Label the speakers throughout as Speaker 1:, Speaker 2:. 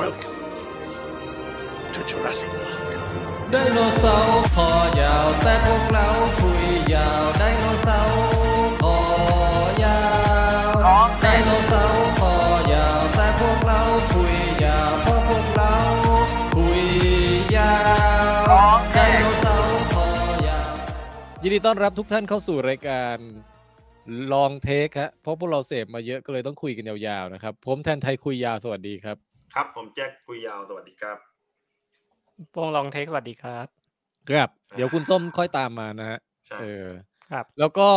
Speaker 1: Welcome to Jurassic Park.
Speaker 2: ไดโนเสาร์คอยาวแต่พวกเราคุยยาวไดโนเสาร์คอยาวไดโนเสาร์คอยาวแต่พวกเราคุยยาวเพราะพวกเราคุยยาวไดโนเสาร์คอยาวยินดีต้อนรับทุกท่านเข้าสู่รายการลองเทคฮะเพราะพวกเราเสพมาเยอะก็เลยต้องคุยกันยาวๆนะครับผมแทนไทยคุยยาวสวัสดีครับ
Speaker 3: ครับ ผมแจ็คคุยยาวสวัสดีครับ
Speaker 4: โป้งลองเทคสวัสดีครับ
Speaker 2: ครับ เดี๋ยวคุณส้มค่อยตามมานะฮะ
Speaker 3: ใช่
Speaker 2: เออ
Speaker 4: ครับ
Speaker 2: แล้วก็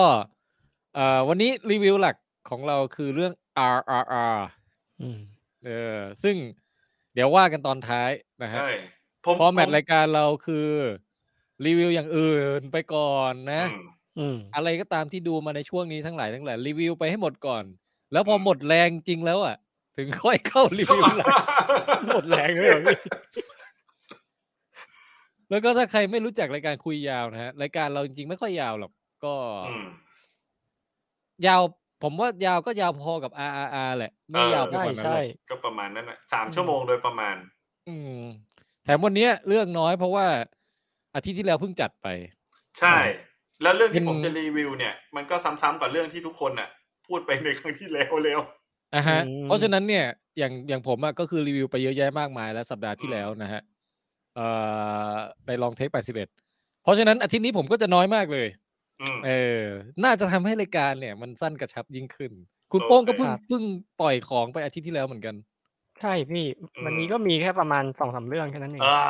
Speaker 2: เอ่อวันนี้รีวิวหลักของเราคือเรื่อง RRR
Speaker 4: อืม
Speaker 2: เออซึ่งเดี๋ยวว่ากันตอนท้ายนะฮะ
Speaker 3: เอ้ย
Speaker 2: ฟอร์แมตรายการเราคือรีวิวอย่างอื่นไปก่อนนะ
Speaker 3: อืม
Speaker 4: อืม
Speaker 2: อะไรก็ตามที่ดูมาในช่วงนี้ทั้งหลายทั้งแหล่รีวิวไปให้หมดก่อน แล้วพออ
Speaker 3: ม
Speaker 2: หมดแรงจริงแล้วอ่ะ ถึงค่อยเข้ารีวิวหลัก
Speaker 4: หมดแรงเลยเหรอพี่
Speaker 2: แล้วก็ถ้าใครไม่รู้จักรายการคุยยาวนะฮะรายการเราจริงๆไม่ค่อยยาวหรอกก็
Speaker 3: อืม
Speaker 2: ยาวผมว่ายาวก็ยาวพอกับ RRR แหละ ไม่
Speaker 3: เออ
Speaker 2: ยาวไป
Speaker 4: ใช่
Speaker 2: กว่านั้น
Speaker 4: ใช่
Speaker 2: หรอก
Speaker 3: ก็ประมาณนั้นนะสามชั่วโมงโดยประมาณ
Speaker 2: อืมแถมวันเนี้ยเรื่องน้อยเพราะว่าอาทิตย์ที่แล้วเพิ่งจัดไป
Speaker 3: ใช่ แล้วเรื่อง
Speaker 2: เป็
Speaker 3: ที่
Speaker 2: น
Speaker 3: ผมจะรีวิวเนี่ย มันก็ซ้ำๆกับเรื่องที่ทุกคนน่ะ พูดไปในครั้งที่แล้วเร็ว
Speaker 2: อ่ะฮะ
Speaker 4: อืม
Speaker 2: เพราะฉะนั้นเนี่ยอย่างอย่างผมอะก็คือรีวิวไปเยอะแยะมากมายแล้วสัปดาห์ที่แล้วนะฮะเอ่อไปลองเทคไปสิบเอ็ดเพราะฉะนั้นอาทิตย์นี้ผมก็จะน้อยมากเลย
Speaker 3: อืม
Speaker 2: เออ น่าจะทำให้รายการเนี่ย มันสั้นกระชับยิ่งขึ้น คุณ
Speaker 3: โอเค
Speaker 2: โป้งก็เพิ่งเพิ่งปล่อยของไปอาทิตย์ที่แล้วเหมือนกัน
Speaker 4: ใช่พี่ วันนี้ก็มีแค่ประมาณสองสามเรื่องแค่นั้นเอง
Speaker 3: อ่า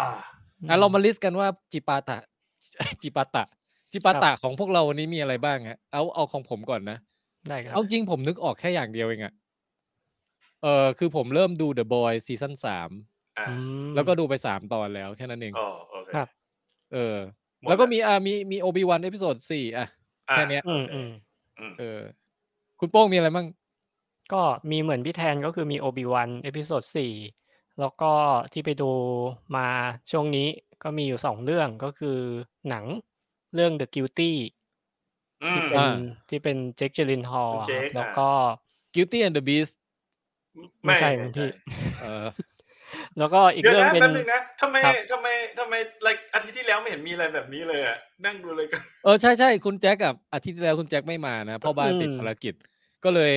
Speaker 2: อ่ะเรามาลิสต์กันว่าจิปาตะ จิปาตะ จิปาตะของพวกเราวันนี้มีอะไรบ้างฮะเอาเอาของผมก่อนนะ
Speaker 4: ได้ครับ
Speaker 2: เอาจริงผมนึกออกแค่อย่างเดียวเองอะเออคือผมเริ่มดู The Boy ซีซั่นสาม
Speaker 3: อ่า
Speaker 4: อืม
Speaker 2: แล้วก็ดูไปสามตอนแล้วแค่นั้นเอง
Speaker 3: อ๋อโอเค
Speaker 4: ครับ
Speaker 2: เออ
Speaker 3: หด
Speaker 2: แล้วก็มีอ่ามีมีโอบิวันเอพิโซดสี่อ่ะ
Speaker 3: อ่ะ
Speaker 2: แค่เนี้ย
Speaker 4: อืมอืม
Speaker 3: อืม
Speaker 2: เออ คุณโป้งมีอะไรมั่ง
Speaker 4: ก็มีเหมือนพี่แทนก็คือมีโอบิวันเอพิโซดสี่แล้วก็ที่ไปดูมาช่วงนี้ก็มีอยู่สองเรื่องก็คือหนังเรื่อง The Guilty
Speaker 3: อื
Speaker 4: ที่
Speaker 3: ม
Speaker 4: เป็นที่เป็นเจคเจลินฮอล
Speaker 3: คุณเจค
Speaker 4: แล้ว
Speaker 3: อ่ะ
Speaker 4: ก็
Speaker 2: Guilty and the Beast
Speaker 4: ไม่ใช่
Speaker 3: ไม่
Speaker 4: พี่
Speaker 3: ใช่
Speaker 2: เออ
Speaker 4: แล้วก็อีก
Speaker 3: เดี๋ยว
Speaker 4: เรื่อง
Speaker 3: นะ
Speaker 4: เป็น
Speaker 3: แป๊บนึงนะทำไม
Speaker 4: ครับ
Speaker 3: ทำไมทำไมรายอาทิตย์ที่แล้วไม่เห็นมีอะไรแบบนี้เลยอะนั่งดูเลยก็
Speaker 2: เออใช่ใช่คุณแจ็คกับอาทิตย์ที่แล้วคุณแจ็คไม่มานะเพ่อบ้านติด
Speaker 4: อืม
Speaker 2: ภารกิจ ก็เลย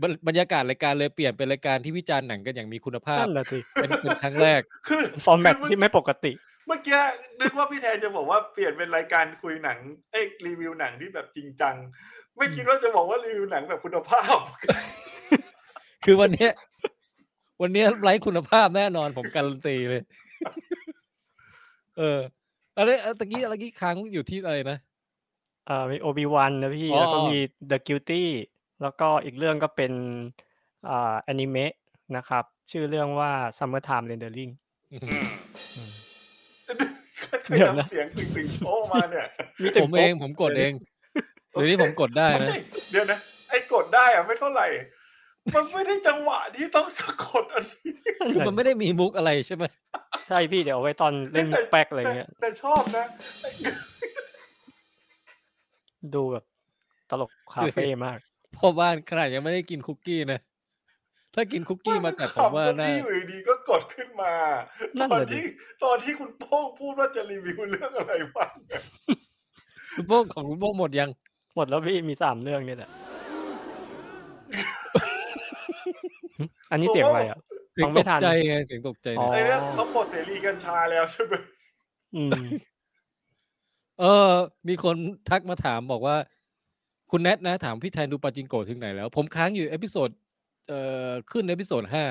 Speaker 2: บรรบรรยากาศรายการเลยเปลี่ยนเป็นรายการที่วิจารณ์หนังกันอย่างมีคุณภาพ
Speaker 4: นั่นแหละสิ
Speaker 2: เป็นเป็นครั้งแรก
Speaker 3: คือ
Speaker 4: ฟอร์แมต
Speaker 3: คือเมื่อ
Speaker 4: ที่ไม่ปกติ
Speaker 3: เมื่อกี้นึกว่าพี่แทนจะบอกว่าเปลี่ยนเป็นรายการคุยหนังเอ้ยรีวิวหนังที่แบบจริงจัง ไม่คิดว่าจะบอกว่ารีวิวหนังแบบคุณภาพ
Speaker 2: คือวันเนี้ยวันเนี้ยไร้คุณภาพแน่นอนผมการันตีเลย เอออะไรเอ่อตะกี้ตะกี้ค้างอยู่ที่อะไรนะ
Speaker 4: เอ่อมีโอบิวันนะพี่
Speaker 2: อ๋อ
Speaker 4: แล้วก็
Speaker 2: อ๋อ
Speaker 4: มี The Guilty แล้วก็อีกเรื่องก็เป็นอ่าอนิเมะนะครับ ชื่อเรื่องว่า Summertime Rendering
Speaker 2: อื้อ
Speaker 3: อืม
Speaker 2: หือ
Speaker 4: เดี๋ยวนะ
Speaker 3: เสียงตึงตึงโอ้มาเนี่ย
Speaker 4: มีแต่
Speaker 2: ผม
Speaker 4: โป๊ะ
Speaker 2: เองผมกดเองเดี๋ยวนี้ผมกดได้นะ
Speaker 3: เฮ้ยเดี๋ยวนะ ไอ้กดได้อะไม่เท่าไหร่ มันไม่ได้จังหวะที่ต้องสะกดอันนี้
Speaker 2: คือมันไม่ได้มีมุกอะไรใช่ไหม
Speaker 4: ใช่พี่เดี๋ยวเอาไว้ตอนเล่น
Speaker 3: แต่
Speaker 4: แป๊กอะไรเงี้ย
Speaker 3: แต่แต่ชอบนะ
Speaker 4: ดูแบบตลกคาเฟ่มาก
Speaker 2: พ่อบ้านขนาดยังไม่ได้กินคุกกี้นะ ถ้ากินคุกกี้มาแต่ผมว่า
Speaker 3: ขำตรง
Speaker 2: น่า
Speaker 3: ที่อยู่ดีๆก็กดขึ้นมา
Speaker 4: นั่น
Speaker 3: ตอน
Speaker 4: น่ะดิ
Speaker 3: ที่ตอนที่คุณโป้งพูดว่าจะรีวิวเรื่องอะไรบ้าง
Speaker 2: คุณโป้งของคุณโป้งหมดยัง
Speaker 4: หมดแล้วพี่มีสามเรื่องนี่แหละ หึอันนี้เสียงอะไรอ่ะ
Speaker 2: เสียง
Speaker 4: ฟังไม่
Speaker 2: ตก
Speaker 4: ทัน
Speaker 2: ใจไงเสียงตกใจ
Speaker 4: อ๋อ
Speaker 2: นะ
Speaker 3: ไอ้เรื่องเขาปลดเสรีกัญชาแล้วใช่ไหม
Speaker 4: อืม
Speaker 2: เออ มีคนทักมาถามบอกว่า คุณแนทนะ ถามพี่แทนดูปาจิงโกะถึงไหนแล้ว ผมค้างอยู่เอพิโซดเอ่อขึ้นเอพิโซดห้า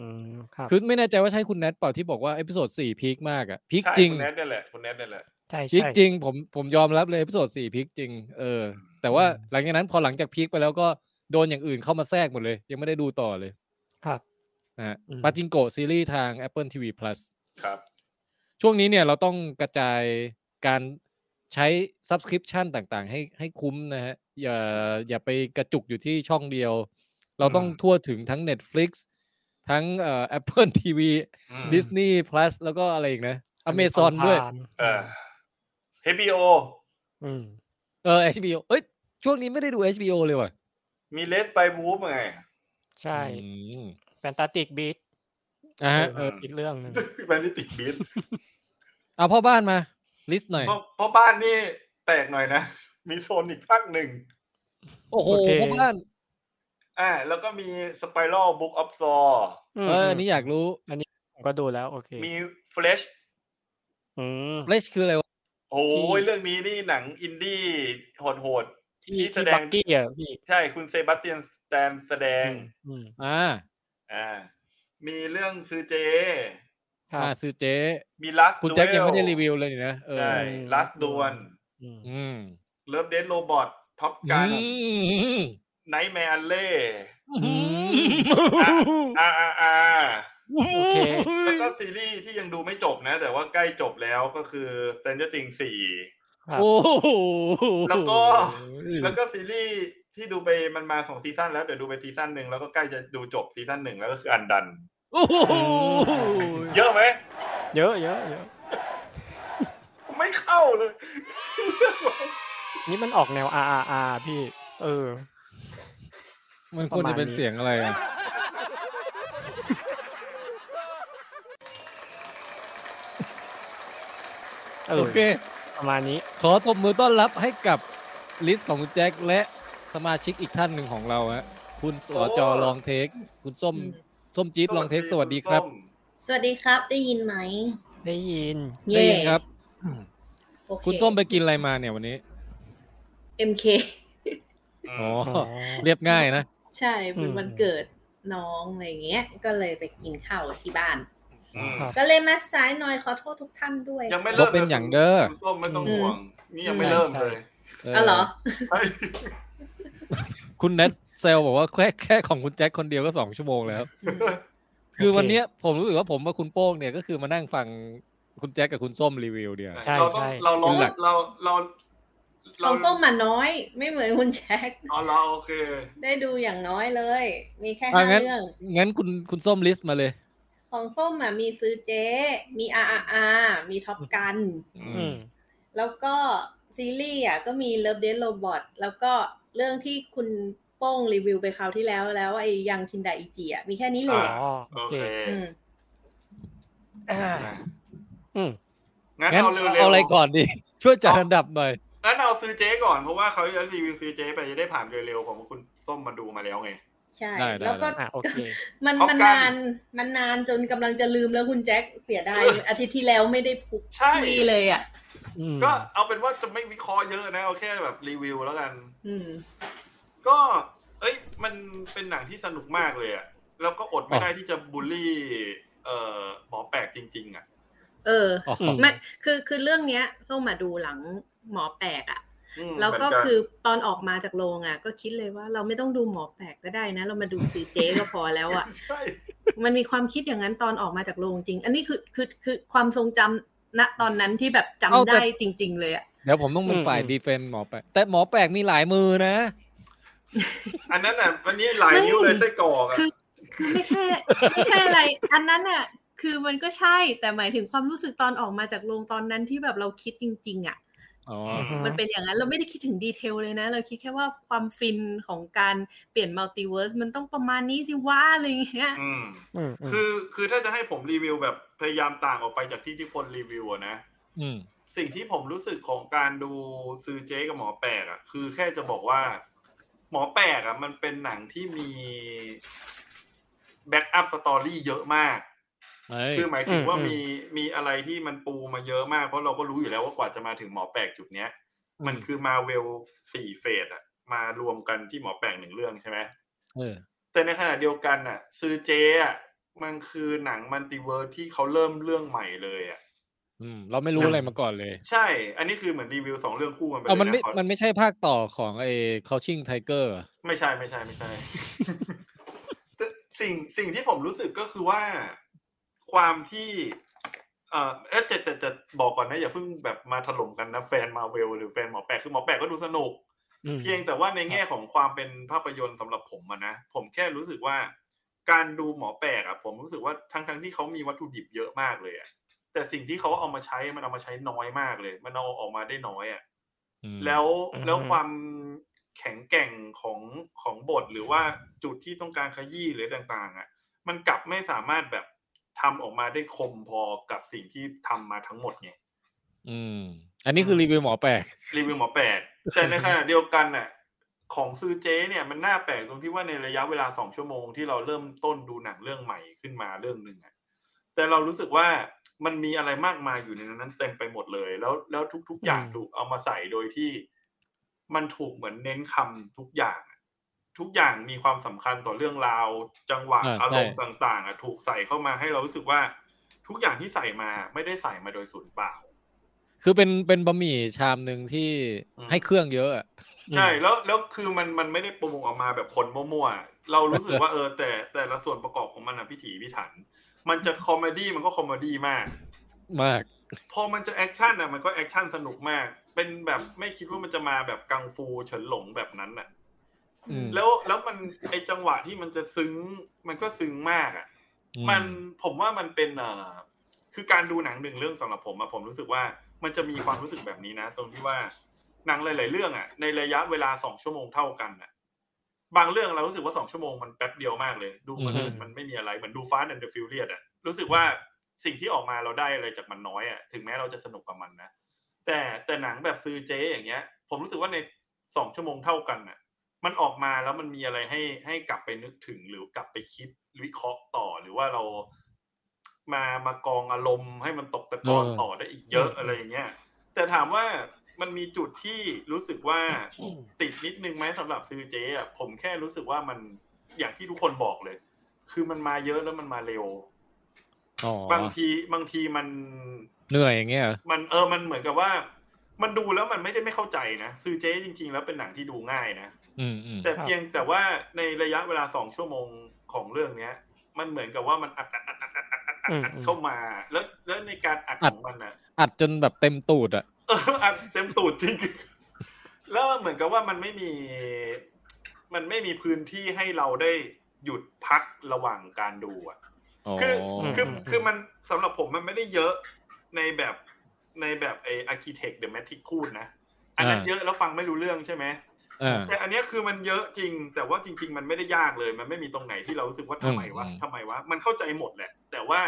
Speaker 4: อืมครับ
Speaker 2: คือไม่แน่ใจว่าใช่คุณแนทเปล่าที่บอกว่าเอพิโซดสี่พีคมากอะพีค
Speaker 3: ใช่
Speaker 2: จริง
Speaker 3: คุณแนทนี่นแหละคุณแนทนี่นแหละ
Speaker 4: ใช่
Speaker 2: พีค
Speaker 4: ใช่
Speaker 2: จริงผมผมยอมรับเลยเอพิโซดสี่พีคจริงเออ แต่ว่า
Speaker 4: อืม
Speaker 2: หลังจากนั้นพอหลังจากพีคไปแล้วก็โดนอย่างอื่นเข้ามาแทรกหมดเลย ยังไม่ได้ดูต่อเลย
Speaker 4: ครับ
Speaker 2: นะฮะ
Speaker 4: อืม
Speaker 2: ปาจิงโกะซีรีส์ทาง Apple TV Plus
Speaker 3: ครับ
Speaker 2: ช่วงนี้เนี่ยเราต้องกระจายการใช้ subscription ต่างๆ ให้ให้คุ้มนะฮะ อย่าอย่าไปกระจุกอยู่ที่ช่องเดียว เราต้อง
Speaker 3: อืม
Speaker 2: ทั่วถึงทั้ง Netflix ทั้งเอ่อ Apple TV
Speaker 3: อืม
Speaker 2: Disney Plus แล้วก็อะไรอีกนะ Amazon ด้วย
Speaker 4: ผ่าน
Speaker 3: เออ HBO
Speaker 4: อืม
Speaker 2: เออ HBO เอ้ย ช่วงนี้ไม่ได้ดู HBO เลยว่ะ
Speaker 3: มีเลสไปบูฟไง
Speaker 4: ใช่
Speaker 2: อืม
Speaker 4: แฟนตาติกบีท
Speaker 2: อ่าฮะเออ
Speaker 4: อีกเรื่องหนึง
Speaker 3: แมนนิติ บีท
Speaker 2: เอาพ่อบ้านมา ลิสต์หน่อย
Speaker 3: เพราะเพราะบ้านนี่แตกหน่อยนะ มีโซนอีกภาคหนึ่ง
Speaker 2: โอ้โหพ่อบ้าน
Speaker 3: อ่า แล้วก็มี Spiral Book of s a w
Speaker 4: อืม
Speaker 2: เอออันนี่อยากรู้
Speaker 4: ผมก็ดูแล้วโอเค
Speaker 3: มี Flash
Speaker 4: อืม
Speaker 2: เลชคืออะไรวะ
Speaker 3: โอ้
Speaker 4: ที่
Speaker 3: ยเรื่องนี้นี่หนังอินดี้โหด
Speaker 4: ที่
Speaker 3: ที่แส
Speaker 4: ที่
Speaker 3: ดง
Speaker 4: บักกี้อ่ะพี่
Speaker 3: ๆ ใช่คุณเซบาสเตียนสแตนแสดง
Speaker 4: อืม
Speaker 2: อ่า
Speaker 3: อ่า มีเรื่องซื้อเจ
Speaker 4: ครั
Speaker 2: อ่า
Speaker 4: บ
Speaker 2: ซื้อเจ๊
Speaker 3: มี Last
Speaker 2: คุณแจ็ค
Speaker 3: Duel
Speaker 2: ยังไม่ได้รีวิวเลยนี่นะเออ
Speaker 3: ใช่ Last Duel
Speaker 4: อืม
Speaker 2: อืม
Speaker 3: Love Dead Robot Top
Speaker 2: อื
Speaker 3: Gun
Speaker 2: ม
Speaker 3: Nightmare Alley
Speaker 2: อืม
Speaker 3: RRR
Speaker 4: โอเค
Speaker 3: แล้วก็ซีรีส์ที่ยังดูไม่จบนะ แต่ว่าใกล้จบแล้วก็คือ Stranger Things 4
Speaker 4: ครับ
Speaker 2: โอ้โห
Speaker 3: แล้วก็ แล้วก็ซีรีส์ที่ดูไปมันมาสองซีซั่นแล้วเดี๋ยวดูไปซีซั่นหนึ่งแล้วก็ใกล้จะดูจบซีซั่นหนึ่งแล้วก็คืออันดัน
Speaker 2: โอ้โห
Speaker 3: เยอะไหม
Speaker 4: เยอะเยอะเยอะ
Speaker 3: ไม่เข้าเลย
Speaker 4: นี่มันออกแนว R R R พี่ เออ
Speaker 2: มันควรจะเป็นเสียงอะไรอะ
Speaker 4: เออ
Speaker 2: โอเค
Speaker 4: ประมาณนี้
Speaker 2: ขอตบมือต้อนรับให้กับลิสต์ของคุณแจ็คและสมาชิกอีกท่านหนึ่งของเราฮะคุณสอจอ
Speaker 3: โอ้
Speaker 2: ลองเทค คุณส้มส้มจี๊ดลองเทคสวัสดีครับ
Speaker 3: ณส้ม
Speaker 5: สวัสดีครับได้ยินไหม
Speaker 4: ได้ยิน
Speaker 2: ได้ยินครับ
Speaker 5: โอเ
Speaker 2: คุณส้มไปกินอะไรมาเนี่ยวันนี้
Speaker 5: MK
Speaker 2: อ๋อ
Speaker 4: อ๋อ
Speaker 2: เรียบง่ายนะ
Speaker 5: ใช่เป็น
Speaker 4: อืม
Speaker 5: วันเกิดน้องอะไรเงี้ย ก็เลยไปกินข้าวที่บ้าน
Speaker 3: อืม
Speaker 5: ก็เลยมาสายหน่อยขอโทษทุกท่านด้วย
Speaker 3: ยังไม่เริ่ม
Speaker 2: บ่เป็นอย่างเด้อ
Speaker 3: คุณส้มไม่ต้องห่วง นี่ยังไม่
Speaker 4: ใช่
Speaker 3: เริ่มเลย
Speaker 5: เอาเหรอ
Speaker 2: คุณเน็ตเซลบอกว่าแค่แค่ของคุณแจ็คคนเดียวก็สองชั่วโมงแล้ว คือวันเนี้ยผมรู้สึกว่าผมกับคุณโป้งเนี่ยก็คือมานั่งฟังคุณแจ็คกับคุณส้มรีวิวเดียว
Speaker 4: ใช่
Speaker 3: เราต้อง
Speaker 4: ใช่
Speaker 3: เราลอง
Speaker 2: เป็นหลัก
Speaker 3: เราเรา
Speaker 5: ข
Speaker 3: เรา
Speaker 5: องส้มมาน้อย ไม่เหมือนคุณแจ็ค
Speaker 3: อ๋อเราโอเค
Speaker 5: ได้ดูอย่างน้อยเลย มีแค่
Speaker 2: อ่ะ
Speaker 5: ห้า
Speaker 2: งั้น
Speaker 5: เรื่อง
Speaker 2: งั้นคุณคุณส้มลิสต์มาเลย
Speaker 5: ของส้มอ่ะมีซื้อเจ๊มี RRR มีท็อปกัน
Speaker 4: อืม
Speaker 5: แล้วก็ซีรีส์อ่ะก็มี Love Death Robot แล้วก็เรื่องที่คุณโป้งรีวิวไปคราวที่แล้วแล้วไอ้ยังคินดาอิจิอ่ะมีแค่นี้เลย
Speaker 4: อ๋อ
Speaker 3: โอ
Speaker 4: โอเค
Speaker 3: เค
Speaker 5: อืม
Speaker 4: อืม
Speaker 3: งั้น
Speaker 2: งั้น
Speaker 3: เอาเร็วๆ
Speaker 2: เอาอะไรก่อนดี ช่วยจัดอันดับหน่อย
Speaker 3: งั้นเอาซื้อเจ๊ก่อนเพราะว่าเขาจะรีวิวซื้อเจ๊ไปจะได้ผ่านเร็วๆของคุณส้มมาดูมาแล้วไง
Speaker 5: ใช่
Speaker 2: ได้ได้
Speaker 5: แล้วก็
Speaker 2: ได้
Speaker 4: อ่ะโอเค
Speaker 5: มัน
Speaker 3: ท็อป
Speaker 5: มัน
Speaker 3: กัน
Speaker 5: นานมันนานจนกำลังจะลืมแล้วคุณแจ็คเสียดาย อาทิตย์ที่แล้วไม่ได้พูด
Speaker 3: ใช่
Speaker 5: คุยเลยอ่ะ
Speaker 4: อืม
Speaker 3: ก็เอาเป็นว่าจะไม่วิเคราะห์เยอะนะเอาแค่แบบรีวิวแล้วกัน
Speaker 5: อืม
Speaker 3: ก็ เอ้ย มันเป็นหนังที่สนุกมากเลยอะแล้วก็อดไม่ได้ที่จะบูลลี่ เอ่อหมอแปลกจริง ๆอะ
Speaker 5: เออ
Speaker 2: อ๋อ
Speaker 4: อื
Speaker 5: ไม่คือคือเรื่องเนี้ยส้มมาดูหลังหมอแปลกอ่ะ
Speaker 3: อืม
Speaker 5: แล้วก็
Speaker 3: เหมืนน
Speaker 5: คือตอนออกมาจากโรงอ่ะ ก็คิดเลยว่าเราไม่ต้องดูหมอแปลกก็ได้นะ เรามาดูซีเจก็พอแล้วอ่ะ
Speaker 3: ใช่
Speaker 5: มันมีความคิดอย่างนั้นตอนออกมาจากโรงจริง อันนี้คือคือคือความทรงจำณตอนนั้นที่แบบจำ
Speaker 2: เอาแต่
Speaker 5: ได้จริง ๆ เลยอ่ะ
Speaker 2: เดี๋ยวผมต้องเป็นฝ่าย
Speaker 4: อืม
Speaker 2: ดีเฟนต์หมอแปลกแต่หมอแปลกมีหลายมือนะ
Speaker 3: อันนั้นอ่ะวันนี้หลาย
Speaker 5: ไม่
Speaker 3: นิ้วเลยไส้กรอกอะ
Speaker 5: คือ คือไม่ใช่ ไม่ใช่อะไร อันนั้นอ่ะ คือมันก็ใช่แต่หมายถึงความรู้สึกตอนออกมาจากโรงตอนนั้นที่แบบเราคิดจริง ๆ อ่ะ
Speaker 2: อ๋อ
Speaker 4: อืม
Speaker 5: มันเป็นอย่างนั้นเราไม่ได้คิดถึงดีเทลเลยนะ เราคิดแค่ว่าความฟินของการเปลี่ยนมัลติเวิร์สมันต้องประมาณนี้สิว่าอะไรอย่างเงี้ย
Speaker 3: อืม
Speaker 4: อืมอืม
Speaker 3: คือ คือถ้าจะให้ผมรีวิวแบบพยายามต่างออกไปจากที่ที่คนรีวิวอะนะ
Speaker 2: อืม
Speaker 3: สิ่งที่ผมรู้สึกของการดูซื้อเจ๊กับหมอแปลกอะคือแค่จะบอกว่า หมอแปลกอะมันเป็นหนังที่มีแบ็กอัพสตอรี่เยอะมาก
Speaker 2: เฮ้ย
Speaker 3: คือหมายถึง
Speaker 4: อืม
Speaker 3: ว่า
Speaker 4: อืม
Speaker 3: มีมีอะไรที่มันปูมาเยอะมาก เพราะเราก็รู้อยู่แล้วว่ากว่าจะมาถึงหมอแปลกจุดเนี้ย มันคือมาเวลสี่เฟสอะมารวมกันที่หมอแปลกหนึ่งเรื่องใช่ไหม
Speaker 2: เออ
Speaker 3: แต่ในขณะเดียวกันอะซือเจอะมันคือหนังมัลติเวิร์สที่เขาเริ่มเรื่องใหม่เลยอะ
Speaker 2: อืม เราไม่รู้อะไรมาก่อนเลย
Speaker 3: ใช่ อันนี้คือเหมือนรีวิวสองเรื่องคู่กันไปเลย
Speaker 2: เอามัน
Speaker 3: นะ
Speaker 2: ไม่
Speaker 3: ขอ
Speaker 2: มันไม่ใช่ภาคต่อของไอ้ Crouching Tiger เหรอ
Speaker 3: ไม่ใช่ไม่ใช่ไม่ใช่ แต่สิ่งสิ่งที่ผมรู้สึกก็คือว่าความที่ เอ่อเอ๊ะแต่แต่แต่บอกก่อนนะอย่าเพิ่งแบบมาถล่มกันนะแฟนมาเวลหรือแฟนหมอแปลกคือหมอแปลกก็ดูสนุก
Speaker 4: อืม
Speaker 3: เพียงแต่ว่าในแง่ของความเป็นภาพยนตร์สำหรับผมอะนะ ผมแค่รู้สึกว่า การดูหมอแปลกอะผมรู้สึกว่าทั้งทั้งๆที่เขามีวัตถุดิบเยอะมากเลยอะแต่สิ่งที่เขาเอามาใช้มันเอามาใช้น้อยมากเลย มันเอาออกมาได้น้อยอะ
Speaker 2: อืม
Speaker 3: แล้ว
Speaker 4: อืม
Speaker 3: แล้วความแข็งแกร่งของของบทหรือว่าจุดที่ต้องการขยี้หรือต่างๆอะมันกลับไม่สามารถแบบ ทำออกมาได้คมพอกับสิ่งที่ทำมาทั้งหมดไง
Speaker 2: อืม อันนี้คือรีวิวหมอแปลก
Speaker 3: รีวิวหมอแป ดแต่ในขณะเดียวกันน่ะของซื้อเจ๊เนี่ยมันน่าแปลกตรงที่ว่าในระยะเวลาสองชั่วโมงที่เราเริ่มต้นดูหนังเรื่องใหม่ขึ้นมาเรื่องหนึ่งอะแต่เรารู้สึกว่ามันมีอะไรมากมายอยู่ในนั้นเต็มไปหมดเลย แล้วแล้วทุก ๆ อย่าง
Speaker 2: อืม
Speaker 3: ถูกเอามาใส่โดยที่ มันถูกเหมือนเน้นคำทุกอย่างอะทุกอย่างมีความสำคัญต่อเรื่องราว จังหวะ
Speaker 2: อ่า
Speaker 3: อารมณ์
Speaker 2: ใช่
Speaker 3: ต่างๆอะถูกใส่เข้ามาให้เรารู้สึกว่าทุกอย่างที่ใส่มาไม่ได้ใส่มาโดยศูนย์เปล่า
Speaker 2: คือเป็นเป็นบะหมี่ชามหนึ่งที่
Speaker 3: อืม
Speaker 2: ให้เครื่องเยอะอะ
Speaker 3: ใช่แล้วแล้วคือมันมันไม่ได้ปรุงออกมาแบบคนมั่วๆเรารู้สึกว่าเออแต่แต่ละส่วนประกอบของมันอะพิถีพิถัน มันจะคอมเมดี้มันก็คอมเมดี้มาก
Speaker 2: มาก
Speaker 3: พอมันจะแอคชั่นอะมันก็แอคชั่นสนุกมาก เป็นแบบไม่คิดว่ามันจะมาแบบกังฟูเฉินหลงแบบนั้นอะ
Speaker 2: อืม
Speaker 3: แล้วแล้วมันไอจังหวะที่มันจะซึ้งมันก็ซึ้งมากอะ
Speaker 2: อื
Speaker 3: มันผมว่ามันเป็นเอ่อคือการดูหนังหนึ่งเรื่องสำหรับผมอะผมรู้สึกว่ามันจะมีความรู้สึกแบบนี้นะ ตรงที่ว่าหนังหลาย ๆ เรื่องอะในระยะเวลาสองชั่วโมงเท่ากันอะบางเรื่องเรารู้สึกว่าสองชั่วโมงมันแป๊บเดียวมากเลย ดูมัน
Speaker 4: อือฮึ
Speaker 3: มันไม่มีอะไรเหมือนดูฟาสต์แอนด์เดอะฟิวเรียอะรู้สึกว่าสิ่งที่ออกมาเราได้อะไรจากมันน้อยอะถึงแม้เราจะสนุกกับมันนะแต่แต่หนังแบบซื้อเจ๊อย่างเงี้ย ผมรู้สึกว่าในสองชั่วโมงเท่ากันอะ มันออกมาแล้วมันมีอะไรให้ให้กลับไปนึกถึงหรือกลับไปคิดวิเคราะห์ต่อหรือว่าเรามามากองอารมณ์ให้มันตกตะกอน
Speaker 2: เออ
Speaker 3: ต่อได้อีกเยอะอะไรอย่างเงี้ยแต่ถามว่ามันมีจุดที่รู้สึกว่าติดนิดนึงไหมสำหรับซื้อเจ๊อะผมแค่รู้สึกว่ามันอย่างที่ทุกคนบอกเลย คือมันมาเยอะแล้วมันมาเร็ว
Speaker 2: อ๋อบ
Speaker 3: างทีบางทีมัน
Speaker 2: เหนื่อยอย่างเงี้ยเหรอ
Speaker 3: มันเออ มันเหมือนกับว่า มันดูแล้วมันไม่ได้ไม่เข้าใจนะซื้อเจ๊จริง ๆ แล้วเป็นหนังที่ดูง่ายนะ
Speaker 2: อืมอืม
Speaker 3: แต่เพียงแต่ว่าในระยะเวลาสองชั่วโมงของเรื่องเนี้ย มันเหมือนกับว่ามันอัดอัดอัดอัดอัดอัดอัดอัดอัดเข้ามา แล้วแล้วในการอัดของมันอ่ะ
Speaker 2: อัดจนแบบเต็มตูดอ่ะ
Speaker 3: เอออัดเต็มตูดจริง แล้วมันเหมือนกับว่ามันไม่มี มันไม่มีพื้นที่ให้เราได้หยุดพักระหว่างการดูอ่ะ
Speaker 2: อ๋อ
Speaker 3: คือคือ
Speaker 4: ม
Speaker 3: คือมันสำหรับผมมันไม่ได้เยอะในแบบในแบบไออาร์คิเทคเดอะแมทริกคูดนะอันนั้น
Speaker 2: อ่า
Speaker 3: เยอะแล้วฟังไม่รู้เรื่องใช่ไหม
Speaker 2: อ่า
Speaker 3: แต่อันเนี้ยคือมันเยอะจริง แต่ว่าจริง ๆ มันไม่ได้ยากเลย มันไม่มีตรงไหนที่เรารู้สึกว่าทำไมวะ
Speaker 2: อืม
Speaker 3: ทำไมวะมันเข้าใจหมดแหละ แต่ว่า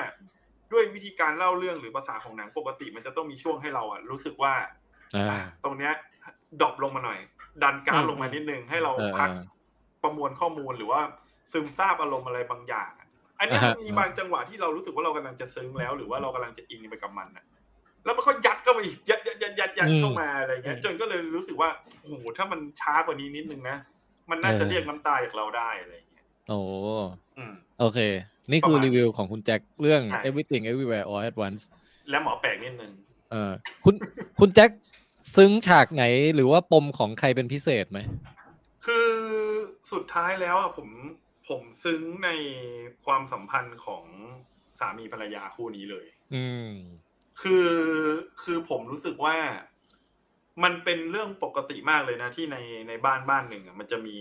Speaker 3: ด้วยวิธีการเล่าเรื่องหรือภาษาของหนังปกติ มันจะต้องมีช่วงให้เราอะรู้สึกว่า
Speaker 2: อ่า
Speaker 3: อ่ะตรงเนี้ยดรอปลงมาหน่อย ดันกราฟลงมานิดนึงให้เรา
Speaker 2: เออ
Speaker 3: พัก
Speaker 2: เออ
Speaker 3: ประมวลข้อมูลหรือว่าซึมซาบอารมณ์อะไรบางอย่างอะอันเนี้ย
Speaker 2: อ่าฮะ
Speaker 3: มันมีบางจังหวะที่เรารู้สึกว่าเรากำลังจะซึ้งแล้ว หรือว่าเรากำลังจะอินไปกับมันนะแล้วมันก็ยัดเข้ามาอีกยัดยัดยัดยัดยัดเข้ามาอะไรเงี้ยจนก็เลยรู้สึกว่าโอ้โหถ้ามันช้ากว่านี้นิดนึงนะ มันน่าจะเรียกน้ำตาจากเราได้อะไรอย่างเงี้ย
Speaker 2: โอ้
Speaker 3: อืม
Speaker 2: โอเค นี่คื
Speaker 3: ป
Speaker 2: อ
Speaker 3: ระมาณ
Speaker 2: รีวิวของคุณแจ็คเรื่อง
Speaker 3: ใช่
Speaker 2: everything everywhere all at once
Speaker 3: และหมอแปลกนิดนึง
Speaker 2: เออคุณ คุณแจ็คซึ้งฉากไหนหรือว่าปมของใครเป็นพิเศษไหม
Speaker 3: คือสุดท้ายแล้วอะผมผมซึ้งในความสัมพันธ์ของสามีภรรยาคู่นี้เลย
Speaker 2: อืม
Speaker 3: คือคือผมรู้สึกว่ามันเป็นเรื่องปกติมากเลยนะ ที่ในในบ้านบ้านหนึ่งอะมันจะมี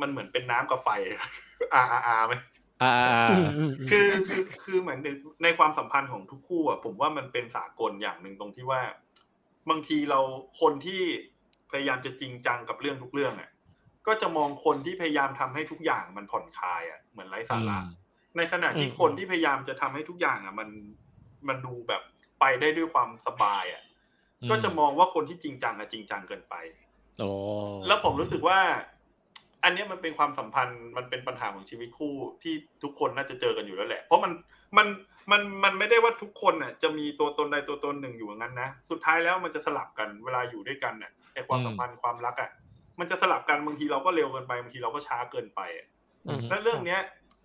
Speaker 3: มันเหมือนเป็นน้ำกับไฟอะ R R R ไหม
Speaker 2: อ่าอ่า
Speaker 4: อืมอืมอืม
Speaker 3: คือคือคือเหมือนในในความสัมพันธ์ของทุกคู่อ่ะผมว่ามันเป็นสากลอย่างหนึ่งตรงที่ว่า บางทีเราคนที่พยายามจะจริงจังกับเรื่องทุกเรื่องอ่ะก็จะมองคนที่พยายามทำให้ทุกอย่างมันผ่อนคลายอ่ะเหมือนไร้สาระในขณะที่
Speaker 4: อืม
Speaker 3: คนที่พยายามจะทำให้ทุกอย่างอ่ะ มันมันดูแบบไปได้ด้วยความสบายอ่ะก็จะมองว่าคนที่จริงจังอ่ะจริงจังเกินไป
Speaker 2: โอ้
Speaker 3: แล้วผมรู้สึกว่า อันเนี้ยมันเป็นความสัมพันธ์มันเป็นปัญหาของชีวิตคู่ที่ทุกคนน่าจะเจอกันอยู่แล้วแหละ เพราะมันมันมันมันไม่ได้ว่าทุกคนน่ะจะมีตัวตนใดตัวตนหนึ่งอยู่อย่างนั้นนะสุดท้ายแล้วมันจะสลับกันเวลาอยู่ด้วยกันน่ะไอความสัมพันธ์ความรักอ่ะมันจะสลับกันบางทีเราก็เร็วเกินไปบางทีเราก็ช้าเกินไปอะ
Speaker 2: อืม
Speaker 3: และเรื่องเนี้ย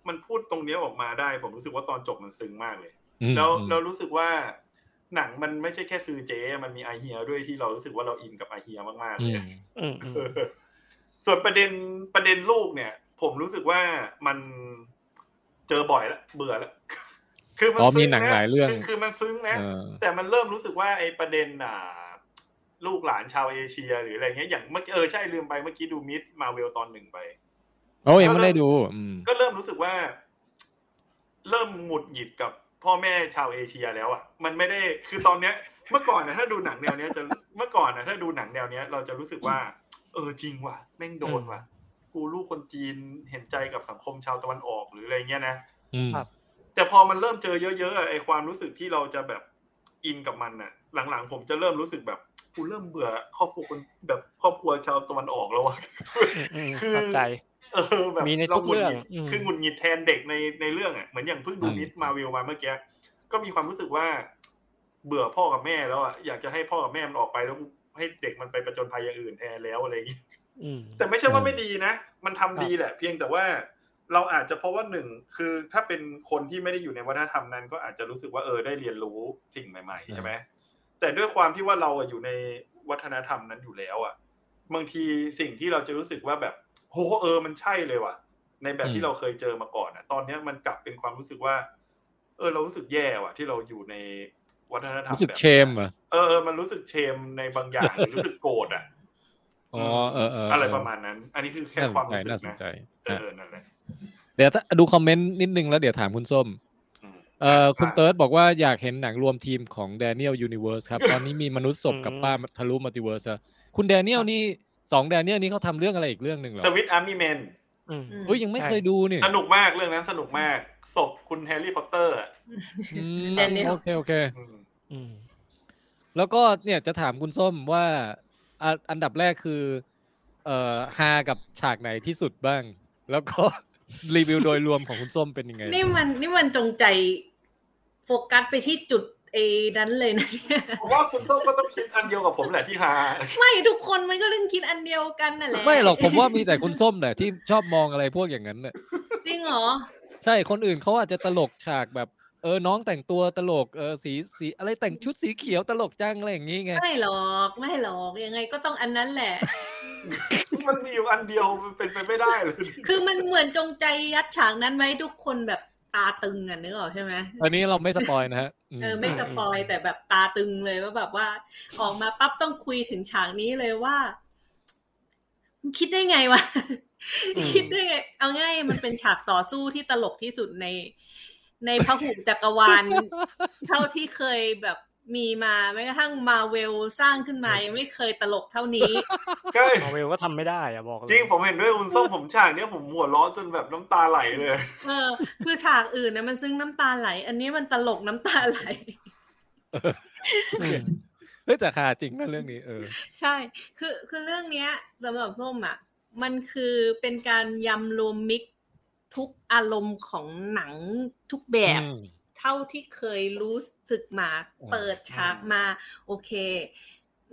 Speaker 3: มันพูดตรงเนี้ยออกมาได้ ผมรู้สึกว่าตอนจบมันซึ้งมากเลย
Speaker 2: อืม
Speaker 3: แล้ว
Speaker 2: อืม
Speaker 3: เรารู้สึกว่าหนังมันไม่ใช่แค่ซื้อเจ๊มันมีไอาเฮียด้วยที่เรารู้สึกว่าเราอินกับไอาเฮียมากๆ
Speaker 2: อื
Speaker 3: เล
Speaker 2: ม
Speaker 3: ย
Speaker 4: อืมอืม
Speaker 3: เออ ส่วนประเด็นประเด็นลูกเนี่ย ผมรู้สึกว่ามันเจอบ่อยละเบื่อละ คือมัน
Speaker 2: อ๋อมี
Speaker 3: ซึ้ง
Speaker 2: หนัง
Speaker 3: นะ
Speaker 2: หลายเรื่อง
Speaker 3: คือคือมันซึ้งนะ
Speaker 2: เออ
Speaker 3: แต่มันเริ่มรู้สึกว่าไอ้ประเด็นอ่า ลูกหลานชาวเอเชีย หรืออะไรเงี้ยอย่างเมื่อกี้เออใช่ลืมไปเมื่อกี้ดูมิสมาเวลตอนหนึ่งไป
Speaker 2: โอ้ยังไม่ได้ดูอืม
Speaker 3: ก็เริ่มรู้สึกว่า เริ่มหงุดหงิดกับพ่อแม่ชาวเอเชียแล้วอ่ะ มันไม่ได้คือตอนเนี้ย เมื่อก่อนนะถ้าดูหนังแนวเนี้ยจะเมื่อก่อนนะถ้าดูหนังแนวเนี้ย เราจะรู้สึกว่า เออจริงว่ะแม่งโดนว่ะกูลูกคนจีนเห็นใจกับสังคมชาวตะวันออกหรืออะไรเงี้ยนะ
Speaker 2: อืม
Speaker 4: ครับ
Speaker 3: แต่พอมันเริ่มเจอเยอะๆอะไอความรู้สึกที่เราจะแบบอินกับมันน่ะ หลังๆ ผมจะเริ่มรู้สึกแบบกูเริ่มเบื่อครอบครัวคนแบบครอบครัวชาวตะวันออกแล้ววะ
Speaker 4: อืม
Speaker 3: คือ
Speaker 4: เข้าใจ
Speaker 3: เออแบบ
Speaker 4: มีในทุก
Speaker 3: าหงุดห
Speaker 4: เรื่อง
Speaker 3: งิด
Speaker 4: อืม
Speaker 3: คือหงุดหงิดแทนเด็กในในเรื่องอ่ะเหมือนอย่างเพิ่งดู
Speaker 2: อืม
Speaker 3: มิสมาวิลมาเมื่อกี้ก็มีความรู้สึกว่า เบื่อพ่อกับแม่แล้วอ่ะอยากจะให้พ่อกับแม่มันออกไปแล้วให้เด็กมันไปประจนภัยอย่างอื่นแทนแล้วอะไรอย่างงี้
Speaker 4: อืม
Speaker 3: แต่ไม่ใช่ว่า
Speaker 2: อืม
Speaker 3: ไม่ดีนะ มันทำดีแหละ เพียงแต่ว่าเราอาจจะเพราะว่าหนึ่งคือถ้าเป็นคนที่ไม่ได้อยู่ในวัฒนธรรมนั้น ก็อาจจะรู้สึกว่าเออได้เรียนรู้สิ่งใหม่ๆใช่ไหมแต่ด้วยความที่ว่าเราอะอยู่ในวัฒนธรรมนั้นอยู่แล้วอ่ะบางทีสิ่งที่เราจะรู้สึกว่าแบบโหเออมันใช่เลยว่ะ ในแบบที่เราเคยเจอมาก่อนอ่ะ ตอนเนี้ยมันกลับเป็นความรู้สึกว่า เออเรารู้สึกแย่ว่ะ ที่เราอยู่ในวัฒนธรรม
Speaker 2: รู้สึก
Speaker 3: แบบ
Speaker 2: เชมเหรอ
Speaker 3: เออเออมันรู้สึกเชมในบางอย่างหรือรู้สึกโกรธอ่ะ
Speaker 2: อ๋อเออเออเ
Speaker 3: อะไรประมาณนั้น อันนี้คือแค่
Speaker 2: น่าส
Speaker 3: ความ
Speaker 2: นใจ
Speaker 3: รู้สึ
Speaker 2: น่าก สน
Speaker 3: นะ
Speaker 2: ใจ
Speaker 3: เอ
Speaker 2: อ่ะ
Speaker 3: อนั่นแหละ
Speaker 2: เดี๋ยวถ้าดูคอมเมนต์นิดนึงแล้วเดี๋ยวถามคุณส้ม
Speaker 3: อืม
Speaker 2: เอ่อคุณเติร์ดบอกว่าอยากเห็นหนังรวมทีมของแดเนียลยูนิเวิร์ส ครับ ตอนนี้มีมนุษย์ศพกับ
Speaker 4: อืม
Speaker 2: ป้าทะลุมัลติเวิร์สแล้วคุณแดเนียลนี่สองแดเนียลนี่เขาทำเรื่องอะไรอีกเรื่องหนึ่งเหรอ
Speaker 3: สวิตอาร์มี่แมน
Speaker 4: อืม
Speaker 2: เอ้ยยังไม่
Speaker 4: ใช่
Speaker 2: เคยดูนี่
Speaker 3: สนุกมากเรื่องนั้นสนุกมากศพคุณแฮร์รี่พอตเตอร์อะ
Speaker 2: อืม
Speaker 5: Daniel
Speaker 2: โอเคโอเค
Speaker 3: อืม
Speaker 4: อืม
Speaker 2: แล้วก็เนี่ยจะถามคุณส้มว่าอ่ะอันดับแรกคือ เอ่อฮากับฉากไหนที่สุดบ้าง แล้วก็ รีวิวโดยรวมของคุณส้มเป็นยังไง
Speaker 5: นี่มันนี่มันจงใจโฟกัสไปที่จุดเอนั้นเลยนะเนี่ย
Speaker 3: ผมว่าคุณส้มก็ต้องคิดอันเดียวกับผมแหละที่ฮา
Speaker 5: ไม่ทุกคนมันก็เรื่องคิดอันเดียวกันน่ะแหละ
Speaker 2: ไม่หรอกผมว่ามีแต่คุณส้มแหละที่ชอบมองอะไรพวกอย่างนั้นเนี่ย
Speaker 5: จริงเหรอ
Speaker 2: ใช่ คนอื่นเขาอาจจะตลกฉากแบบ เออ น้องแต่งตัวตลก เออ สีสีอะไรแต่งชุดสีเขียวตลกจังอะไรอย่างนี้ไง
Speaker 5: ไม่หรอกไม่หรอกยังไงก็ต้องอันนั้นแหละ
Speaker 3: มันมีอยู่อันเดียวมันเป็นไปไม่ได้เลย
Speaker 5: คือมันเหมือนจงใจยัดฉากนั้นไว้ทุกคนแบบตาตึงอ่ะนึกออกใช่ไหม
Speaker 2: อันนี้เราไม่สปอยนะฮะม
Speaker 5: เออไม่สปอยแต่แบบตาตึงเลยว่าแบบว่า ออกมาปั๊บต้องคุยถึงฉากนี้เลยว่ามึงคิดได้ไงวะ
Speaker 4: อืม
Speaker 5: คิดได้ไง เอาง่ายมันเป็นฉากต่อสู้ที่ตลกที่สุดใน ในพหุจักรวา ล เท่าที่เคยแบบมีมาแม้กระทั่งมาเวลสร้างขึ้นมายังไม่เคยตลกเท่านี้
Speaker 3: ใช่
Speaker 4: มาเวลก็ทำไม่ได้อะบอกเลย
Speaker 3: จริงผมเห็นด้วยคุณส้มผมฉากเนี้ยผมหัวเร้อนจนแบบน้ำตาไหลเลย
Speaker 5: เออคือฉากอื่นนะมันซึ้งน้ำตาไหล อันนี้มันตลกน้ำตาไหล
Speaker 4: อืม
Speaker 2: เฮ้ยแต่คาจริงนะเรื่องนี้ เออ
Speaker 5: ใช่ คือคือเรื่องเนี้ยสำหรับส้มอ่ะ มันคือเป็นการยำรวมมิกซ์ทุกอารมณ์ของหนังทุกแบบ
Speaker 2: อืม
Speaker 5: เท่าที่เคยรู้สึกมา
Speaker 2: อ่า
Speaker 5: เปิดฉากมา โอเค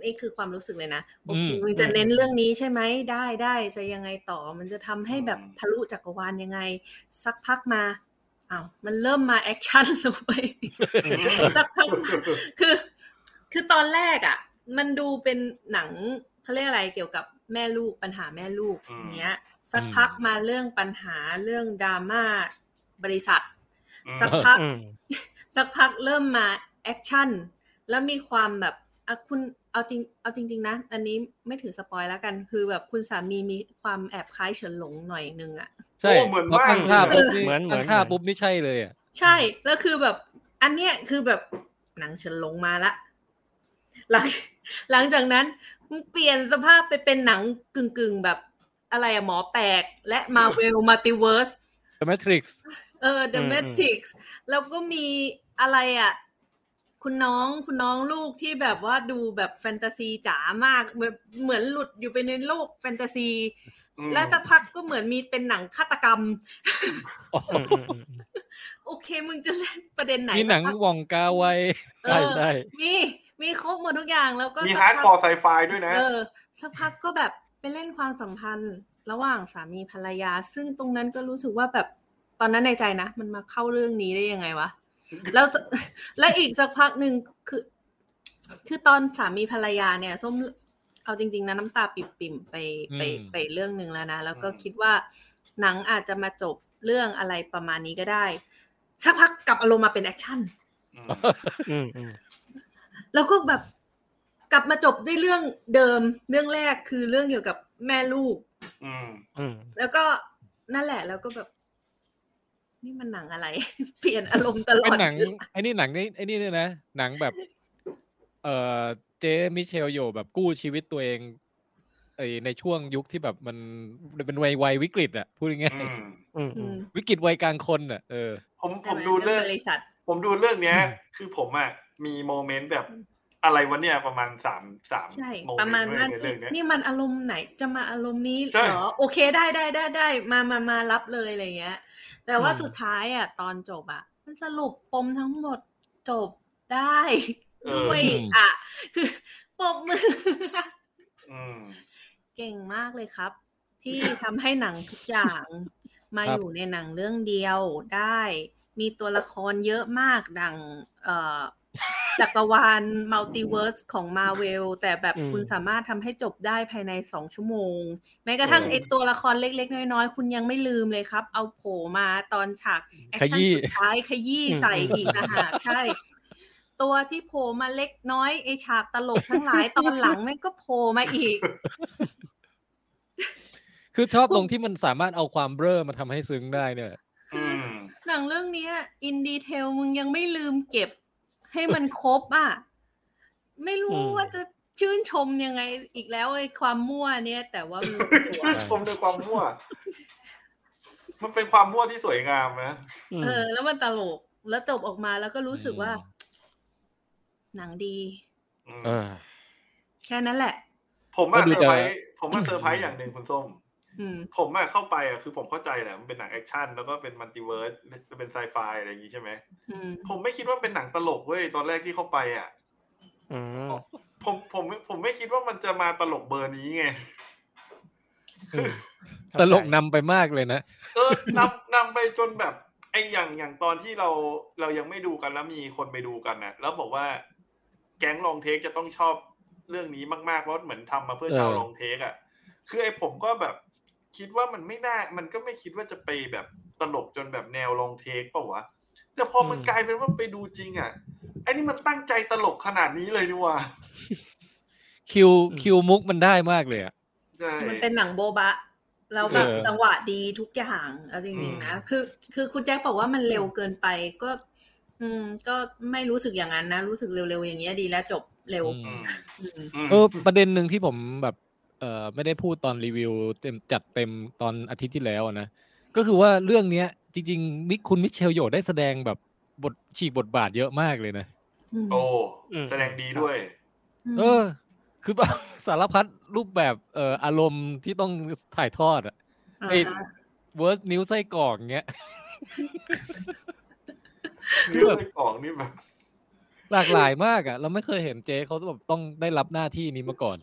Speaker 5: นี่คือความรู้สึกเลยนะ โอเค
Speaker 2: อืม
Speaker 5: มึงจะเน้นเรื่องนี้ใช่ไหมได้ได้จะยังไงต่อ มันจะทำให้แบบทะลุจักรวาลยังไง สักพักมาอ้าวมันเริ่มมาแอคชั่นแล้วเว้ย สักพักมา คือ คือตอนแรกอ่ะ มันดูเป็นหนังเขาเรียกอะไรเกี่ยวกับแม่ลูกปัญหาแม่ลูก
Speaker 3: อืม
Speaker 5: อย่างเงี้ย สักพักมาเรื่องปัญหาเรื่องดราม่าบริษัท
Speaker 3: อืม
Speaker 5: สักพัก
Speaker 4: อืม
Speaker 5: สักพักเริ่มมาแอคชั่น แล้วมีความแบบอ่ะคุณเอาจริงเอาจริง ๆ นะ อันนี้ไม่ถือสปอยแล้วกันคือแบบคุณสามีมีความแอบคล้ายเฉินหลงหน่อยนึงอ่ะ
Speaker 2: ใช่
Speaker 3: โอ้เหมือน
Speaker 2: พอ
Speaker 3: มาก
Speaker 2: ตั้งค่าปุ๊บนี่
Speaker 4: เหมือนเหมือน
Speaker 2: ตั้งค่าปุ๊บนี่ใช่เลยอ่ะ
Speaker 5: ใช่ แล้วคือแบบ อันเนี้ยคือแบบหนังเฉินหลงมาละ หลัง หลังจากนั้นมึงเปลี่ยนสภาพไปเป็นหนังกึ่งกึ่งๆแบบอะไรอะหมอแปลก และมาเวลมัลติเวิร์ส
Speaker 2: The Matrix
Speaker 5: เออ The
Speaker 4: อืม
Speaker 5: Matrix แล้วก็มีอะไรอ่ะ คุณน้องคุณน้องลูกที่แบบว่าดูแบบแฟนตาซีจ๋ามากแบบเหมือนหลุดอยู่ไปในโลกแฟนตาซี
Speaker 3: อืม
Speaker 5: และสักพักก็เหมือนมีเป็นหนังฆาตกรรม
Speaker 4: อืมอืมอืม
Speaker 5: โอเค มึงจะเล่นประเด็นไหน
Speaker 2: มีหนัง
Speaker 5: สักพัก
Speaker 2: วองกาไว
Speaker 5: เอ
Speaker 4: ใช่
Speaker 5: อ
Speaker 4: ใช่
Speaker 5: มีมีครบหมดทุกอย่างแล้วก็
Speaker 3: มี
Speaker 5: สัก
Speaker 3: ฮาร์ดค
Speaker 5: พั
Speaker 3: อก ร์ไซไฟด้วยนะ
Speaker 5: เออสักพักก็แบบไปเล่นความสัมพันธ์ระหว่างสามีภรรยา ซึ่งตรงนั้นก็รู้สึกว่าแบบตอนนั้นในใจนะ มันมาเข้าเรื่องนี้ได้ยังไง วะ แล้วสและอีกสักพักหนึ่งคือ คือตอนสามีภรรยาเนี่ยส้มเอาจริง ๆ นะน้ำตาปิ่มๆไปไปไปเรื่องหนึ่งแล้วนะ แล้วก็
Speaker 3: อืม
Speaker 5: คิดว่าหนังอาจจะมาจบเรื่องอะไรประมาณนี้ก็ได้สักพักกลับอารมณ์มาเป็นแอคชั่น
Speaker 3: ม
Speaker 4: อืมอืม
Speaker 5: แล้วก็แบบกลับมาจบด้วยเรื่องเดิมเรื่องแรกคือเรื่องเกี่ยวกับแม่ลูก
Speaker 3: อืม
Speaker 4: อืม
Speaker 5: แล้วก็นั่นแหละแล้วก็แบบ นี่มันหนังอะไร เปลี่ยนอารมณ์ตลอ
Speaker 2: เป็น
Speaker 5: ด
Speaker 2: หนังไอ้นี่หนังนี่ไอ้นี่เนี่ยนะ หนังแบบ เอ่อเจมิเชลโยแบบกู้ชีวิตตัวเอง ไอ้ในช่วงยุคที่แบบมันเป็นวัยวัยวิกฤตอ่ะพูดง่าย
Speaker 3: อืม
Speaker 4: อืม
Speaker 5: อืม
Speaker 2: ๆวิกฤตวัยกลางคนอ่ะเออ
Speaker 3: ผมผ
Speaker 5: ใช่
Speaker 3: ม
Speaker 5: ไห
Speaker 3: ดูเรื่อง
Speaker 5: บริษัท
Speaker 3: ผมดูเรื่องเนี้ย คือผมอ่ะมีโมเมนต์แบบอะไรวะเนี่ยประมาณสามสาม
Speaker 5: ใช่
Speaker 3: โมเม
Speaker 5: ป
Speaker 3: น
Speaker 5: ระมาณ
Speaker 3: ต์เล
Speaker 5: ว่าย
Speaker 3: ในเรื่องเนี้ย
Speaker 5: นี่มันอารมณ์ไหนจะมาอารมณ์นี้
Speaker 3: ใช่
Speaker 5: เหรอโอเคได้ได้ได้ได้มามามารับเลยอะไรเงี้ย แต่ว่า
Speaker 4: อืม
Speaker 5: สุดท้ายอ่ะ ตอนจบอ่ะ มันสรุปปมทั้งหมดจบได้
Speaker 3: เออ
Speaker 5: ด้วย
Speaker 2: อืม
Speaker 5: อ่ะ คือปรบมือ
Speaker 3: อืม
Speaker 5: เก่งมากเลยครับ ที่ทำให้หนังทุกอย่าง มา
Speaker 2: ครับ
Speaker 5: อยู่ในหนังเรื่องเดียวได้ มีตัวละครเยอะมากดังเอ่อจักรวาลมัลติเวิร์สของมาเวลแต่แบบ
Speaker 4: อืม
Speaker 5: คุณสามารถทำให้จบได้ภายในสองชั่วโมง แม้กระทั่ง
Speaker 3: เออ
Speaker 5: ไอตัวละครเล็ก ๆ น้อยๆ คุณยังไม่ลืมเลยครับ เอาโผล่มาตอนฉาก แอค
Speaker 2: ข
Speaker 5: ชั่น
Speaker 2: ยี้
Speaker 5: สุดท้ายขยี้ใส่อีกนะ ฮะใช่ ตัวที่โผล่มาเล็กน้อยไอฉากตลกทั้งหลายตอนหลังแม่งก็โผล่มาอีก
Speaker 2: คือชอบตรงที่มันสามารถเอาความเบ้อมาทำให้ซึ้งได้เนี่ย
Speaker 3: อืม
Speaker 5: หนังเรื่องเนี้อินดีเทลมึงยังไม่ลืมเก็บ ให้มันครบอ่ะ ไม่รู้
Speaker 4: อืม
Speaker 5: ว่าจะชื่นชมยังไงอีกแล้วไอ้ความมั่วเนี่ย แต่ว่ามันสวย
Speaker 3: ชื่นชมในความมั่ว มันเป็นความมั่วที่สวยงามนะ
Speaker 4: อืม
Speaker 5: เออ แล้วมันตลก แล้วจบออกมาแล้วก็รู้สึกว่า
Speaker 2: อืม
Speaker 5: หนังดี
Speaker 3: อืม
Speaker 2: เออ
Speaker 5: แค่นั้นแหละ
Speaker 3: ผมอะ
Speaker 2: ก็ดู
Speaker 3: เซอร์ไพร
Speaker 2: จะ
Speaker 3: ส์ผมอะเซอร์ไพรส์อย่างหนึ่งคุณส้ม
Speaker 5: อืม
Speaker 3: ผมอะเข้าไปอะคือผมเข้าใจแหละ มันเป็นหนังแอคชั่นแล้วก็เป็นมัลติเวิร์สเป็นไซไฟอะไรอย่างงี้ใช่ไหม
Speaker 5: อืม
Speaker 3: ผมไม่คิดว่าเป็นหนังตลกเว้ยตอนแรกที่เข้าไปอะ
Speaker 4: อืม
Speaker 3: ผมผมผมไม่คิดว่ามันจะมาตลกเบอร์นี้ไง
Speaker 2: ตลกนำไปมากเลยนะ
Speaker 3: เออนำ นำไปจนแบบไอ้อย่างอย่างตอนที่เราเรายังไม่ดูกันแล้วมีคนไปดูกันนะแล้วบอกว่า แก๊งลองเทคจะต้องชอบเรื่องนี้มากๆเพราะเหมือนทำมาเพื่อชาว
Speaker 2: เออ
Speaker 3: ลองเทคอ่ะ คือไอ้ผมก็แบบ คิดว่ามันไม่น่ามันก็ไม่คิดว่าจะไปแบบตลกจนแบบแนวลองเทคเปล่าวะแต่พอมัน
Speaker 4: อืม
Speaker 3: กลายเป็นว่าไปดูจริงอ่ะไอ้นี่มันตั้งใจตลกขนาดนี้เลยนี่หว่า
Speaker 2: คิว
Speaker 4: อืม
Speaker 2: คิวมุกมันได้มากเลยอะ
Speaker 3: ใช่
Speaker 5: มันเป็นหนังโบบะ แล้วแบบ
Speaker 2: เออ
Speaker 5: จังหวะดีทุกอย่างเอาจริงๆนะคือ คือคุณแจ็คบอกว่ามันเร็วเกินไปก็ อืม ก็ไม่รู้สึกอย่างนั้นนะ รู้สึกเร็วๆอย่างเงี้ยดีแล้วจบเร็ว
Speaker 2: อื
Speaker 3: อื
Speaker 2: ม
Speaker 3: ม
Speaker 5: อืม
Speaker 3: อืม
Speaker 2: เออประเด็นหนึ่งที่ผมแบบเออไม่ได้พูดตอนรีวิวเต็มจัดเต็มตอนอาทิตย์ที่แล้วอะนะก็คือว่าเรื่องเนี้ย จริงๆมิคุณมิเชลโยได้แสดงแบบบทฉีกบทบาทเยอะมากเลยนะ
Speaker 5: ม
Speaker 3: โอ้
Speaker 4: อืม
Speaker 3: แสดงดีด้วย
Speaker 2: เออ คือแบบ สารพัดรูปแบบเอ่ออารมณ์ที่ต้องถ่ายทอดอะ
Speaker 5: อ่า
Speaker 2: ไอ้เวิร์สนิ้วไส้กรอกเงี้ย
Speaker 3: นิ้วไส้กรอกนี่แบบ
Speaker 2: หลากหลายมากอะเราไม่เคยเห็นเจ๊เขาแบบต้องได้รับหน้าที่นี้มาก่อน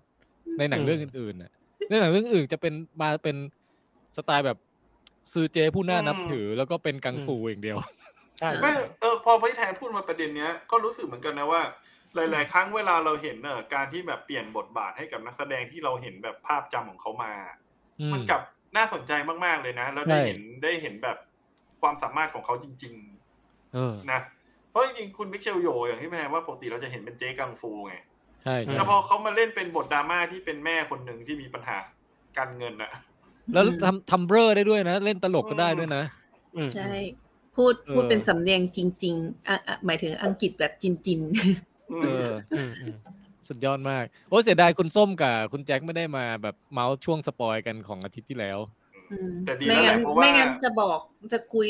Speaker 2: ในหนังเรื่องอื่นๆน่ะในหนังเรื่องอื่นจะเป็นมาเป็นสไตล์แบบซือเจ๊ผู้น่านับถือ แล้วก็เป็นกังฟูอย่างเดียว
Speaker 4: ใช่
Speaker 3: ไม่เออพอพี่แทนพูดมาประเด็นเนี้ยก็รู้สึกเหมือนกันนะว่า หลาย ๆ ครั้งเวลาเราเห็นเนอะการที่แบบเปลี่ยนบทบาทให้กับนักแสดงที่เราเห็นแบบภาพจำของเขามา
Speaker 2: อืม
Speaker 3: มันกลับน่าสนใจมาก ๆ เลยนะ แล้วได้
Speaker 2: ใช่
Speaker 3: เห็นได้เห็นแบบความสามารถของเขาจริง
Speaker 2: เออ
Speaker 3: ๆ นะ เพราะจริง ๆ คุณมิเชลโยอย่างที่พี่แทนว่าปกติเราจะเห็นเป็นเจ๊กังฟูไง
Speaker 2: ใช่
Speaker 3: แต่
Speaker 2: ใช่
Speaker 3: พอเขามาเล่นเป็นบทดราม่าที่เป็นแม่คนหนึ่งที่มีปัญหาการเงินอะ
Speaker 2: แล้วทำทำเบ้อได้ด้วยนะ เล่นตลกก็ได้ด้วยนะ
Speaker 4: อืม
Speaker 5: ใช่พูด
Speaker 2: เออ
Speaker 5: พูดเป็นสำเนียงจริง ๆอ่ะอ่ะหมายถึงอังกฤษแบบจริง
Speaker 2: เออ
Speaker 4: อืมอืม
Speaker 2: สุดยอดมาก โอ้เสียดายคุณส้มกับคุณแจ็คไม่ได้มาแบบเมาส์ช่วงสปอยกันของอาทิตย์ที่แล้ว
Speaker 5: ๆอืม
Speaker 3: แต่ดี
Speaker 5: ไม่
Speaker 3: แล้วแหละ
Speaker 5: งั้น
Speaker 3: เพราะว่า
Speaker 5: ไม่งั้นจะบอกจะคุย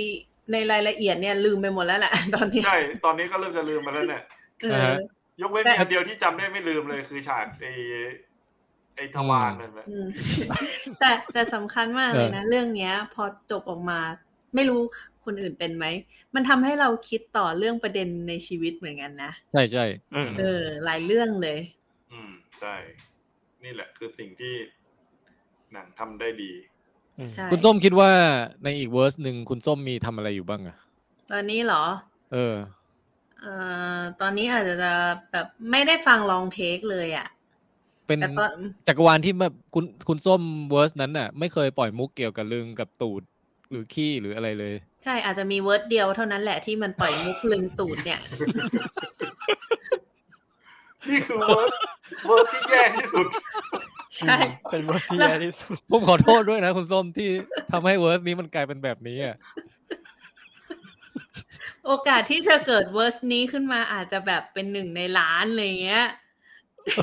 Speaker 5: ในรายละเอียดเนี่ย ลืมไปหมดแล้วแหละ ตอนเนี้ย
Speaker 3: ใช่ ตอนนี้ก็เริ่มจะลืมมาแล้วเนี่ย
Speaker 5: เอ
Speaker 2: นะ
Speaker 5: อ
Speaker 2: ฮะ
Speaker 3: ยกเว้น
Speaker 5: แต่
Speaker 3: มีอันเดียวที่จำได้ไม่ลืมเลยคือฉากไอไอทวารนั่นแหละ
Speaker 5: อืม แต่แต่สำคัญมากเลยนะ เรื่องเนี้ย พอจบออกมา ไม่รู้คนอื่นเป็นไหม มันทำให้เราคิดต่อเรื่องประเด็นในชีวิตเหมือนกันนะ
Speaker 2: ใช่ใช่
Speaker 4: อืม
Speaker 5: เออ หลายเรื่องเลย
Speaker 3: อืมใช่นี่แหละคือสิ่งที่หนังทำได้ดี
Speaker 4: อืม
Speaker 5: ใช่
Speaker 2: คุณส้มคิดว่าในอีกเวอร์สหนึ่งคุณส้มมีทำอะไรอยู่บ้างอะ
Speaker 5: ตอนนี้เหรอ
Speaker 2: เออ
Speaker 5: เอ่อ ตอนนี้อาจจะแบบไม่ได้ฟังลองเทคเลยอะ่ะ
Speaker 2: เป็น
Speaker 5: แต่ตอน
Speaker 2: จักรวาลที่แบบคุณคุณส้มเวอร์สนั้นน่ะ ไม่เคยปล่อยมุกเกี่ยวกับลึงกับตูดหรือขี้หรืออะไรเลย
Speaker 5: ใช่อาจจะมีเวิร์ดเดียวเท่านั้นแหละที่มันปล่อยมุกลืมตูด เนี่ย
Speaker 3: นี่คือเวิ ร์กเวิร์กที่แย่ที่สุด
Speaker 5: ใช่
Speaker 4: เป็นบทที่แย่ที่สุด
Speaker 2: ผมขอโทษด้วยนะ คุณส้มที่ทำให้เวอร์สนี้มันกลายเป็นแบบนี้อ่ะ
Speaker 5: โอกาสที่จะเกิดเวอร์สนี้ขึ้นมาอาจจะแบบเป็นหนึ่งในล้านอะไรอย่างเงี้ย
Speaker 2: เอ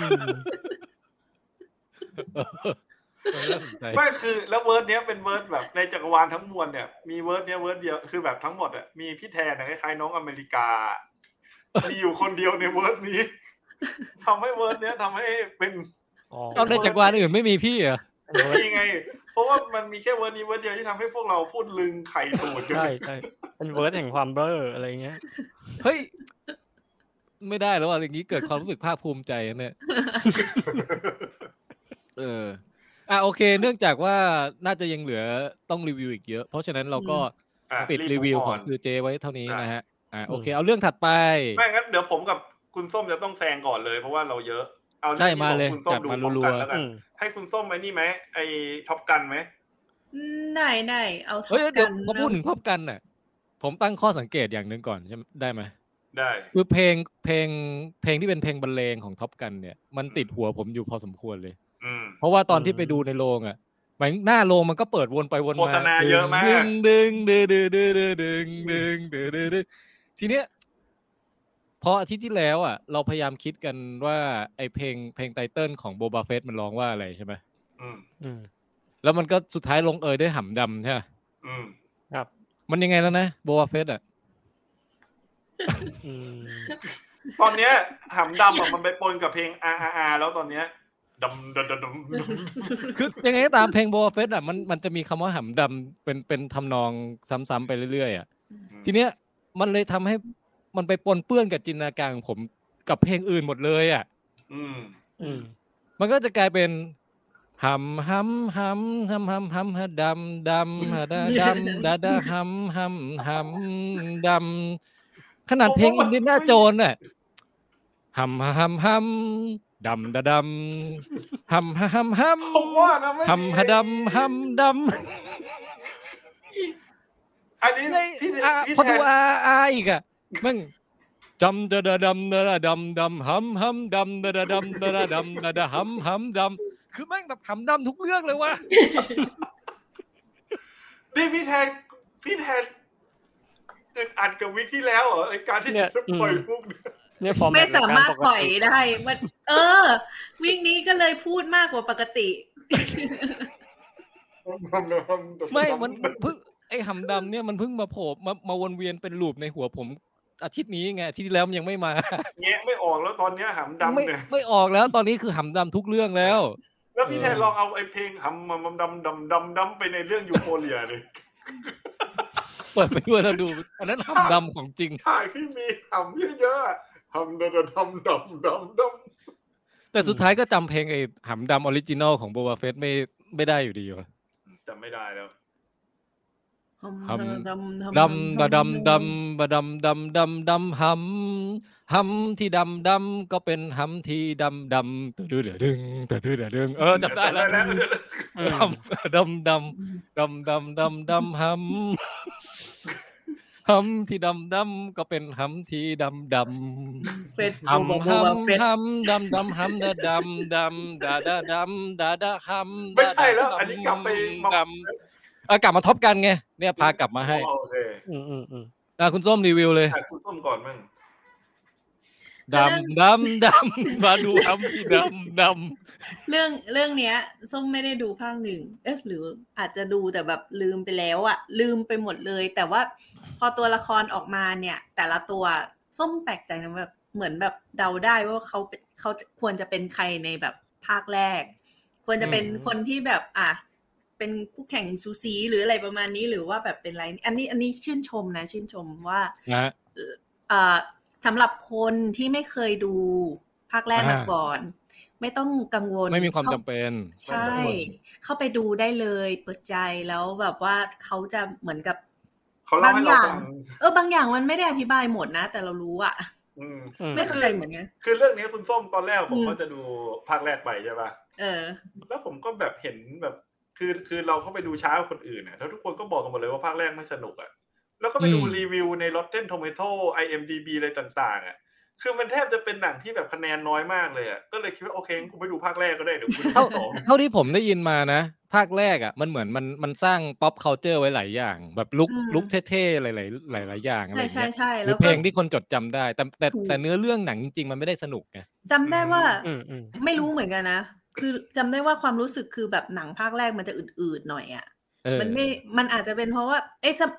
Speaker 2: อ น่าสนใจ
Speaker 3: ไม่คือแล้วเวิร์ดเนี้ยเป็นเวิร์ดแบบในจักรวาลทั้งมวลเนี่ยมีเวิร์ดเนี้ยเวิร์ดเดียวคือแบบทั้งหมดอ่ะมีพี่แทนนะคล้ายๆน้องอเมริกา มีอยู่คนเดียวในเวิร์ดนี้ทำให้เวิร์ดเนี้ยทำให้เป็น
Speaker 4: อ๋อ
Speaker 2: เอาในจักรวาลอื่นไม่มีพี่เหรอ
Speaker 3: ยังไง เพราะว่ามันมีแค่เวิร์ดนี้เวิร์ดเดียวที่ทำให้พวกเราพูดลึงไข่ตูดกัน
Speaker 4: ใช่ใช่เป็นเวิร์ดแห่งความเบ้ออะไรเงี้ย
Speaker 2: เฮ้ย ไม่ได้แล้วอ่ะอย่างนี้เกิดความรู้สึกภาคภูมิใจนะเนี่ย เออ อ่ะโอเค เนื่องจากว่าน่าจะยังเหลือต้องรีวิวอีกเยอะ เพราะฉะนั้นเราก็
Speaker 3: อ่ะ
Speaker 2: ปิดรีวิวของ
Speaker 3: รี
Speaker 2: ซื้
Speaker 3: บ
Speaker 2: อเจไว้เท่านี้นะฮะ อ่ะ
Speaker 4: อืม
Speaker 2: โอเค เอาเรื่องถัดไป
Speaker 3: ไม่งั้นเดี๋ยวผมกับคุณส้มจะต้องแซงก่อนเลยเพราะว่าเราเยอะ เอา
Speaker 2: ใช่
Speaker 3: เรื่องที่
Speaker 2: มาเลย
Speaker 3: ของคุณส้มดู
Speaker 2: จั
Speaker 3: พร้อ
Speaker 2: ดมา
Speaker 3: มกัน
Speaker 2: รัวๆ
Speaker 3: แล้วกัน
Speaker 4: อืม
Speaker 3: ให้คุณส้มไอ้นี่ไหมไอ้ท็อปกันไหม
Speaker 5: ได้ได้เอาท็อ
Speaker 2: เฮ้
Speaker 5: ป
Speaker 2: ย เดี๋
Speaker 5: กั
Speaker 2: ยวน พอพูดถึงท็อปกันน่ะ ผมตั้งข้อสังเกตอย่างหนึ่งก่อนใช่ไหมได้ไหม
Speaker 3: ได้
Speaker 2: คือเพลงเพลงเพลงที่เป็นเพลงบรรเลงของท็อปกันเนี่ยมันติดหัวผมอยู่พอสมควรเลย
Speaker 3: อืม
Speaker 2: เพราะว่าตอนที่ไปดูในโรงอ่ะหมายถึงหน้าโรงมันก็เปิดวนไปวนมา
Speaker 3: โฆษณาเยอะมาก
Speaker 2: ดึงดึงดึงดึงดึงดึงดึงดึงดึงดึงดึงทีเนี้ยพออาทิตย์ที่แล้วอ่ะ เราพยายามคิดกันว่าไอเพลงเพลงไตเติลของโบบาเฟสมันร้องว่าอะไรใช่ไหม
Speaker 3: อืม
Speaker 4: อืม
Speaker 2: แล้วมันก็สุดท้ายลงเอยด้วยหำดำใช่ไหม
Speaker 3: อืม
Speaker 2: มันยังไงแล้วนะโบบาเฟสอ่ะ
Speaker 4: อืม
Speaker 3: ตอนเนี้ยหำดำอะมันไปปนกับเพลง R R R แล้วตอนเนี้ยดำดำดำดำ
Speaker 2: คือ ยังไงก็ตามเพลงโบบาเฟสอ่ะมันมันจะมีคำว่าหำดำเป็นเป็นทำนองซ้ำๆไปเรื่อยๆอ่ะ ทีเนี้ยมันเลยทำให้มันไปปนเปื้อนกับจินตนาการของผมกับเพลงอื่นหมดเลยอ่ะ
Speaker 3: อืม
Speaker 4: อืม
Speaker 2: มันก็จะกลายเป็นหัมหัมหัมหัมหัมหัมฮะดำดำฮะดาดำดาดาหัมหัมหัมดำขนาดเพลง
Speaker 3: ผม
Speaker 2: อิ
Speaker 3: ว่าน มัน
Speaker 2: ดิน่า
Speaker 3: ไม่
Speaker 2: โจนน่ะหัมหัมหัมดำดาดำหัมหัมหัม
Speaker 3: ผมว่านะไม่
Speaker 2: หัมฮะดำหัมดำ
Speaker 3: อันนี้
Speaker 2: ใน
Speaker 3: พี่
Speaker 2: อ่ะ
Speaker 3: พี่
Speaker 2: พอ
Speaker 3: แท
Speaker 2: ดู
Speaker 3: น
Speaker 2: อาอาอีกอ่ะมึง ดำดะดะดำดะดะดำดำหำหำดำดะดะดำดะดะดำดะดะหำหำดำคือแม่งแบบหำดำทุกเรื่องเลยว่ะ
Speaker 3: นี่พี่แทนพี่แทนอึดอัดกับวิกที่แล้วเหรอไอการที่
Speaker 4: เนี่ย
Speaker 3: จะปล่อย
Speaker 4: อืม
Speaker 3: มุกเนี่ย
Speaker 4: เนี่ยฟอร์แม
Speaker 5: ไม่
Speaker 4: ตรา
Speaker 5: สา
Speaker 4: ยาม
Speaker 5: การถ
Speaker 4: ปก
Speaker 5: ปล่อย
Speaker 4: ติ
Speaker 5: ได้มันเออ วิ่งนี้ก็เลยพูดมากกว่าปกติ
Speaker 2: ไม่ มันมันเพิ่งไอหำดำเนี่ยมันเพิ่งมาโผล่มามาวนเวียนเป็นลูปในหัวผมอาทิตย์นี้ไงอาทิตย์ที่แล้วมันยังไม่มา
Speaker 3: แงะไม่ออกแล้วตอนเนี้ยหำดำ
Speaker 2: ไม่
Speaker 3: เนี่ย
Speaker 2: ไม่ออกแล้วตอนนี้คือหำดำทุกเรื่องแล้ว
Speaker 3: แล้วพี่แทน
Speaker 2: เออ
Speaker 3: ลองเอาไอ้เพลงหำมำดำดำดำดำไปในเรื่องยูโฟเรียเลย
Speaker 2: เปิดไปด้วยแล้วดูอันนั้นหำดำของจริง
Speaker 3: ฉากที่มีหำเยอะๆอะหำดำดำดำดำดำ
Speaker 2: แต่สุดท้ายก็จำเพลงไอหำดำออริจินอลของโบบาเฟสไม่ไม่ได้อยู่ดีวะ
Speaker 3: จำไม่ได้แล้ว
Speaker 2: ทำ ดำดำดำดำบะดำดำดำดำหำหำที่ดำดำก็เป็นหำที่ดำดำตะดื้อเดือดึงตะดื้อเดือดึงเออจำได้แล้ว
Speaker 4: อืม
Speaker 2: ดำดำดำดำดำดำดำหำหำที่ดำดำก็เป็นหำที่ดำดำ
Speaker 5: เฟส
Speaker 2: หำหำหำดำดำหำดาดำดำดาดาดำดาดาหำ
Speaker 3: ไม่ใช่แล้วอันนี้กลับไปมา
Speaker 2: ดำเอากลับมาท็อปกันไงเนี่ยพากลับมาให้
Speaker 3: โอเค
Speaker 4: อืมอืมอืม
Speaker 2: อ่ะคุณส้มรีวิวเลย
Speaker 3: อ่ะคุณส้มก่อนมั่ง
Speaker 2: ดำดำดำมาดูหำที่ดำดำ
Speaker 5: เรื่องเรื่องเนี้ยส้มไม่ได้ดูภาคหนึ่ง เอ๊ะหรืออาจจะดูแต่แบบลืมไปแล้วอะลืมไปหมดเลย แต่ว่าพอตัวละครออกมาเนี่ย แต่ละตัวส้มแปลกใจนะแบบเหมือนแบบเดาได้ว่าเขาเป็นเขาควรจะเป็นใครในแบบภาคแรก ควรจะเป็นคนที่แบบอ่ะเป็นคู่แข่งซูซีหรืออะไรประมาณนี้หรือว่าแบบเป็นอะไร อันนี้อันนี้ชื่นชมนะชื่นชมว่า
Speaker 2: นะ
Speaker 5: เอ่อสำหรับคนที่ไม่เคยดูภาคแรกมา
Speaker 2: อ่า
Speaker 5: ก่อน ไม่ต้องกังวล
Speaker 2: ไม่มีความ
Speaker 5: ข้
Speaker 2: จำเป็น
Speaker 5: ใช่ เข้าไปดูได้เลยเปิดใจแล้วแบบว่าเขาจะเหมือนกับ
Speaker 3: เขาเล่าให้เรา
Speaker 5: บา
Speaker 3: ฟั
Speaker 5: งอย่าง
Speaker 3: ง
Speaker 5: เออบางอย่างมันไม่ได้อธิบายหมดนะ แต่เรารู้อะ
Speaker 3: อืม
Speaker 4: อืม
Speaker 5: ไม่เข้าใจเหมือนกัน
Speaker 3: คือเรื่องนี้คุณส้มตอนแรกผม
Speaker 5: อืม
Speaker 3: ก็จะดูภาคแรกไปใช่ป่ะ
Speaker 5: เออ
Speaker 3: แล้วผมก็แบบเห็นแบบคือคือเราเข้าไปดูช้ากว่าคนอื่นนะแล้วทุกคนก็บอกกันหมดเลยว่าภาคแรกไม่สนุกอะ่ะแล้วก็ไปดู
Speaker 2: อืม
Speaker 3: รีวิวใน Rotten Tomato IMDb อะไรต่าง ๆอะ่ะคือมันแทบจะเป็นหนังที่แบบคะแนนน้อยมากเลยอะ่ะก็เลยคิดว่าโอเคงั้นกูไปดูภาคแรกก็ได้เดี๋ยวกูดูภาคสอง
Speaker 2: เท่าที่ผมได้ยินมานะ ภาคแรกอ่ะ มันเหมือนมันมันสร้าง pop culture ไว้หลายอย่าง แบบลุก
Speaker 5: อืม
Speaker 2: ลุกเท่ๆหลายๆหลาย ๆ อย่างอะไร
Speaker 5: ใช่ใช่
Speaker 2: เงี้ยห
Speaker 5: ใช่
Speaker 2: รื
Speaker 5: แล้
Speaker 2: อ
Speaker 5: ว
Speaker 2: เพ
Speaker 5: ก็
Speaker 2: ลงที่คนจดจำได้แต่แต่
Speaker 5: ถูก
Speaker 2: แต่เนื้อเรื่องหนังจริงๆ มันไม่ได้สนุกไง
Speaker 5: จำได้ว่า
Speaker 4: อืมอืม
Speaker 5: ไม่รู้เหมือนกันนะ คือจำได้ว่าความรู้สึกคือแบบหนังภาคแรกมันจะอืดๆหน่อยอ่ะ
Speaker 2: เออ
Speaker 5: มันไม่ มันอาจจะเป็นเพราะว่า เอ้ยสม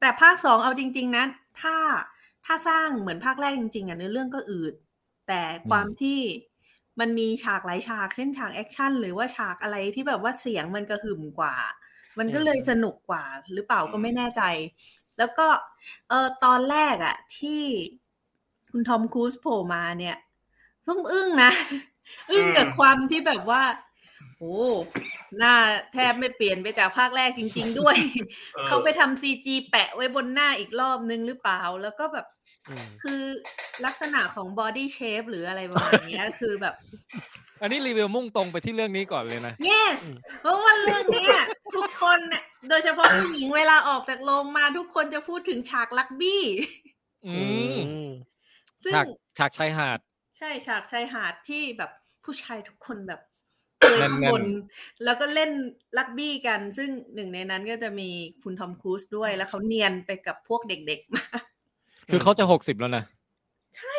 Speaker 5: แต่ภาคสองเอาจริง ๆนะ ถ้า ถ้าสร้างเหมือนภาคแรกจริงๆอ่ะเนื้อเรื่องก็อืด แต่ความที่มันมีฉากหลายฉาก เช่นฉากแอคชั่นหรือว่าฉากอะไรที่แบบว่าเสียงมันกระหึ่มกว่า มันก็เลยสนุกกว่า หรือเปล่าก็ไม่แน่ใจ แล้วก็ เออตอนแรกอ่ะ ที่คุณทอมครูซโผล่มาเนี่ยส้มอึ้งนะ อึ้งกับความที่แบบว่า โอ้หน้าแทบไม่เปลี่ยนไปจากภาคแรกจริง ๆ ด้วย เขาไปทำซีจีแปะไว้บนหน้าอีกรอบนึงหรือเปล่า แล้วก็แบบ
Speaker 4: อืม
Speaker 5: คือลักษณะของบอดี้เชฟหรืออะไรประมาณเนี้ย คือแบบ
Speaker 2: อันนี้รีวิวมุ่งตรงไปที่เรื่องนี้ก่อนเลยนะ
Speaker 5: yes เพราะว่าเรื่องเนี้ยทุกคนน่ะโดยเฉพาะผู้หญิงเวลาออกจากโรงมาทุกคนจะพูดถึงฉากลักบี้
Speaker 2: อืม
Speaker 4: อืม
Speaker 5: ซึ่ง
Speaker 2: ฉากฉากชายหาด
Speaker 5: ใช่ฉากชายหาดที่แบบผู้ชายทุกคนแบบเกยข้าง
Speaker 2: แน่
Speaker 5: บ
Speaker 2: นๆ
Speaker 5: นแล้วก็เล่นลักบี้กัน ซึ่งหนึ่งในนั้นก็จะมีคุณทอมครูซด้วย แล้วเขาเนียนไปกับพวกเด็กๆมา
Speaker 2: คือเขาจะหกสิบแล้วนะ
Speaker 5: ใช่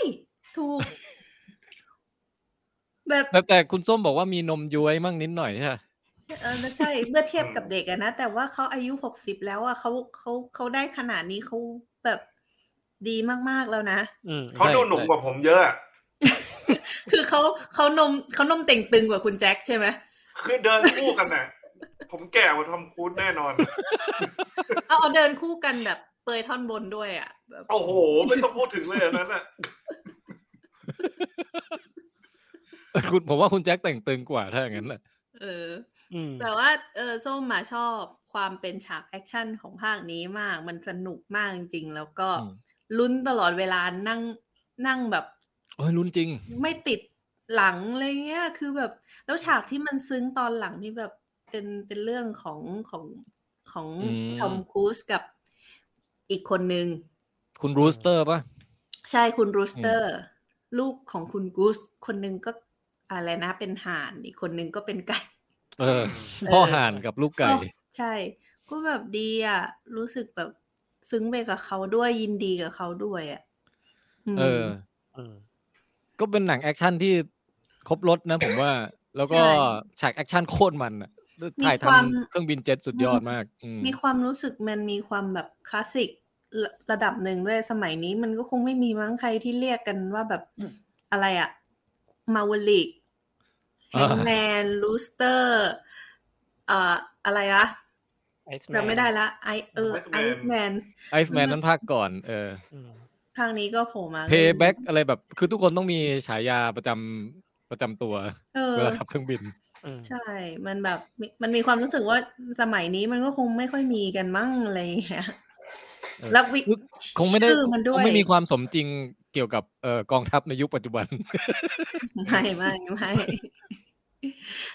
Speaker 5: ถูก แบบ
Speaker 2: แต่แต่คุณส้มบอกว่ามีนมย้วยมั่งนิดหน่อยใช่ไหม
Speaker 5: เออใช่เมื่อเทียบกับเด็กอะนะ แต่ว่าเขาอายุหกสิบแล้วอะเขาเขาเขาได้ขนาดนี้เขาแบบดีมากๆแล้วนะ
Speaker 4: อืม
Speaker 3: เขาดูหนุ่มกว่าผมเยอะอะ
Speaker 5: คือเขาเขานมเขานมเต่งตึงกว่าคุณแจ็คใช่ไหม
Speaker 3: คือเดินคู่กันน่ะ ผมแก่กว่าทอมครูซแน่นอน
Speaker 5: เอาเอาเดินคู่กันแบบเปยท่อนบนด้วยอ่ะแบบ
Speaker 3: โอ้โห ไม่ต้องพูดถึงเลยอันนั้นอ่ะ
Speaker 2: คุณผมว่าคุณแจ็คแต่งตึงกว่าถ้าอย่างนั้นน่ะ
Speaker 5: เออ
Speaker 4: อืม
Speaker 5: แต่ว่าเออส้มมาชอบความเป็นฉากแอคชั่นของภาคนี้มาก มันสนุกมากจริงๆ แล้วก็
Speaker 2: อืม
Speaker 5: ลุ้นตลอดเวลานั่งนั่งแบบ
Speaker 2: โอ้ยรุนจริง
Speaker 5: ไม่ติดหลังอะไรเงี้ย คือแบบ แล้วฉากที่มันซึ้งตอนหลังนี่แบบเป็นเป็นเรื่องของของของ
Speaker 2: อืม
Speaker 5: ทอมครูซกับอีกคนนึง
Speaker 2: คุณรูสเตอร์ป่ะ
Speaker 5: ใช่คุณรูสเตอร์ ลูกของคุณกูสคนหนึ่งก็อะไรนะ เป็นห่านอีกคนหนึ่งก็เป็นไก่
Speaker 2: เออ
Speaker 5: เออ
Speaker 2: พ่อห่านกับลูกไก่
Speaker 5: เนอะใช่ ก็แบบดีอ่ะ รู้สึกแบบซึ้งไปกับเขาด้วยยินดีกับเขาด้วยอ่ะม
Speaker 2: เออ
Speaker 4: อืม
Speaker 2: ก็เป็นหนังแอคชั่นที่ครบรถนะผมว่า แล้วก็ฉากแอคชั่นโคตรมันอ่ะถ่ายทำเครื่องบินเจ็ตสุดยอดมากอืม
Speaker 5: มีความรู้สึกมันมีความแบบคลาสสิกระระดับหนึ่งด้วยสมัยนี้มันก็คงไม่มีมั้งใครที่เรียกกันว่าแบบอะไรอ่ะมาวลิกแฮ
Speaker 2: อ่า
Speaker 5: งแมนลูสเตอร์อ่าอะไรอ่ะ
Speaker 4: ไอซ์แมน
Speaker 5: จำไม่ได้ละไอเออไอ
Speaker 3: Iceman
Speaker 5: ซ์แมน
Speaker 2: ไอซ์แมนนั้นภาคก่อนเออ
Speaker 4: อืม
Speaker 5: ทางนี้ก็โผล่มา
Speaker 2: เพย์แบ็กอะไรแบบ คือทุกคนต้องมีฉายาประจำประจำตัว
Speaker 5: เออ
Speaker 2: เวลาขับเครื่องบิน
Speaker 4: อืม
Speaker 5: ใช่ มันแบบมีมันมีความรู้สึกว่าสมัยนี้มันก็คงไม่ค่อยมีกันมั่งอะไรอย่างเงี้ย
Speaker 2: เออ
Speaker 5: แล้ววิ
Speaker 2: คงไม่ได้
Speaker 5: ชื่อมันด้
Speaker 2: ค
Speaker 5: วย
Speaker 2: งไม่มีความสมจริงเกี่ยวกับเอ่อกองทัพในยุคปัจจุบัน
Speaker 5: ไม่ไม่ไม่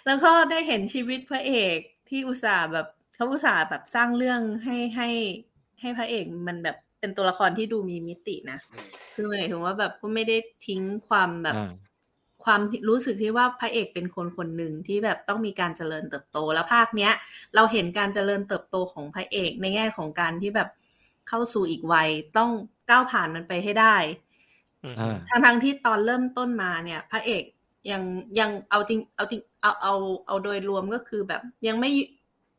Speaker 5: แล้วก็ได้เห็นชีวิตพระเอกที่อุตส่าห์แบบเขาอุตส่าห์แบบสร้างเรื่องให้ให้ให้พระเอกมันแบบเป็นตัวละครที่ดูมีมิตินะคือหมายถึงว่าแบบก็ไม่ได้ทิ้งความแบบ
Speaker 2: อ่า
Speaker 5: ความรู้สึกที่ว่าพระเอกเป็นคนคนหนึ่งที่แบบต้องมีการเจริญเติบโตแล้วภาคเนี้ย เราเห็นการเจริญเติบโตของพระเอกในแง่ของการที่แบบเข้าสู่อีกวัยต้องก้าวผ่านมันไปให้ได้
Speaker 4: อืม
Speaker 2: อ่า
Speaker 5: ทั้งทั้งๆที่ตอนเริ่มต้นมาเนี่ย พระเอกยังยังเอาจริงเอาจริงเอาเอาเอาโดยรวมก็คือแบบยังไม่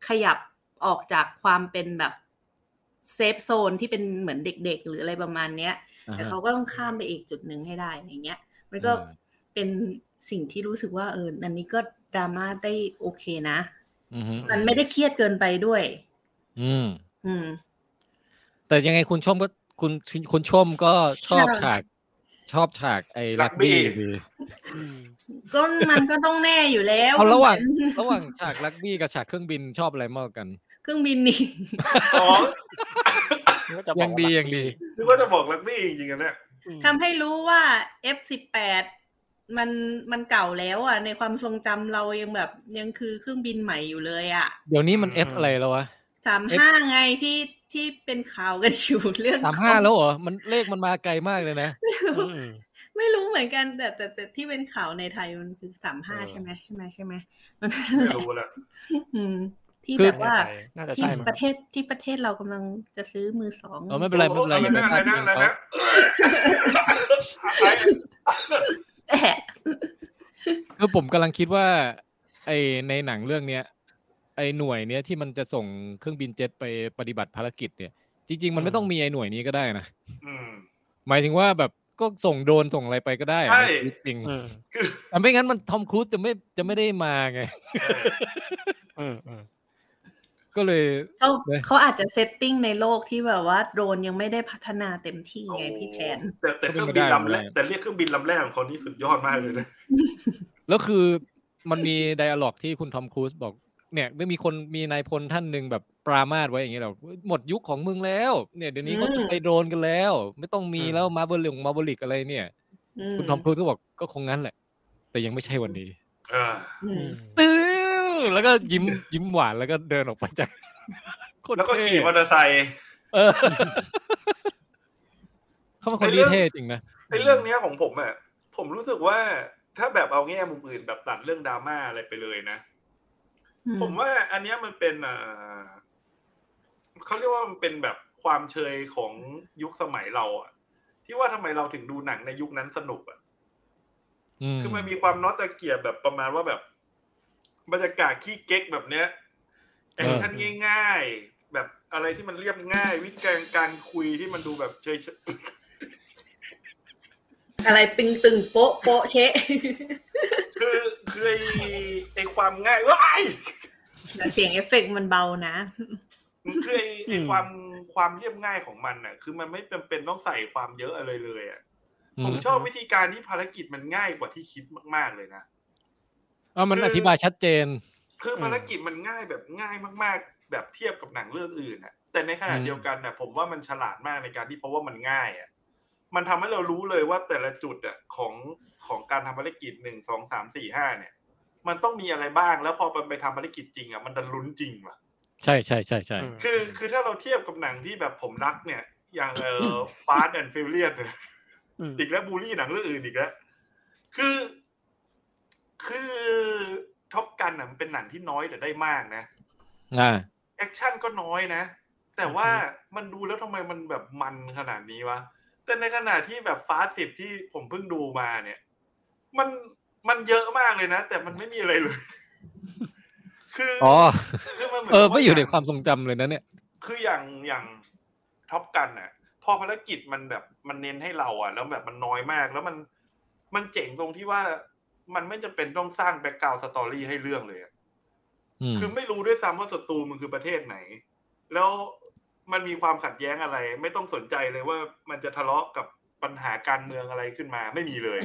Speaker 5: ขยับออกจากความเป็นแบบเซฟโซนที่เป็นเหมือนเด็ก ๆ หรืออะไรประมาณเนี้ย แต่เขาก็ต้องข้ามไปอีกจุดหนึ่งให้ได้อย่างเงี้ย มันก็
Speaker 2: เออ
Speaker 5: เป็นสิ่งที่รู้สึกว่าเอออันนี้ก็ดราม่าได้โอเคนะ
Speaker 2: อือฮึ
Speaker 5: มันไม่ได้เครียดเกินไปด้วย
Speaker 2: อืม
Speaker 5: อืม
Speaker 2: แต่ยังไงคุณชมก็คุณคุณชมก็ชอบฉาก ชอบฉากไอ้
Speaker 3: รั
Speaker 2: ลั
Speaker 3: ก
Speaker 2: ก
Speaker 3: บี้
Speaker 2: บี้ดี
Speaker 4: อืม
Speaker 5: ก็มันก็ต้องแน่อยู่แล้ว
Speaker 2: เอาระหว่าง
Speaker 5: มันเป็น
Speaker 2: ระหว่างฉากลักบี้กับฉากเครื่องบินชอบอะไรมากกว่ากัน
Speaker 5: เครื่องบินนี่
Speaker 3: อ๋อ
Speaker 4: ก็จะบอก
Speaker 2: ยังดี
Speaker 4: ว่า
Speaker 2: ยังดี
Speaker 3: นึกว่าจะบอกรักบี้จริงๆอันเนี่ย
Speaker 4: อืม
Speaker 5: ทำให้รู้ว่า F18 มันมันเก่าแล้วอ่ะ ในความทรงจำเรายังแบบยังคือเครื่องบินใหม่อยู่เลยอ่ะ
Speaker 2: เดี๋ยวนี้มันเอฟอะไรแล้ววะ
Speaker 5: สามห้าไงที่ที่เป็นข่าวกันอยู่เรื่อง
Speaker 2: สามห้าแล้วเหรอ มันเลขมันมาไกลมากเลยนะ
Speaker 4: อืม
Speaker 5: ไม่รู้เหมือนกันแต่แต่แต่ที่เป็นข่าวในไทยมันคือสามห้า
Speaker 2: เออ
Speaker 5: ใช่ไหมใช่ไหมใช่ไหมมัน
Speaker 3: ไม่รู้ละ
Speaker 5: อืมที่
Speaker 2: คือ
Speaker 5: แบบว่า
Speaker 4: น่าจะ
Speaker 5: ที่
Speaker 4: ใช่มั้ง
Speaker 5: ประเทศที่ประเทศเรากำลังจะซื้อมือสอง
Speaker 2: เออไม่เป็นไรไม่เป็นไร
Speaker 3: โอ้
Speaker 2: อย่า
Speaker 3: อะไรนะ
Speaker 2: ไปพลาดเรื่อง
Speaker 3: อะไรนะอะไร
Speaker 2: เขา
Speaker 3: นะอะไร
Speaker 5: แอะ
Speaker 2: คือผมกำลังคิดว่า ไอในหนังเรื่องเนี้ยไอหน่วยเนี้ยที่มันจะส่งเครื่องบินเจ็ตไปปฏิบัติภารกิจเนี่ย จริง ๆ มันไม่ต้องมีไอหน่วยนี้ก็ได้นะ
Speaker 3: อืม
Speaker 2: หมายถึงว่าแบบก็ส่งโดรนส่งอะไรไปก็ได้อะ
Speaker 3: ใช่
Speaker 2: นชีวิตจริง
Speaker 4: อืม
Speaker 2: แต่ไม่งั้นมันทอมครูซจะไม่จะไม่ได้มาไง
Speaker 3: เออ
Speaker 4: อืมอืม
Speaker 2: ก็เลย
Speaker 5: เขา
Speaker 2: เลย
Speaker 5: เขาอาจจะเซตติ้งในโลกที่แบบว่าโดรนยังไม่ได้พัฒนาเต็มที่ไงพี่แทน
Speaker 3: แต่แต่เครื่องบินลำแรกแต่เรียกเครื่องบินลำแรกของเขานี่สุดยอดมากเลยนะ
Speaker 2: แล้วคือมันมีไดอะล็อกที่คุณทอมครูซบอก เนี่ยไม่มีคนมีนายพลท่านหนึ่งแบบปรามาสไว้อย่างเงี้ยหรอกหมดยุคของมึงแล้ว เนี่ยเดี๋ยวนี้เขาจะ
Speaker 5: อืม
Speaker 2: ไปโดรนกันแล้ว ไม่ต้องมีแล้วมาเบลิงมาบลิกอะไรเนี่ย คุณทอมครูซก็บอกก็คงงั้นแหละ แต่ยังไม่ใช่วันนี้
Speaker 3: เออ
Speaker 5: อื
Speaker 4: อื
Speaker 5: ม
Speaker 4: ม
Speaker 2: ตื้อแล้วก็ยิ้มยิ้มหวานแล้วก็เดินออกไปจากค
Speaker 3: แล้วก็
Speaker 2: เท่
Speaker 3: ขี่มอเตอร์ไซค์
Speaker 2: เออเขาเป็นคนที่เท่จริงนะ
Speaker 3: ในเรื่องเนี้ยของผมอ่ะผมรู้สึกว่าถ้าแบบเอาแง่มุมอื่นแบบตัดเรื่องดราม่าอะไรไปเลยนะ ผมว่าอันเนี้ยมันเป็นอ่าเขาเรียกว่ามันเป็นแบบความเชยของยุคสมัยเราอะที่ว่าทำไมเราถึงดูหนังในยุคนั้นสนุกอะคือมันมีความนอสตาเกียแบบประมาณว่าแบบบรรยากาศขี้เก๊กแบบเนี้ยแอคชั่นง่าย ๆ แบบอะไรที่มันเรียบง่าย วิธีการการคุยที่มันดูแบบเชย
Speaker 5: อะไรปิงตึงโป๊ะโป๊ะเชะ
Speaker 3: ๆคือคือไอไอความง่ายว้าย
Speaker 5: แต่เสียงเอฟเฟกต์มันเบานะ
Speaker 3: คือไอ้ไอ้ความความเรียบง่ายของมันน่ะ คือมันไม่จำเป็นต้องใส่ความเยอะอะไรเลยอ่ะ
Speaker 2: อื
Speaker 3: ผม
Speaker 2: ม
Speaker 3: ชอบวิธีการที่ภารกิจมันง่ายกว่าที่คิดมากๆเลยนะ
Speaker 2: เอามันอธิบายชัดเจน
Speaker 3: คือภารกิจมันง่ายแบบง่ายมาก ๆ แบบเทียบกับหนังเรื่องอื่นอ่ะ แต่ในขณะ
Speaker 2: อืม
Speaker 3: เดียวกันน่ะ ผมว่ามันฉลาดมากในการที่เพราะว่ามันง่ายอ่ะ มันทำให้เรารู้เลยว่าแต่ละจุดอ่ะของของการทำภารกิจหนึ่งสองสามสี่ห้าเนี่ย มันต้องมีอะไรบ้าง แล้วพอมันไปทำภารกิจจริงอ่ะมันดันลุ้นจริงว่ะ
Speaker 2: ใช่ใช่ใช่ใช่
Speaker 4: อืม
Speaker 3: คือคือถ้าเราเทียบกับหนังที่แบบผมรักเนี่ย อย่างเออฟาสต์แอนด์ฟิลเลียนย
Speaker 4: ม
Speaker 3: อีกแล้วบูลลี่หนังเรื่องอื่นอีกแล้ว คือ คือท็อปกันน่ะมันเป็นหนังที่น้อยแต่ได้มากนะ
Speaker 2: อ่า
Speaker 3: แอคชั่นก็น้อยนะ แต่ว่ามันดูแล้วทำไมมันแบบมันขนาดนี้วะ แต่ในขณะที่แบบฟาสิบที่ผมเพิ่งดูมาเนี่ย มันมันเยอะมากเลยนะ แต่มันไม่มีอะไรเลย คือ
Speaker 2: อ๋อ
Speaker 3: คือมันเหมือน
Speaker 2: เออ
Speaker 3: กับ
Speaker 2: ไม่อยู่ในความทรงจำเลยนะเนี่ย
Speaker 3: คืออย่างอย่างท็อปกันน่ะ พอภารกิจมันแบบมันเน้นให้เราอ่ะ แล้วแบบมันน้อยมาก แล้วมันมันเจ๋งตรงที่ว่ามันไม่จำเป็นต้องสร้างแบ็กกราวสตอรี่ให้เรื่องเลยอะ
Speaker 2: อืม
Speaker 3: คือไม่รู้ด้วยซ้ำว่าศัตรูมันคือประเทศไหน แล้วมันมีความขัดแย้งอะไร ไม่ต้องสนใจเลยว่ามันจะทะเลาะกับปัญหาการเมืองอะไรขึ้นมาไม่มีเลย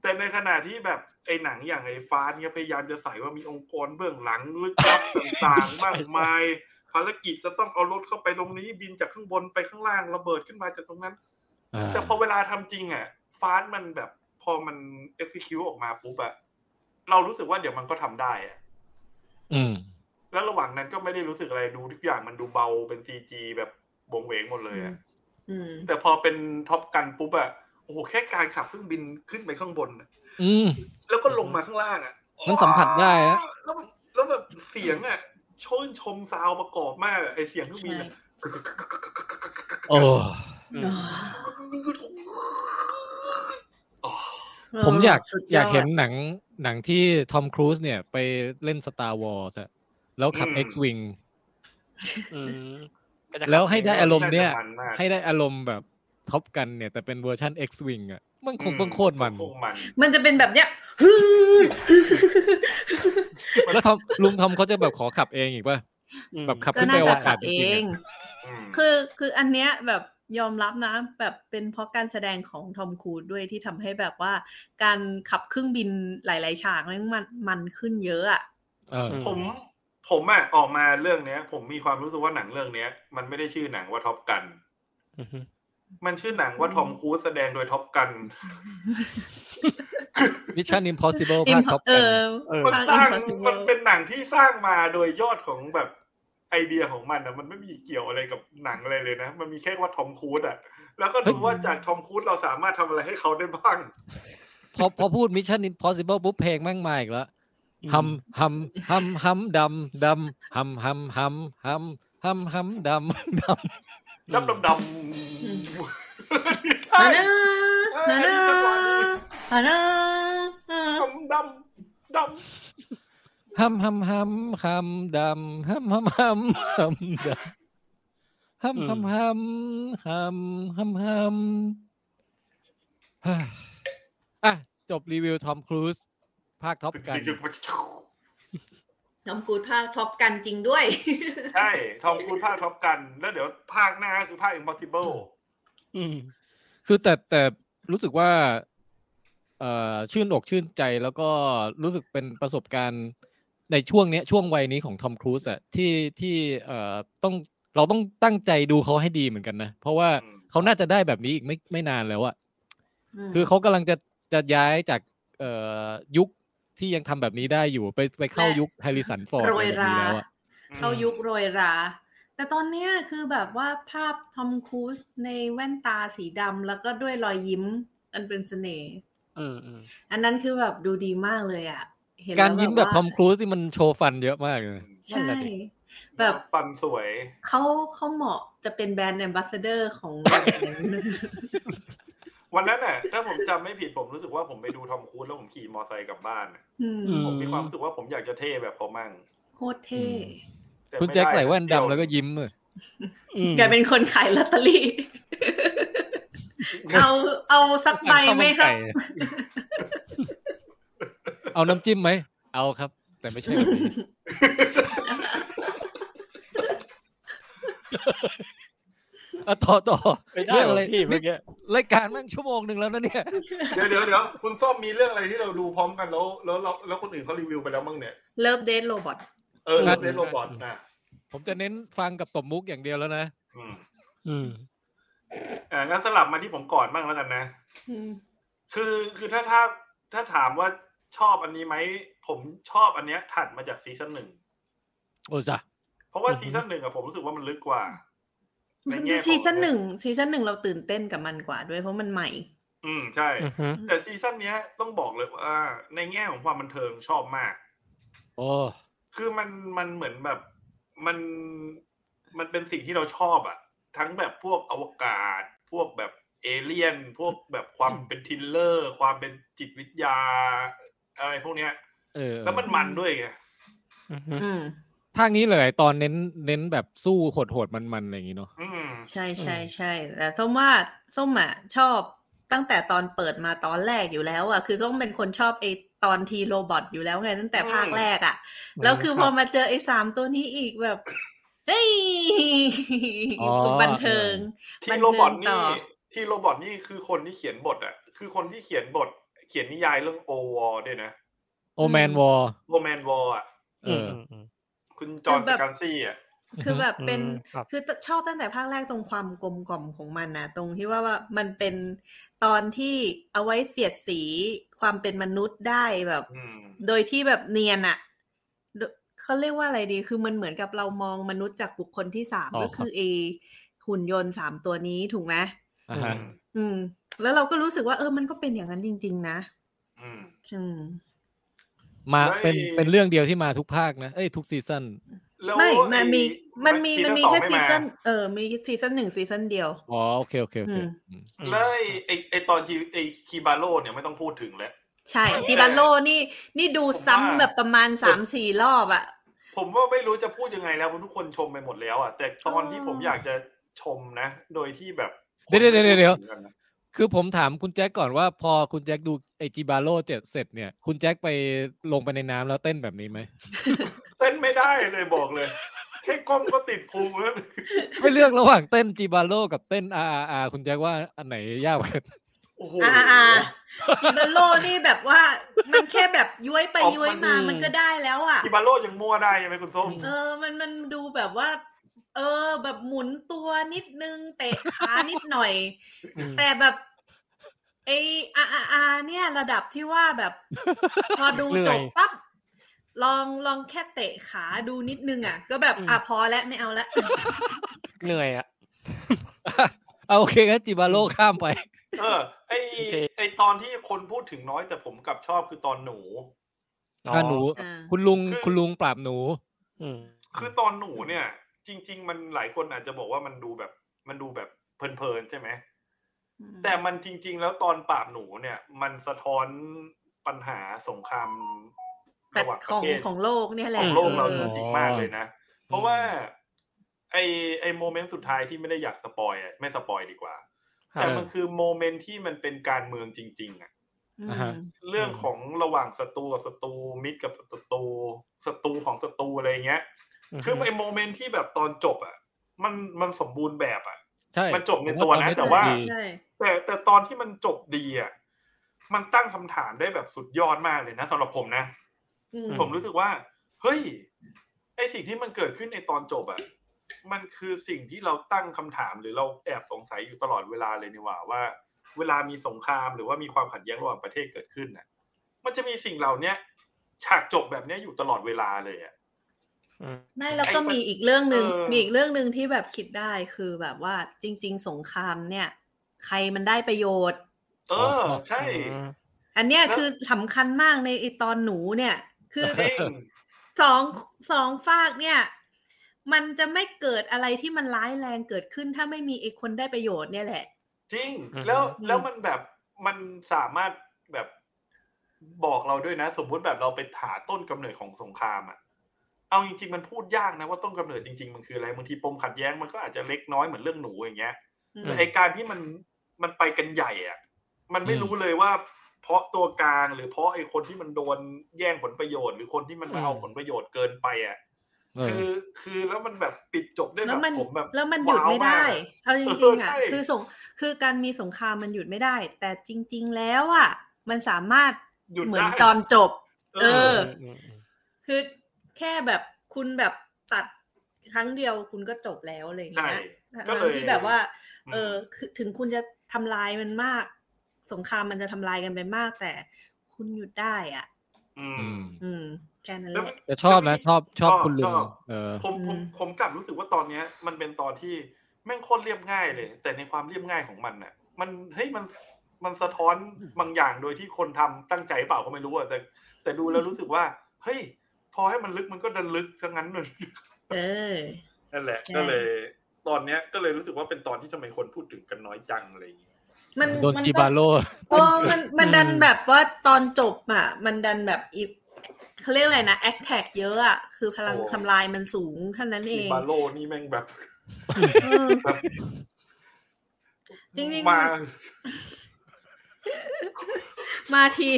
Speaker 3: แต่ในขณะที่แบบไอ้หนังอย่างไอ้ฟาสเนี่ยพยายามจะใส่ว่ามีองค์กรเบื้องหลังลึกลับต่างๆมากมาย ภารกิจจะต้องเอารถเข้าไปตรงนี้บินจากข้างบนไปข้างล่างระเบิดขึ้นมาจากตรงนั้น
Speaker 2: อ่า
Speaker 3: แต่พอเวลาทำจริงอ่ะฟาสมันแบบพอมัน execute ออกมาปุ๊บอะเรารู้สึกว่าเดี๋ยวมันก็ทำได้อะ
Speaker 2: อืม
Speaker 3: แล้วระหว่างนั้นก็ไม่ได้รู้สึกอะไรดูทุกอย่างมันดูเบาเป็นซีจีแบบบงเหวงหมดเลยอะ
Speaker 5: อืม
Speaker 3: แต่พอเป็นท็อปกันปุ๊บอะโอ้โหแค่การขับเครื่องบินขึ้นไปข้างบนอะ
Speaker 2: อืม
Speaker 3: แล้วก็ลงมาข้างล่างอะ
Speaker 2: มันสัมผัสได้นะ
Speaker 3: แล้วมันแล้วแบบเสียงอะชื่นชมซาวประกอบมากอะไอเสียงเครื่องบินอะ
Speaker 2: โอ้
Speaker 4: อืม
Speaker 2: ผมอยากอยากเห็นหนังหนังที่ทอมครูซเนี่ยไปเล่น Star Wars อะแล้วขับ
Speaker 3: อืม
Speaker 2: X-Wing
Speaker 4: อืมก็จะขับ
Speaker 2: แล้วให้ได้
Speaker 4: เง
Speaker 2: อารมณ์เนี่ย
Speaker 3: าจะมาก
Speaker 2: ให้ได้อารมณ์แบบท็อปกันเนี่ย แต่เป็นเวอร์ชัน X-Wing อะมันคงต้องโคตรมัน
Speaker 3: คงมัน
Speaker 5: มันจะเป็นแบบเนี้ยฮือ
Speaker 2: แล้วทอมลุงทอมเขาจะแบบขอขับเองอีกป่ะ
Speaker 4: อืม
Speaker 2: แบบขับ
Speaker 5: ก็
Speaker 2: ขึ้นไป
Speaker 5: น่า
Speaker 2: อ
Speaker 5: จะ
Speaker 2: ว
Speaker 5: ขั
Speaker 2: กาศ
Speaker 5: บ
Speaker 2: จ
Speaker 5: เอ
Speaker 2: ริงๆ
Speaker 5: ง
Speaker 2: อะ
Speaker 3: อืม
Speaker 5: คือคืออันเนี้ยแบบยอมรับนะ แบบเป็นเพราะการแสดงของทอมครูซด้วยที่ทำให้แบบว่า การขับเครื่องบินหลาย ๆ ฉากมันมันมันขึ้นเยอะอ่ะ
Speaker 2: เออ
Speaker 4: ม
Speaker 3: ผมผมอะออกมาเรื่องเนี้ย ผมมีความรู้สึกว่าหนังเรื่องเนี้ย มันไม่ได้ชื่อหนังว่าท็อปกัน
Speaker 4: อือฮึ
Speaker 3: มันชื่อหนังว่าทอมครูซแสดงโดยท็อปกัน
Speaker 2: Mission Impossible ภาคท็อป
Speaker 5: เอ
Speaker 2: กัน
Speaker 5: อ
Speaker 4: เออ
Speaker 3: มันสร้าง
Speaker 5: Impossible
Speaker 3: มันเป็นหนังที่สร้างมาโดยยอดของแบบไอเดียของมันอะมันไม่มีเกี่ยวอะไรกับหนังอะไรเลยนะ มันมีแค่ว่าทอมครูซอะแล้วก็ดูว่าจากทอมครูซเราสามารถทำอะไรให้เขาได้บ้าง
Speaker 2: พอพอพูด Mission Impossible ปุ๊บเพลงแม่งมาอีกแล้ว ฮัมฮัมฮัมฮัมดำดำฮัมฮัมฮัมฮัมฮัมฮัมดำ
Speaker 3: ดับ
Speaker 2: ด
Speaker 3: ดำ
Speaker 5: นา
Speaker 3: ดำ
Speaker 5: นานานานานา
Speaker 3: ดำดำด
Speaker 2: ห้ำห้ำห้ำคำดำห้ำห้ำห้ำคำดำห้ำห้ำห้ำคำห้ำห้ำฮ่าอ่ะ จบรีวิวทอมครูซภาคท็อป กัน
Speaker 5: น้องกูดภาคท็อปกันจริงด้วย
Speaker 3: ใช่ทอมครูซภาคท็อปกัน แล้วเดี๋ยวภาคหน้าคือภาค impossible
Speaker 4: อืม
Speaker 2: คือแต่แต่รู้สึกว่าเอ่อชื่นอกชื่นใจแล้วก็รู้สึกเป็นประสบการณ์ในช่วงเนี้ยช่วงวัยนี้ของทอมครูซอะที่ที่เอ่อต้องเราต้องตั้งใจดูเขาให้ดีเหมือนกันนะ เพราะว่า
Speaker 3: อืม
Speaker 2: เขาน่าจะได้แบบนี้อีกไม่ไม่นานแล้วอะคือเขากำลังจะจะย้ายจากเอ่อยุคที่ยังทำแบบนี้ได้อยู่ไปไปเข้า
Speaker 5: และ
Speaker 2: ยุคแฮร์ริสันฟอร์ด
Speaker 5: โร
Speaker 2: อะไรแบบ
Speaker 5: ยรา
Speaker 2: นี้แล้วอะ
Speaker 5: เข้ายุคโรยรา แต่ตอนเนี้ยคือแบบว่าภาพทอมครูซในแว่นตาสีดำแล้วก็ด้วยรอยยิ้มอันเป็นเสน่ห์
Speaker 4: อืมอืม
Speaker 5: อันนั้นคือแบบดูดีมากเลยอ่ะ เห็น
Speaker 2: การ
Speaker 5: ล้ว
Speaker 2: ยิ้มแบบ
Speaker 5: ว่า
Speaker 2: ทอมครูซที่มันโชว์ฟันเยอะมากเลยนะ
Speaker 5: ใช่
Speaker 2: นั่นแหละดิ
Speaker 5: แบบ
Speaker 3: ฟันสวย
Speaker 5: เขาเขาเหมาะจะเป็นแบรนด์แอมบาสเดอร์ของ
Speaker 3: วันนั้นน่ะ ถ้าผมจำไม่ผิดผมรู้สึกว่าผมไปดูทอมครูซแล้วผมขี่มอไซค์กลับบ้านน่ะ
Speaker 5: อืม
Speaker 3: ผมมีความรู้สึกว่าผมอยากจะเท่แบบเขามั่ง
Speaker 5: โคตรเท่
Speaker 3: ต่ไม่
Speaker 2: คุณแจ็ค
Speaker 3: ได้
Speaker 2: ใส่แว่นดำแล้วก็
Speaker 3: เ
Speaker 2: ยิ้มเลย
Speaker 4: อืม
Speaker 5: แกเป็นคนขายลอตเตอรี่
Speaker 3: ยว
Speaker 5: เอาเอาสักใบไหมครับ
Speaker 2: เอาน้ำจิ้มไหม เอาครับ แต่ไม่ใช่แบบ นี้ อ่ะต่อต่อ
Speaker 4: ไม่ได้
Speaker 2: เรื่อง
Speaker 4: หร
Speaker 2: อะ
Speaker 4: อ
Speaker 2: ไร
Speaker 4: กพี่เมื่อกี้
Speaker 2: รายการแม่งชั่วโมงหนึ่งแล้วนะเนี่ย
Speaker 3: เดี๋ยวเดี๋ยวเดี๋ยวคุณส้มมีเรื่องอะไรที่เราดูพร้อมกันแล้วแล้วแล้วแล้วคนอื่นเขารีวิวไปแล้วมั่งเนี่ย
Speaker 5: เลิฟเดทโรบอท
Speaker 3: เออ
Speaker 2: นั่
Speaker 3: เล่
Speaker 2: น
Speaker 3: นโรบอทนะ
Speaker 2: ผมจะเน้นฟังกับตบมุกอย่างเดียวแล้วนะ
Speaker 3: อืม
Speaker 4: อืม
Speaker 3: อ่างั้นสลับมาที่ผมก่อนบ้างแล้วกันนะ คือคือถ้าถ้าถ้าถามว่าชอบอันนี้ไหม ผมชอบอันเนี้ยถัดมาจากซีซั่นหนึ่ง
Speaker 2: โอ้จ้ะ
Speaker 3: เพราะว่า
Speaker 2: อือฮึ
Speaker 3: ซีซั่นหนึ่งอะผมรู้สึกว่ามันลึกกว่า ในแง่ของ
Speaker 5: ซีซั่นหนึ่งซีซั่นหนึ่งเราตื่นเต้นกับมันกว่าด้วยเพราะมันใหม่
Speaker 3: อืมใช่
Speaker 4: อือฮึ
Speaker 3: แต่ซีซั่นเนี้ยต้องบอกเลยว่าในแง่ของความบันเทิงชอบมาก
Speaker 2: โอ้
Speaker 3: คือมันมันเหมือนแบบมันมันเป็นสิ่งที่เราชอบอะทั้งแบบพวกอวกาศ พวกแบบเอเลี่ยน พวกแบบความเป็นทริลเลอร์ ความเป็นจิตวิทยา อะไรพวกเนี้ย
Speaker 2: เออ
Speaker 3: แล้วมันมันด้วยไง
Speaker 4: อือฮึ
Speaker 5: อืม
Speaker 2: ภาคนี้หลายๆตอนเน้นเน้นแบบสู้โหดๆมันๆอะไรอย่างงี้เนาะ
Speaker 3: อืม
Speaker 5: ใช่ใช่ใช่แต่ส้มว่าส้มอ่ะชอบตั้งแต่ตอนเปิดมาตอนแรกอยู่แล้วอ่ะคือส้มเป็นคนชอบไอตอนทีโรบอทอยู่แล้วไงตั้งแต่ภาคแรกอ่ะ แล้วคือพอมาเจอไอสามตัวนี้อีกแบบเฮ้ย
Speaker 2: อ๋อ
Speaker 5: บันเทิง
Speaker 3: ที่โรบอท
Speaker 5: บันเทิง
Speaker 3: นี่
Speaker 5: ต่อ
Speaker 3: ที่โรบอทนี่คือคนที่เขียนบทอ่ะ คือคนที่เขียนบท เขียนนิยายเรื่องโอวอด้วยนะ
Speaker 2: โอแมนวอร์
Speaker 3: โรแมนวออ่ะ
Speaker 2: เออ
Speaker 4: มม
Speaker 3: คุณจอห์น
Speaker 5: คือ
Speaker 3: ส
Speaker 5: แบบ
Speaker 3: กันซี่อ่ะ
Speaker 5: คือแบบเป็น
Speaker 4: อืมครับ
Speaker 5: คือชอบตั้งแต่ภาคแรกตรงความกลมกล่อมของมันนะตรงที่ว่าว่ามันเป็นตอนที่เอาไว้เสียดสีความเป็นมนุษย์ได้แบบ
Speaker 3: อืม
Speaker 5: โดยที่แบบเนียนอะโดเขาเรียกว่าอะไรดี คือมันเหมือนกับเรามองมนุษย์จากบุคคลที่สาม
Speaker 2: อ๋อ
Speaker 5: ก็คือเอหุ่นยนต์สามตัวนี้ถูกไหม
Speaker 2: อ่าฮะ
Speaker 5: อืม แล้วเราก็รู้สึกว่าเออมันก็เป็นอย่างนั้นจริง ๆ นะ
Speaker 3: อืม
Speaker 5: อืม
Speaker 2: มา
Speaker 3: ไม่
Speaker 2: เป็นเป็นเรื่องเดียวที่มาทุกภาคนะ เอ้ยทุกซีซั่น
Speaker 3: แล้ว
Speaker 5: ไม่
Speaker 3: ไอ้
Speaker 5: มันมี มันมี มันมีแค่
Speaker 3: ไ
Speaker 5: ซีซั่น เออ มีซีซั่นหนึ่งซีซั่นเดียว
Speaker 2: อ๋อโอเคโอเคโอเค
Speaker 5: อืม
Speaker 2: อืม
Speaker 3: แล้วไอ้ไอ้ไอ้ตอนจีไอ้คีบาโร่เนี่ยไม่ต้องพูดถึงแล้ว
Speaker 5: ใช่จิบันโลนี่ นี่ดูซ้ำ
Speaker 3: ผมว่า
Speaker 5: แบบประมาณสามสี่รอบอะ
Speaker 3: ผมว่าไม่รู้จะพูดยังไงแล้วเพราะทุกคนชมไปหมดแล้วอ่ะ แต่ตอนที่
Speaker 5: อ๋อ
Speaker 3: ผมอยากจะชมนะ โดยที่แบบ
Speaker 2: เดี๋ยวเดี๋ยวเดี๋ยวเดี๋ยว
Speaker 3: คนไม่พูถึงกันนะ
Speaker 2: คือผมถามคุณแจ็คก่อนว่าพอคุณแจ็คดูไอจิบาโร่เจ็ดเสร็จเนี่ย คุณแจ็คไปลงไปในน้ำแล้วเต้นแบบนี้ไหม
Speaker 3: เต้นไม่ได้เลยบอกเลยแค่ก้มก็ติดพุงแล้ว
Speaker 2: ไม่เลือกระหว่างเต้นจิบาโร่กับเต้น R R R คุณแจ็คว่าอันไหนยากกว่ากัน
Speaker 3: โอ้โห
Speaker 5: อ่าอ่าจิบันโลนี่แบบว่า มันแค่แบบย้วยไป
Speaker 3: ออกมา
Speaker 5: ย้วยมา มันก็ได้แล้วอะ
Speaker 3: คีบาโร่ยังมั่วได้ใช่ไหมคุณส้ม
Speaker 5: เออ มัน มันดูแบบว่า เออ แบบหมุนตัวนิดนึง เตะขานิดหน่อย
Speaker 4: อืม
Speaker 5: แต่แบบไออาอาอาเนี่ย ระดับที่ว่าแบบ พอดู
Speaker 4: เหนื่
Speaker 5: จ
Speaker 4: อย
Speaker 5: บปั๊บ ลอง ลองแค่เตะขาดูนิดนึงอ่ะ ก็แบบ
Speaker 4: อืม
Speaker 5: อ่ะพอแล้วไม่เอาละ
Speaker 4: เหนื่อยอ่ะ
Speaker 2: เอาโอเคงั้นจิบาโร่ข้ามไป
Speaker 3: เออไอ
Speaker 4: โอเค
Speaker 3: ไอตอนที่คนพูดถึงน้อยแต่ผมกลับชอบคือตอนหนู
Speaker 4: อ๋อ
Speaker 2: ถ้าหนู
Speaker 5: อ่า
Speaker 2: คุณลุง
Speaker 3: คือ
Speaker 2: คุณลุงปราบหนู
Speaker 4: อืม
Speaker 3: คือตอนหนูเนี่ย จริง ๆ มันหลายคนอาจจะบอกว่ามันดูแบบ มันดูแบบเพลินๆใช่ไหม แต่มันจริง ๆ แล้วตอนปราบหนูเนี่ย มันสะท้อนปัญหาสงคราม
Speaker 5: แต่
Speaker 3: ระหว่างป
Speaker 5: ขอ
Speaker 3: ระ
Speaker 5: ง
Speaker 3: เทศ
Speaker 5: ของโลกเนี่ย
Speaker 3: ข
Speaker 5: แหละ
Speaker 3: องโลกเรา
Speaker 5: ออ
Speaker 3: จริงๆมากเลยนะ เพราะว่า ไอไอโมเมนต์สุดท้ายที่ไม่ได้อยากสปอยอะไม่สปอยดีกว่า แต่มันคือโมเมนต์ที่มันเป็นการเมืองจริง ๆอะ
Speaker 5: อืม
Speaker 2: อ่าฮะ
Speaker 3: เรื่องของระหว่างศัตรูกับศัตรูมิตรกับศัตรูศัตรูของศัตรูอะไรเงี้ย คือไอโมเมนต์ที่แบบตอนจบอะมันมันสมบูรณ์แบบอะ
Speaker 2: ใช่
Speaker 3: มันจบใน
Speaker 2: ผม
Speaker 3: ตัวนะ
Speaker 2: อ
Speaker 3: แต่ว่า
Speaker 2: ดี
Speaker 5: ใช่
Speaker 3: แต่แต่ตอนที่มันจบดีอะมันตั้งคำถามได้แบบสุดยอดมากเลยนะสำหรับผมนะ
Speaker 5: อืม
Speaker 3: ผมรู้สึกว่า เฮ้ย ไอสิ่งที่มันเกิดขึ้นในตอนจบอะมันคือสิ่งที่เราตั้งคำถามหรือเราแอบสงสัยอยู่ตลอดเวลาเลยนี่หว่าว่า เวลามีสงครามหรือว่ามีความขัดแย้งระหว่างประเทศเกิดขึ้นน่ะ มันจะมีสิ่งเหล่าเนี้ยฉากจบแบบเนี้ยอยู่ตลอดเวลาเลยอะ
Speaker 4: อืม
Speaker 5: ไม่แล้ว
Speaker 3: ไอ้
Speaker 5: ก็มีอีกเรื่องหนึ่ง
Speaker 3: เออ
Speaker 5: มีอีกเรื่องหนึ่งที่แบบคิดได้คือแบบว่าจริง ๆ สงครามเนี่ย ใครมันได้ประโยชน์
Speaker 3: เออ ใช่
Speaker 5: อันเนี้ย
Speaker 3: แล้ว
Speaker 5: คือสำคัญมากในไอตอนหนูเนี่ย คือ
Speaker 3: จริง
Speaker 5: สองสองฝากเนี่ย มันจะไม่เกิดอะไรที่มันร้ายแรงเกิดขึ้น ถ้าไม่มีไอคนได้ประโยชน์เนี่ยแหละ
Speaker 3: จริง
Speaker 4: อืม
Speaker 3: แล้วแล้วมันแบบมันสามารถแบบบอกเราด้วยนะ สมมุติแบบเราไปหาต้นกำเนิดของสงครามอะเอาจริง ๆ มันพูดยากนะว่าต้นกำเนิดจริง ๆ มันคืออะไรบางทีปมขัดแย้งมันก็อาจจะเล็กน้อยเหมือนเรื่องหนูอย่างเงี้ย
Speaker 5: อืม
Speaker 3: แต่ไอการที่มันมันไปกันใหญ่อะมันไม่รู้เลยว่า เพราะตัวกลางหรือเพราะไอคนที่มันโดนแย่งผลประโยชน์ หรือคนที่มันมาเอาผลประโยชน์เกินไปอะ
Speaker 2: เออ
Speaker 3: คือ คือแล้วมันแบบปิดจบด้วยแบ
Speaker 5: แล้ว
Speaker 3: บ
Speaker 5: มัน
Speaker 3: ผมแบบ
Speaker 5: แล้วมันหยุดไม่ได้
Speaker 3: ว้าวมาก
Speaker 5: เอาจริงๆอ่ะ
Speaker 3: เออใช่
Speaker 5: คือสงคือการมีสงครามมันหยุดไม่ได้ แต่จริง ๆ แล้วอ่ะมันสามารถ
Speaker 3: หยุด
Speaker 5: เหมือน
Speaker 3: ได้
Speaker 5: ตอนจบ
Speaker 3: เอ
Speaker 5: เอ
Speaker 3: อ
Speaker 5: อ
Speaker 4: มอืม
Speaker 5: คือแค่แบบคุณแบบตัดครั้งเดียวคุณก็จบแล้วอะไรอย่าง
Speaker 3: ใช่
Speaker 5: เงี้ย
Speaker 3: ก็เลย
Speaker 5: ทั้งที่แบบว่า
Speaker 3: ม
Speaker 5: เออคือถึงคุณจะทำลายมันมาก สงครามมันจะทำลายกันไปมาก แต่คุณหยุดได้อ่ะ
Speaker 3: อื
Speaker 2: อื
Speaker 3: ม
Speaker 2: ม
Speaker 5: อืม แค่นั้นแห
Speaker 3: แล้ว
Speaker 5: ละ
Speaker 2: แต่ชอบนะ ชอบชอบ
Speaker 3: ชอบ
Speaker 2: คุณลุง
Speaker 3: ชอบ
Speaker 2: เออ
Speaker 3: ผมผม
Speaker 5: อืม
Speaker 3: ผมกลับรู้สึกว่าตอนเนี้ย มันเป็นตอนที่แม่งโคตรเรียบง่ายเลย แต่ในความเรียบง่ายของมันน่ะ มันเฮ้ยมันมันสะท้อนบางอย่างโดยที่คนทำตั้งใจเปล่าก็ไม่รู้อะแต่ แต่ดูแล้วรู้สึกว่า เฮ้ย พอให้มันลึกมันก็ดันลึกซะงั้นเลย
Speaker 5: เออ
Speaker 3: นั่นแหละ
Speaker 5: ใช่
Speaker 3: ก็เลย ตอนเนี้ยก็เลยรู้สึกว่าเป็นตอนที่ทำไมคนพูดถึงกันน้อยจังอะไรอย่างเงี้ย
Speaker 5: มัน
Speaker 2: โดน
Speaker 5: มั
Speaker 2: จี
Speaker 5: ก็
Speaker 2: บาโร่
Speaker 5: เออมันมันดันแบบว่าตอนจบอ่ะ มันดันแบบอีกเขาเรียกอะไรนะแอคแท็กเยอะอ่ะ คือพลังทำลายมันสูงเท่านั้นเอ
Speaker 3: ซี
Speaker 5: ง
Speaker 3: บาโลนี่แม่งแบบ
Speaker 5: เออจริง
Speaker 3: มา
Speaker 5: ๆ มาที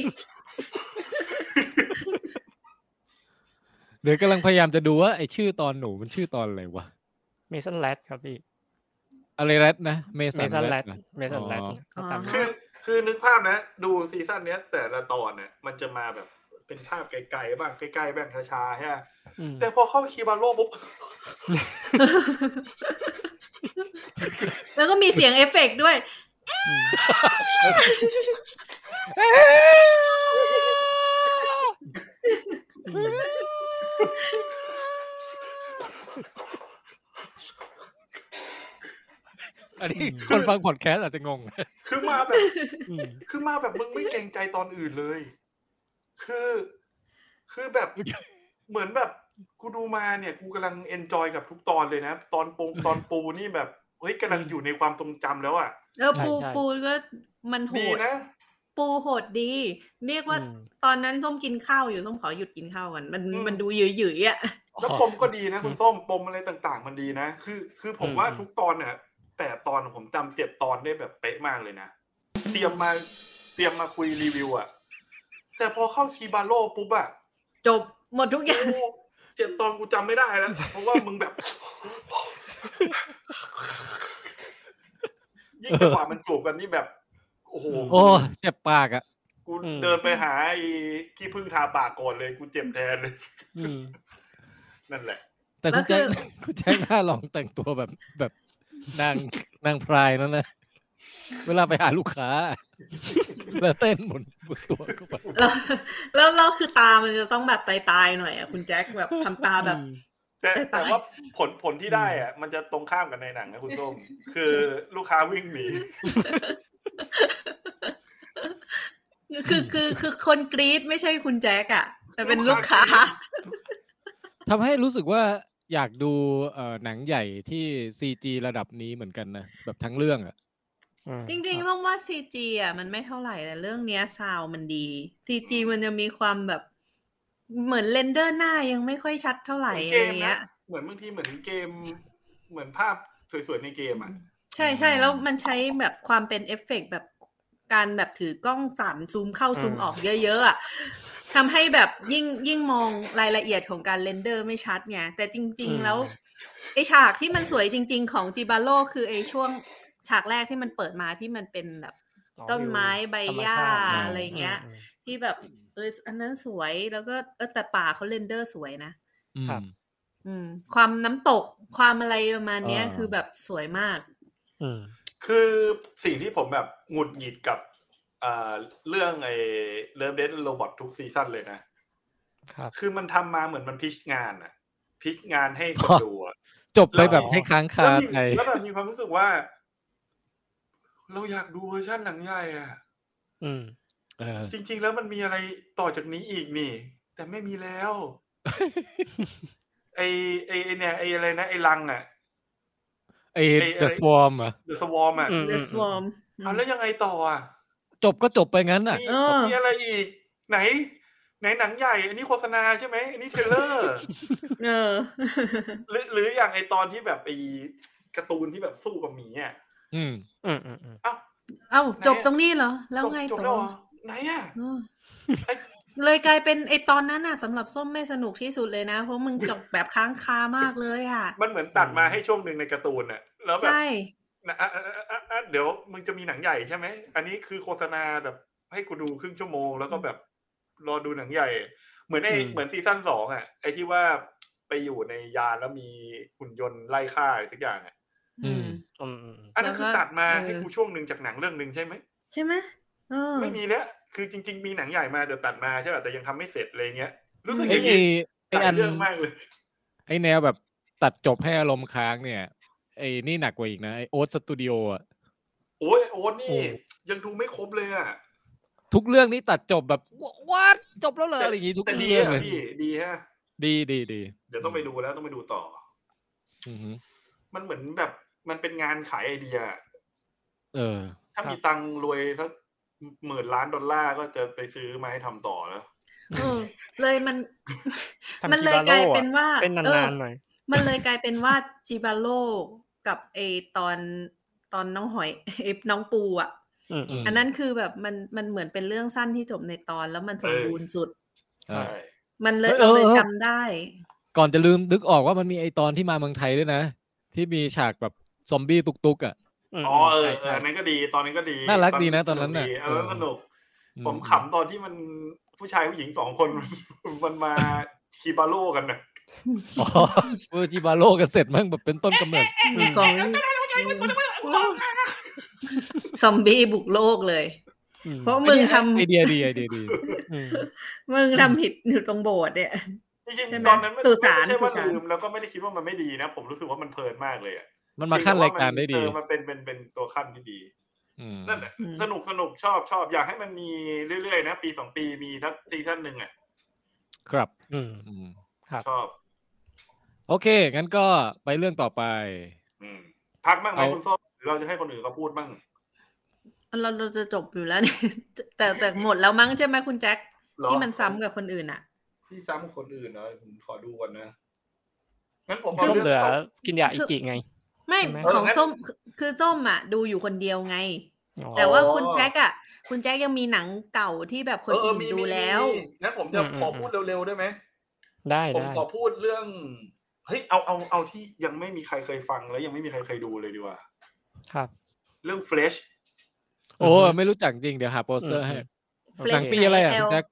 Speaker 2: เดี๋ยวกำลังพยายามจะดูว่าไอชื่อตอนหนูมันชื่อตอนอะไรวะ
Speaker 4: เมสันแลดครับพี่
Speaker 2: อะไรแรดนะ เม
Speaker 4: เม
Speaker 2: สัน
Speaker 4: สันแล
Speaker 2: แร
Speaker 4: ด
Speaker 2: ดนะ
Speaker 4: เมสันแลด
Speaker 2: อ๋อ
Speaker 4: ก็ตาม
Speaker 5: อ๋
Speaker 3: คือคือนึกภาพนะ ดูซีซั่นเนี้ย แต่ละตอนเนี่ยมันจะมาแบบเป็นภาพไกลๆบ้างใกล้ๆบ้างช้าๆใช่ปะ
Speaker 4: อืม
Speaker 3: แต่พอเข้าคีบาโร่ปุ๊บ
Speaker 5: แล้วก็มีเสียงเอฟเฟกต์ด้วย
Speaker 4: อืมอืม
Speaker 2: อันนี้ คนฟังพอดแคสต์อาจจะงง
Speaker 3: คือมาแบบ
Speaker 4: อืม
Speaker 3: คือมาแบบมึงไม่เกรงใจตอนอื่นเลย คือ คือแบบเหมือนแบบกูดูมาเนี่ย กูกำลังเอนจอยกับทุกตอนเลยนะ ตอนปูตอนปูนี่แบบเฮ้ยกำลังอยู่ในความทรงจำแล้วอ่ะ
Speaker 5: เออปูปูก็มันโห
Speaker 3: ดี
Speaker 5: ด
Speaker 3: นะ
Speaker 5: ปูโหดดี เรียกว่า
Speaker 4: อืม
Speaker 5: ตอนนั้นส้มกินข้าวอยู่ส้มขอหยุดกินข้าวก่อนมัน
Speaker 3: อืม
Speaker 5: มันดูหยืยๆอ่ะ
Speaker 3: แล้วปมก็ดีนะคุณส้มปมอะไรต่างๆ มันดีนะ คือ คือผมว่าทุกตอนเนี่ยแต่ตอนผมจำเจ็ดตอนได้แบบเป๊ะมากเลยนะ เตรียมมาเตรียมมาคุยรีวิวอะแต่พอเข้าคีบาโร่ปุ๊บอะ
Speaker 5: จบหมดทุกอย่าง
Speaker 3: โอ้ เจ็ดตอนกูจำไม่ได้แล้ว เพราะว่ามึงแบบ ยิ่งจังหวะมันจูบกันนี่แบบ โอ้โห
Speaker 2: โอ้เจ็บปากอ่ะ
Speaker 3: กูเดินไปหาไอ้ขี้พึ่งทาปากก่อนเลยกูเจ็บแทนเลย
Speaker 4: อืม
Speaker 3: นั่นแหละ
Speaker 2: แต่
Speaker 5: แล้
Speaker 2: คุ
Speaker 5: ว
Speaker 2: ณ
Speaker 5: คื
Speaker 2: แจ็ค
Speaker 5: อ
Speaker 2: คุณแจ็คหน้าลองแต่งตัวแบบแบบนางนางพรายนั่นนะ เวลาไปหาลูกค้า แล้วเต้นหมุนหมุนตัวเข้าไป
Speaker 5: แล้วแล้วเราคือตามันจะต้องแบบตายๆหน่อยอ่ะคุณแจ็คแบบทำตาแบบ
Speaker 3: แต่
Speaker 5: แต่ตา
Speaker 3: แต่
Speaker 5: ย
Speaker 3: ว่าผลผลที่ได้อะมันจะตรงข้ามกันในหนังนะคุณ ส้ม คือลูกค้าวิ่งหนี
Speaker 5: คือคือคือคนกรีดไม่ใช่คุณแจ๊กอะแต่เป็นลูกค้า
Speaker 2: ทำให้รู้สึกว่าอยากดูเอ่อหนังใหญ่ที่ซีจีระดับนี้เหมือนกันนะแบบทั้งเรื่องอ่ะ
Speaker 4: อืม
Speaker 5: จริงๆต้องว่าซีจีอะมันไม่เท่าไหร่แต่เรื่องเนี้ยซาวมันดีซีจีมันจะมีความแบบ เหมือนเรนเดอร์หน้ายังไม่ค่อยชัดเท่าไหร่อะ
Speaker 3: เก
Speaker 5: ไร
Speaker 3: ม
Speaker 5: เงี้
Speaker 3: นะ
Speaker 5: ย
Speaker 3: เหมือนบางทีเหมือนเกม เหมือนภาพสวยๆในเกมอ่ะ
Speaker 5: ใช่ใช่แล้วมันใช้แบบความเป็นเอฟเฟกต์แบบการแบบถือกล้องสามซูมเข้าซูมออกเยอะๆอะทำให้แบบยิ่งยิ่งมองรายละเอียดของการเรนเดอร์ไม่ชัดไงแต่จริง
Speaker 4: อืม
Speaker 5: ๆ แล้วไอฉากที่มันสวยจริง ๆ ของจิบาโ o คือไอช่วงฉากแรกที่มันเปิดมาที่มันเป็นแบบ
Speaker 4: อ๋อ
Speaker 5: ต้นไม้
Speaker 4: วิว
Speaker 5: ใบหญ้า
Speaker 4: ธรรมชติ
Speaker 5: อะไรอย่างเงี้ย
Speaker 4: ม
Speaker 5: ที่แบบเอออันนั้นสวยแล้วก็เออแต่ป่าเขาเรนเดอร์สวยนะ
Speaker 2: อืม
Speaker 4: ครับ
Speaker 5: อืม ความน้ำตกความอะไรประมาณเนี้ย
Speaker 2: อ่า
Speaker 5: คือแบบสวยมาก
Speaker 4: อืม
Speaker 3: คือสิ่งที่ผมแบบหงุดหงิดกับอ่าเรื่องไอ้เลิฟเดนโรบอททุกซีซั่นเลยนะ
Speaker 4: ครับ
Speaker 3: คือมันทำมาเหมือนมันพิชงานอะพิชงานให้คนดูอะ
Speaker 2: จบไปแบบ
Speaker 3: แล้ว
Speaker 2: ให้ค้าง
Speaker 3: แล้
Speaker 2: คา
Speaker 3: วมี
Speaker 2: ใจ
Speaker 3: แล้วแบบมีความรู้สึกว่า เราอยากดูเวอร์ชันหนังใหญ่อะ
Speaker 4: อืม
Speaker 2: เออ
Speaker 3: จริง ๆ แล้วมันมีอะไรต่อจากนี้อีกนี่ แต่ไม่มีแล้ว ไอไอไอเนี่ยไออะไรนะไอลังอะ
Speaker 2: ไอ
Speaker 3: ไอ้
Speaker 2: The
Speaker 3: อะไร
Speaker 2: Swarm อ่ะ
Speaker 3: เดอะสวอมอะ
Speaker 4: อืม
Speaker 5: The Swarm อืม
Speaker 3: เอาแล้วยังไงต่ออะ
Speaker 2: จบก็จบไปงั้นอ่ะ
Speaker 3: มี
Speaker 5: เออ
Speaker 3: มีอะไรอีก ไหน ไหนหนังใหญ่ อันนี้โฆษณาใช่ไหมอันนี้เทรลเลอร์
Speaker 5: เออ
Speaker 3: หรือหรืออย่างไอตอนที่แบบไอการ์ตูนที่แบบสู้กับหมีอ่ะ
Speaker 2: อืม
Speaker 4: อืมอืมอืม
Speaker 5: เอ้า
Speaker 3: ไหน
Speaker 5: จบ
Speaker 3: อะ
Speaker 5: ตรงนี้เหรอ แล้วไง
Speaker 3: จบจบ
Speaker 5: ต่
Speaker 3: แล้ว
Speaker 5: อ
Speaker 3: เหรอไหนอ่ะ
Speaker 5: เออ
Speaker 3: ไอ้
Speaker 5: เลยกลายเป็นไอตอนนั้นน่ะสำหรับส้มไม่สนุกที่สุดเลยนะ เพราะมึงจบแบบค้างคามากเลยอ่ะ
Speaker 3: มันเหมือนตัดมาให้ช่วงหนึ่งในการ์ตูนอ่ะ แล้วแบบ
Speaker 5: ใช่
Speaker 3: นะอ่ะอ่ะอ่ะอ่ะอ่ะเดี๋ยวมึงจะมีหนังใหญ่ใช่ไหม อันนี้คือโฆษณาแบบให้กูดูครึ่งชั่วโมง แล้วก็แบบรอดูหนังใหญ่ เหมือนไอ
Speaker 2: อืม
Speaker 3: เหมือนซีซั่นสองอ่ะ ไอที่ว่าไปอยู่ในยานแล้วมีหุ่นยนต์ไล่ฆ่าอะไรสักอย่างอ่ะ
Speaker 2: อืม
Speaker 4: อืมอืม
Speaker 3: อันนั้น
Speaker 5: แล้วก็
Speaker 3: คือตัดมา
Speaker 5: เออ
Speaker 3: ให้กูช่วงหนึ่งจากหนังเรื่องหนึ่งใช่ไหม
Speaker 5: ใช่ไหมเออ
Speaker 3: ไม่มีแล้ว คือจริง ๆ มีหนังใหญ่มาแต่ตัดมาใช่ป่ะ แต่ยังทำไม่เสร็จอะไรเงี้ย รู้สึก
Speaker 2: ไอ
Speaker 3: อย่างนี้หลา
Speaker 2: ไอไออั
Speaker 3: ย
Speaker 2: น
Speaker 3: เรื่องมากเลย
Speaker 2: ไอแนวแบบตัดจบให้อารมณ์ค้างเนี่ย ไอนี่หนักกว่าอีกนะ ไอโอ๊ตสตูดิโออ่ะ
Speaker 3: โอ้ยโอ๊ต
Speaker 2: โอ้
Speaker 3: นี่ ยังดูไม่ครบเลยอ่ะ
Speaker 2: ทุกเรื่องนี้ตัดจบแบบวัดจบแล้วเหรออะไรอย่างงี้ทุก
Speaker 3: แต่ดี
Speaker 2: เรื่องเล
Speaker 3: อ่ะ
Speaker 2: ย
Speaker 3: พี่ ดีฮะ
Speaker 2: ดีดีดี
Speaker 3: เดี๋ยวต้องไปดูแล้วต้องไปดูต่อ
Speaker 2: อือหือ
Speaker 3: มันเหมือนแบบมันเป็นงานขายไอเดีย
Speaker 2: เออ
Speaker 3: ถ้า
Speaker 4: ครับ
Speaker 3: มีตังค์รวยสักหมื่นล้านดอลลาร์ก็จะไปซื้อมาให้ทำต่อแล้ว
Speaker 5: เออ เลยมัน
Speaker 4: ทำ
Speaker 5: มันเลยกลายเป็นว่า
Speaker 4: Chibaro อะเป็น
Speaker 5: เอน
Speaker 4: าน
Speaker 5: อ
Speaker 4: ๆหน่อย
Speaker 5: มันเลยกลายเป็นว่าจิบาโลกับไอตอนตอนน้องหอย ไอน้องปูอ่ะ
Speaker 4: อืมอืม
Speaker 2: ม
Speaker 5: อันนั้นคือแบบมันมันเหมือนเป็นเรื่องสั้นที่จบในตอนแล้วมันสมบูรณ์สุด
Speaker 2: อ่ะ
Speaker 3: ใช่
Speaker 5: มันเลย
Speaker 2: เอ
Speaker 5: เรา
Speaker 2: อ
Speaker 5: เลย
Speaker 2: เออ
Speaker 5: จำได้
Speaker 2: ก่อนจะลืมนึกออกว่ามันมีไอตอนที่มาเมืองไทยด้วยนะ ที่มีฉากแบบซอมบี้ตุกตุกๆอ่ะ
Speaker 4: ม
Speaker 3: อ๋อเออเอ
Speaker 2: ใช่ใช่
Speaker 3: ออันนั้นก็ดี ตอนนั้นก็ดี
Speaker 2: น่ารักดีนะตอนนั้น
Speaker 3: ส
Speaker 2: น่ะ
Speaker 3: ดีเออ
Speaker 2: เออ
Speaker 3: สนุก
Speaker 2: อื
Speaker 3: ผมขำตอนที่มันผู้ชายผู้หญิงสองคน มันมาคีบาโร่กันนะ
Speaker 2: อ๋อ เวอร์จิบาโลกันเสร็จมั่งแบบเป็นต้นกำเนิด
Speaker 5: ของซอมบี้บุกโลกเลย
Speaker 4: อืม
Speaker 5: เพราะมึงทำ
Speaker 2: ไอเดียดีไอเดียดี
Speaker 4: อืม
Speaker 5: มึงทำผิดอยู่ตรงโบสถ์เนี่ย
Speaker 3: จริง
Speaker 5: ใช่ไหม
Speaker 3: ๆตอนนั้นไม่
Speaker 5: สื่อสาร
Speaker 3: ไม่ใช่ว่า
Speaker 5: สื่อสาร
Speaker 3: ลืมแล้วก็ไม่ได้คิดว่ามันไม่ดีนะ ผมรู้สึกว่ามันเพลินมากเลยอะ
Speaker 2: มันมาขั้นรายการได้ดี
Speaker 3: เออมันเป็นเป็นเป็นเป็นตัวขั้นที่ดี
Speaker 2: ม
Speaker 3: นั่นแหละ
Speaker 5: อืม
Speaker 3: สนุกสนุกชอบชอบอยากให้มันมีเรื่อยๆนะ ปีสองปีมีทักซีซั่นหนึ่งอ่ะ
Speaker 2: ครับ
Speaker 4: อืม
Speaker 2: อืม
Speaker 4: ครับ
Speaker 3: ชอบ
Speaker 2: โอเค งั้นก็ไปเรื่องต่อไป
Speaker 3: อืมพักบ้างไหม
Speaker 2: เอา
Speaker 3: คุณส้มหรือเราจะให้คนอื่นเขาพูดบ้าง
Speaker 5: เราเราจะจบอยู่แล้วเนี่ยแต่แต่หมดแล้วมั้งใช่ไหมคุณแจ็ค
Speaker 3: เหรอ
Speaker 5: ที่มันซ้ำกับคนอื่นอ่ะ
Speaker 3: ที่ซ้ำคนอื่นเนาะผมขอดูก่อนนะงั้นผม
Speaker 4: ส้ม
Speaker 3: เรื่ง
Speaker 4: เหลือ
Speaker 3: ต่
Speaker 4: กินยาอีกิไง
Speaker 5: ไม่
Speaker 4: ใช่ไหม
Speaker 5: ของ
Speaker 3: เอองั้น
Speaker 5: ส้มคือคือส้มอ่ะ ดูอยู่คนเดียวไง
Speaker 4: อ๋อ
Speaker 5: แต่ว่าคุณแจ็คอ่ะ คุณแจ็คยังมีหนังเก่าที่แบบคน
Speaker 3: เ
Speaker 5: อื่น
Speaker 3: มี
Speaker 5: ดู
Speaker 3: มี
Speaker 5: แล้ว
Speaker 3: มีงั้นผมจะ
Speaker 4: อืมอืม
Speaker 3: ขอพูดเร็วๆได้ไหม
Speaker 4: ได้
Speaker 3: ผม
Speaker 4: ได้
Speaker 3: ขอพูดเรื่อง เฮ้ย เอาเอาเอาที่ยังไม่มีใครเคยฟังแล้วยังไม่มีใครเคยดูเลยดีกว่า
Speaker 4: ครับ
Speaker 3: เรื่อง f l e s h
Speaker 2: โอ้
Speaker 4: อือฮึ
Speaker 2: ไม่รู้จักจริงเดี๋ยวหาโปสเตอร์ให้
Speaker 4: อือฮึ
Speaker 5: Flash
Speaker 2: หนังปีอะไรอ่ะคุณแจ็ค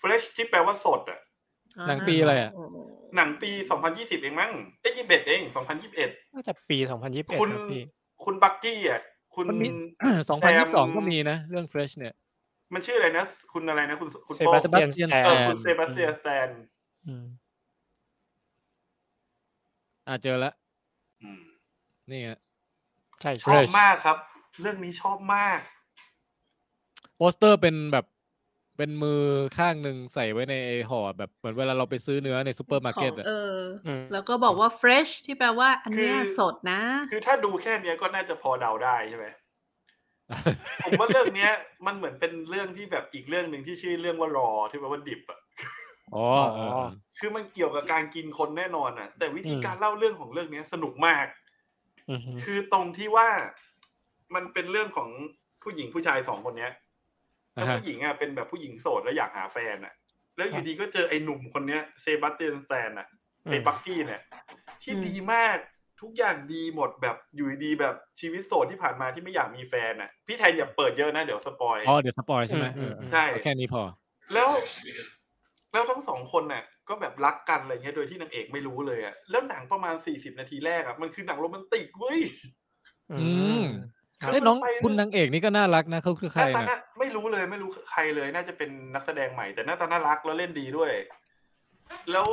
Speaker 3: f l e s h ที่แปลว่าสดอ่ะ
Speaker 5: อ่า
Speaker 2: หนังปีอะไรอ่ะ
Speaker 3: หนังปี 2020 เองมั้งเอ้ย21 เอง 2021
Speaker 4: น่าจะปีสองพันยี่สิบเอ็ด
Speaker 3: คุณ
Speaker 4: นะพี่
Speaker 3: คุณบักกี้อ่ะ คุณ
Speaker 2: มันมี สอง
Speaker 3: แซ
Speaker 2: พั
Speaker 3: ม
Speaker 2: นยี่สิบสองก็มีนะ เรื่อง Fresh เนี่ย
Speaker 3: มันชื่ออะไรนะ คุณอะไรนะ คุณคุณ
Speaker 4: เซ
Speaker 3: โป๊
Speaker 4: บา
Speaker 3: อ
Speaker 4: สเตียน
Speaker 2: Sebastian
Speaker 4: แต
Speaker 3: เออ
Speaker 2: Stan
Speaker 3: คุณเซบาสเตียนสแตน
Speaker 4: อืม
Speaker 2: อ่ะเจอละ
Speaker 3: อืม
Speaker 2: นี่ฮะ
Speaker 4: ใช่
Speaker 3: ชอบ
Speaker 2: Fresh
Speaker 3: มากครับ เรื่องนี้ชอบมาก
Speaker 2: โปสเตอร์เป็นแบบเป็นมือข้างหนึ่งใส่ไว้ในไอ้ห่อแบบเหมือนเวลาเราไปซื้อเนื้อในซูเปอร์มาร์เก็ต
Speaker 5: ของ
Speaker 2: อ่ะ
Speaker 5: เออ
Speaker 4: อืม
Speaker 5: แล้วก็บอกว่า fresh ที่แปลว่าอันเนี้ย
Speaker 3: คือ
Speaker 5: สดนะ
Speaker 3: คือถ้าดูแค่เนี้ยก็น่าจะพอเดาได้ใช่ไหม ผมว่าเรื่องเนี้ยมันเหมือนเป็นเรื่องที่แบบอีกเรื่องหนึ่งที่ชื่อเรื่องว่ารอที่แปลว่าดิบอะ
Speaker 2: อ๋อเออเออ
Speaker 3: คือมันเกี่ยวกับการกินคนแน่นอนอ่ะ แต่วิธี
Speaker 4: อืม
Speaker 3: การเล่าเรื่องของเรื่องเนี้ยสนุกมาก
Speaker 4: อือฮึ
Speaker 3: คือตรงที่ว่ามันเป็นเรื่องของผู้หญิงผู้ชายสองคนเนี้ยแล้ว
Speaker 2: อ่าฮะ
Speaker 3: ผู้หญิงอ่ะเป็นแบบผู้หญิงโสดแล้วอยากหาแฟนอ่ะ แล้วอยู่ดีก็เจอไอ้หนุ่มคนเนี้ยเซบาสเตียนสแตนอ่ะ ไอ้บักกี้เนี่ยที่
Speaker 5: อืม
Speaker 3: ดีมากทุกอย่างดีหมดแบบอยู่ดีๆแบบชีวิตโสดที่ผ่านมาที่ไม่อยากมีแฟนอ่ะ พี่แทนอย่าเปิดเยอะนะเดี๋ยวสปอย
Speaker 2: อ๋อเดี๋ยวสปอยใช่ไหมเออเออ
Speaker 3: ใช่
Speaker 2: เอาแค่นี้พอ
Speaker 3: แล้ว แล้วทั้งสองคนน่ะ ก็แบบรักกันอะไรเงี้ยโดยที่นางเอกไม่รู้เลยอ่ะแล้วหนังประมาณสี่สิบนาทีแรกอ่ะมันคือหนังโรแมนติกเว้ย
Speaker 2: อืม
Speaker 3: ครับ
Speaker 2: ไอ้ยน้องคุณนางเอกนี่ก็น่ารักนะเขาคือ
Speaker 3: ห
Speaker 2: ใคร
Speaker 3: น้าตา
Speaker 2: นะ
Speaker 3: น่าไม่รู้เลยไม่รู้ใครเลย น่าจะเป็นนักแสดงใหม่แต่หน้าตาน่ารักแล้วเล่นดีด้วย แล้ว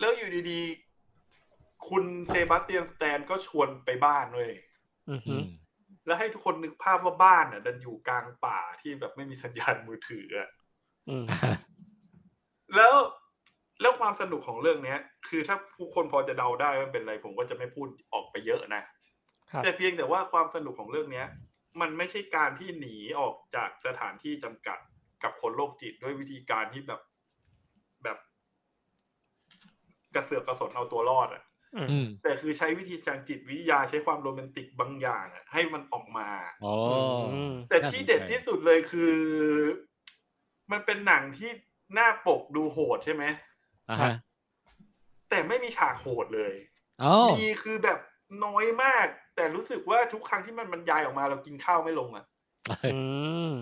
Speaker 3: แล้วอยู่ดีๆ คุณเซบาสเตียนสแตนก็ชวนไปบ้านเว้ย
Speaker 4: อือ
Speaker 2: อื
Speaker 4: ฮึ
Speaker 2: ม
Speaker 3: แล้วให้ทุกคนนึกภาพว่าบ้านน่ะดันอยู่กลางป่าที่แบบไม่มีสัญญาณมือถืออะ
Speaker 4: อืม
Speaker 3: แล้วแล้วความสนุกของเรื่องเนี้ย คือถ้าผู้คนพอจะเดาได้ว่าเป็นอะไรผมก็จะไม่พูดออกไปเยอะนะ
Speaker 4: ครับ
Speaker 3: แต่เพียงแต่ว่าความสนุกของเรื่องเนี้ย มันไม่ใช่การที่หนีออกจากสถานที่จำกัดกับคนโรคจิตด้วยวิธีการที่แบบแบบกระเสือกกระสนเอาตัวรอดอะ
Speaker 2: อืม
Speaker 3: แต่คือใช้วิธีทางจิตวิทยาใช้ความโรแมนติกบางอย่างอะให้มันออกมา
Speaker 2: อ๋ออ
Speaker 4: อืม
Speaker 3: แต่
Speaker 2: น่าสนใจ
Speaker 3: ที่เด็ดที่สุดเลยคือ มันเป็นหนังที่หน้าปกดูโหดใช่ไหม
Speaker 2: อ่าฮะ
Speaker 3: แต่ไม่มีฉากโหดเลย
Speaker 2: เอ้า
Speaker 3: มีคือแบบน้อยมาก แต่รู้สึกว่าทุกครั้งที่มันบรรยายออกมาเรากินข้าวไม่ลงอ่ะ
Speaker 4: อืม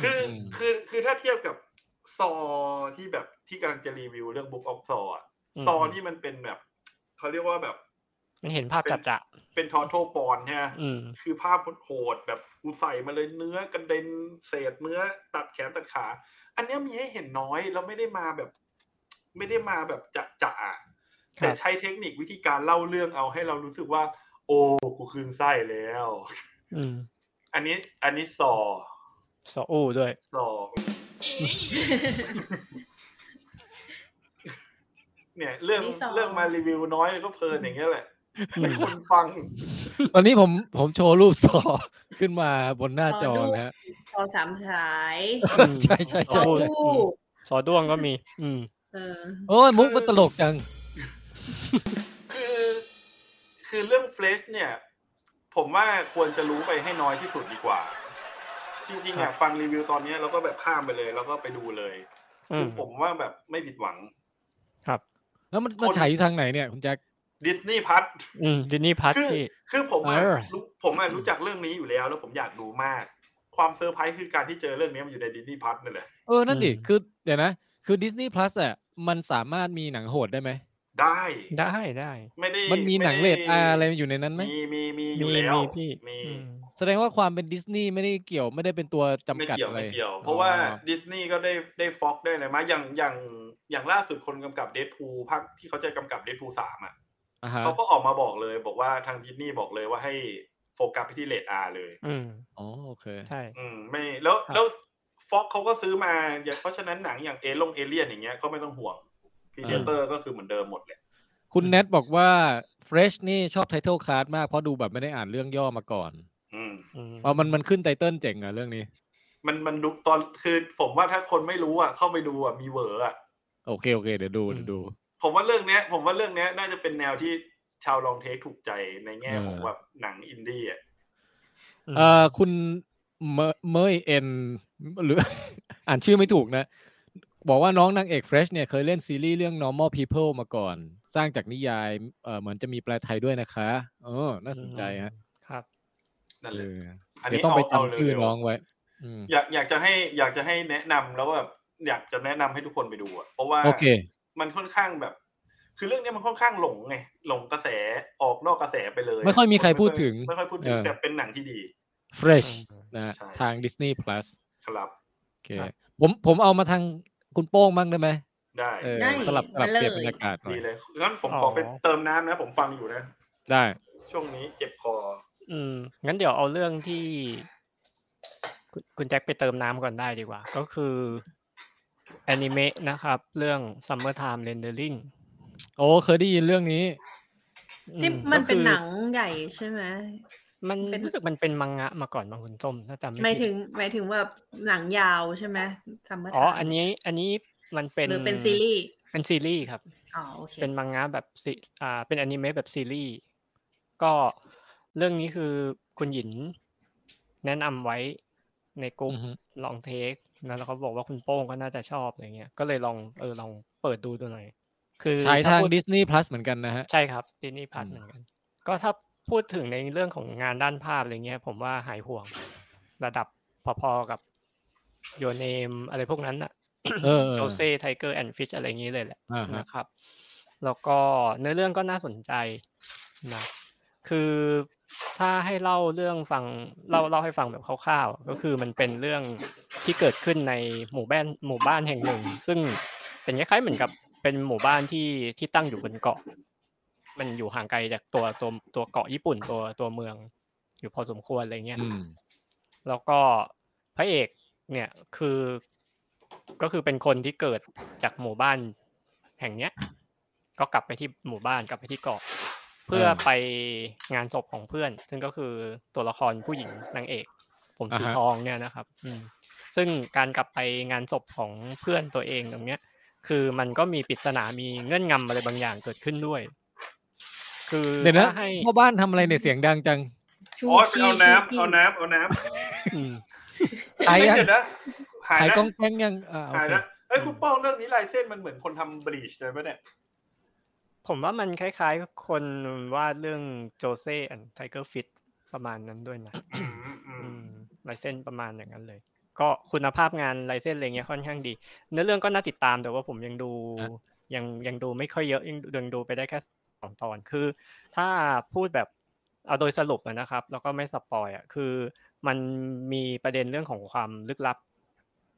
Speaker 3: คืออคือคือถ้าเทียบกับซอที่แบบที่กำลังจะรีวิวเรื่อง Book of Saw อะซอที่มันเป็นแบบเขาเรียกว่าแบบ
Speaker 4: มันเห็นภาพจับจะ
Speaker 3: เป็นทอโทปอนใช่ไหม
Speaker 4: อืม
Speaker 3: คือภาพโหดๆแบบกูใส่มาเลยเนื้อกระเด็นเศษเนื้อตัดแขนตัดขา อันเนี้ยมีให้เห็นน้อยแล้วไม่ได้มาแบบ ไม่ได้มาแบบจะจะๆอะ
Speaker 4: ครับ
Speaker 3: แต่ใช้เทคนิควิธีการเล่าเรื่องเอาให้เรารู้สึกว่า โอ้กูคืนไส้แล้ว
Speaker 4: อืม
Speaker 3: อันนี้อันนี้สอ
Speaker 4: โซอู้ด้วย
Speaker 3: สอเนี่ย เรื่อง
Speaker 5: อันนี้สอ
Speaker 3: เรื่องมารีวิวน้อยก็เพลินอย่างเงี้ยแหละ
Speaker 4: อืม
Speaker 3: ให้คนฟัง
Speaker 2: ตอนนี้ผมผมโชว์รูปซอขึ้นมาบนหน้าจอนะฮะ
Speaker 5: พอสามสาย
Speaker 4: อืม
Speaker 2: ใช่ใช่
Speaker 5: พอ
Speaker 2: ใช่
Speaker 4: โอ้ย
Speaker 2: ใช่
Speaker 5: คู่
Speaker 4: ซอด้วงก็มี อืม
Speaker 5: เออ
Speaker 2: โอ้ยมุกมันตลกจัง
Speaker 3: คือคือเรื่องเฟลชเนี่ย ผมว่าควรจะรู้ไปให้น้อยที่สุดดีกว่า จริงๆอ่ะฟังรีวิวตอนเนี้ยเราก็แบบข้ามไปเลย แล้วก็ไปดูเลย
Speaker 4: อื
Speaker 3: คือ
Speaker 4: ม
Speaker 3: ผมว่าแบบไม่ผิดหวัง
Speaker 2: แล้วมันมันฉายอยู่ทางไหนเนี่ยคุณแจ็ค
Speaker 3: ดิสนีย์พัท
Speaker 4: อืมดินนี่พัท
Speaker 3: คือ
Speaker 4: ที่
Speaker 3: คือผมอ่ะ
Speaker 2: เออ
Speaker 3: รู้ผมอ่ะรู้จักเรื่องนี้อยู่แล้ว แล้วผมอยากดูมาก ความเซอร์ไพรส์คือการที่เจอเรื่องนี้มันอยู่ในดิสนีย์พัทนั่นแหละ
Speaker 2: เออ นั่นดิ
Speaker 4: อืม
Speaker 2: คือเดี๋ยวนะ คือดิสนีย์พลัสอ่ะมันสามารถมีหนังโหดได้ไหม
Speaker 3: ได้
Speaker 4: ได้ได้
Speaker 3: ไม่ได้
Speaker 2: มันมีหนัง
Speaker 3: ไได้
Speaker 2: เลดอาอะไรอยู่ในนั้นไหม
Speaker 3: มีมีมีอ
Speaker 4: มี
Speaker 3: ยู่แล้ว
Speaker 4: มีพี่
Speaker 3: มี
Speaker 4: อืม
Speaker 2: แสดงว่าความเป็นดิสนีย์ไม่ได้เกี่ยวไม่ได้เป็นตัวจำ
Speaker 3: ไม่
Speaker 2: กัด
Speaker 3: เกี่ยว
Speaker 2: อะไร
Speaker 3: ไม่เกี่ยว เพราะว่าดิสนีย์ก็ได้ได้ฟ็อกได้อะไรมาอย่างอย่างอย่างล่าสุดคนกำกับเด p พูภาคที่เขาจะกำกับเด p พูสามอ่ะ
Speaker 2: อ่าฮะ
Speaker 3: เขาก็ออกมาบอกเลย บอกว่าทางดิสนีย์บอกเลยว่าให้โฟกัสไปที่เลดอาเลย
Speaker 4: อืม
Speaker 2: อ๋อโอเค
Speaker 4: ใช่
Speaker 3: อืมไม่แล้ว
Speaker 4: ครับ
Speaker 3: แล้วฟ็อกเขาก็ซื้อมาอย่างเพราะฉะนั้นหนังอย่างเอลงเอเลียนอย่างเงี้ยก็ไม่ต้องห่วงพีเดเตอร์ก็คือเหมือนเดิมหมดแหละ
Speaker 2: คุณแนทบอกว่า Fresh นี่ชอบไท t l e Card มากเพราะดูแบบไม่ได้อ่านเรื่องย่อมาก่อน
Speaker 3: อืม
Speaker 4: อืม
Speaker 2: เพราะมันมันขึ้นไตเติลเจ๋งอะเรื่องนี้
Speaker 3: มันมันดูตอนคือผมว่าถ้าคนไม่รู้อ่ะเข้าไปดูอ่ะมีเหวอร์อ่ะ
Speaker 2: โอเค โอเค เดี๋ยวดู
Speaker 4: อืม
Speaker 2: เดี๋ยวดู
Speaker 3: ผมว่าเรื่องเนี้ย ผมว่าเรื่องเนี้ยน่าจะเป็นแนวที่ชาวลองเทคถูกใจในแง่
Speaker 2: เออ
Speaker 3: ของแบบหนังอินดี้อ่ะ
Speaker 2: เอ่อคุณเมเมยเอ็นหรือ อ่านชื่อไม่ถูกนะ บอกว่าน้องนางเอก Fresh เนี่ยเคยเล่นซีรีส์เรื่อง Normal People มาก่อน สร้างจากนิยายเอ่อเหมือนจะมีแปลไทยด้วยนะคะเออน่าสนใจฮะ
Speaker 4: ครับ
Speaker 3: นั่น
Speaker 2: เอ
Speaker 3: เลย
Speaker 2: อ
Speaker 3: อัน
Speaker 2: เดี๋
Speaker 3: นี้
Speaker 2: ยวต้องไป
Speaker 3: เอา
Speaker 2: จำชื่อ
Speaker 3: เาเร็วๆ
Speaker 2: น้องไว้ อืม
Speaker 3: อยากอยากจะให้อยากจะให้แนะนำแล้วว่าแบบอยากจะแนะนำให้ทุกคนไปดูอ่ะ เพราะว่า
Speaker 2: โอเค
Speaker 3: มันค่อนข้างแบบ คือเรื่องเนี้ยมันค่อนข้างหลงไงหลงกระแสออกนอกกระแสไปเลย
Speaker 2: ไม่ค่อยมีใครพูดถึง
Speaker 3: ไม่ค่อยพูดถึง
Speaker 2: เออ
Speaker 3: แต่เป็นหนังที่ดี
Speaker 2: Fresh
Speaker 4: อืม
Speaker 2: นะฮะ
Speaker 3: ใช่
Speaker 2: ทาง Disney Plus
Speaker 3: ครับ
Speaker 2: โอเค
Speaker 4: ครับ
Speaker 2: ผมผมเอามาทางคุณโป้งบ้างได้ไหม
Speaker 3: ได้
Speaker 2: เออ
Speaker 5: ได้
Speaker 2: สลับสลับ
Speaker 5: มาเลย
Speaker 2: เปลี่ยนบรรยากาศหน่อ
Speaker 3: ดี
Speaker 2: ย
Speaker 3: เลยงั้นผม
Speaker 4: อ๋อ
Speaker 3: ขอไปเติมน้ำนะผมฟังอยู่นะ
Speaker 2: ได้
Speaker 3: ช่วงนี้เจ็บคอ
Speaker 4: อืม งั้นเดี๋ยวเอาเรื่องที่ คุณคุณแจ็คไปเติมน้ำก่อนได้ดีกว่า ก็คือแอนิเมะนะครับ เรื่อง Summertime Rendering
Speaker 2: โอ้เคยได้ยินเรื่องนี้
Speaker 4: อื
Speaker 5: ที่มันเป็น
Speaker 4: ก็คือ
Speaker 5: หนังใหญ่ใช่ไหม
Speaker 4: มัน
Speaker 5: เป็น
Speaker 4: รู้สึกมันเป็นมังงะมาก่อนบางคุณส้มถ้าจำ
Speaker 5: หมา
Speaker 4: ไม่
Speaker 5: ย
Speaker 4: ผิ
Speaker 5: ถึ
Speaker 4: ด
Speaker 5: งหมายถึงว่าหนังยาวใช่ไหมซัมเมอร์
Speaker 4: อ๋อ อันนี้ อันนี้ มันเป็น
Speaker 5: หรือเป็นซีรีส์
Speaker 4: เป็นซีรีส์ครับ
Speaker 5: อ๋อโอเค
Speaker 4: เป็นมังงะแบบซีอ่า เป็นอนิเมะแบบซีรีส์ ก็เรื่องนี้คือคุณหยินแนะนำไว้ในกลุ่ม
Speaker 2: อือฮึ
Speaker 4: ลองเทค แล้วเราก็บอกว่าคุณโป้งก็น่าจะชอบอะไรเงี้ย ก็เลยลองเออลองเปิดดูดูหน่อย คือ
Speaker 2: ฉาย
Speaker 4: ถ้
Speaker 2: ทาง
Speaker 4: พูด
Speaker 2: Disney Plus เหมือนกันนะฮะ
Speaker 4: ใช่ครับดิสนีย์พัท
Speaker 2: อืม
Speaker 4: เหมือนกัน ก็ถ้าพูดถึงในเรื่องของงานด้านภาพอะไรเงี้ย ผมว่าหายห่วง ระดับพอๆกับโยเนมอะไรพวกนั้นอะ
Speaker 2: เออ
Speaker 4: โจเซ่ไทเกอร์แอนด์ฟิชอะไรอย่างนี้เลยแหละ
Speaker 2: อ่าฮะ
Speaker 4: นะครับ แล้วก็เนื้อเรื่องก็น่าสนใจนะ คือถ้าให้เล่าเรื่องฟังเล่าเล่าให้ฟังแบบคร่าวๆ ก็คือมันเป็นเรื่องที่เกิดขึ้นในหมู่บ้านหมู่บ้านแห่งหนึ่ง ซึ่งเป็นคล้ายๆเหมือนกับเป็นหมู่บ้านที่ที่ตั้งอยู่บนเกาะ มันอยู่ห่างไกลจากตัวตัวตัวเกาะญี่ปุ่นตัวตัวเมือง อยู่พอสมควรอะไรเงี้ย
Speaker 2: อืม
Speaker 4: แล้วก็พระเอกเนี่ยคือก็คือเป็นคนที่เกิดจากหมู่บ้านแห่งเนี้ย ก็กลับไปที่หมู่บ้านกลับไปที่เกาะ เพื่อไปงานศพของเพื่อน ซึ่งก็คือตัวละครผู้หญิงนางเอก ผมสี
Speaker 2: อ่าฮะ
Speaker 4: ทองเนี่ยนะครับอืมซึ่งการกลับไปงานศพของเพื่อนตัวเองตรงเนี้ย คือมันก็มีปริศนามีเงื่อนงำอะไรบางอย่างเกิดขึ้นด้วย คือ
Speaker 2: เดี๋ยวนะ
Speaker 4: ถ้าให้
Speaker 2: พ่อบ้านทำอะไรเนี่ยเสียงดังจัง
Speaker 5: ชู
Speaker 3: โอ๊ย
Speaker 5: ชี
Speaker 3: เอา
Speaker 5: ชู
Speaker 3: น้ำ
Speaker 5: ชี
Speaker 3: เอาน้ำเอาน้
Speaker 4: อืม
Speaker 3: ำ
Speaker 2: หายยัง
Speaker 3: เดี๋ยวนะหาย
Speaker 2: ถ่าย
Speaker 3: นะ
Speaker 2: กล้องแกล้งยังอ่าโอ
Speaker 3: หาย
Speaker 2: เค
Speaker 3: นะเอ้ยคุณโป้งเรื่องนี้ลายเส้นมันเหมือนคนทำบลีชเลยปะเนี่ย
Speaker 4: ผมว่ามันคล้ายๆกับคนวาดเรื่องโจเซ่แอนไทเกอร์ฟิตประมาณนั้นด้วยนะ
Speaker 3: อืมอื
Speaker 4: อื
Speaker 3: ม
Speaker 4: มลายเส้นประมาณอย่างนั้นเลย ก็คุณภาพงานลายเส้นอะไรเงี้ยค่อนข้างดี เนื้อเรื่องก็น่าติดตามแต่ว่าผมยังดูยังยังดูไม่ค่อยเยอะยังยังดูไปได้แค่สองตอนคือ ถ้าพูดแบบเอาโดยสรุปอะนะครับ แล้วก็ไม่สปอยอ่ะคือมันมีประเด็นเรื่องของความลึกลับ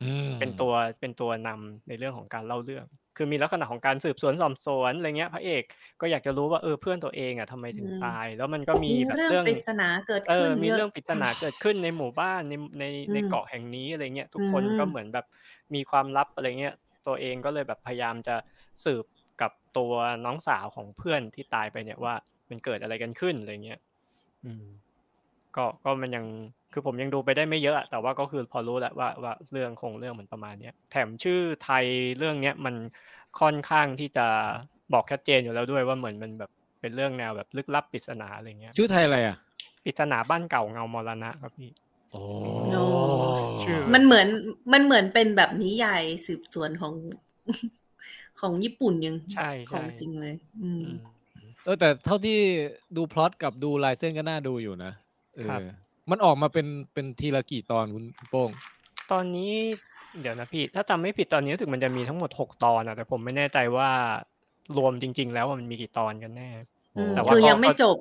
Speaker 2: อืม
Speaker 4: เป็นตัวเป็นตัวนำในเรื่องของการเล่าเรื่อง คือมีลักษณะของการสืบสวนสอบสวนอะไรเงี้ย พระเอกก็อยากจะรู้ว่าเออเพื่อนตัวเองอ่ะทำไมถึงตาย แล้วมันก็มี
Speaker 5: มี
Speaker 4: แบบ
Speaker 5: เรื่
Speaker 4: เรื่อ
Speaker 5: อง
Speaker 4: ง
Speaker 5: ปริศนาเกิด
Speaker 4: เอ
Speaker 5: ขึ้
Speaker 4: อน มี
Speaker 5: ยะ
Speaker 4: เรื่องปริศนาเกิดขึ้นในหมู่บ้านในในใน
Speaker 5: อืม
Speaker 4: เกาะแห่งนี้อะไรเงี้ยทุกคน
Speaker 5: อืม
Speaker 4: ก็เหมือนแบบมีความลับอะไรเงี้ยตัวเองก็เลยแบบพยายามจะสืบกับตัวน้องสาวของเพื่อนที่ตายไปเนี่ยว่ามันเกิดอะไรกันขึ้นอะไรเงี้ยอืม ก็ก็มันยังคือผมยังดูไปได้ไม่เยอะอะแต่ว่าก็คือพอรู้แหละว่าว่าเรื่องคงเรื่องเหมือนประมาณเนี้ยแถมชื่อไทยเรื่องเนี้ยมันค่อนข้างที่จะบอกชัดเจนอยู่แล้วด้วยว่าเหมือนมันแบบเป็นเรื่องแนวแบบลึกลับปริศนาอะไรเงี้ย
Speaker 2: ชื่อไทยอะไรอ่ะ
Speaker 4: ปริศนาบ้านเก่าเงามรณะครับพี่
Speaker 2: โอ้
Speaker 5: โอ้
Speaker 4: ชื่อ
Speaker 5: มันเหมือนมันเหมือนเป็นแบบนิยายสืบสวนของ ของญี่ปุ่นยัง
Speaker 4: ใช่
Speaker 5: ข
Speaker 4: ใช่
Speaker 5: องจริงเลย อื
Speaker 4: อื
Speaker 5: ม
Speaker 4: ม
Speaker 2: เออแต่เท่าที่ดูพล็อตกับดูลายเส้นก็น่าดูอยู่นะเอ
Speaker 4: ครับ
Speaker 2: อมันออกมาเป็นเป็นทีละกี่ตอนคุณโป้ง
Speaker 4: ตอนนี้เดี๋ยวนะพี่ ถ้าจำไม่ผิดตอนนี้รู้สึกมันจะมีทั้งหมดหกตอนอะแต่ผมไม่แน่ใจว่ารวมจริง ๆ แล้วว่ามันมีกี่ตอนกันแน่
Speaker 5: อืม
Speaker 4: แต่ว่า
Speaker 5: คือ
Speaker 4: ก็
Speaker 5: ยังไม่
Speaker 4: ก็
Speaker 5: จบ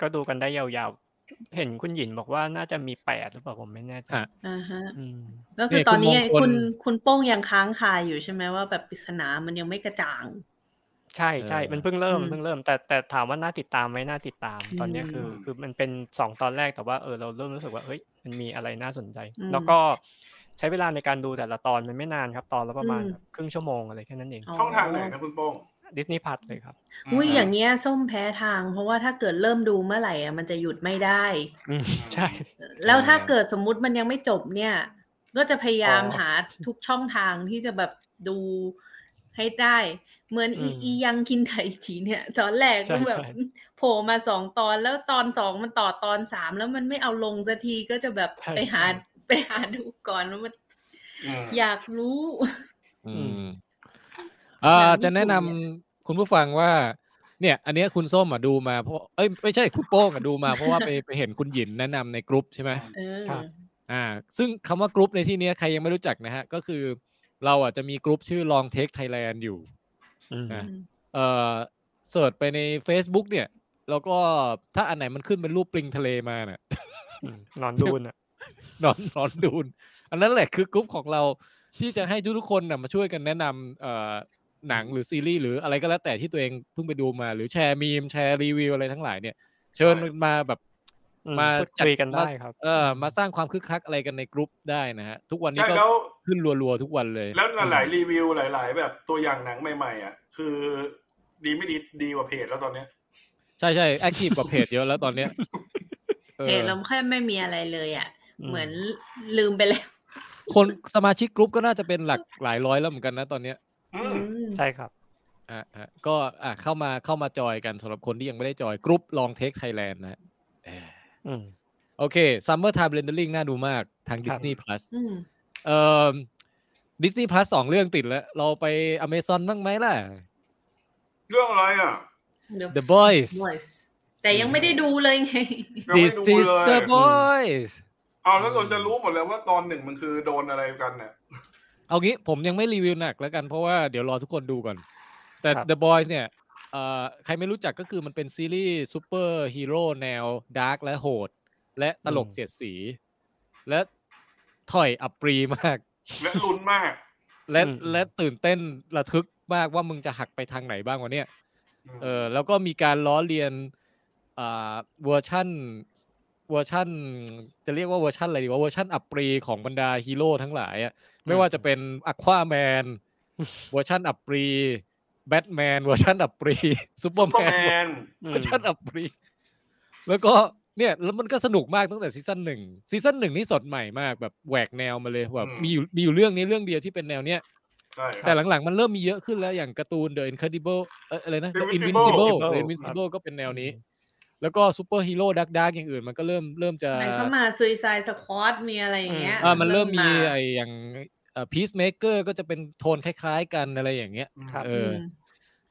Speaker 4: ก็ดูกันได้ยาวๆ เห็นคุณหยินบอกว่าน่าจะมีแปดหรือเปล่าผมไม่แน่ใจ
Speaker 2: ฮะ
Speaker 5: อ่าฮะ
Speaker 4: อืม
Speaker 5: ก็คือ
Speaker 2: เนี่ย
Speaker 5: ตอนนี้
Speaker 2: คุณมงคล
Speaker 5: คุณคุณโป้งยังค้างคาอยู่ใช่ไหมว่าแบบปริศนามันยังไม่กระจ่าง
Speaker 4: ใช่ใช่
Speaker 2: เออ
Speaker 4: มันเพิ่งเริ่ม
Speaker 5: อืม
Speaker 4: เพิ่งเริ่ม แต่แต่ถามว่าน่าติดตามไหมน่าติดตาม ตอนเนี้ย
Speaker 5: อืม
Speaker 4: คือ คือมันเป็นสองตอนแรกแต่ว่าเออเราเริ่มรู้สึกว่าเฮ้ยมันมีอะไรน่าสนใจ
Speaker 5: อืม
Speaker 4: แล้วก็ใช้เวลาในการดูแต่ละตอนมันไม่นานครับ ตอนละประมาณ
Speaker 5: อืม
Speaker 4: แบบครึ่งชั่วโมงอะไรแค่นั้นเอง
Speaker 3: ช่องทางไหนนะคุณโป้ง
Speaker 4: ดิสนีย์พัทเลยครับ
Speaker 5: อุ้ยอย่างเงี้ยส้มแพ้ทาง เพราะว่าถ้าเกิดเริ่มดูเมื่อไหร่อ่ะมันจะหยุดไม่ได้
Speaker 4: อืมใช่
Speaker 5: แล้วถ้า
Speaker 2: เออ
Speaker 5: เกิดสมมุติมันยังไม่จบเนี่ย ก็จะพยายาม
Speaker 4: อ๋อ
Speaker 5: หาทุกช่องทางที่จะแบบดูให้ได้ เหมือนอี
Speaker 4: อืม
Speaker 5: อียังกินไถจีเนี่ย ตอนแรก
Speaker 4: ใช่
Speaker 5: ก็แบบ
Speaker 4: ใช่
Speaker 5: โผล่มาสองตอนแล้วตอนสองมันต่อตอนสามแล้วมันไม่เอาลงสักทีก็จะแบบไปหาไปหาดูก่อนว่ามัน
Speaker 3: อืม
Speaker 5: อยากรู้
Speaker 2: อื
Speaker 4: อื
Speaker 2: ม
Speaker 4: ม
Speaker 2: เอ่อ
Speaker 5: หนังญี่ปุ่น
Speaker 2: จะแนะนำคุณผู้ฟังว่า เนี่ย อันเนี้ยคุณส้มอ่ะดูมาเพราะเอ้ยไม่ใช่คุณโป้งอ่ะดูมาเพราะว่าไป ไปเห็นคุณหยินแนะนำในกรุ๊ปใช่ไหม
Speaker 5: เออ
Speaker 4: ครับ
Speaker 2: อ่า ซึ่งคำว่ากรุ๊ปในที่เนี้ยใครยังไม่รู้จักนะฮะ ก็คือ เราอ่ะจะมีกรุ๊ปชื่อ Long Take Thailand อยู่
Speaker 4: อืม
Speaker 2: อ่ะ เอ่อเสิร์ชไปใน Facebook เนี่ย แล้วก็ถ้าอันไหนมันขึ้นเป็นรูปปลิงทะเล มาเนี่ย
Speaker 4: นอนดูนอ่ะ
Speaker 2: นอนนอนดูน อันนั้นแหละคือกรุ๊ปของเราที่จะให้ทุกๆคนนะมาช่วยกันแนะนำเอ่อหนังหรือซีรีส์หรืออะไรก็แล้วแต่ที่ตัวเองเพิ่งไปดูมา หรือแชร์มีมแชร์รีวิวอะไรทั้งหลายเนี่ย เชิญมาแบบ
Speaker 4: อืม
Speaker 2: มา
Speaker 4: พูดคุยกันได้
Speaker 2: มา
Speaker 4: ครับ
Speaker 2: เออมาสร้างความคึกคักอะไรกันในกรุ๊ปได้นะฮะ ทุกวันนี้
Speaker 3: ใช่
Speaker 2: ก็
Speaker 3: แล้ว
Speaker 2: ขึ้นรัวๆทุกวันเลย
Speaker 3: แล้วหลายๆรีวิวหลาย ๆ แบบตัวอย่างหนังใหม่ ๆ อ่ะ คือดีไม่ดีดีกว่าเพจแล้วตอนเนี้ย
Speaker 2: ใช่ใช่แอคทีฟกว่าเพจเยอะแล้วตอนเนี้ย
Speaker 5: เพจเราแค่ไม่มีอะไรเลยอ่ะ
Speaker 4: อืม
Speaker 5: เหมือนลืมไปแล้ว
Speaker 2: คนสมาชิกกรุ๊ปก็น่าจะเป็นหลักหลายร้อยแล้วเหมือนกันนะตอนเนี้ย
Speaker 3: อืม
Speaker 4: ใช่ครับ
Speaker 2: อ่ะอ่ะก็อ่ะเข้ามาเข้ามาจอยกันสำหรับคนที่ยังไม่ได้จอยกรุ๊ปลองเทคไทยแลนด์นะฮะเออ
Speaker 4: อืม
Speaker 2: โอเค Summer Time Rendering น่าดูมากทาง
Speaker 4: ครับ
Speaker 2: Disney Plus
Speaker 5: อืม
Speaker 2: เอ่อ Disney Plus สองเรื่องติดแล้ว เราไป Amazon บ้างไหมล่ะ
Speaker 3: เรื่องอะไรอ่ะ
Speaker 2: The Boys
Speaker 5: voice แต่ยังไม่ได้ดูเลย ไง
Speaker 3: ยัง
Speaker 2: This
Speaker 3: ไม่ดู
Speaker 2: is
Speaker 3: เลย
Speaker 2: The Boys
Speaker 3: เอาแล้วเราจะรู้หมดแล้วว่าตอนหนึ่งมันคือโดนอะไรกันเนี่ย
Speaker 2: เอางี้ผมยังไม่รีวิวหนักแล้วกันเพราะว่าเดี๋ยวรอทุกคนดูก่อน แต่
Speaker 4: ครับ
Speaker 2: The Boys เนี่ยเอ่อใครไม่รู้จักก็คือมันเป็นซีรีส์ซูเปอร์ฮีโร่แนวดาร์กและโหด และตลก
Speaker 4: อืม
Speaker 2: เสียดสี และถอยอับปรีมาก
Speaker 3: และลุ้นมาก
Speaker 2: และ
Speaker 4: อืม
Speaker 2: และตื่นเต้นระทึกมากว่ามึงจะหักไปทางไหนบ้างวะเนี่ย
Speaker 3: ม
Speaker 2: เออแล้วก็มีการล้อเลียนอ่าเวอร์ชั่นเวอร์ชั่น จะเรียกว่าเวอร์ชั่นอะไรดีว่าเวอร์ชั่นอัปรีของบรรดาฮีโร่ทั้งหลายอะไม่ว่าจะเป็นอควาแม นเวอร์ชั่นอัปรีแบทแมนเวอร์ชั่นอัปรี ซูเปอร์
Speaker 3: ก็
Speaker 2: แม
Speaker 3: แม
Speaker 2: น
Speaker 3: น
Speaker 4: อืม
Speaker 2: เวอร์ชันอัปรีแล้วก็เนี่ยแล้วมันก็สนุกมากตั้งแต่ซีซั่นหนึ่งซีซั่นหนึ่งนี่สดใหม่มากแบบแหวกแนวมาเลยแบบ
Speaker 3: อืม
Speaker 2: มีอยู่มีอยู่เรื่องนี้เรื่องเดียวที่เป็นแนวเนี้ย
Speaker 3: ใช่
Speaker 2: แต่หลังๆ มันเริ่มมีเยอะขึ้นแล้วอย่างการ์ตูน The Incredible เอ่ออะไรนะ The Invincible
Speaker 4: Invincible
Speaker 2: The
Speaker 4: ครับ
Speaker 2: Invincible ก็เป็นแนวนี้ แล้วก็ซูเปอร์ฮีโร่ดักดักอย่างอื่น มันก็เริ่มเริ่มจะ
Speaker 5: มันก็มาซุยไซสควอตมีอะไรอย่างเงี้ย
Speaker 2: อ่ามันเริ่มมี
Speaker 5: า
Speaker 2: ไออย่างเอ่อ Peacemaker ก็จะเป็นโทนคล้ายๆกันอะไรอย่างเงี้ย
Speaker 3: อืม
Speaker 4: ครับ
Speaker 2: เออ
Speaker 5: ม
Speaker 2: อ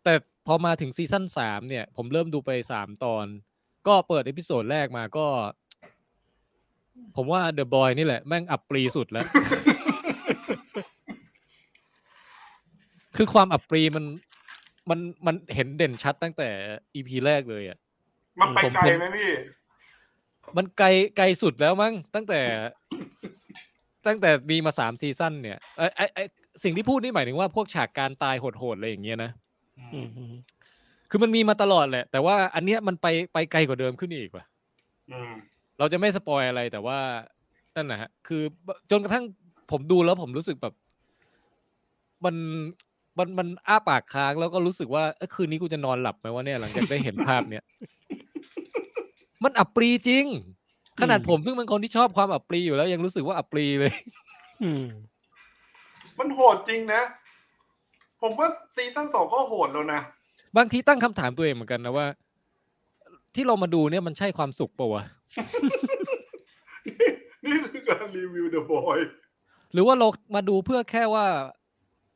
Speaker 2: แต่พอมาถึงซีซั่นสามเนี่ย ผมเริ่มดูไปสามตอน ก็เปิดเอพิโซดแรกมาก็ ผมว่า The Boy นี่แหละ แม่งอับปรีสุดแล้ว คือความอับปรีมันมันมันเห็นเด่นชัดตั้งแต่ EP แรกเลยอ่ะ
Speaker 3: มันไปไกล
Speaker 2: ผม
Speaker 3: ไหมพี่
Speaker 2: มันไกลไกลสุดแล้วมั้งตั้งแต่ ตั้งแต่มีมาสามซีซั่นเนี่ยไอไอไอสิ่งที่พูดนี่หมายถึงว่าพวกฉากการตายโหดๆอะไรอย่างเงี้ยนะ
Speaker 4: อืมอืม
Speaker 2: คือมันมีมาตลอดแหละ แต่ว่าอันเนี้ยมันไปไปไกลกว่าเดิมขึ้นอีกว่ะ
Speaker 3: อืม
Speaker 2: เราจะไม่สปอยอะไรแต่ว่านั่นนะฮะ คือจนกระทั่งผมดูแล้วผมรู้สึกแบบ มันมันมันอ้าปากค้างแล้วก็รู้สึกว่าเอ้ยคืนนี้กูจะนอนหลับไหมวะเนี่ยหลังจากได้เห็นภาพเนี่ย มันอับปรีจริง ขนาดผมซึ่งเป็นคนที่ชอบความอับปรีอยู่แล้วยังรู้สึกว่าอับปรีเลย
Speaker 4: อืม
Speaker 3: มันโหดจริงนะ ผมว่าซีซั่นสองก็โหดแล้วนะ
Speaker 2: บางทีตั้งคำถามตัวเองเหมือนกันนะว่า ที่เรามาดูเนี่ยมันใช่ความสุขปะวะ
Speaker 3: นี่คือการรีวิวเดอะบอย
Speaker 2: หรือว่าเรามาดูเพื่อแค่ว่า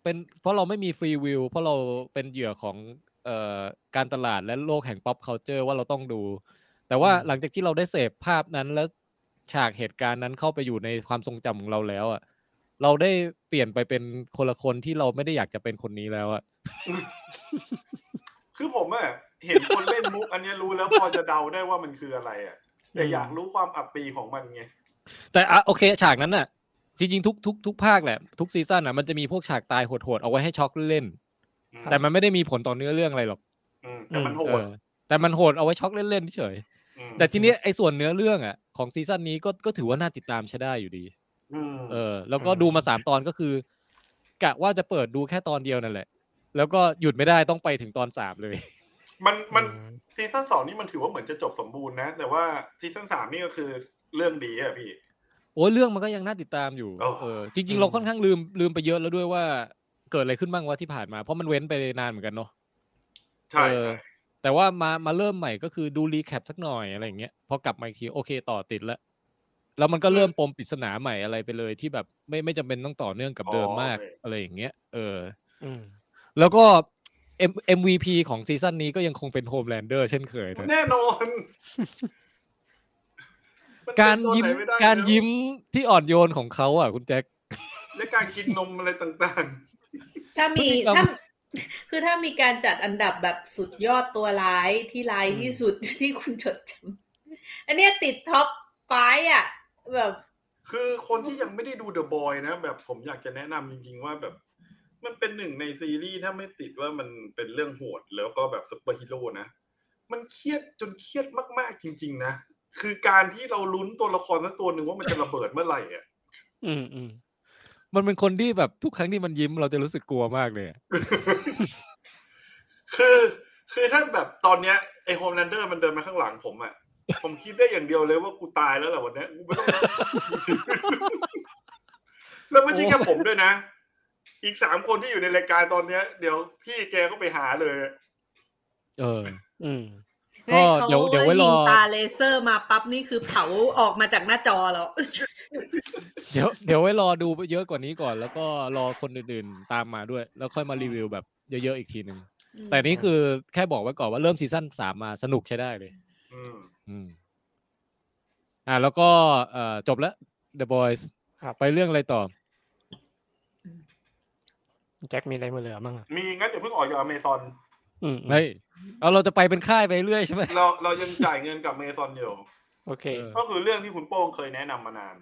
Speaker 2: เป็นเพราะเราไม่มีฟรีวิวเพราะเราเป็นเหยื่อของเอ่อการตลาดและโลกแห่ง pop culture ว่าเราต้องดู แต่ว่าหลังจากที่เราได้เสพภาพนั้นและฉากเหตุการณ์นั้นเข้าไปอยู่ในความทรงจำของเราแล้วอะเราได้เปลี่ยนไปเป็นคนละคนที่เราไม่ได้อยากจะเป็นคนนี้แล้วอะ
Speaker 3: คือผมอะเห็นคนเล่นมุก อันเนี้ยรู้แล้วพอจะเดาได้ว่ามันคืออะไรอะแต่อยากรู้ความอับปีของมันไง
Speaker 2: แต่อ่ะโอเคฉากนั้นน่ะ จริงๆทุกทุกทุกภาคแหละ ทุกซีซั่นน่ะมันจะมีพวกฉากตายโหดๆเอาไว้ให้ช็อกเล่น
Speaker 3: อืม
Speaker 2: ๆแต่มันไม่ได้มีผลต่อเนื้อเรื่องอะไรหรอก
Speaker 3: อืมแต่มันโห
Speaker 2: เอ
Speaker 3: ด
Speaker 2: อแต่มันโหดเอาไว้ช็อกเล่นๆเฉย
Speaker 3: ม
Speaker 2: แต่ทีเนี้ยไอ้ส่วนเนื้อเรื่องอ่ะของซีซั่นนี้ก็ก็ถือว่าน่าติดตามใช้ได้อยู่ดี
Speaker 3: อืม
Speaker 2: เออ แล้วก็ดูมาสามตอนก็คือกะว่าจะเปิดดูแค่ตอนเดียวนั่นแหละ แล้วก็หยุดไม่ได้ต้องไปถึงตอนสามเลย
Speaker 3: มันมัน
Speaker 4: อืม
Speaker 3: ซีซั่นสองนี่มันถือว่าเหมือนจะจบสมบูรณ์นะ แต่ว่าซีซั่นสามนี่ก็คือเรื่องดีอะพี่
Speaker 2: โอ้ยเรื่องมันก็ยังน่าติดตามอยู่
Speaker 3: โอ้
Speaker 2: เออ จริง ๆ เราค่อนข้างลืมลืมไปเยอะแล้วด้วยว่าเกิดอะไรขึ้นบ้างวะที่ผ่านมา เพราะมันเว้นไปนานเหมือนกันเนาะ
Speaker 3: ใช่
Speaker 2: เออ
Speaker 3: ใช่
Speaker 2: แต่ว่ามามาเริ่มใหม่ก็คือดูรีแคปสักหน่อยอะไรอย่างเงี้ยพอกลับมาอีกทีโอเคต่อติดแล้วแล้วมันก็เริ่มปมปริศนาใหม่อะไรไปเลยที่แบบไม่ไม่จำเป็นต้องต่อเนื่องกับเดิมมากอะไรอย่างเงี้ยเออ
Speaker 4: อืม
Speaker 2: แล้วก็ M- MVP ของซีซั่นนี้ก็ยังคงเป็นโฮมแลนเดอร์เช่นเคยนะ
Speaker 3: แน่นอนมัน
Speaker 2: การ
Speaker 3: เป็นตัว
Speaker 2: ยิ้ม
Speaker 3: ไหนไได้
Speaker 2: การ
Speaker 3: แล้ว
Speaker 2: ยิ้มที่อ่อนโยนของเขาอ่ะคุณแจ็ค
Speaker 3: และการกินนมอะไรต่าง
Speaker 5: ถ้ามี
Speaker 2: พฤติกรรม
Speaker 5: ถ้า คือถ้ามีการจัดอันดับแบบสุดยอดตัวร้ายที่ร้ายที่สุด ที่คุณจดจำอันเนี้ยติดท็อปไฟว์อ่ะ แบบ
Speaker 3: ๆ คือคนที่ยังไม่ได้ดูเดอะบอยนะ แบบผมอยากจะแนะนำจริงๆว่าแบบ มันเป็นหนึ่งในซีรีส์ถ้าไม่ติดว่ามันเป็นเรื่องโหด แล้วก็แบบซุปเปอร์ฮีโร่นะ มันเครียดจนเครียดมากๆจริง ๆ นะ คือการที่เราลุ้นตัวละครสักตัวหนึ่งว่ามันจะระเบิดเมื่อไหร่อ่ะ
Speaker 4: อืมอืม
Speaker 2: มันเป็นคนที่แบบทุกครั้งที่มันยิ้มเราจะรู้สึกกลัวมากเลยอะ
Speaker 3: คือคือถ้าแบบตอนเนี้ยไอโฮมแลนเดอร์มันเดินมาข้างหลังผมอ่ะ ผม คิดได้อย่างเดียวเลยว่ากูตายแล้วแหละวันเนี้ยกูไม่ต้องรับ แล้วไม่ใช่แค่ผมด้วยนะ อีกสามคนที่อยู่ในรายการตอนเนี้ย เดี๋ยวพี่แกก็ไปหาเลย
Speaker 2: เออ
Speaker 4: อืม
Speaker 2: ก็เดี๋ยวเดี๋ยวไว้รอ
Speaker 5: ยิงตาเลเซอร์มาปั๊บนี่คือเผาออกมาจากหน้าจอแล้ว
Speaker 2: เดี๋ยวเดี๋ยวไว้รอดูเยอะกว่านี้ก่อน แล้วก็รอคนอื่นๆตามมาด้วย แล้วค่อยมารีวิวแบบเยอะๆอีกทีหนึ่ง แต่นี่คือแค่บอกไว้ก่อนว่าเริ่มซีซั่นสามมาสนุกใช้ได้เลย
Speaker 3: อืม
Speaker 2: อืม อ่า แล้วก็เอ่อจบแล้ว The Boys
Speaker 4: ครับ
Speaker 2: ไปเรื่องอะไรต่อ
Speaker 4: แจ็คมีอะไรมาเหลือบ้างอะ
Speaker 3: มีงั้นเดี๋ยวเพิ่งออกจากอเมซอน
Speaker 4: อืมอืม
Speaker 2: เฮ้ยเอาเราจะไปเป็นค่ายไปเรื่อยใช่ไหม
Speaker 3: เราเรายังจ่ายเงินกับเมซอนอยู่
Speaker 4: โอเค
Speaker 2: เออ
Speaker 3: ก็คือเรื่องที่คุณโป้งเคยแนะนำมานาน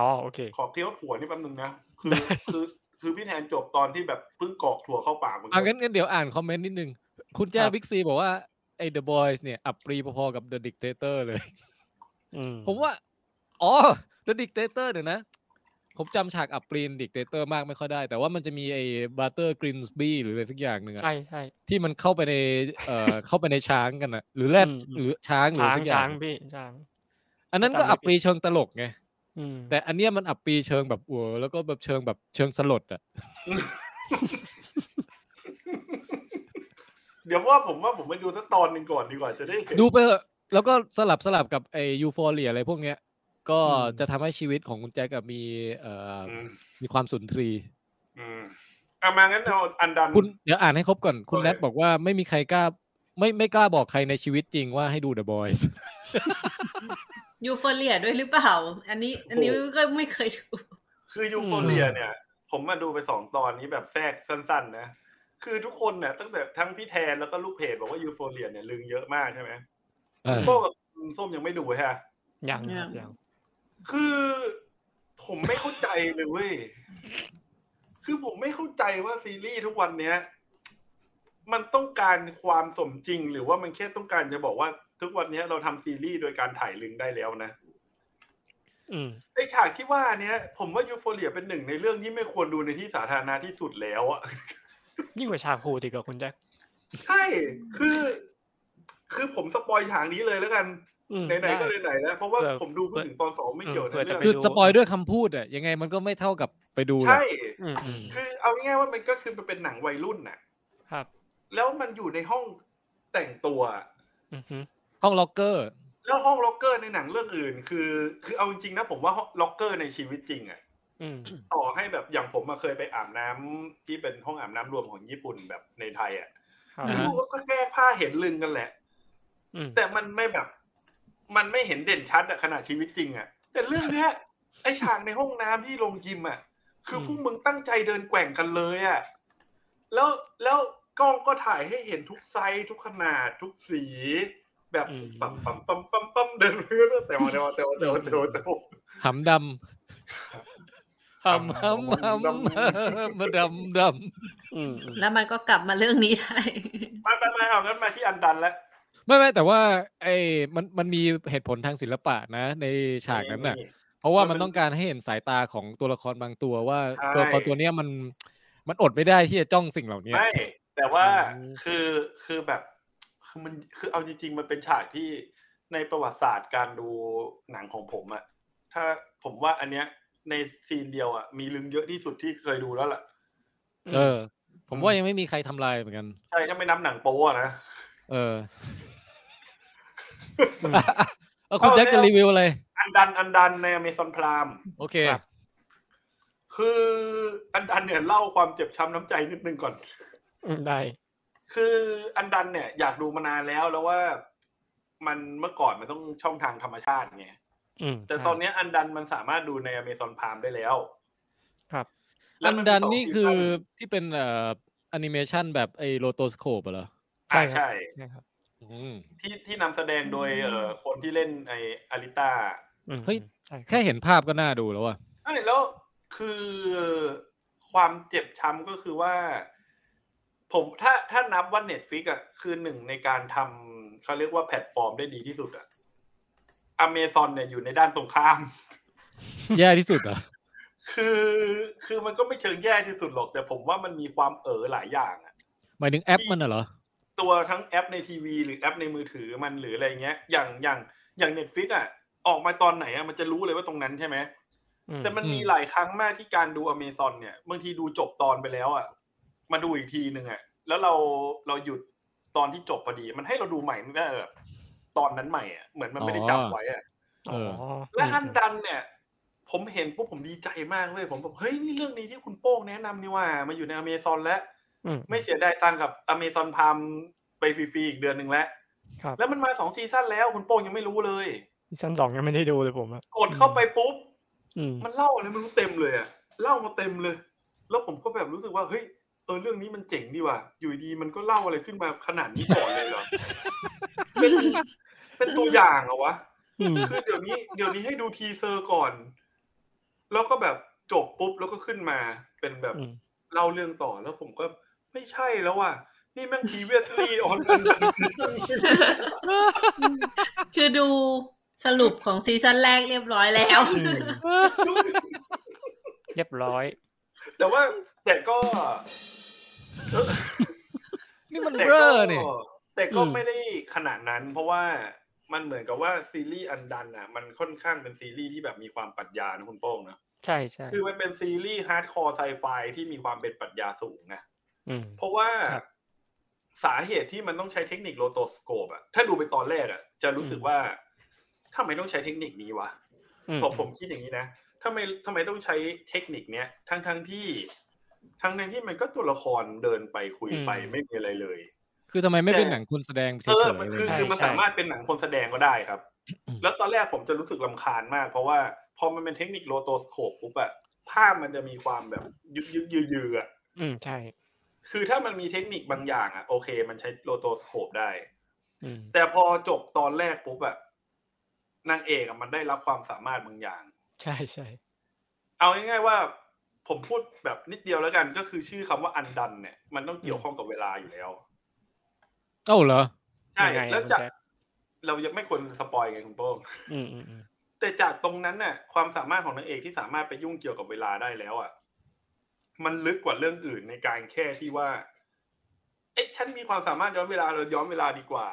Speaker 4: อ๋อโอเค
Speaker 3: ขอบเที่ยวถั่วนี่แป๊บนึงนะ คือ คือคือพี่แทนจบตอนที่แบบเพิ่งกรอกถั่วเข้าปากเหมือนกั
Speaker 2: อ่ะงั้นงั้นเดี๋ยวอ่านคอมเมนต์นิดนึง คุณแจ้
Speaker 4: ครับ
Speaker 2: บิ๊กซีบอกว่าไอ้ The Boys เนี่ย อับปรีพอๆกับ The Dictator เลย
Speaker 4: อืม
Speaker 2: ผมว่า อ๋อ The Dictator เดี๋ยวนะ ผมจำฉากอับปรีน Dictator มากไม่ค่อยได้ แต่ว่ามันจะมีไอ้ Butter Grimsby หรืออะไรสักอย่างหนึ่งอะ
Speaker 4: ใช่ใช่
Speaker 2: ที่มันเข้าไปในเอ่ อ เข้าไปในช้างกันอะหรือแรด
Speaker 4: อืมอืม
Speaker 2: หรือช้างหรือ
Speaker 4: ช้าง
Speaker 2: สักอย่า
Speaker 4: ช้าง
Speaker 2: ง
Speaker 4: พี่ช้าง
Speaker 2: อันนั้น
Speaker 4: จำไม่
Speaker 2: ก็อับปรีเชิงตลกไง
Speaker 4: อืม
Speaker 2: แต่อันเนี้ยมันอับปรีเชิงแบบอัวแล้วก็แบบเชิงแบบเชิงสลดอะ
Speaker 3: เดี๋ยวว่าผมว่าผมไปดูสักตอนหนึ่งก่อนดีกว่าจะได้เห็น
Speaker 2: ดูไปเถอะแล้วก็สลับสลับกับไอยูโฟเรียอะไรพวกเนี้ย ก็จะทำให้ชีวิตของคุณแจ็คอะมีเอ่ออ
Speaker 3: อืม
Speaker 2: มีความสุนทรีย์
Speaker 3: อืมอ่ะมางั้นเอาอันดัน
Speaker 2: คุณเดี๋ยวอ่านให้ครบก่อน คุณ
Speaker 3: โอเค
Speaker 2: แนทบอกว่าไม่มีใครกล้า ไม่ไม่กล้าบอกใครในชีวิตจริงว่าให้ดู The Boys
Speaker 5: ยูเฟเรียด้วยหรือเปล่า อันนี้ อันนี้ก็ไม่เคยดู
Speaker 3: คือยูโฟเรียเนี่ย ผมมาดูไปสองตอนนี้แบบแทรกสั้น ๆ นะ คือทุกคนเนี่ยตั้งแต่ทั้งพี่แทนแล้วก็ลูกเพจบอกว่ายูโฟเรียเนี่ยลึงเยอะมากใช่ไหม
Speaker 2: เออ
Speaker 3: โป้กับคุณส้มยังไม่ดูฮะ
Speaker 4: ยังค
Speaker 5: ยั
Speaker 4: รับ
Speaker 5: ง
Speaker 4: ยัง
Speaker 3: คือผมไม่เข้าใจเลยเว้ย คือผมไม่เข้าใจว่าซีรีส์ทุกวันเนี้ย มันต้องการความสมจริงหรือว่ามันแค่ต้องการจะบอกว่า ทุกวันเนี้ยเราทำซีรีส์โดยการถ่ายลึงได้แล้วนะ
Speaker 4: อืม
Speaker 3: ไอฉากที่ว่าเนี้ยผมว่ายูโฟเรียเป็นหนึ่งในเรื่องที่ไม่ควรดูในที่สาธารณะที่สุดแล้วอะ
Speaker 4: ยิ่งกว่าฉากโหดอีกอะคุณแจ็ค
Speaker 3: ใช่ คือ คือผมสปอยฉากนี้เลยแล้วกัน
Speaker 4: อืม
Speaker 3: ไหนๆก็
Speaker 4: ได้
Speaker 3: ไหนๆแล้ว เพราะว่า
Speaker 4: เผื่อ
Speaker 3: ผมดูเพิ่งถึงตอนสองไม่เกี่ยว
Speaker 4: เออ
Speaker 3: นะ
Speaker 4: เผื่อจะ
Speaker 3: เรื่อง
Speaker 2: คือสปอยด้วยคำพูดอะยังไงมันก็ไม่เท่ากับไปดูหรอก
Speaker 3: ใช่
Speaker 4: อืมอืม
Speaker 3: คือเอาง่ายๆว่ามันก็คือมันเป็นหนังวัยรุ่นน่ะ
Speaker 4: ครับ
Speaker 3: แล้วมันอยู่ในห้องแต่งตัว
Speaker 4: อือฮึ
Speaker 2: ห้องล็อกเกอร์
Speaker 3: แล้วห้องล็อกเกอร์ในหนังเรื่องอื่น คือ คือเอาจริงๆนะผมว่าห้องล็อกเกอร์ในชีวิตจริงอะ
Speaker 4: อืม
Speaker 3: ต่อให้แบบอย่างผมมาเคยไปอาบน้ำที่เป็นห้องอาบน้ำรวมของญี่ปุ่นแบบในไทยอะ
Speaker 4: ครับ
Speaker 2: อ่า
Speaker 3: ค
Speaker 2: ฮะ
Speaker 3: ือก็แก้ผ้าเห็นลึงกันแหละ
Speaker 4: อืม
Speaker 3: แต่มันไม่แบบ มันไม่เห็นเด่นชัดอะขนาดชีวิตจริงอะแต่เรื่องเนี้ย ไอฉากในห้องน้ำที่โรงยิมอะคือพวกมึงตั้งใจเดินแกว่งกันเลยอะแล้วแล้วกล้องก็ถ่ายให้เห็นทุกไซส์ทุกขนาดทุกสี แบบปั๊มปั๊มปั๊มปั๊มปั๊มเดินเรื่อยๆแต่ว่าแต่ว่าแต่ว่าแต่ว่าแต่ว่าแต่ว่า
Speaker 2: หำด ำหำหำหำห ำมาดำด
Speaker 4: อืมอืม
Speaker 5: แล้วมันก็กลับมาเรื่องนี้ได้
Speaker 3: มาไปมาเอางั้นมาที่อันดันแล้ว
Speaker 2: ำไม่ไม่แต่ว่าไอ้มันมันมีเหตุผลทางศิลปะนะ ในฉากนั้นน่ะ เพราะว่ามันต้องการให้เห็นสายตาของตัวละครบางตัวว่าตัวละครตัวเนี้ยมันมันอดไม่ได้ที่จะจ้องสิ่งเหล่านี้
Speaker 3: ไม่แต่ว่าคือคือแบบคือมันคือเอาจริง ๆ มันเป็นฉากที่ในประวัติศาสตร์การดูหนังของผมอะถ้าผมว่าอันเนี้ยในซีนเดียวอะมีลึงเยอะที่สุดที่เคยดูแล้วล่ะ
Speaker 2: เออ ผมว่ายังไม่มีใครทำลายเหมือนกัน
Speaker 3: ใช่ถ้าไม่นับหนังโป๊อะนะ
Speaker 2: เออเอาคุณแจ็คจะรีวิวอะไร
Speaker 3: อันดันอันดันในอเมซอนพราม
Speaker 2: โอเค
Speaker 3: คืออันดันเนี่ยเล่าความเจ็บช้ำน้ำใจนิดนึงก่อน
Speaker 4: อืมได้
Speaker 3: คืออันดันเนี่ยอยากดูมานานแล้วแล้วว่ามันเมื่อก่อนมันต้องช่องทางธรรมชาติไง
Speaker 4: อืม
Speaker 3: แต่
Speaker 4: ใช่
Speaker 3: ตอนเนี้ยอันดันมันสามารถดูใน Amazon Prime ได้แล้ว
Speaker 4: ครับ
Speaker 2: อันดัน
Speaker 3: แล้วมัมี
Speaker 2: นี่
Speaker 3: สง
Speaker 2: คือ
Speaker 3: ซีซั่
Speaker 2: ที่เป็นเอ่อแอนิเมชันแบบไอ้โลโตสโคปเหรอ
Speaker 3: อ่าใช่
Speaker 4: ใช่ครับ
Speaker 2: อืม
Speaker 3: ที่ที่นำแสดงโดยเอ่อคนที่เล่นไออาริต้า
Speaker 4: อืม
Speaker 2: เฮ้ย
Speaker 4: ใช่รับ
Speaker 2: แค่เห็นภาพก็น่าดูแล้วอ่ะ
Speaker 3: ใช่แล้วคือความเจ็บช้ำก็คือว่า ผมถ้าถ้านับว่า Netflix อ่ะคือหนึ่งในการทำเขาเรียกว่าแพลตฟอร์มได้ดีที่สุดอ่ะ Amazon เนี่ยอยู่ในด้านตรงข้าม
Speaker 2: แย่ที่สุด เหรอ่ะ
Speaker 3: คือคือมันก็ไม่เชิงแย่ที่สุดหรอก แต่ผมว่ามันมีความเอ๋อหลายอย่างอ่ะ
Speaker 2: หมายถึงแอปมันน่ะเหรอ
Speaker 3: ตัวทั้งแอปในทีวีหรือแอปในมือถือมันหรืออะไรเงี้ย อย่างอย่างอย่างเน็ตฟิกอ่ะออกมาตอนไหนอ่ะมันจะรู้เลยว่าตรงนั้นใช่ไหม
Speaker 4: อืม
Speaker 3: แต่มันมีหลายครั้งมากที่การดูอเมซอนเนี่ยบางทีดูจบตอนไปแล้วอ่ะมาดูอีกทีหนึ่งอ่ะแล้วเราเราหยุดตอนที่จบพอดี มันให้เราดูใหม่ได้แบบตอนนั้นใหม่อ่ะเหมือนมันไม่ได้จำไว้อ่ะ
Speaker 2: เออ
Speaker 4: อ๋อ
Speaker 3: และอันดันเนี่ย ผมเห็นปุ๊บผมดีใจมากเลยผมแบบเฮ้ยนี่เรื่องนี้ที่คุณโป้งแนะนำนี่ว่ามาอยู่ในอเมซอนแล้ว
Speaker 4: อืม
Speaker 3: ไม่เสียดายตังค์กับอเมซอนพามไปฟรีๆอีกเดือนหนึ่งแล้ว
Speaker 4: ครับ
Speaker 3: แล้วมันมาสองซีซั่นแล้วคุณโป้งยังไม่รู้เลย
Speaker 4: ซีซั่นสองยังไม่ได้ดูเลยผมอ่ะ
Speaker 3: กดเข้าไปปุ๊บ
Speaker 4: อืม
Speaker 3: มันเล่าอะไรไม่รู้เต็มเลยอะเล่ามาเต็มเลย แล้วผมก็แบบรู้สึกว่าเฮ้ยเออเรื่องนี้มันเจ๋งดีว่ะอยู่ดีๆมันก็เล่าอะไรขึ้นมาขนาดนี้ก่อนเลยเหรอ เป็นเป็นตัวอย่างเหรอวะ
Speaker 4: อืม
Speaker 3: คือเดี๋ยวนี้เดี๋ยวนี้ให้ดูทีเซอร์ก่อน แล้วก็แบบจบปุ๊บแล้วก็ขึ้นมาเป็นแบบ
Speaker 4: อืม
Speaker 3: เล่าเรื่องต่อแล้วผมก็ไม่ใช่แล้วว่ะนี่แม่งพีเวียสลีออน กัน
Speaker 5: คือดูสรุปของซีซั่นแรกเรียบร้อยแล้ว
Speaker 4: เรียบร้อย
Speaker 3: แต่ว่าแต่ก็
Speaker 2: นี่มัน
Speaker 3: แต่
Speaker 2: เบ้
Speaker 3: ก็
Speaker 2: อเนี่ย
Speaker 3: แต่ก็
Speaker 4: อืม
Speaker 3: ไม่ได้ขนาดนั้น เพราะว่ามันเหมือนกับว่าซีรีส์อันดันอ่ะ มันค่อนข้างเป็นซีรีส์ที่แบบมีความปรัชญานะคุณโป้งนะ
Speaker 4: ใช่ใช่
Speaker 3: คือมันเป็นซีรีส์ฮาร์ดคอร์ไซไฟที่มีความเป็นปรัชญาสูงนะ
Speaker 4: อืม
Speaker 3: เพราะว่า
Speaker 4: ครับ
Speaker 3: สาเหตุที่มันต้องใช้เทคนิคโลโตสโคปอ่ะถ้าดูไปตอนแรกอ่ะ จะรู้สึกว่าทำไมต้องใช้เทคนิคนี้วะ
Speaker 4: อืม
Speaker 3: ผมผมคิดอย่างนี้นะทำไมทำไมต้องใช้เทคนิคเนี้ย ทั้งทั้งๆที่ทั้งทั้งๆที่มันก็ตัวละครเดินไปคุยไปไม่มีอะไรเลย
Speaker 2: คือทำไมไม่
Speaker 3: แต่
Speaker 2: เป็นหนังคนแสดงเฉ
Speaker 3: เออย มัน
Speaker 2: ๆเล
Speaker 3: คือย คือมัน
Speaker 4: ใช่
Speaker 3: สามารถเป็นหนังคนแสดงก็ได้ครับ
Speaker 4: อืม
Speaker 3: แล้วตอนแรกผมจะรู้สึกลำคาญมาก เพราะว่าพอมันเป็นเทคนิคโลโตสโคปปุ๊บอะภาพมันจะมีความแบบยึกยึกยือยืออะ
Speaker 4: อืมใช่
Speaker 3: คือถ้ามันมีเทคนิคบางอย่างอะโอเค มันใช้โลโตสโคปได้
Speaker 4: อืม
Speaker 3: แต่พอจบตอนแรกปุ๊บอะนางเอกอะมันได้รับความสามารถบางอย่าง
Speaker 4: ใช่ใช่
Speaker 3: เอาง่ายๆว่า ผมพูดแบบนิดเดียวแล้วกันก็คือชื่อคำว่าอันดันเนี่ย มันต้องเกี่ยวข้องกับเวลาอยู่แล้ว
Speaker 2: เอ้าเหรอ
Speaker 3: ใช่
Speaker 4: ยังไงอะ
Speaker 3: แล้ว
Speaker 4: คุณ
Speaker 3: จาก
Speaker 4: แจ็ค
Speaker 3: เรายังไม่ควรสปอยไงคุณโป้ง
Speaker 4: อืมอืมอืม
Speaker 3: แต่จากตรงนั้นน่ะ ความสามารถของนางเอกที่สามารถไปยุ่งเกี่ยวกับเวลาได้แล้วอ่ะมันลึกกว่าเรื่องอื่นในการแค่ที่ว่า เอ๊ะฉันมีความสามารถย้อนเวลาเราย้อนเวลาดีกว่า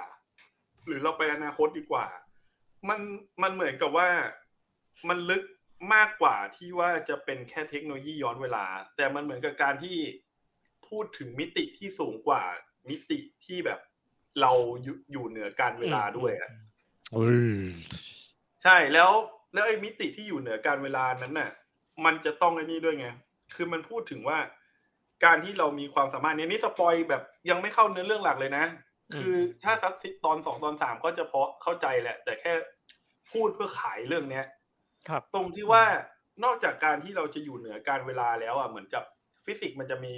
Speaker 3: หรือเราไปอนาคตดีกว่า มันมันเหมือนกับว่า มันลึกมากกว่าที่ว่าจะเป็นแค่เทคโนโลยีย้อนเวลา แต่มันเหมือนกับการที่พูดถึงมิติที่สูงกว่า มิติที่แบบเราอยู่อยู่เหนือการเวลาด้วยอะ ใช่แล้วแล้วไอ้มิติที่อยู่เหนือการเวลานั้นน่ะ มันจะต้องไอ้นี่ด้วยไง คือมันพูดถึงว่า การที่เรามีความสามารถเนี่ยนี่สปอยแบบยังไม่เข้าเนื้อเรื่องหลักเลยนะ คือถ้าสักสิตอนสองตอนสามก็จะพอเข้าใจแหละ แต่แค่พูดเพื่อขายเรื่องเนี้ย
Speaker 4: ครับ
Speaker 3: ตรงที่ว่านอกจากการที่เราจะอยู่เหนือการเวลาแล้วอ่ะเหมือนกับฟิสิกส์มันจะมี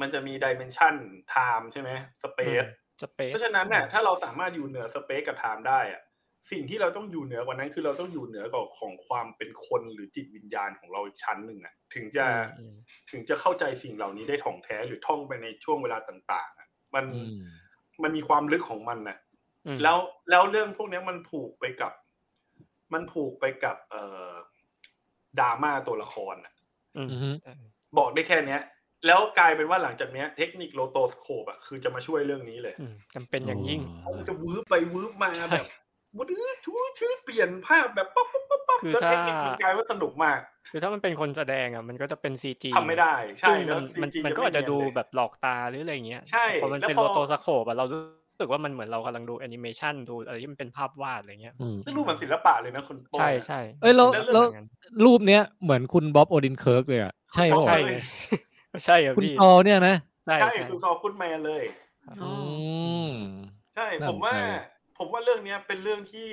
Speaker 3: มันจะมีดิเมนชันไทม์ใช่ไหมสเปซ
Speaker 4: สเปซ
Speaker 3: เพราะฉะนั้นน่ะถ้าเราสามารถอยู่เหนือสเปซกับไทม์ได้อะสิ่งที่เราต้องอยู่เหนือกว่านั้นคือเราต้องอยู่เหนือกว่าของความเป็นคนหรือจิตวิญญาณของเราอีกชั้นหนึ่งอ่ะถึงจะ
Speaker 4: อืม
Speaker 3: ถึงจะเข้าใจสิ่งเหล่านี้ได้ถ่องแท้หรือท่องไปในช่วงเวลาต่าง ๆอะมัน
Speaker 2: อืม
Speaker 3: มันมีความลึกของมันน่ะ
Speaker 4: อืม
Speaker 3: แล้วแล้วเรื่องพวกเนี้ยมันผูกไปกับ มันผูกไปกับ เอ่อดราม่าตัวละครน่ะ
Speaker 4: อืม
Speaker 2: อือฮึ
Speaker 4: ใช่
Speaker 3: บอกได้แค่เนี้ย แล้วกลายเป็นว่าหลังจากเนี้ยเทคนิคโลโตสโคปอ่ะคือจะมาช่วยเรื่องนี้เลย
Speaker 4: อืมจำเป็นอย่างยิ่ง
Speaker 2: อ๋อ
Speaker 3: มันจะวืบไปวืบมา
Speaker 4: ใช่
Speaker 3: แบบวืบชูชื่อเปลี่ยนภาพแบบป๊อปป๊อปป๊อปป๊อป
Speaker 4: คือ
Speaker 3: แล้ว
Speaker 4: ถ้า
Speaker 3: เทคนิคมันกลายว่าสนุกมาก
Speaker 4: คือถ้ามันเป็นคนแสดงอ่ะมันก็จะเป็นซีจี
Speaker 3: ทำไม่ได้ ใช่
Speaker 4: ซึ่ง
Speaker 3: แล้ว
Speaker 4: มันมัน
Speaker 3: CG
Speaker 4: มันก็อาจจะดู
Speaker 3: ไม่เนียนเลย
Speaker 4: แบบหลอกตาหรืออะไรอย่างเงี้ย
Speaker 3: ใช่
Speaker 4: พอมัน
Speaker 3: แล้ว
Speaker 4: เป็น
Speaker 3: พอ
Speaker 4: โลโตสโคปอะเรารู้สึกว่ามันเหมือนเรากำลังดูแอนิเมชันดูอะไรที่มันเป็นภาพวาดอะไรเงี้ย
Speaker 2: อืม
Speaker 3: ซึ่งรูปเหมือนศิลปะเลยนะคุณโป้ง
Speaker 4: ใช่ใช่
Speaker 2: เอ้ยแล้ว
Speaker 3: แล้ว
Speaker 2: แล้ว
Speaker 4: อย่างนั้น
Speaker 2: รูปเนี้ยเหมือนคุณบ๊อบโอดินเคิร์กเลยอ่ะ ใช่
Speaker 3: คุณซ
Speaker 2: ปะ
Speaker 3: อ
Speaker 4: ใช่
Speaker 3: เล
Speaker 4: ไง
Speaker 3: ย
Speaker 4: ใช่อะ
Speaker 2: คุณ
Speaker 4: พี่
Speaker 2: ซอเนี่ยนะ
Speaker 4: ใช่
Speaker 3: ใช่
Speaker 4: ใช่
Speaker 3: คุณซอคุณแมนเลย
Speaker 5: อ๋อ
Speaker 2: อืม
Speaker 3: ใช่
Speaker 2: น่า
Speaker 3: ผ
Speaker 2: สน
Speaker 3: ม
Speaker 2: ใจ
Speaker 3: ว่า ผมว่าเรื่องเนี้ยเป็นเรื่องที่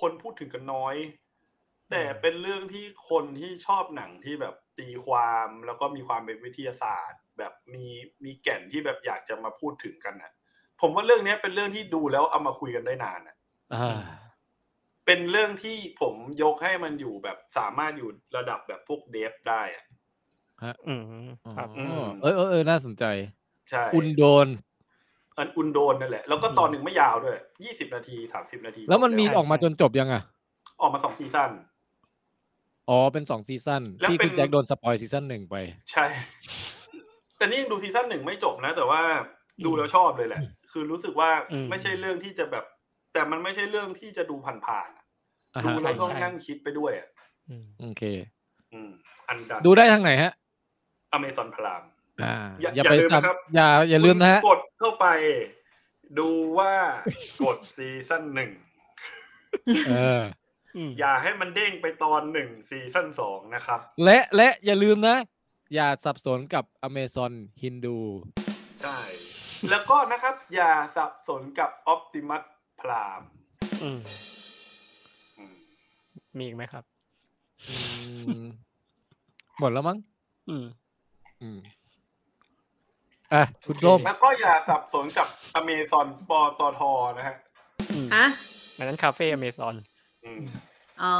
Speaker 3: คนพูดถึงกันน้อย แต่เป็นเรื่องที่คนที่ชอบหนังที่แบบตีความแล้วก็มีความเป็นวิทยาศาสตร์ แบบมีมีแก่นที่แบบอยากจะมาพูดถึงกันน่ะ ผมว่าเรื่องเนี้ยเป็นเรื่องที่ดูแล้วเอามาคุยกันได้นานน่ะ
Speaker 2: อ่า
Speaker 3: เป็นเรื่องที่ผมยกให้มันอยู่แบบสามารถอยู่ระดับแบบพวกเดฟได้อะ
Speaker 4: อืมครับ
Speaker 2: อ๋อ
Speaker 3: ม
Speaker 2: เอยเอยเอยน่าสนใจ
Speaker 3: ใช่
Speaker 2: คุณโดน
Speaker 3: อันอุนโดนนั่นแหละ แล้วก็ตอนหนึ่งไม่ยาวด้วยยี่สิบนาทีสามสิบนาที
Speaker 2: แล้วมันมี
Speaker 4: ใช่
Speaker 2: ออกมาจนจบยังอ่ะ
Speaker 3: ออกมาสองซีซั่น
Speaker 2: อ๋อ เป็นสองซีซั่น
Speaker 3: แล้ว
Speaker 2: ที่
Speaker 3: เป็น
Speaker 2: คุณแจ็คโดนสปอยซีซั่นหนึ่งไป
Speaker 3: ใช่ แต่นี่ยังดูซีซั่นหนึ่งไม่จบนะ แต่ว่าดูแล้วชอบเลยแหละ คือรู้สึกว่า
Speaker 4: อืม
Speaker 3: ไม่ใช่เรื่องที่จะแบบ แต่มันไม่ใช่เรื่องที่จะดูผ่านๆอะ
Speaker 2: อ่า
Speaker 3: ดู
Speaker 2: ฮะ
Speaker 3: แล้วต้อง
Speaker 4: ใช่
Speaker 3: นั่งคิดไปด้วยอะ
Speaker 4: อืม
Speaker 2: โอเค
Speaker 3: อืม อันดับ
Speaker 2: ดูได้ทางไหนฮะ
Speaker 3: อเมซอนพลาม
Speaker 2: อ่า
Speaker 3: อย่า
Speaker 2: อย่าไป
Speaker 3: อย่าลืม
Speaker 2: สับ
Speaker 3: นะครับ
Speaker 2: อย่าอย่าลืมนะฮะ
Speaker 3: กดเข้าไป ดูว่าก ดซีซั่นหนึ่ง
Speaker 2: เออ
Speaker 3: อย่าให้มันเด้งไปตอนหนึ่งซีซั่นสองนะครับ
Speaker 2: และและอย่าลืมนะ อย่าสับสนกับอเมซอนฮินดู
Speaker 3: ใช่ แล้วก็นะครับ อย่าสับสนกับออปติมัสพลาม
Speaker 4: อืม มีอีกไหมครับ
Speaker 2: หมดแล้วมั้ง
Speaker 4: อืม
Speaker 2: อืมอ่ะคุณส้ม
Speaker 3: แล้วก็อย่าสับสนกับอเมซอนปอตทนะฮะ
Speaker 4: อืม
Speaker 5: อะ
Speaker 4: อันนั้นคาเฟ่อเมซอน
Speaker 3: อืม
Speaker 5: อ๋อ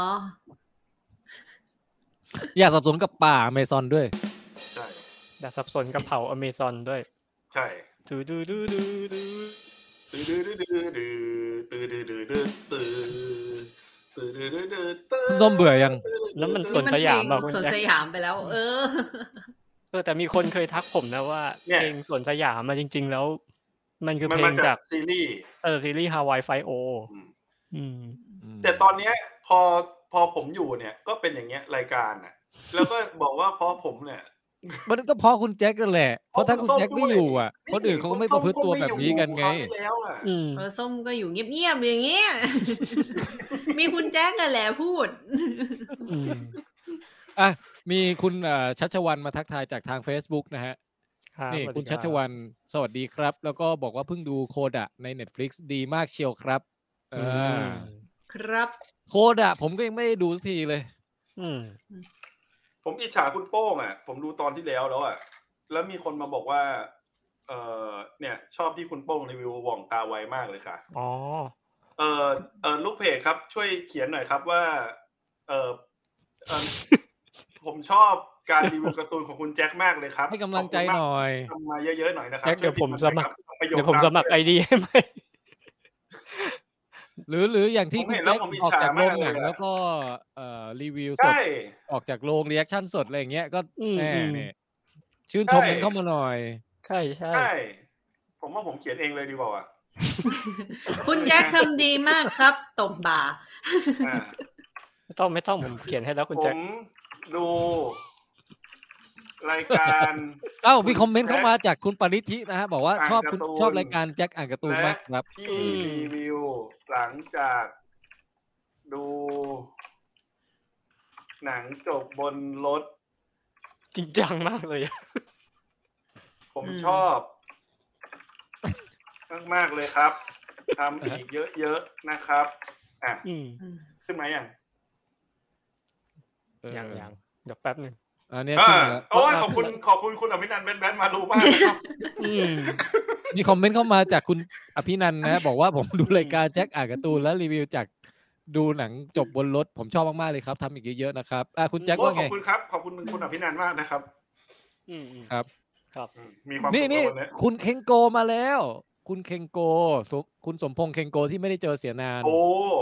Speaker 2: อย่าสับสนกับป่าอเมซอนด้วย
Speaker 3: ใช่
Speaker 4: อย่าสับสนกับเผาอเมซอนด้วย
Speaker 3: ใช่
Speaker 4: ดูดูดูดูดู
Speaker 3: ตื้อดื้อดื้อดื้อดื้อตื้อดื้อดื้อดื้อตื้อตื้อดื้อดื้อดื้อตื้อ
Speaker 2: คุณส้มเบื่อยัง
Speaker 4: แล้วมัน
Speaker 3: ตื้อ
Speaker 4: สวนสยามแบบ
Speaker 5: สวนสยามไปแล้ว เออ
Speaker 4: เออแต่มีคนเคยทักผมนะว่าเพลงสวนสยามมาจริง ๆ แล้ว มันคือ
Speaker 3: มัน
Speaker 4: เพล
Speaker 3: มางจา
Speaker 4: จาก ก
Speaker 3: ซีรีส์
Speaker 4: เออซีรีส์ฮาวายไฟโอ
Speaker 3: อืม
Speaker 4: อืม
Speaker 3: แต่ตอนเนี้ยพอพอผมอยู่เนี่ย ก็เป็นอย่างเงี้ยรายการอ่ะ แล้วก็บอกว่าเพราะผมเนี่ย
Speaker 2: มันก็เพราะคุณแจ็คกันแหละ เพราะถ้าคุณแจ็คไม่อยู่อ่ะ คนอื่นเขาก็ไม่ประพฤติตัวแบบนี้กันไง
Speaker 3: คราวที่แล้วอะ
Speaker 4: อืม
Speaker 5: เออส้มก็อยู่เงียบๆอย่างเงี้ย มีคุณแจ๊กกันแหละพูด
Speaker 4: อืม
Speaker 2: อ่ะ มีคุณเอ่อชัชวันมาทักทายจากทาง Facebook นะฮะ
Speaker 4: รับ
Speaker 2: นี่
Speaker 4: สวัสดี
Speaker 2: คุณ
Speaker 4: รั
Speaker 2: ชั
Speaker 4: บ
Speaker 2: ชวันสวัสดีครับ แล้วก็บอกว่าเพิ่งดูโคดะใน Netflix ดีมากเชียวครับ
Speaker 4: อื
Speaker 2: อ่
Speaker 4: มา
Speaker 5: ครับ
Speaker 2: โคดะผมก็ยังไม่ได้ดูสักทีเลย
Speaker 4: อืม
Speaker 3: ผมอิจฉาคุณโป้งอ่ะ ผมดูตอนที่แล้วแล้วอ่ะ แล้วมีคนมาบอกว่า เออเนี่ย ชอบที่คุณโป้งรีวิวหว่องตาไวมากเลยค่ะ
Speaker 4: อ๋อ
Speaker 3: เออเออลูกเพจครับ ช่วยเขียนหน่อยครับว่า เออเออผมชอบการรีวิวการ์ตูนของคุณแจ็คมากเลยครับ
Speaker 2: ให้กำลังใจหน่อย
Speaker 3: ทำมาเยอะๆหน่อยนะครับ
Speaker 4: แจ็คเดี๋ยวผมสมัคร
Speaker 3: ช่วยพิพ์าหน่อ
Speaker 4: เดี๋ย
Speaker 3: บ
Speaker 4: วผม
Speaker 3: ประโค
Speaker 4: สมัคร
Speaker 3: ตา
Speaker 4: ไอดีให้ไหม
Speaker 2: หรือหรืออย่างที่
Speaker 3: ผม
Speaker 2: คุณ
Speaker 3: เห็นแล้ว
Speaker 2: แจ็ค
Speaker 3: ผมอิจ
Speaker 2: ออก
Speaker 3: ฉา
Speaker 2: จากโร
Speaker 3: มา
Speaker 2: ง
Speaker 3: กเลย
Speaker 2: หนัง
Speaker 3: อะ
Speaker 2: แล้วก็เอ่อรีวิวสด
Speaker 3: ใช่
Speaker 2: ออกจากโรงรีแอคชั่นสดอะไรอย่างเงี้ยก็
Speaker 4: อืม
Speaker 2: แน่
Speaker 4: อืม
Speaker 2: เนี่ยชื่นชม
Speaker 3: ใช่
Speaker 2: กันเข้ามาหน่อย
Speaker 4: ใช่ใช่
Speaker 3: ใช่ผมว่าผมเขียนเองเลยดีกว่า ว่ะ
Speaker 5: คุณแจ๊กทำดีมากครับ ตบบ่า
Speaker 3: อ่า
Speaker 4: ไม่ต้องไม่ต้องผมเขียนให้แล้วคุณ
Speaker 3: ผ
Speaker 4: แจ็ค
Speaker 3: มดู รายการ
Speaker 2: เอ้ามีคอมเมนต์เข้ามาจากคุณปริธินะฮะบอกว่า
Speaker 3: อ่าน
Speaker 2: ชอบ
Speaker 3: การ์
Speaker 2: คุณ
Speaker 3: ตูน
Speaker 2: ชอบรายการแจ็คอ่านการ์ตูนมากครับ
Speaker 3: ที่รีวิวหลังจาก ดู หนังจบบนรถ
Speaker 4: จริงจังมากเลยอะ
Speaker 3: ผม
Speaker 5: อืม
Speaker 3: ชอบ มาก ๆ เลยครับทำอีกเยอะ ๆ นะครับ อ่ะ
Speaker 4: อืม
Speaker 5: อืม
Speaker 3: ขึ้นไหมอ่ะ
Speaker 2: เออ
Speaker 4: ยังยังเดี๋ยวแป๊บหนึ่ง
Speaker 2: อันเนี้ย
Speaker 3: อ่า
Speaker 2: ขึ้นแล้ว
Speaker 3: โอ้ยขอบคุณขอบคุณคุณอภินันท์เบนแบนมาดูมากนะครับ
Speaker 4: อืม
Speaker 2: มีคอมเมนต์เข้ามาจากคุณอภินันท์ นะ บอกว่าผมดูรายการแจ็คอ่านการ์ตูนและรีวิวจากดูหนังจบบนรถ ผมชอบมากๆเลยครับทำอีกเยอะๆนะครับอ่ะคุณแจ็ค
Speaker 3: โอ้ย
Speaker 2: ว่า
Speaker 3: ขอ
Speaker 2: ไง
Speaker 3: บคุณครับ ขอบคุณคุณอภินันท์มากนะครับ
Speaker 4: อืมอืม
Speaker 2: ครับ
Speaker 3: อืมมีความสุข
Speaker 2: นี่
Speaker 3: กับ
Speaker 2: นี่
Speaker 3: วันนี้
Speaker 2: คุณเคงโกมาแล้ว คุณเคงโกสมคุณสมพงษ์เคงโกที่ไม่ได้เจอเสียนาน
Speaker 3: โอ้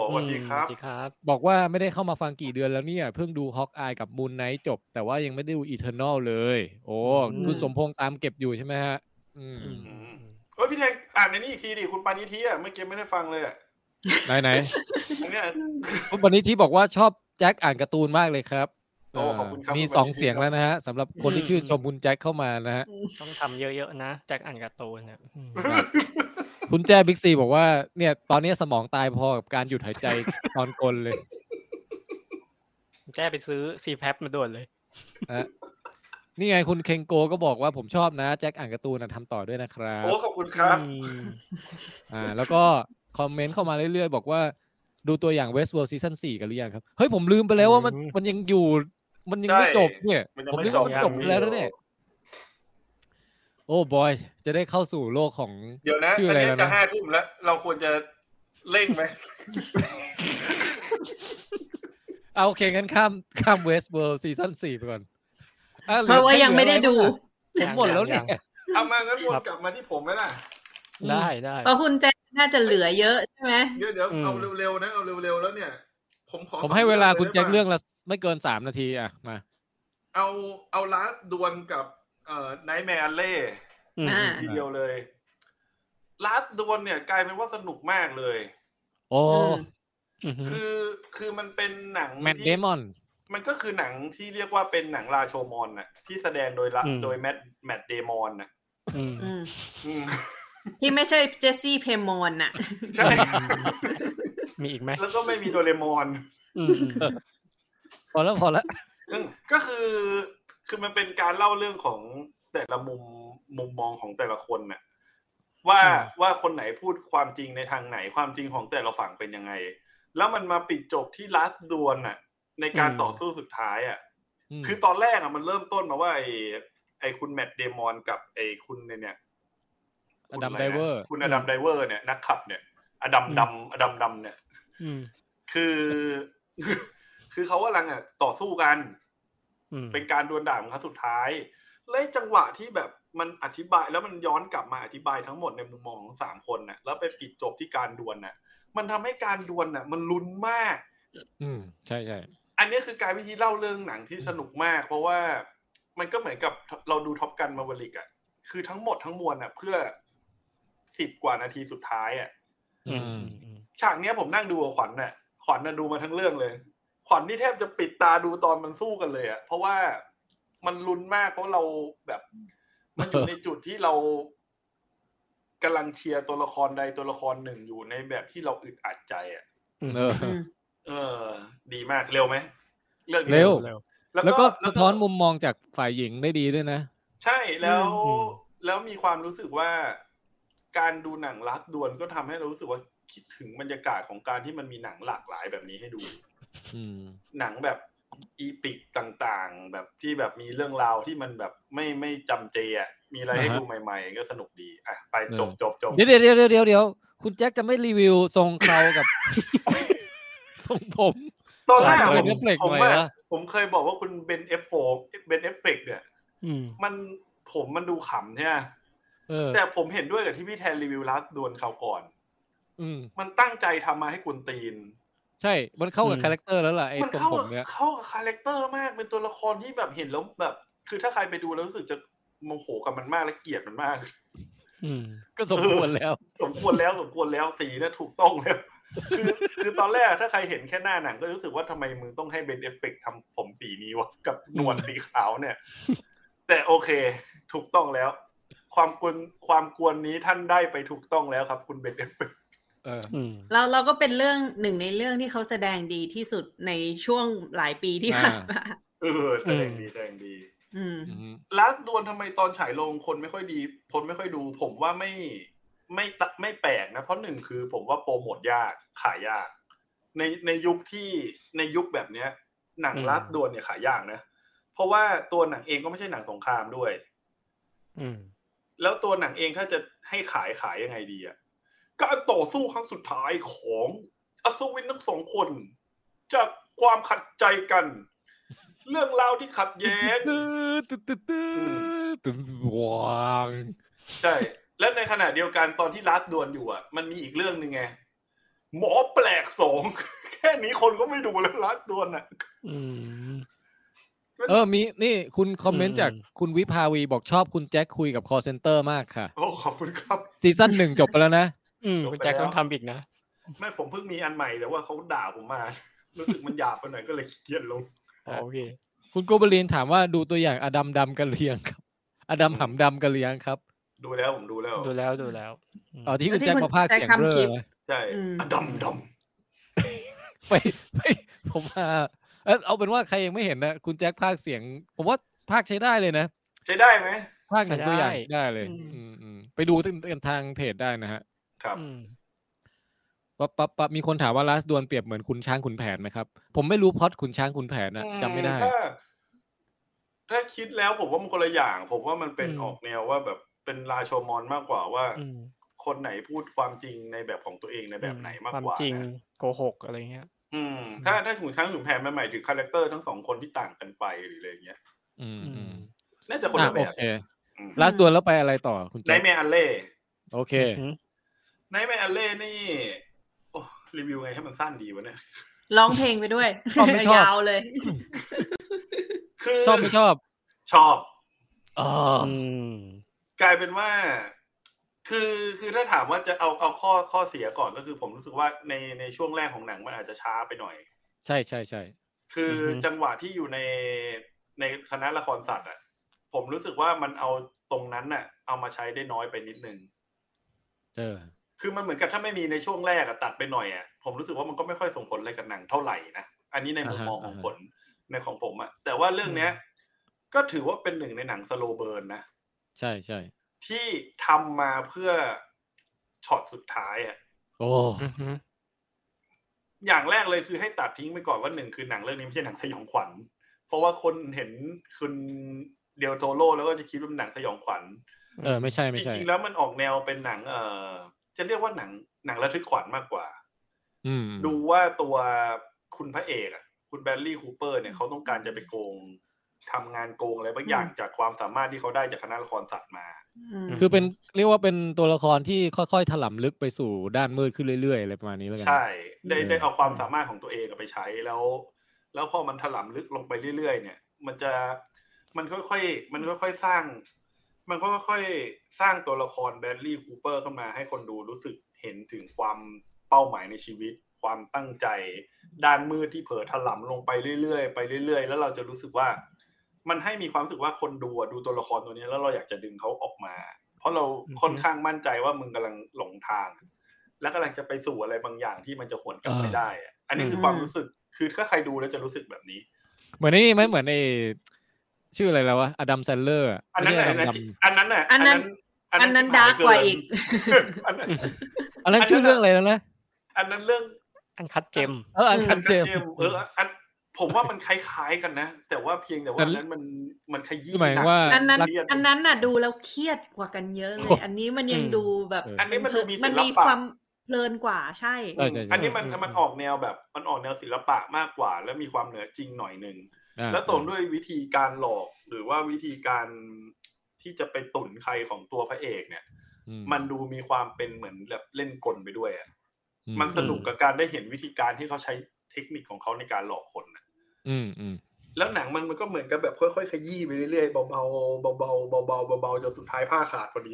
Speaker 3: สวัสดีครับ
Speaker 4: สวัสดีครับ
Speaker 2: บอกว่าไม่ได้เข้ามาฟังกี่เดือนแล้วเนี่ย เพิ่งดูฮอกอายกับมูนไนท์จบ แต่ว่ายังไม่ได้ดูอีเทอร์นอลเลย โอ้
Speaker 4: อืม
Speaker 2: คุณสมพงษ์ตามเก็บอยู่ใช่ไหมฮะ อืม
Speaker 4: อืม
Speaker 3: อืม เอ้ยพี่แทงอ่านในนี้อีกทีดิคุณปานิธิอ่ะเมื่อกี้ไม่ได้ฟังเลยอ่ะ
Speaker 2: ไหนไหน
Speaker 3: อันเนี้ย
Speaker 2: ๆ คุณปณิธิบอกว่าชอบแจ็คอ่านการ์ตูนมากเลยครับ
Speaker 3: โอ้ขอบคุณครับ
Speaker 2: มี
Speaker 3: คุณปณิธิ
Speaker 2: สองเสียง
Speaker 3: ครับ
Speaker 2: แล้วนะฮะสำหรับคนที่ชื่นชมคุณแจ็คเข้ามานะฮะ
Speaker 4: ต้องทำเยอะๆนะแจ็คอ่านการ์ตูนเนี่ยอืม
Speaker 2: คุณแจ้บิ๊กซีบอกว่าเนี่ย ตอนนี้สมองตายพอกับการหยุดหายใจตอนกลเลย
Speaker 4: แจ้ไปซื้อซีแพมาด่วนเลย
Speaker 2: ฮะนี่ไงคุณเคงโกก็บอกว่าผมชอบนะแจ็คอ่านการ์ตูนนะทำต่อด้วยนะครับ
Speaker 3: โอ้ขอบคุณครับ
Speaker 4: อืม
Speaker 2: อ่าแล้วก็คอมเมนต์เข้ามาเรื่อยๆ บอกว่าดูตัวอย่าง Westworld ซีซั่น4กันหรือยังครับ เฮ้ยผมลืมไปแล้วว่ามันมันยังอยู่ มันยังไม่
Speaker 3: ใช่
Speaker 2: จบเนี่ย
Speaker 3: มันยัง
Speaker 2: ผม
Speaker 3: ไม่
Speaker 2: นึกว่ามัน
Speaker 3: จ
Speaker 2: จ
Speaker 3: บบ ยังมี
Speaker 2: แล้วนะเนี่ย โอ้บอย จะได้เข้าสู่โลกของ
Speaker 3: เดี๋ยวนะ
Speaker 2: ชื่อ
Speaker 3: อั
Speaker 2: อะ
Speaker 3: น
Speaker 2: ไร
Speaker 3: เนี้ย
Speaker 2: แล้วนะ
Speaker 3: จะห้าทุ่มแล้ว เราควรจะเร่ง ไหม
Speaker 2: เอาโอเคงั้นข้ามข้าม Westworld ซีซั่น4ไปก่อนอ่
Speaker 5: เพราะว่ายังไม่ได้ดู
Speaker 2: ผมหมดแล้วเนี่ย
Speaker 3: เอามางั้นวนกลับมาที่ผมไหมล่ะ
Speaker 4: ได้ได้
Speaker 5: เพราะคุณแจ๊กน่าจะเหลือเยอะใช่ไหม
Speaker 3: เดี๋ยวเดี๋ยว
Speaker 4: อืม
Speaker 3: เอาเร็วๆนะ เอาเร็วๆแล้วเนี่ย ผมขอ
Speaker 2: ผมให้เวลา
Speaker 3: สง
Speaker 2: คุณแจ็ค
Speaker 3: ได้ไหม
Speaker 2: เรื่องละไม่เกินสามนาทีอ่ะมา
Speaker 3: เอาเอาลาสดวนกับเอ่อไนท์แมร์เล่
Speaker 4: อืม
Speaker 5: อ่า
Speaker 3: ทีเดียวเลยลาสดวนเนี่ย กลายเป็นว่าสนุกมากเลย
Speaker 2: โอ้
Speaker 5: อืม
Speaker 4: อืม
Speaker 3: คือคือมันเป็นหนัง
Speaker 2: แมน
Speaker 3: ที่
Speaker 2: เดมอน
Speaker 3: มันก็คือหนังที่เรียกว่าเป็นหนังราโชมอนน่ะ ที่แสดงโดยละ
Speaker 4: อืม
Speaker 3: โดยแมทแมทเดมอนน่ะ
Speaker 4: อืม
Speaker 5: อืม
Speaker 3: อืม
Speaker 5: ที่ไม่ใช่เจสซี่เพมอนน่ะ
Speaker 3: ใช่
Speaker 4: มีอีกไหม
Speaker 3: แล้วก็ไม่มีโดเรมอน
Speaker 4: อืม
Speaker 2: พอแล้วพอแล้ว
Speaker 3: อืมก็คือ คือมันเป็นการเล่าเรื่องของแต่ละมุมมุมมองของแต่ละคนน่ะว่า
Speaker 2: อืม
Speaker 3: ว่าคนไหนพูดความจริงในทางไหนความจริงของแต่ละฝั่งเป็นยังไง แล้วมันมาปิดจบที่ลัสดวนน่ะ ในการต่อสู้สุดท้ายอ่ะ
Speaker 2: ม
Speaker 3: คือตอนแรกอ่ะมันเริ่มต้นมาว่าไอ้ไอ้คุณแมตต์เดมอนกับไอ้คุณเนี่ยเนี่ย
Speaker 2: อดัม
Speaker 3: คุณะ
Speaker 2: ได
Speaker 3: นะ
Speaker 2: เวอร์
Speaker 3: คุณอดัมไดเวอร์เนี่ยนักขับเนี่ยอดัมดำอดัมดำเนี่ย
Speaker 4: อืม
Speaker 3: คือ คือเขากำลังอ่ะต่อสู้กัน
Speaker 4: อืม
Speaker 3: เป็นการดวลด่านของครั้งสุดท้าย และจังหวะที่แบบมันอธิบายแล้วมันย้อนกลับมาอธิบายทั้งหมดในมุมมองของสามคนน่ะ แล้วไปปิดจบที่การดวลน่ะ มันทำให้การดวลน่ะ มันลุ้นมาก
Speaker 2: อืมใช่ใช่
Speaker 3: อันนี้คือการวิธีเล่าเรื่องหนังที่สนุกมาก เพราะว่ามันก็เหมือนกับเราดูท็อปกันมาวลิกอ่ะ คือทั้งหมดทั้งมวลอ่ะ เพื่อสิบกว่านาทีสุดท้ายอ่ะ
Speaker 4: อื
Speaker 2: อื
Speaker 4: ม
Speaker 2: ม
Speaker 4: อืม
Speaker 3: ฉากเนี้ยผมนั่งดูกับขวัญน่ะ ขวัญน่ะดูมาทั้งเรื่องเลย ขวัญนี่แทบจะปิดตาดูตอนมันสู้กันเลยอะเพราะว่ามันลุ้นมากเพราะเราแบบ มันอยู่ในจุดที่เรากำลังเชียร์ตัวละครใดตัวละครหนึ่งอยู่ในแบบที่เราอึดอัดใจอะ
Speaker 2: เออ
Speaker 3: เออ ดีมากเร็วไหมองนี้
Speaker 2: เร็
Speaker 4: เร็ว
Speaker 2: แล้วก็สะท้อนมุมมองจากฝ่ายหญิงได้ดีด้วยนะ
Speaker 3: ใช่แล้ว
Speaker 4: อืม
Speaker 3: แล้วมีความรู้สึกว่าการดูหนังรักดวนก็ทำให้เรารู้สึกว่าคิดถึงบรรยากาศของการที่มันมีหนังหลากหลายแบบนี้ให้ดู
Speaker 2: อืม
Speaker 3: หนังแบบอีปิกต่างๆ แบบที่แบบมีเรื่องราวที่มันแบบไม่ไม่จำเจอ่ะมีอะไรให้
Speaker 2: อ่าฮะ
Speaker 3: ดูใหม่ๆ ก็สนุกดีอ่ะไป
Speaker 2: เออ
Speaker 3: จบจบจบ
Speaker 2: เดี๋ยวเดี๋ยวเดี๋ยวเดี๋ยวเดี๋ยวคุณแจ็คจะไม่รีวิวทรงเครากับ ทรงผม
Speaker 3: ตอนแรก
Speaker 2: เออ
Speaker 3: ผม
Speaker 2: เดี๋ยวเฟลก
Speaker 3: ผม
Speaker 2: หน่อย
Speaker 3: ว่า
Speaker 2: นะ
Speaker 3: ผมเคยบอกว่าคุณเบนเอฟโฟเบนเอฟเฟกเนี่ย
Speaker 4: อืม
Speaker 3: มันผมมันดูขำเนี่ย
Speaker 2: เออ
Speaker 3: แต่ผมเห็นด้วยกับที่พี่แทนรีวิวลาสดวนเขาวก่อน
Speaker 2: อืม
Speaker 3: มันตั้งใจทำมาให้กุนตีน
Speaker 2: ใช่ มันเข้ากับคาแรคเตอร์แล้วล่ะไอ้
Speaker 3: มัน
Speaker 2: ทรง
Speaker 3: เข้า
Speaker 2: ผม
Speaker 3: กับ
Speaker 2: เนี่ย
Speaker 3: เข้ากับคาแรคเตอร์มากเป็นตัวละครที่แบบเห็นแล้วแบบ คือถ้าใครไปดูแล้วรู้สึกจะโมโหกับมันมากและเกลียดมันมาก
Speaker 4: อืม
Speaker 2: ก็สมควรแล้ว
Speaker 3: สมควรแล้วสมควรแล้วสีนะถูกต้องแล้วคือคือตอนแรกถ้าใครเห็นแค่หน้าหนังก็รู้สึกว่าทำไมมึงต้องให้เบนเอฟเฟกต์ทำผมสีนี้วะกับหนวดสีขาวเนี่ย แต่โอเค ถูกต้องแล้ว ความกวนความกวนนี้ท่านได้ไปถูกต้องแล้วครับ คุณเบนเอฟเฟกต์
Speaker 2: เออ
Speaker 4: อืม
Speaker 5: เราเราก็เป็นเรื่องหนึ่งในเรื่องที่เขาแสดงดีที่สุดในช่วงหลายปีที่ผ่านมา
Speaker 3: เออแสดงดีแสดงดี
Speaker 5: อืม
Speaker 2: อืม
Speaker 3: ลาสดวนทำไมตอนฉายลงคนไม่ค่อยดีคนไม่ค่อยดู ผมว่าไม่ไม่ตะไม่แปลกนะ เพราะหนึ่งคือผมว่าโปรโมทยากขายยาก ในในยุคที่ในยุคแบบเนี้ย หนังลาสดวนเนี่ยขายยากนะ เพราะว่าตัวหนังเองก็ไม่ใช่หนังสงครามด้วย
Speaker 4: อืม
Speaker 3: แล้วตัวหนังเองถ้าจะให้ขายขายยังไงดีอ่ะการต่อสู้ครั้งสุดท้ายของอัศวินทั้งสองคน จากความขัดใจกัน เรื่องราวที่ขัดแย้ง
Speaker 2: ตื้อตื้อตื้อตื้อตื้อวาง
Speaker 3: ใช่ และในขณะเดียวกันตอนที่ลาสดวนอยู่อ่ะ มันมีอีกเรื่องหนึ่งไง หมอแปลกสอง แค่นี้คนก็ไม่ดูแล้วลาสดวนอ่ะ
Speaker 4: อืม
Speaker 2: เออ มี นี่ คุณคอมเมนต์จาก
Speaker 4: อืม
Speaker 2: คุณวิภาวีบอกชอบคุณแจ็คคุยกับคอเซนเตอร์มากค่ะ
Speaker 3: โอ้ขอบคุณครับ
Speaker 2: ซีซั่นหนึ่งจบไปแล้วนะ
Speaker 4: อืมคุณแจ็คต้องทำอีกนะ
Speaker 3: ไม่ผมเพิ่งมีอันใหม่แต่ว่าเขาด่าผมมา รู้สึกมันหยาบไปหน่อยก็เลยขี้เกียจลง
Speaker 4: อ๋อโอเค
Speaker 2: คุณโกเบลีนถามว่าดูตัวอย่างอดัมดำกันหรือยังครับ อดัมหำดำกันหรือยังครับ
Speaker 3: ดูแล้วผมดูแล้ว
Speaker 4: ดูแล้วดูแล้วอืม
Speaker 2: อ๋อที่คุณ
Speaker 5: ที่
Speaker 2: แจ็ค
Speaker 5: คุณ
Speaker 2: มาพากย์
Speaker 5: แจ็ค
Speaker 2: เสียง
Speaker 5: ทำ
Speaker 2: เร่
Speaker 5: คลิป
Speaker 2: อนะ
Speaker 3: ใช่
Speaker 5: อืม
Speaker 3: อะดำด
Speaker 2: ไป ไปผมว่าเอ้ยเอาเป็นว่าใครยังไม่เห็นนะ คุณแจ็คพากย์เสียง ผมว่าพากย์ใช้ได้เลยนะ
Speaker 3: ำใช้ได้ไหม
Speaker 2: ภาคหนังตัวอย่างได้เลยอืมอืมไปดูกันทางเพจได้นะฮะ
Speaker 3: ครับ
Speaker 4: อืม
Speaker 2: ปั๊บปั๊บปั๊บมีคนถามว่าลาสดวนเปรียบเหมือนคุณช้างขุนแผนไหมครับ ผมไม่รู้พล็อดขุนช้างขุนแผนนะจำไม่ได้
Speaker 3: ถ้าถ้าคิดแล้วผมว่ามันคนละอย่าง ผมว่ามันเป็น
Speaker 2: อืม
Speaker 3: ออกแนวว่าแบบเป็นราโชมอนมากกว่าว่า
Speaker 4: อืม
Speaker 3: คนไหนพูดความจริงในแบบของตัวเองในแบบไหนมาก
Speaker 4: ความ
Speaker 3: กว่า
Speaker 4: จริง
Speaker 3: นะ
Speaker 4: โกหกอะไรเงี้ย
Speaker 3: อืมถ้าถ้าถุงช้างถุงแพนมันหมายถึงคาแรคเตอร์ทั้งสองคนที่ต่างกันไปหรืออะไรเงี้ย
Speaker 2: อืมอืม
Speaker 3: น่าจะคน
Speaker 2: อ่ะ
Speaker 3: ละแบ
Speaker 2: โอบ เคลาสดวนแล้วไปอะไรต่อคุณ
Speaker 3: ไน
Speaker 2: แจ็ค
Speaker 3: แมอันเล่
Speaker 2: โอเค
Speaker 4: อืม
Speaker 3: ไนแมอันเล่นี่โอ้รีวิวไงให้มันสั้นดีวะเนี่ย
Speaker 5: ร้องเพลงไปด้วย
Speaker 2: ชอบไม่ชอบ
Speaker 5: ยาวเลย
Speaker 3: คือ
Speaker 2: ชอบไม่ชอบ
Speaker 3: ชอบ
Speaker 2: อ๋อ
Speaker 4: อืม
Speaker 3: กลายเป็นว่า คือคือถ้าถามว่าจะเอาเอาข้อข้อเสียก่อนก็คือผมรู้สึกว่าในในช่วงแรกของหนังมันอาจจะช้าไปหน่อย
Speaker 2: ใช่ใช่ใช่
Speaker 3: คืออ
Speaker 4: อฮึ
Speaker 3: จังหวะที่อยู่ในในคณะละครสัตว์อ่ะ ผมรู้สึกว่ามันเอาตรงนั้นน่ะ เอามาใช้ได้น้อยไปนิดนึง
Speaker 2: เออ
Speaker 3: คือมันเหมือนกับถ้าไม่มีในช่วงแรกอะตัดไปหน่อยอะผมรู้สึกว่ามันก็ไม่ค่อยส่งผลอะไรกับหนังเท่าไหร่นะอันนี้ในมุมมองของ
Speaker 2: อ่าฮะ
Speaker 3: ผลในของผมอะแต่ว่าเรื่องเนี้ย ก็ถือว่าเป็นหนึ่งในหนังสโลเบิร์นนะ
Speaker 2: ใช่ใช่
Speaker 3: ที่ทำมาเพื่อช็อตสุดท้ายอะ
Speaker 2: โอ้
Speaker 4: อือฮึ
Speaker 3: อย่างแรกเลยคือให้ตัดทิ้งไปก่อนว่าหนึ่งคือหนังเรื่องนี้ไม่ใช่หนังสยองขวัญ เพราะว่าคนเห็นคุณเดลโทโรแล้วก็จะคิดว่าเป็นหนังสยองขวัญ
Speaker 2: เออไม่ใช่
Speaker 3: จ
Speaker 2: ไม่ใช่
Speaker 3: ริงๆแล้วมันออกแนวเป็นหนัง เอ่อจะเรียกว่าหนังหนังระทึกขวัญมากกว่า
Speaker 2: อืม
Speaker 3: ดูว่าตัวคุณพระเอกอะคุณแบรลี่คูเปอร์เนี่ยเขาต้องการจะไปโกงทำงานโกงอะไรบางอย่างจากความสามารถที่เขาได้จากคณะละครสัตว์มา
Speaker 2: คือเป็นเรียกว่าเป็นตัวละครที่ค่อยๆถลำลึกไปสู่ด้านมืดขึ้นเรื่อยๆอะไรประมาณนี้แล้วกั
Speaker 3: ใช่ได้
Speaker 2: เออ
Speaker 3: ได้เอาความสามารถของตัวเองอะไปใช้แล้ว แล้วพอมันถลำลึกลงไปเรื่อย ๆ เนี่ย มันจะมันค่อยๆมันค่อยๆสร้าง มันก็ค่อยๆสร้างตัวละครแบรลี่คูเปอร์ขึ้นมาให้คนดูรู้สึกเห็นถึงความเป้าหมายในชีวิต ความตั้งใจ ด้านมืดที่เผลอถลำลงไปเรื่อยๆไปเรื่อยๆ แล้วเราจะรู้สึกว่า มันให้มีความรู้สึกว่าคนดูอะดูตัวละครตัวนี้แล้วเราอยากจะดึงเขาออกมา เพราะเราค่อนข้างมั่นใจว่ามึงกำลังหลงทาง และกำลังจะไปสู่อะไรบางอย่างที่มันจะหวนกลับไม่ได้อะอันนี้คือความรู้สึกคือถ้าใครดูแล้วจะรู้สึกแบบนี้
Speaker 2: เหมือนไอ้นี่ไหมเหมือนไอ้ชื่ออะไรแล้ววะอดัมแซนเลอร์
Speaker 3: อันนั้นน่ะอันนั้นอันนั้นน่ะ
Speaker 5: อันนั้นอันนั้นดาร์กกว่าอีก
Speaker 3: อันนั้น
Speaker 2: อันนั้นชื่อเรื่องอะไรแล้วนะ
Speaker 3: อันนั้นเรื่อง
Speaker 4: อันคัดเจม
Speaker 2: เอออันคันเจม
Speaker 3: มเอออันผมว่ามันคล้ายๆกันนะ แต่ว่าเพียงแต่ว่าอันนั้นมันมันขยี้
Speaker 2: หมายถึงว่า
Speaker 3: ก
Speaker 5: อันนั้น
Speaker 3: เครียด
Speaker 5: อันนั้นน่ะดูแล้วเครียดกว่ากันเยอะเล
Speaker 2: โอ้
Speaker 5: ย อันนี้มันยัง
Speaker 4: อืม
Speaker 5: ดูแบบ
Speaker 2: เออ
Speaker 3: อันนี้มันดูมีศิลปะ
Speaker 5: มันมีความเพลินกว่าใช่
Speaker 2: ใช่ใช่ใช่
Speaker 3: อันนี้มัน
Speaker 4: อืม
Speaker 3: มันออกแนวแบบมันออกแนวศิลปะมากกว่า และมีความเหนือจริงหน่อยหนึ่ง
Speaker 2: อ่า
Speaker 3: แล้วตรงด้วยวิธีการหลอกหรือว่าวิธีการที่จะไปตุนใครของตัวพระเอกเนี่ย
Speaker 2: อื
Speaker 3: มันดูมีความเป็นเหมือนแบบเล่นกลไปด้วยอะ
Speaker 2: อื
Speaker 3: มันสนุกกับการได้เห็นวิธีการที่เขาใช้เทคนิคของเขาในการหลอกคนน่ะ
Speaker 2: อืมอืม
Speaker 3: แล้วหนังมันมันก็เหมือนกับแบบค่อยๆขยี้ไปเรื่อยๆเบาๆเบาๆเบาๆเบาๆจนสุดท้ายผ้าขาดพอดี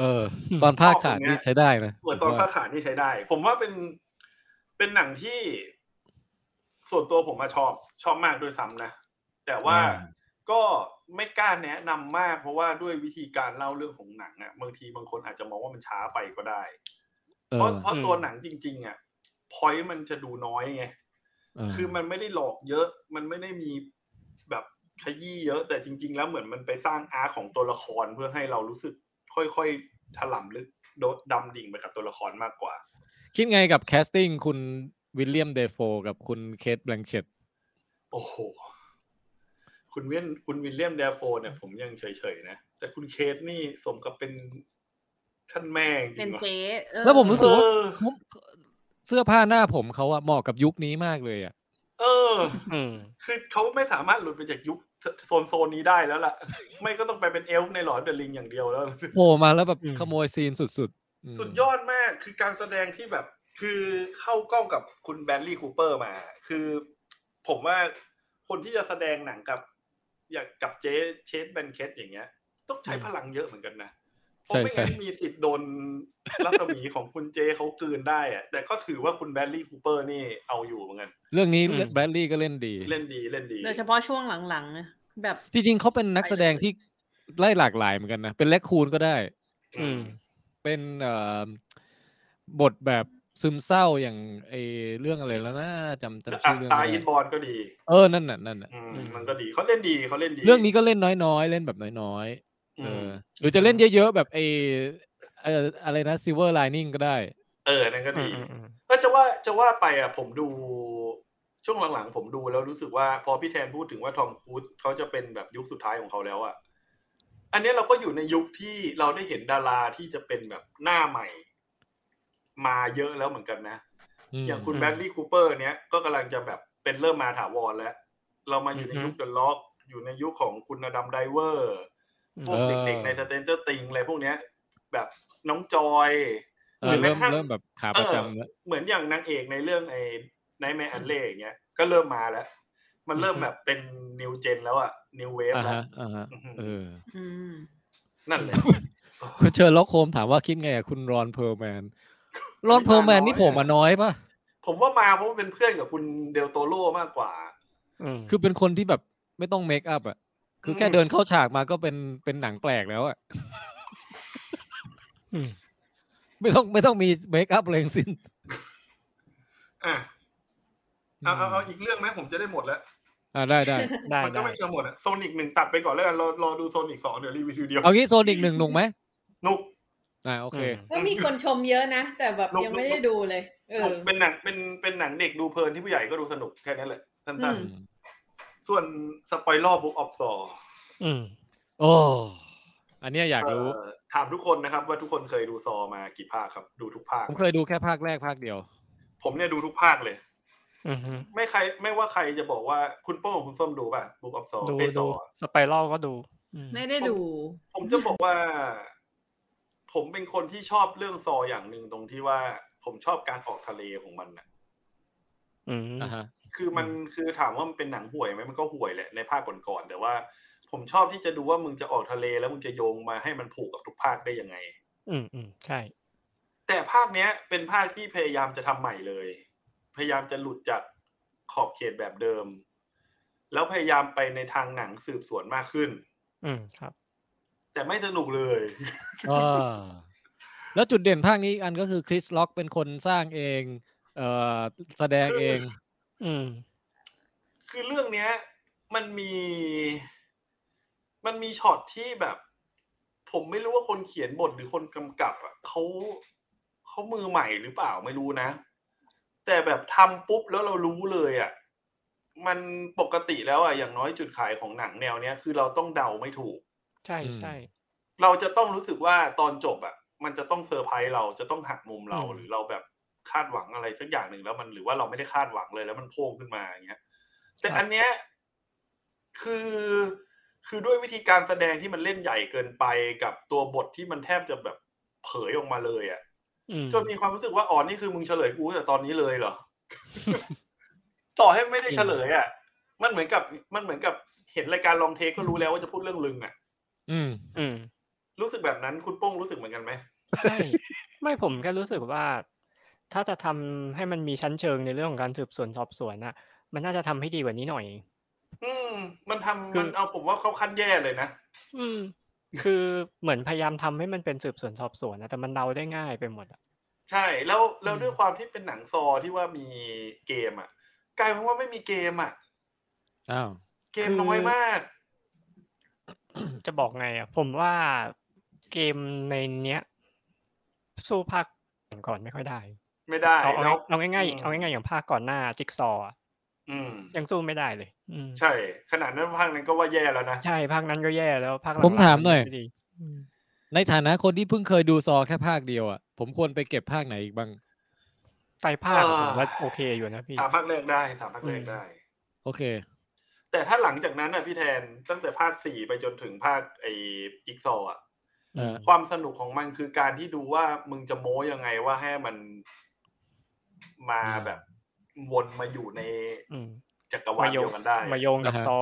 Speaker 2: เออ ตอนภาคขาดนี่ใช้ได้นะ
Speaker 3: เปิดตอนผ้าขาดนี่ใช้ได้ ผมว่าเป็นเป็นหนังที่ส่วนตัวผมมาชอบชอบมากด้วยซ้ำนะ แต่ว่า
Speaker 2: อ่า
Speaker 3: ก็ไม่กล้าแนะนำมาก เพราะว่าด้วยวิธีการเล่าเรื่องของหนังอะบางทีบางคนอาจจะมองว่ามันช้าไปก็ได้
Speaker 2: เอ
Speaker 3: เพ
Speaker 2: อ
Speaker 3: ราะเพราะ
Speaker 4: อืม
Speaker 3: ตัวหนังจริง ๆอะพอยต์มันจะดูน้อยไง
Speaker 2: เออ
Speaker 3: คือมันไม่ได้หลอกเยอะ มันไม่ได้มีแบบขยี้เยอะ แต่จริง ๆ แล้วเหมือนมันไปสร้างอาร์ของตัวละครเพื่อให้เรารู้สึก ค่อยๆถลำลึกโดดดำดิ่งไปกับตัวละครมากกว่า
Speaker 2: คิดไงกับแคสติ้งคุณวิลเลียมเดฟโฟกับคุณเคทแบลงเชต
Speaker 3: โอ้โห คุณเวียนคุณวิลเลียมแดฟโฟเนี่ยผมยังเฉยๆนะ แต่คุณเคสนี่สมกับเป็นท่านแม่จริ
Speaker 5: เป็น
Speaker 3: งๆว่ะ
Speaker 5: เจ๊เออ
Speaker 2: แล้วผมรู้สึกว่า
Speaker 3: เออ
Speaker 2: ผมเสื้อผ้าหน้าผมเขาอะเหมาะกับยุคนี้มากเลยอะ
Speaker 3: เออ
Speaker 4: อืม
Speaker 3: คือเขาไม่สามารถหลุดไปจากยุคโซนโซนๆนี้ได้แล้วล่ะ ไม่ก็ต้องไปเป็นเอลฟ์ในหลอดเดลิงอย่างเดียวแล้ว
Speaker 2: โผล่มาแล้วแบบ
Speaker 4: อืม
Speaker 2: ขโมยซีนสุดๆม
Speaker 3: สุดยอดมากคือการแสดงที่แบบ คือเข้ากล้องกับคุณแบนลี่คูเปอร์มา คือผมว่าคนที่จะแสดงหนังกับ อยากกับเจเชสแบนเคสอย่างเงี้ย ต้องใช้พลังเยอะเหมือนกันนะเพราะไม่งั้นมีสิทธิ์โดนรัศมีของคุณเจเขากลืนได้อะแต่ก็ถือว่าคุณแบนลี่คูเปอร์นี่เอาอยู่เหมือนกัน
Speaker 2: เรื่องนี้
Speaker 4: อืม
Speaker 2: แบรดลี่ก็เล่นดี
Speaker 3: เล่นดีเล่นดี
Speaker 5: โดยเฉพาะช่วงหลังๆนะแบบ
Speaker 2: จริงๆเขาเป็นนักแสดงที่ไล่หลากหลายเหมือนกันนะ เป็นแลกคูนก็ได้
Speaker 4: อืม
Speaker 2: เป็นเอ่อบทแบบซึมเศร้าอย่างไอเรื่องอะไรแล้วนะจำจำ
Speaker 3: อั
Speaker 2: ชื่อ
Speaker 3: ส
Speaker 2: เรื่อง
Speaker 3: ตา
Speaker 2: ไม่
Speaker 3: อินบ
Speaker 2: ได้
Speaker 3: อลก็ดี
Speaker 2: เออนั่นน่ะนั่นน่ะ
Speaker 3: อืม
Speaker 4: อืม
Speaker 3: มันก็ดีเขาเล่นดีเขาเล่นดี
Speaker 2: เรื่องนี้ก็เล่นน้อยๆ เล่นแบบน้อยๆ
Speaker 3: อื
Speaker 2: เอ
Speaker 3: ม
Speaker 2: อหรือจะเล่นเยอะๆ แบบไอเอ่ออะไรนะ silver lining ก็ได้
Speaker 3: เออนั่นก็
Speaker 4: อื
Speaker 3: ดี
Speaker 4: มอืม
Speaker 3: ก็จะว่าจะว่าไปอ่ะผมดูช่วงหลังๆ ผมดูแล้วรู้สึกว่าพอพี่แทนพูดถึงว่าทอมครูซเขาจะเป็นแบบยุคสุดท้ายของเขาแล้วอ่ะอันเนี้ยเราก็อยู่ในยุคที่เราได้เห็นดาราที่จะเป็นแบบหน้าใหม่ มาเยอะแล้วเหมือนกันนะ
Speaker 2: อืม
Speaker 3: อย่างคุณแบดลี่คูเปอร์เนี้ยก็กำลังจะแบบเป็นเริ่มมาถาวรแล้ว เรามาอยู่ในยุคเดอะล็อก อยู่ในยุคของคุณอดัมไดเวอร์ พวกเด็กๆในสเตนเตอร์ติงอะไรพวกเนี้ย แบบน้องจอย
Speaker 2: เออ
Speaker 3: หรื
Speaker 2: เริ่ม
Speaker 3: อแม้กระทั่ง
Speaker 2: เริ่มแบบขาประจำแล้ว
Speaker 3: เหมือนอย่างนางเอกในเรื่องไอ้ไนแมนเล่อย่างเงี้ย ก็เริ่มมาแล้ว มันเริ่มแบบเป็นนิวเจนแล้วอะนิวเวฟ
Speaker 2: อ่า
Speaker 3: แล้ว
Speaker 2: ฮะอ่าฮะ
Speaker 3: อือฮึ
Speaker 2: เออ
Speaker 5: อืม
Speaker 3: นั่น แหละ
Speaker 2: คุณเชอร์ล็อกโคมถามว่าคิดไงกับคุณรอน เพ r ร์ a แมนรอนเพ r ร์ a แมน
Speaker 3: ไม่น้อย
Speaker 2: นี่ผมมาน้อยป่ะ
Speaker 3: ผมว่ามาเพราะว่าเป็นเพื่อนกับคุณเดลโตโร่มากกว่า
Speaker 4: ม
Speaker 2: คือเป็นคนที่แบบไม่ต้องเมคอัพอ่ะ คือแค่เดินเข้าฉากมาก็เป็นเป็นหนังแปลกแล้วอ่ะ
Speaker 4: ม
Speaker 2: ไม่ต้องไม่ต้องมีเมคอัพอะไรทั้งสิ้น
Speaker 3: อ่ะเอาเอาเอาอีกเรื่องไหมผมจะได้หมดแล้ว
Speaker 2: อ่าได้ได้
Speaker 4: ได้
Speaker 3: มันก็
Speaker 4: ได้
Speaker 3: ไม่เชิงหมดอะโซนิกหนึ่งตัดไปก่อนแล้วกันรอรอดูโซนิกสองเดี๋ยวรีวิวทีเดียว
Speaker 2: เอางี้โซนิกหนึ่งหนุกไหม
Speaker 3: นุก
Speaker 2: อ่าโอเค
Speaker 4: ม
Speaker 5: ก็มีคนชมเยอะนะ แต่แบบ
Speaker 3: ลง
Speaker 5: ยังไม่ได้ดูเลยเออ
Speaker 3: นุกเป็นหนังเป็นเป็นหนังเด็กดูเพลินที่ผู้ใหญ่ก็ดูสนุกแค่นั้นแหละสั้น
Speaker 5: อืม
Speaker 3: ๆ ส่วนสปอยเลอร์บุ๊กออฟซอ
Speaker 4: อืม
Speaker 2: โอ้อันเนี้ยอยากรู้
Speaker 3: ถามทุกคนนะครับ ว่าทุกคนเคยดูซอมากี่ภาคครับ ดูทุกภาค
Speaker 2: ผมเคยดูแค่ภาคแรกภาคเดียว
Speaker 3: ผมเนี่ยดูทุกภาคเลย
Speaker 4: อือฮึ
Speaker 3: ไม่ใครไม่ว่าใครจะบอกว่าคุณโป้งคุณส้มดูป่ะบุ๊กออฟซอ
Speaker 4: ดู
Speaker 3: เอซ
Speaker 4: ดู
Speaker 3: อ
Speaker 4: สไปรัลก็ดูอืม
Speaker 5: ไม่ได้ดู
Speaker 3: ผมจะบอกว่า ผมเป็นคนที่ชอบเรื่องซออย่างหนึ่งตรงที่ว่า ผมชอบการออกทะเลของมันน่ะ
Speaker 4: อืม
Speaker 2: อ่าฮะ
Speaker 3: คือมันคือถามว่ามันเป็นหนังห่วยไหมมันก็ห่วยแหละในภาคก่อนๆแต่ว่า ผมชอบที่จะดูว่ามึงจะออกทะเลแล้วมึงจะโยงมาให้มันผูกกับทุกภาคได้ยังไง
Speaker 4: อืมอืมใช่
Speaker 3: แต่ภาคเนี้ย เป็นภาคที่พยายามจะทำใหม่เลย พยายามจะหลุดจากขอบเขตแบบเดิม แล้วพยายามไปในทางหนังสืบสวนมากขึ้น
Speaker 4: อืมครับ
Speaker 3: แต่ไม่สนุกเลย
Speaker 2: อ่าแล้วจุดเด่นภาคนี้อีกอันก็คือคริสล็อกเป็นคนสร้างเอง เอ่อแสดงเอง
Speaker 4: อืม
Speaker 3: คือเรื่องเนี้ย มันมีมันมีช็อตที่แบบ ผมไม่รู้ว่าคนเขียนบทหรือคนกำกับอ่ะเขาเขามือใหม่หรือเปล่าไม่รู้นะ แต่แบบทำปุ๊บแล้วเรารู้เลยอ่ะมันปกติแล้วอ่ะอย่างน้อยจุดขายของหนังแนวเนี้ยคือเราต้องเดาไม่ถูก
Speaker 4: ใช่
Speaker 2: อืม
Speaker 4: ใช่
Speaker 3: เราจะต้องรู้สึกว่าตอนจบอ่ะ มันจะต้องเซอร์ไพรส์เราจะต้องหักมุมเรา
Speaker 4: อืม
Speaker 3: หรือเราแบบคาดหวังอะไรสักอย่างหนึ่งแล้วมันหรือว่าเราไม่ได้คาดหวังเลยแล้วมันโพ่งขึ้นมาอย่างเงี้ย แต่อันเนี้ยคือคือด้วยวิธีการแสดงที่มันเล่นใหญ่เกินไปกับตัวบทที่มันแทบจะแบบเผยออกมาเลยอ่ะ
Speaker 4: อืม
Speaker 3: จนมีความรู้สึกว่าอ๋อนี่คือมึงเฉลยกูตั้งแต่ตอนนี้เลยเหรอ ต่อให้ไม่ได้เฉลยอ่ะ มันเหมือนกับมันเหมือนกับเห็นรายการลองเทคก็รู้แล้วว่าจะพูดเรื่องลึงอ่ะ
Speaker 2: อืม
Speaker 4: อืม
Speaker 3: รู้สึกแบบนั้นคุณโป้งรู้สึกเหมือนกันไหม
Speaker 4: ใช่ ไม่ผมแค่รู้สึกว่า ถ้าจะทำให้มันมีชั้นเชิงในเรื่องของการสืบสวนสอบสวนน่ะ มันน่าจะทำให้ดีกว่านี้หน่อย
Speaker 3: อืมมันทำ
Speaker 4: คือ
Speaker 3: มันเอาผมว่าเขาคั้นแย่เลยนะ
Speaker 4: อืม คือเหมือนพยายามทำให้มันเป็นสืบสวนสอบสวนนะแต่มันเดาได้ง่ายไปหมดอ่ะ
Speaker 3: ใช่แล้วแล้ว
Speaker 4: อืม
Speaker 3: ด้วยความที่เป็นหนังซอที่ว่ามีเกมอ่ะ กลายเป็นว่าไม่มีเกมอ่ะ
Speaker 2: อ้าว
Speaker 3: เกมน้อยมาก
Speaker 4: จะบอกไงอ่ะ ผมว่าเกมในเนี้ย สู้ภาคก่อนๆไม่ค่อยได้
Speaker 3: ไม่ได้
Speaker 4: เอา
Speaker 3: แล้ว
Speaker 4: เอาเอาง่าย
Speaker 3: อืม
Speaker 4: ๆเอาง่ายๆอย่างภาคก่อนหน้าจิ๊กซอว์อะ
Speaker 3: อืม
Speaker 4: ยังสู้ไม่ได้เลย อืม
Speaker 3: ใช่ ขนาดนั้นภาคนั้นก็ว่าแย่แล้วนะ
Speaker 4: ใช่ภาคนั้นก็แย่แล้วภาคหลังๆ
Speaker 2: ผมถามหน่อย
Speaker 4: ไดีอืม
Speaker 2: ในฐานะคนที่เพิ่งเคยดูซอแค่ภาคเดียวอ่ะ ผมควรไปเก็บภาคไหนอีกบ้าง
Speaker 4: ไตรภาคอะ
Speaker 3: อ่า
Speaker 4: ผมว่าโอเคอยู่นะพี่
Speaker 3: สามภาคแรกได้สามภาคแรก
Speaker 4: อืม
Speaker 3: ได้
Speaker 2: โอเค
Speaker 3: แต่ถ้าหลังจากนั้นอ่ะพี่แทนตั้งแต่ภาคสี่ไปจนถึงภาคไอ้จิกซอว์อ่ะ
Speaker 2: เออ
Speaker 3: ความสนุกของมันคือการที่ดูว่ามึงจะโม้ยังไงว่าให้มันมา
Speaker 2: อืม
Speaker 3: แบบวนมาอยู่ใน
Speaker 4: อืม
Speaker 3: จักรวาล
Speaker 4: มาโย
Speaker 3: เดี
Speaker 4: ง
Speaker 3: ยวกันได้
Speaker 4: มาโยงกับ
Speaker 2: อ่าฮะ
Speaker 4: ซอ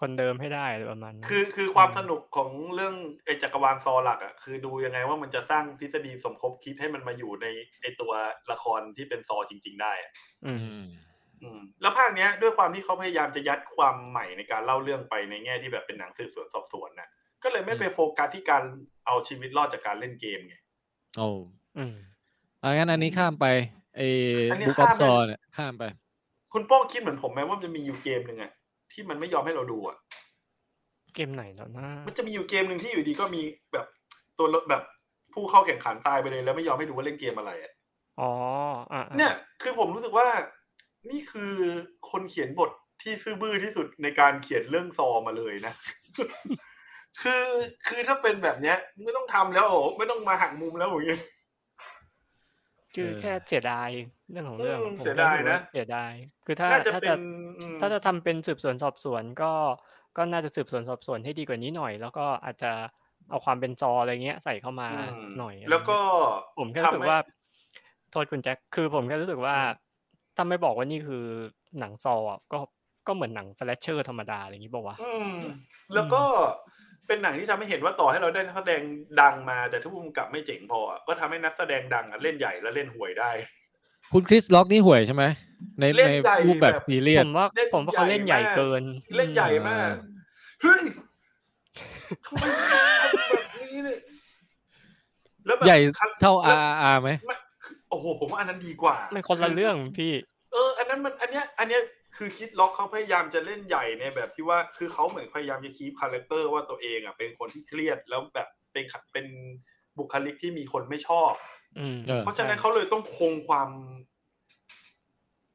Speaker 4: คนเดิมให้ได้อะไรประมาณนั้น
Speaker 3: คือคือความสนุกของเรื่องไอ้จักรวาลซอหลักอ่ะคือดูยังไงว่ามันจะสร้างทฤษฎีสมคบคิดให้มันมาอยู่ในไอ้ตัวละครที่เป็นซอจริง ๆ ได้อะ
Speaker 4: อื
Speaker 2: อื
Speaker 4: ม
Speaker 2: ม
Speaker 3: อืมแล้วภาคเนี้ยด้วยความที่เขาพยายามจะยัดความใหม่ในการเล่าเรื่องไปในแง่ที่แบบเป็นหนังสืบสวนสอบสวนน่ะก็เลยไม่ไปโฟกัสที่การเอาชีวิตรอดจากการเล่นเกมไง
Speaker 2: โอ้
Speaker 4: อืม
Speaker 2: อางั้นอันนี้ข้ามไปไอ้
Speaker 3: อันนี้
Speaker 2: บุกออ
Speaker 3: ข้าม
Speaker 2: ฟ
Speaker 3: ไป
Speaker 2: ซอเนี่ยข้ามไป
Speaker 3: คุณโป้งคิดเหมือนผมไหมว่ามันจะมีอยู่เกมหนึ่งอ่ะที่มันไม่ยอมให้เราดูอ่ะ
Speaker 4: เกมไหนแล้วนะ
Speaker 3: มันจะมีอยู่เกมหนึ่งที่อยู่ดีก็มีแบบตัวแบบผู้เข้าแข่งขันตายไปเลย แล้วไม่ยอมให้ดูว่าเล่นเกมอะไรอะ
Speaker 4: อ๋ออ่ะอ่ะ
Speaker 3: เนี่ย คือผมรู้สึกว่า นี่คือคนเขียนบทที่ซื่อบื้อที่สุดในการเขียนเรื่องซอมาเลยนะ คือคือถ้าเป็นแบบเนี้ย ไม่ต้องทำแล้วโอ้ไม่ต้องมาหักมุมแล้วอย่างเงี้ย
Speaker 4: คือ
Speaker 2: เออ
Speaker 4: แค่เสียดายเรื่องของเรื่อง
Speaker 3: อืม
Speaker 4: ผม
Speaker 3: เสียดายนะ
Speaker 4: แค่รู้สึกว่เสียดาย คือถ้า
Speaker 3: น่าจะ
Speaker 4: ถ้า
Speaker 3: เป็
Speaker 4: จะ
Speaker 3: นอืม
Speaker 4: ถ้าจะทำเป็นสืบสวนสอบสวนก็ก็น่าจะสืบสวนสอบสวนให้ดีกว่านี้หน่อย แล้วก็อาจจะเอาความเป็นซออะไรเงี้ยใส่เข้ามา
Speaker 3: อืม
Speaker 4: หน่อยอะไร
Speaker 3: แล้วก็
Speaker 4: เงี้ย ผมแค่รู้สึกว่า โทษคุณแจ็คคือผมแค่รู้สึกว่าถ้าไม่บอกว่านี่คือหนังซออ่ะก็ก็เหมือนหนังแฟลชเชอร์ธรรมดาอะไรอย่างนี้บอกว่าวะ
Speaker 3: อืมแล้วก็เป็นหนังที่ทำให้เห็นว่าต่อให้เราได้นักแสดงดังมา แต่ถ้าผู้กำกับไม่เจ๋งพอ ก็ทำให้นักแสดงดังอะเล่นใหญ่และเล่นห่วยได้
Speaker 2: คุณคริสล็อกนี่ห่วยใช่ไหมใน
Speaker 3: เล่น
Speaker 2: ใน
Speaker 3: ใจ
Speaker 2: รูปแบบ
Speaker 3: แบบ
Speaker 2: ซีเรีย
Speaker 4: ผ
Speaker 2: ส
Speaker 4: มว่า
Speaker 3: เล่น
Speaker 4: ผมว่าเขาเล่นใหญ่
Speaker 3: ใหญ่มาก
Speaker 4: เกิน
Speaker 3: เล่นใหญ่มาก
Speaker 2: อืม
Speaker 3: เฮ้ยทำไมแบบนี้เนี่ยแล้วแบบ
Speaker 2: ใหญ่
Speaker 3: คัน
Speaker 2: เท่า
Speaker 3: แล้ว
Speaker 2: RR ไหม
Speaker 3: ไม่คือโอ้โห ผมว่าอันนั้นดีกว่า
Speaker 4: มันคนละเรื่องพี่
Speaker 3: เออ อันนั้นมัน อันเนี้ย อันเนี้ย คือคิดล็อกเขาพยายามจะเล่นใหญ่ในแบบที่ว่า คือเขาเหมือนพยายามจะคีปคาแรคเตอร์ว่าตัวเองอ่ะเป็นคนที่เครียดแล้วแบบเป็นขะเป็นบุคลิกที่มีคนไม่ชอบ
Speaker 4: อืม
Speaker 2: เออ
Speaker 3: เพราะฉะนั้นเขาเลยต้องคงความ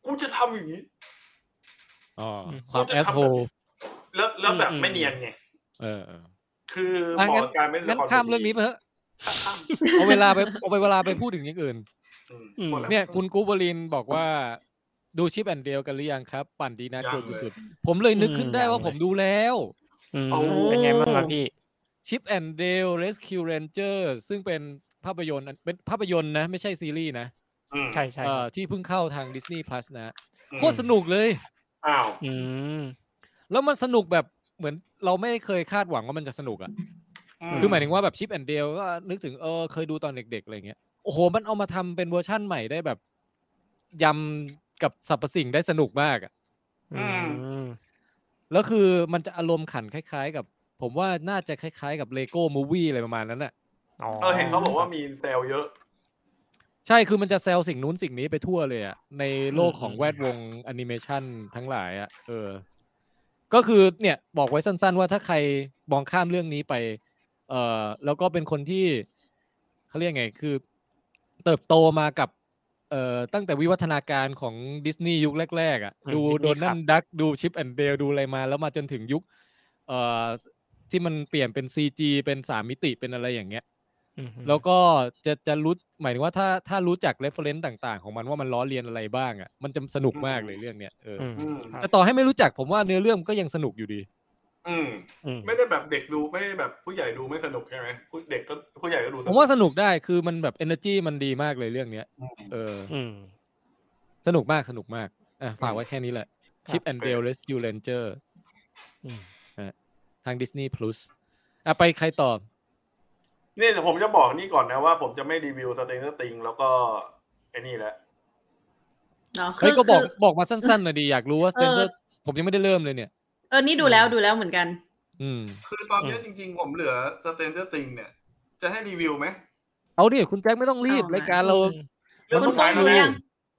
Speaker 3: กูจะทำอย่างนี้
Speaker 2: อ๋อความ
Speaker 3: กู
Speaker 2: แอ
Speaker 3: จะ
Speaker 2: ส
Speaker 3: ทำ
Speaker 2: โฮ
Speaker 3: แล้วแล้วแบบไม่เนียนไง
Speaker 2: เออเออ
Speaker 3: คือเห
Speaker 2: อ่ะ
Speaker 3: มาะ
Speaker 2: งั้น
Speaker 3: กับการเป็น
Speaker 2: งั้น
Speaker 3: ละคร
Speaker 2: ข้ามเรื่องนี้ไปเถอะ
Speaker 3: ข้าม
Speaker 2: เอาเวลาไปเอาไปเวลาไปพูดถึงอย่างอื่น
Speaker 3: อืมหมดแล้ว
Speaker 2: เนี่ยคุณกูบรินบอกว่าดูชิปแอนเดลกันหรือยังครับ ปั่นดีนะ
Speaker 3: ยัง
Speaker 2: กลั
Speaker 3: เล
Speaker 2: ว
Speaker 3: ย
Speaker 2: สุดๆผมเลยนึกขึ้นได้ว่าผมดูแล้ว
Speaker 4: อืม
Speaker 3: โอ้
Speaker 4: เป็นไงบ้างครับพี่
Speaker 2: ชิปแอนเดล Rescue Ranger ซึ่งเป็นภาพยนตร์อันเป็นภาพยนตร์นะ ไม่ใช่ซีรีส์นะ
Speaker 3: อืม
Speaker 4: ใช่ใช่
Speaker 2: เอ่อที่เพิ่งเข้าทาง Disney Plus นะ โคตรสนุกเลย
Speaker 3: อ้าว
Speaker 4: อืม
Speaker 2: แล้วมันสนุกแบบเหมือนเราไม่เคยคาดหวังว่ามันจะสนุกอะ คือหมายถึงว่าแบบชิปแอนเดลก็นึกถึงเออเคยดูตอนเด็กๆอะไรเงี้ยโอ้โห มันเอามาทำเป็นเวอร์ชั่นใหม่ได้แบบยำกับสรรพสิ่งได้สนุกมากอะ
Speaker 4: อืม
Speaker 2: แล้วคือมันจะอารมณ์ขันคล้ายๆ กับ ผมว่าน่าจะคล้ายๆกับเลโก้มูวี่อะไรประมาณนั้นน่ะ
Speaker 3: เออเห็นเขาบอกว่ามีแซลเยอะ
Speaker 2: ใช่คือมันจะแซลสิ่งนู้นสิ่งนี้ไปทั่วเลยอะในโลกของ
Speaker 4: อืม
Speaker 2: แวดวงแอนิเมชันทั้งหลายอะเออ ก็คือเนี่ยบอกไว้สั้น ๆ ว่าถ้าใครมองข้ามเรื่องนี้ไป เอ่อแล้วก็เป็นคนที่เขาเรียกไงคือ เติบโตมากับ เอ่อตั้งแต่วิวัฒนาการของดิสนีย์ยุคแรกๆอ่ะ
Speaker 4: อืม
Speaker 2: ดู
Speaker 4: Disney
Speaker 2: โดนั
Speaker 4: Club
Speaker 2: นดักดูชิปแอนเดลดูอะไรมา แล้วมาจนถึงยุค เอ่อที่มันเปลี่ยนเป็น CG เป็นสามมิติเป็นอะไรอย่างเงี้ย
Speaker 4: อืม
Speaker 2: แล้วก็จะจะรู้หมายถึงว่าถ้าถ้ารู้จักเรฟเฟรนซ์ต่างๆ ของมันว่ามันล้อเลียนอะไรบ้างอ่ะมันจะสนุกมากเลยเรื่องเนี้ยเอออ
Speaker 4: อืม
Speaker 3: อืม
Speaker 4: ครับ
Speaker 2: แต่ต่อให้ไม่รู้จักผมว่าเนื้อเรื่องก็ยังสนุกอยู่ดี
Speaker 3: อืม
Speaker 4: อืม
Speaker 3: ไม่ได้แบบเด็กดูไม่ได้แบบผู้ใหญ่ดูไม่สนุกใช่ไหมผู้เด็กก็ผู้ใหญ่ก็ดูส
Speaker 2: ผ
Speaker 3: นุก
Speaker 2: มว่าสนุกได้คือมันแบบ energy มันดีมากเลยเรื่องเนี้ย
Speaker 3: อืม
Speaker 2: เออ
Speaker 4: อืม
Speaker 2: สนุกมากสนุกมากอ่ะฝากไว้แค่นี้แหละ
Speaker 4: ครับ
Speaker 2: Chip and Dale Rescue Ranger
Speaker 4: อืม
Speaker 2: ทาง Disney Plus อ่ะไปใครต่อ
Speaker 3: เนี่ยแต่ผมจะบอกนี่ก่อนนะว่าผมจะไม่รีวิวสเตนเตอร์ติงแล้วก็ไอ้นี่แหละ
Speaker 5: เนาะคื
Speaker 2: เฮ้ย
Speaker 5: อ
Speaker 2: ก็บอก
Speaker 5: คือ
Speaker 2: บอกมาสั้นๆหน่อยดีอยากรู้ว่า
Speaker 5: เออ
Speaker 2: Stranger ผมยังไม่ได้เริ่มเลยเนี่ย
Speaker 5: เออนี่ดูแล้วดูแล้วเหมือนกัน
Speaker 2: อืม
Speaker 3: คือตอนเนี้ยจริงๆ ผมเหลือสเตนเตอร์ติงเนี่ย จะให้รีวิวไหม
Speaker 2: เอาดิ คุณแจ็คไม่ต้องรีบ
Speaker 5: เอามาร
Speaker 2: รายการเรา
Speaker 3: เรื่องสุด
Speaker 5: คุณโป้
Speaker 3: ท้ายแล้ว
Speaker 5: งดู
Speaker 3: เนี่
Speaker 5: ยั
Speaker 3: ย
Speaker 5: ง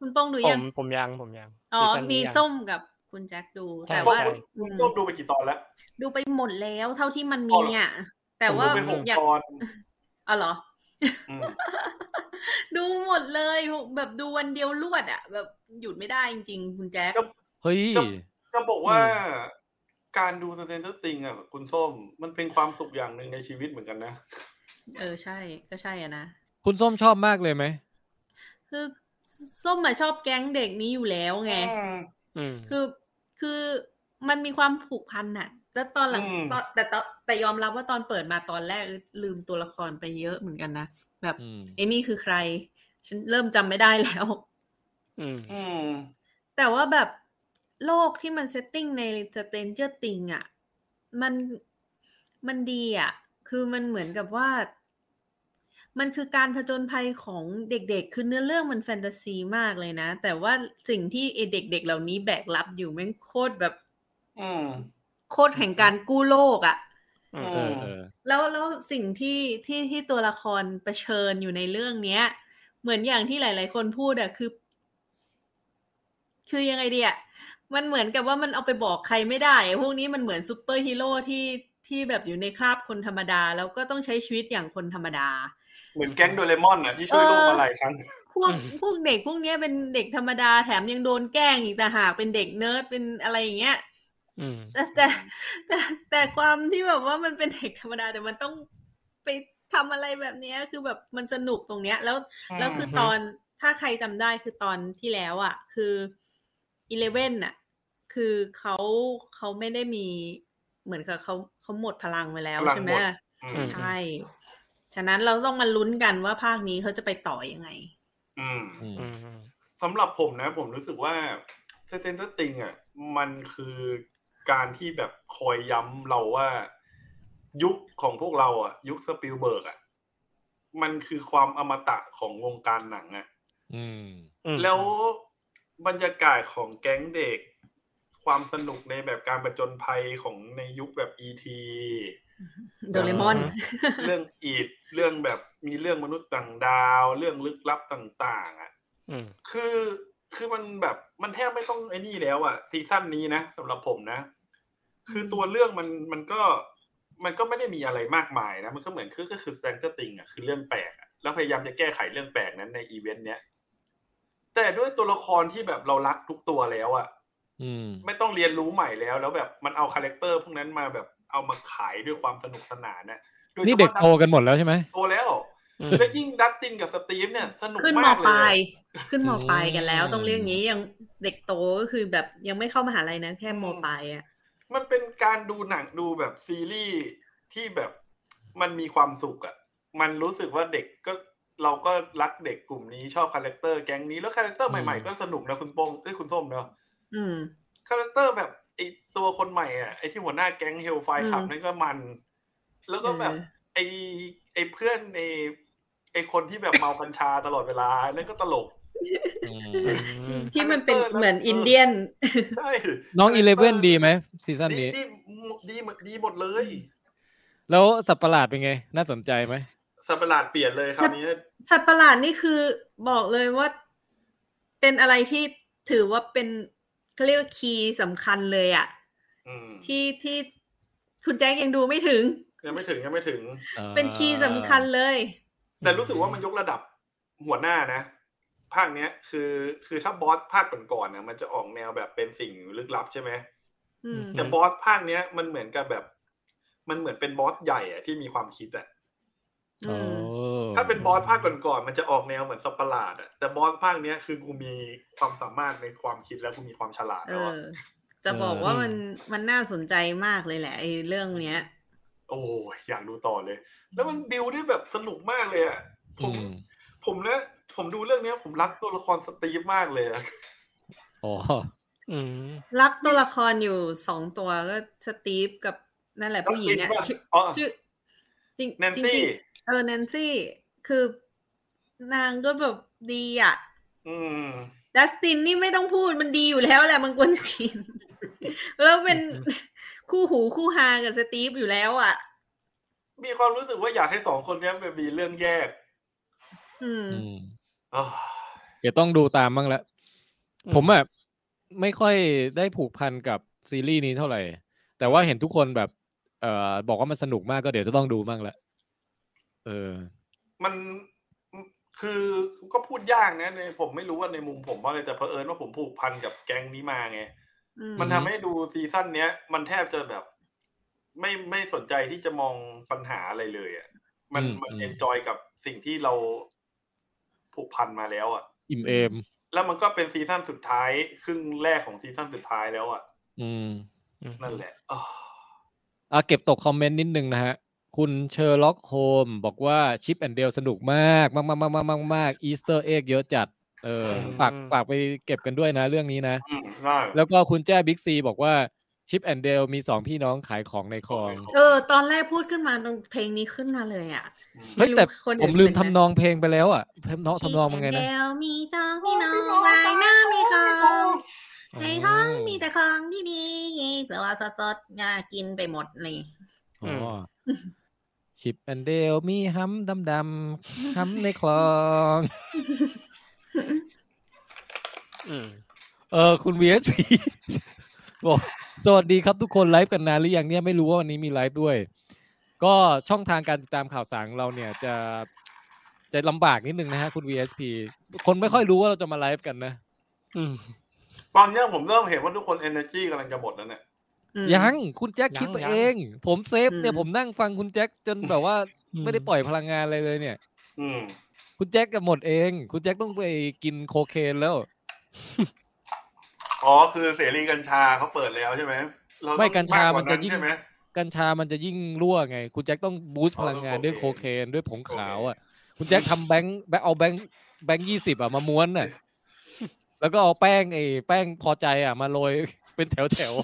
Speaker 5: คุณโป้งดู
Speaker 4: ผ
Speaker 5: ยั
Speaker 4: ม
Speaker 5: ง
Speaker 4: ผมยังผมยัง
Speaker 5: อ๋อ
Speaker 4: ซีซั่นนี้
Speaker 5: มี
Speaker 4: ยัง
Speaker 5: ส้มกับคุณแจ็คดู
Speaker 4: ใช่
Speaker 5: แต่
Speaker 3: บอ
Speaker 5: ว่า
Speaker 3: กคุณคุณส้มดูไปกี่ตอนแล้ว
Speaker 5: ดูไปหมดแล้วเท่าที่มัน
Speaker 3: อ๋
Speaker 5: มี
Speaker 3: อเหรอ
Speaker 5: อ่ะ แต่ว่า
Speaker 3: ผมดูไปหก
Speaker 5: อยาก
Speaker 3: ตอน
Speaker 5: อ๋อเหรอ
Speaker 3: อืม
Speaker 5: ดูหมดเลยแบบดูวันเดียวรวดอ่ะ แบบหยุดไม่ได้จริงๆ คุณแจ็ค
Speaker 2: เฮ้ย
Speaker 3: จะบอกว่า การดูสเตนเตอร์ติงอ่ะคุณส้มมันเป็นความสุขอย่างหนึ่งในชีวิตเหมือนกันนะ
Speaker 5: เออใช่ก็ใช่อะนะ
Speaker 2: คุณส้มชอบมากเลยไหม
Speaker 5: คือส้มอะชอบแก๊งเด็กนี้อยู่แล้วไง
Speaker 4: อืม
Speaker 5: คือคือมันมีความผูกพันน่ะ แล้วตอนหลัง
Speaker 3: อืม
Speaker 5: ตอนแต่ตอนแต่ยอมรับว่าตอนเปิดมาตอนแรกลืมตัวละครไปเยอะเหมือนกันนะ แบบ
Speaker 2: อืม
Speaker 5: ไอ้นี่คือใคร ฉันเริ่มจำไม่ได้แล้ว
Speaker 4: อืม
Speaker 3: อืม
Speaker 5: แต่ว่าแบบโลกที่มันเซตติ้งในสเตนเจอร์ติงอ่ะมันมันดีอ่ะ คือมันเหมือนกับว่า มันคือการผจญภัยของเด็กๆ คือเนื้อเรื่องมันแฟนตาซีมากเลยนะ แต่ว่าสิ่งที่ไอ้เด็กๆ เหล่านี้แบกรับอยู่แม่งโคตรแบบ
Speaker 3: อืม
Speaker 5: โคตรแห่งการกู้โลกอ่ะ
Speaker 4: อืม
Speaker 2: เออเออ
Speaker 5: แล้วแล้วสิ่งที่ที่ที่ตัวละครเผชิญอยู่ในเรื่องเนี้ย เหมือนอย่างที่หลาย ๆ คนพูดอะคือ คือยังไงดีอะมันเหมือนกับว่ามันเอาไปบอกใครไม่ได้อะพวกนี้มันเหมือนซูเปอร์ฮีโร่ที่ที่แบบอยู่ในคราบคนธรรมดา แล้วก็ต้องใช้ชีวิตอย่างคนธรรมดา
Speaker 3: เหมือนแก๊งโดเรมอนอ่ะที่ช่วยโลกมาหลายครั้ง
Speaker 5: พวก
Speaker 4: อืม
Speaker 5: พวกเด็กพวกเนี้ยเป็นเด็กธรรมดาแถมยังโดนแกล้งอีกต่างหากเป็นเด็กเนิร์ดเป็นอะไรอย่างเงี้ย
Speaker 4: อืม
Speaker 5: แต่แต่แต่แต่ความที่แบบว่ามันเป็นเด็กธรรมดาแต่มันต้องไปทำอะไรแบบเนี้ยคือแบบมันสนุกตรงเนี้ย แล้วแล้วคือตอนถ้าใครจำได้คือตอนที่แล้วอ่ะ คืออีเลเว่นอ่ะ คือเขาเขาไม่ได้มีเหมือนกับเขาเขาหมดพลังไปแล้ว
Speaker 3: พลัง
Speaker 5: ใช่ไหม
Speaker 3: หมด อืม
Speaker 5: ใช่ ฉะนั้นเราต้องมาลุ้นกันว่าภาคนี้เขาจะไปต่อยังไง
Speaker 3: อืม
Speaker 2: อืม
Speaker 4: อืม
Speaker 3: สำหรับผมนะ ผมรู้สึกว่าสเตนเตอร์ติงอ่ะมันคือการที่แบบคอยย้ำเราว่า ยุคของพวกเราอ่ะ ยุคสปิลเบิร์กอ่ะ มันคือความอมตะของวงการหนังอ่ะ
Speaker 2: อืม
Speaker 4: อืม
Speaker 3: แล้วบรรยากาศของแก๊งเด็ก ความสนุกในแบบการประจนภัยของในยุคแบบอีที
Speaker 5: โดเรมอน
Speaker 3: เรื่องอีดเรื่องแบบมีเรื่องมนุษย์ต่างดาว เรื่องลึกลับต่าง ๆ อ่ะ
Speaker 4: อืม
Speaker 3: คือคือมันแบบมันแทบไม่ต้องไอ้นี่แล้วอ่ะซีซั่นนี้นะสำหรับผมนะ คือตัวเรื่องมันมันก็มันก็ไม่ได้มีอะไรมากมายนะ มันก็เหมือนคือก็คือแซงเตอร์ติงอ่ะคือเรื่องแปลกอะแล้วพยายามจะแก้ไขเรื่องแปลกนั้นในอีเวนต์เนี้ยแต่ด้วยตัวละครที่แบบเรารักทุกตัวแล้วอ่ะ
Speaker 2: อืม
Speaker 3: ไม่ต้องเรียนรู้ใหม่แล้ว แล้วแบบมันเอาคาแรคเตอร์พวกนั้นมาแบบเอามาขายด้วยความสนุกสนานนะโดยฉพาะ
Speaker 2: นี่เด็กโตกันหมดแล้วใช่ไหม
Speaker 3: โตแล้ว
Speaker 4: อืม
Speaker 3: แล้วยิ่งดัตตินกับสตีฟเนี่ย สนุก
Speaker 5: ขึ้นม
Speaker 3: มา
Speaker 5: อก
Speaker 3: เล
Speaker 5: ปลาย ย ขึ้นมอปลายกันแล้ว
Speaker 2: อืม
Speaker 5: ต้องเรียกงี้ยังเด็กโตก็คือแบบยังไม่เข้ามหาลัยนะแค่มอปลายอ่ะ
Speaker 3: มันเป็นการดูหนังดูแบบซีรีส์ที่แบบมันมีความสุขอะ่ะ มันรู้สึกว่าเด็กก็เราก็รักเด็กกลุ่มนี้ชอบคาแรคเตอร์แก๊งนี้แล้วคาแรคเตอร์ใหม่
Speaker 2: อืม
Speaker 3: ๆก็สนุกนะคุณโป้งเอ้ยคุณส้มเนาะ
Speaker 5: อืม
Speaker 3: คาแรคเตอร์แบบไอตัวคนใหม่อ่ะไอที่หัวหน้าแก๊งเฮลไฟ
Speaker 5: อืม
Speaker 3: ขับนั่นก็มัน แล้วก็แบบ
Speaker 5: เออ
Speaker 3: ไอไอเพื่อนไอไอคนที่แบบเมากัญชาตลอดเวลานั่นก็ตลก
Speaker 2: อืม
Speaker 4: อืม
Speaker 5: ที่มันเป็น
Speaker 3: คาแรคเตอร์นะ
Speaker 5: เหมือนอินเดียน
Speaker 3: ใช่
Speaker 2: น้องอีเลเว่นดีไหมซีซั่น
Speaker 3: ดี
Speaker 2: นี้
Speaker 3: ดีดีหมดดีหมดเลย
Speaker 2: แล้วสับประหลาดเป็นไง น่าสนใจไหม
Speaker 3: สัตว์ประหลาดเปลี่ยนเลยคราวนี้
Speaker 5: สัตว์ประหลาดนี่คือบอกเลยว่า เป็นอะไรที่ถือว่าเป็นเขาเรียกว่าคีย์สำคัญเลยอะ
Speaker 3: อืม
Speaker 5: ที่ที่คุณแจ็คยังดูไม่ถึง
Speaker 3: ยังไม่ถึงยังไม่ถึง
Speaker 5: เป็นคีย์สำคัญเลย
Speaker 3: แต่รู้สึกว่ามันยกระดับหัวหน้านะ ภาคเนี้ยคือคือถ้าบอสภาคก่อนๆเนี่ยมันจะออกแนวแบบเป็นสิ่งลึกลับใช่ไหม
Speaker 5: อืม
Speaker 4: อื
Speaker 3: แต่บอสภาคเนี้ยมันเหมือนกับแบบ มันเหมือนเป็นบอสใหญ่อะที่มีความคิดอะ
Speaker 2: โอ้
Speaker 3: ถ้าเป็นบอสภาคก่อนๆมันจะออกแนวเหมือนสัตว์ประหลาดอะแต่บอสภาคเนี้ยคือกูมีความสามารถในความคิดและกูมีความฉลาด
Speaker 5: เอ
Speaker 3: แล้วอะ
Speaker 5: อ จะบอกว่ามันมันน่าสนใจมากเลยแหละไอ้เรื่องเนี้ย
Speaker 3: โอ้ยอยากดูต่อเลย แล้วมันบิวได้แบบสนุกมากเลยอะผม
Speaker 2: อืม
Speaker 3: ผมนะผมดูเรื่องเนี้ย ผมรักตัวละครสตีฟมากเลยอะ
Speaker 2: อ๋อ
Speaker 4: อืม
Speaker 5: รักตัวละครอยู่สองตัวก็สตีฟกับนั่นแหละผู้หญิงเนี่ย ชื่อ
Speaker 3: อ๋อ
Speaker 5: ชื่อจริง
Speaker 3: แนน
Speaker 5: จ
Speaker 3: ซี่
Speaker 5: ริงๆเออแนนซี่ คือนางก็แบบดีอ่ะ
Speaker 3: อืม
Speaker 5: ดัสตินนี่ไม่ต้องพูดมันดีอยู่แล้วแหละมันกวนจีน แล้วเป็นคู่หูคู่ฮากับสตีฟอยู่แล้วอ่ะ
Speaker 3: มีความรู้สึกว่าอยากให้สองคนเนี้ยมันมีเรื่องแยก
Speaker 5: อืม
Speaker 2: อืม
Speaker 3: อ้าว
Speaker 2: เดี๋ยวต้องดูตามบ้างแล้ว ผมอะไม่ค่อยได้ผูกพันกับซีรีส์นี้เท่าไหร่ แต่ว่าเห็นทุกคนแบบ เอ่อ บอกว่ามันสนุกมากก็เดี๋ยวจะต้องดูบ้างละเออ
Speaker 3: มันคือก็พูดยากนะในผมไม่รู้ว่าในมุมผมว่าอะไรแต่เผอิญว่าผมผูกพันกับแก๊งนี้มาไง
Speaker 5: อืม
Speaker 3: มันทำให้ดูซีซั่นเนี้ย มันแทบจะแบบ ไม่ไม่สนใจที่จะมองปัญหาอะไรเลยอะ่ะมัน
Speaker 2: อืม
Speaker 3: มัน
Speaker 2: อืม
Speaker 3: เอนจอยกับสิ่งที่เราผูกพันมาแล้วอะ่ะ
Speaker 2: อิ่มเอม
Speaker 3: แล้วมันก็เป็นซีซั่นสุดท้าย ครึ่งแรกของซีซั่นสุดท้ายแล้วอะ่ะ
Speaker 2: อืม
Speaker 4: อืม
Speaker 3: นั่นแหละอ้าว
Speaker 2: อ่ะเก็บตกคอมเมนต์นิดนึงนะฮะ คุณเชอร์ล็อกโฮมบอกว่าชิปแอนเดลสนุกมากมากมากมากมากมากมากอีสเตอร์เอ็กเยอะจัด เออฝากฝากไปเก็บกันด้วยนะเรื่องนี้นะ
Speaker 3: อืมน่า
Speaker 2: แล้วก็คุณแจ้บิ๊กซีบอกว่าชิปแอนเดลมีสองพี่น้องขายของในคลอง
Speaker 5: เออ ตอนแรกพูดขึ้นมาตรงเพลงนี้ขึ้นมาเลยอ่ะ
Speaker 2: เฮ้ย แต่
Speaker 5: ไรู้คน
Speaker 2: ผม
Speaker 5: น
Speaker 2: ลืม
Speaker 5: เป็
Speaker 2: ทำนองเพลงไปแล้วอ่ะทำนองทำนองมันไง
Speaker 5: แด
Speaker 2: นะ
Speaker 5: วมีตองพี่น้องลายหน้ามีของในท้องมีแต่ของดีๆแต่ว่าสดๆน่ากินไปหมดเลย
Speaker 2: อ๋อชิปแอนเดลมีห้ำดำดำๆห้ำในคลอง
Speaker 4: อืม
Speaker 2: เออคุณ VSP บอกสวัสดีครับทุกคนไลฟ์กันนานหรือยังเนี่ยไม่รู้ว่าวันนี้มีไลฟ์ด้วย ก็ช่องทางการติดตามข่าวสารของเราเนี่ยจะจะลำบากนิดนึงนะฮะคุณ VSP คนไม่ค่อยรู้ว่าเราจะมาไลฟ์กันนะ
Speaker 4: อืม
Speaker 3: ตอนเนี้ยผมเริ่มเห็นว่าทุกคน energy กำลังจะหมดแล้วเนี่ย
Speaker 5: อืม
Speaker 2: ยังคุณแจ็คคิดไป
Speaker 4: ยัง
Speaker 2: เอง ผมเซฟเนี่ย
Speaker 5: อืม
Speaker 2: ผมนั่งฟังคุณแจ็คจนแบบว่าไม่ได้ปล่อยพลังงานอะไรเลยเนี่ย
Speaker 3: อืม
Speaker 2: คุณแจ็คก็หมดเอง คุณแจ็คต้องไปกินโคเคนแล้ว
Speaker 3: อ๋อ คือเสรีกัญชาเขาเปิดแล้วใช่ไหมเรต้อง
Speaker 2: ไม่กัญชา
Speaker 3: ว่
Speaker 2: นจะยิ่ง
Speaker 3: ใช่ไหม
Speaker 2: กัญชามันจะยิ่งรั่วไง คุณแจ็คต้องบูสต์
Speaker 3: อ๋
Speaker 2: พ
Speaker 3: อ
Speaker 2: ลังงาน
Speaker 3: ด้
Speaker 2: ด้
Speaker 3: ว
Speaker 2: วย ย
Speaker 3: โค
Speaker 2: โค
Speaker 3: เคน
Speaker 2: เคนด้วยผง
Speaker 3: โอเค
Speaker 2: ขาวอ่ะ คุณแจ็คทำแบงค์แบงค์เอาแบงค์แบงค์ยี่สิบอ่ะมาม้วนน่ะ แล้วก็เอาแป้งไอ้แป้งพอใจอ่ะ มาโรย เป็นแถวแถว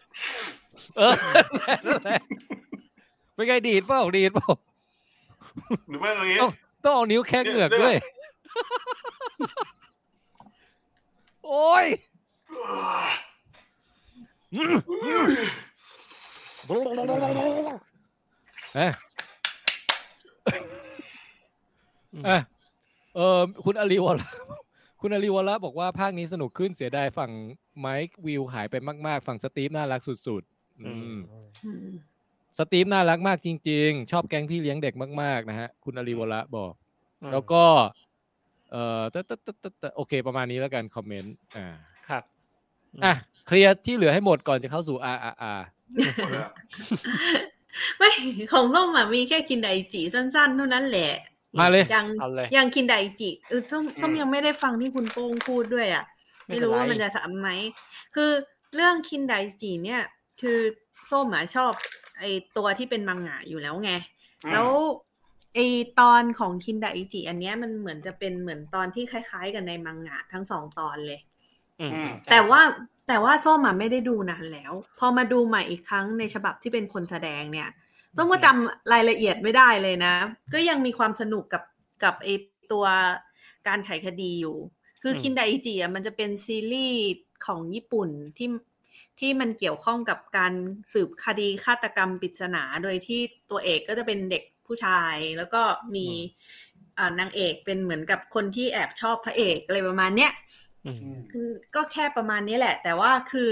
Speaker 2: ๆเอ อนั่นแหละเป็นไงดีดเปล่าดีดเปล่า
Speaker 3: หรือไม่ตรงนี้
Speaker 2: ต้องเอานิ้วแค่เหงือกด้วย โอ้ยเอะเอะเออคุณอาลีวอลละคุณอาลีวอลละบอกว่าภาคนี้สนุกขึ้นเสียดายฝั่งไมค์วิวหายไปมาก ๆ ฝั่งสตีฟน่ารักสุดๆอืม
Speaker 5: อืม
Speaker 2: สตีฟน่ารักมากจริง ๆ ชอบแก๊งพี่เลี้ยงเด็กมาก ๆ นะฮะ คุณอริวระบอก แล้วก็ เอ่อตะตะตะตะตะโอเค ประมาณนี้แล้วกันคอมเมนต์อ่า
Speaker 4: ครับ
Speaker 2: อ่ะเคลียร์ที่เหลือให้หมดก่อนจะเข้าสู่ R R R
Speaker 5: ไม่ ของส้มอ่ะมีแค่คินไดจิสั้นๆเท่านั้นแหละ
Speaker 2: มาเลย
Speaker 5: ยัง
Speaker 4: เอาเลย
Speaker 5: ยังคินไดจิเออส้มส้ม
Speaker 3: อืม
Speaker 5: ยังไม่ได้ฟังที่คุณโป้งพูดด้วยอ่ะ
Speaker 4: ไม่
Speaker 5: ไม่
Speaker 4: เป็น
Speaker 5: รู้ว่า
Speaker 4: ไร
Speaker 5: มันจะสามไหม คือเรื่องคินไดจิเนี่ย คือส้มอ่ะชอบไอตัวที่เป็นมังงะอยู่แล้วไง แล้วไอตอนของคินไดจิอันเนี้ยมันเหมือนจะเป็นเหมือนตอนที่คล้ายๆ กันในมังงะทั้งสองตอนเลย
Speaker 4: อืม
Speaker 3: อืม
Speaker 4: ใช่
Speaker 5: แต่ว่าแต่ว่าส้มอ่ะไม่ได้ดูนานแล้ว พอมาดูใหม่อีกครั้งในฉบับที่เป็นคนแสดงเนี่ยส้มก็จำรายละเอียดไม่ได้เลยนะ ก็ยังมีความสนุกกับกับไอตัวการไขคดีอยู่ คืออ
Speaker 4: ม
Speaker 5: คินไดอิจิอ่ะมันจะเป็นซีรีส์ของญี่ปุ่นที่ที่มันเกี่ยวข้องกับการสืบคดีฆาตกรรมปริศนาโดยที่ตัวเอกก็จะเป็นเด็กผู้ชาย แล้วก็มีอ่านางเอกเป็นเหมือนกับคนที่แอบชอบพระเอกอะไรประมาณเนี้ย
Speaker 4: อืม
Speaker 5: คือก็แค่ประมาณนี้แหละ แต่ว่าคือ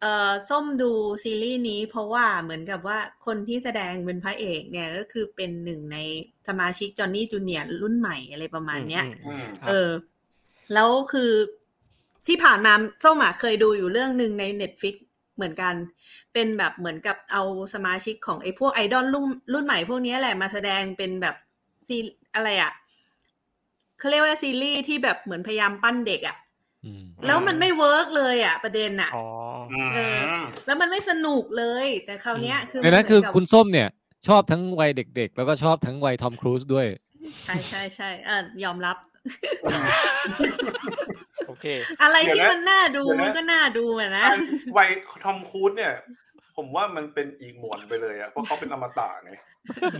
Speaker 5: เออส้มดูซีรีส์นี้เพราะว่าเหมือนกับว่าคนที่แสดงเป็นพระเอกเนี่ยก็คือเป็นหนึ่งในสมาชิกจอห์นนี่จูเนียร์รุ่นใหม่อะไรประมาณเนี้ย
Speaker 4: อืมอืม ครับ
Speaker 5: เออ แล้วคือที่ผ่านมาส้มอะเคยดูอยู่เรื่องหนึ่งใน Netflix เหมือนกัน เป็นแบบเหมือนกับเอาสมาชิกของไอ้พวกไอดอลรุ่นรุ่นใหม่พวกเนี้ยแหละมาแสดงเป็นแบบซีอะไรอะเขาเรียกว่าซีรีส์ที่แบบเหมือนพยายามปั้นเด็กอะ
Speaker 2: อืม
Speaker 5: แล้วมันไม่เวิร์กเลยอ่ะ ประเด็นอ่ะ
Speaker 4: อ๋อ
Speaker 5: เออ แล้วมันไม่สนุกเลย แต่คราวเนี้ยคือ
Speaker 2: ในนั้นคือ
Speaker 5: มัเหมื
Speaker 2: คุณส้มเนี่ย ชอบทั้งวัยเด็ก ๆ แล้วก็ชอบทั้งวัยทอมครูซด้วย
Speaker 5: ใช่ใช่ใช่เออยอมรับ
Speaker 4: โอเค
Speaker 5: อะไร
Speaker 3: เดี๋ยวนะ
Speaker 5: ที่มันน่าดู
Speaker 3: เดี๋ยวนะ
Speaker 5: มันก็น่าดูอ่ะนะ
Speaker 3: วัยทอมครูซเนี่ย ผมว่ามันเป็นอีกหมวดไปเลยอะเพราะเขาเป็นอมตะไง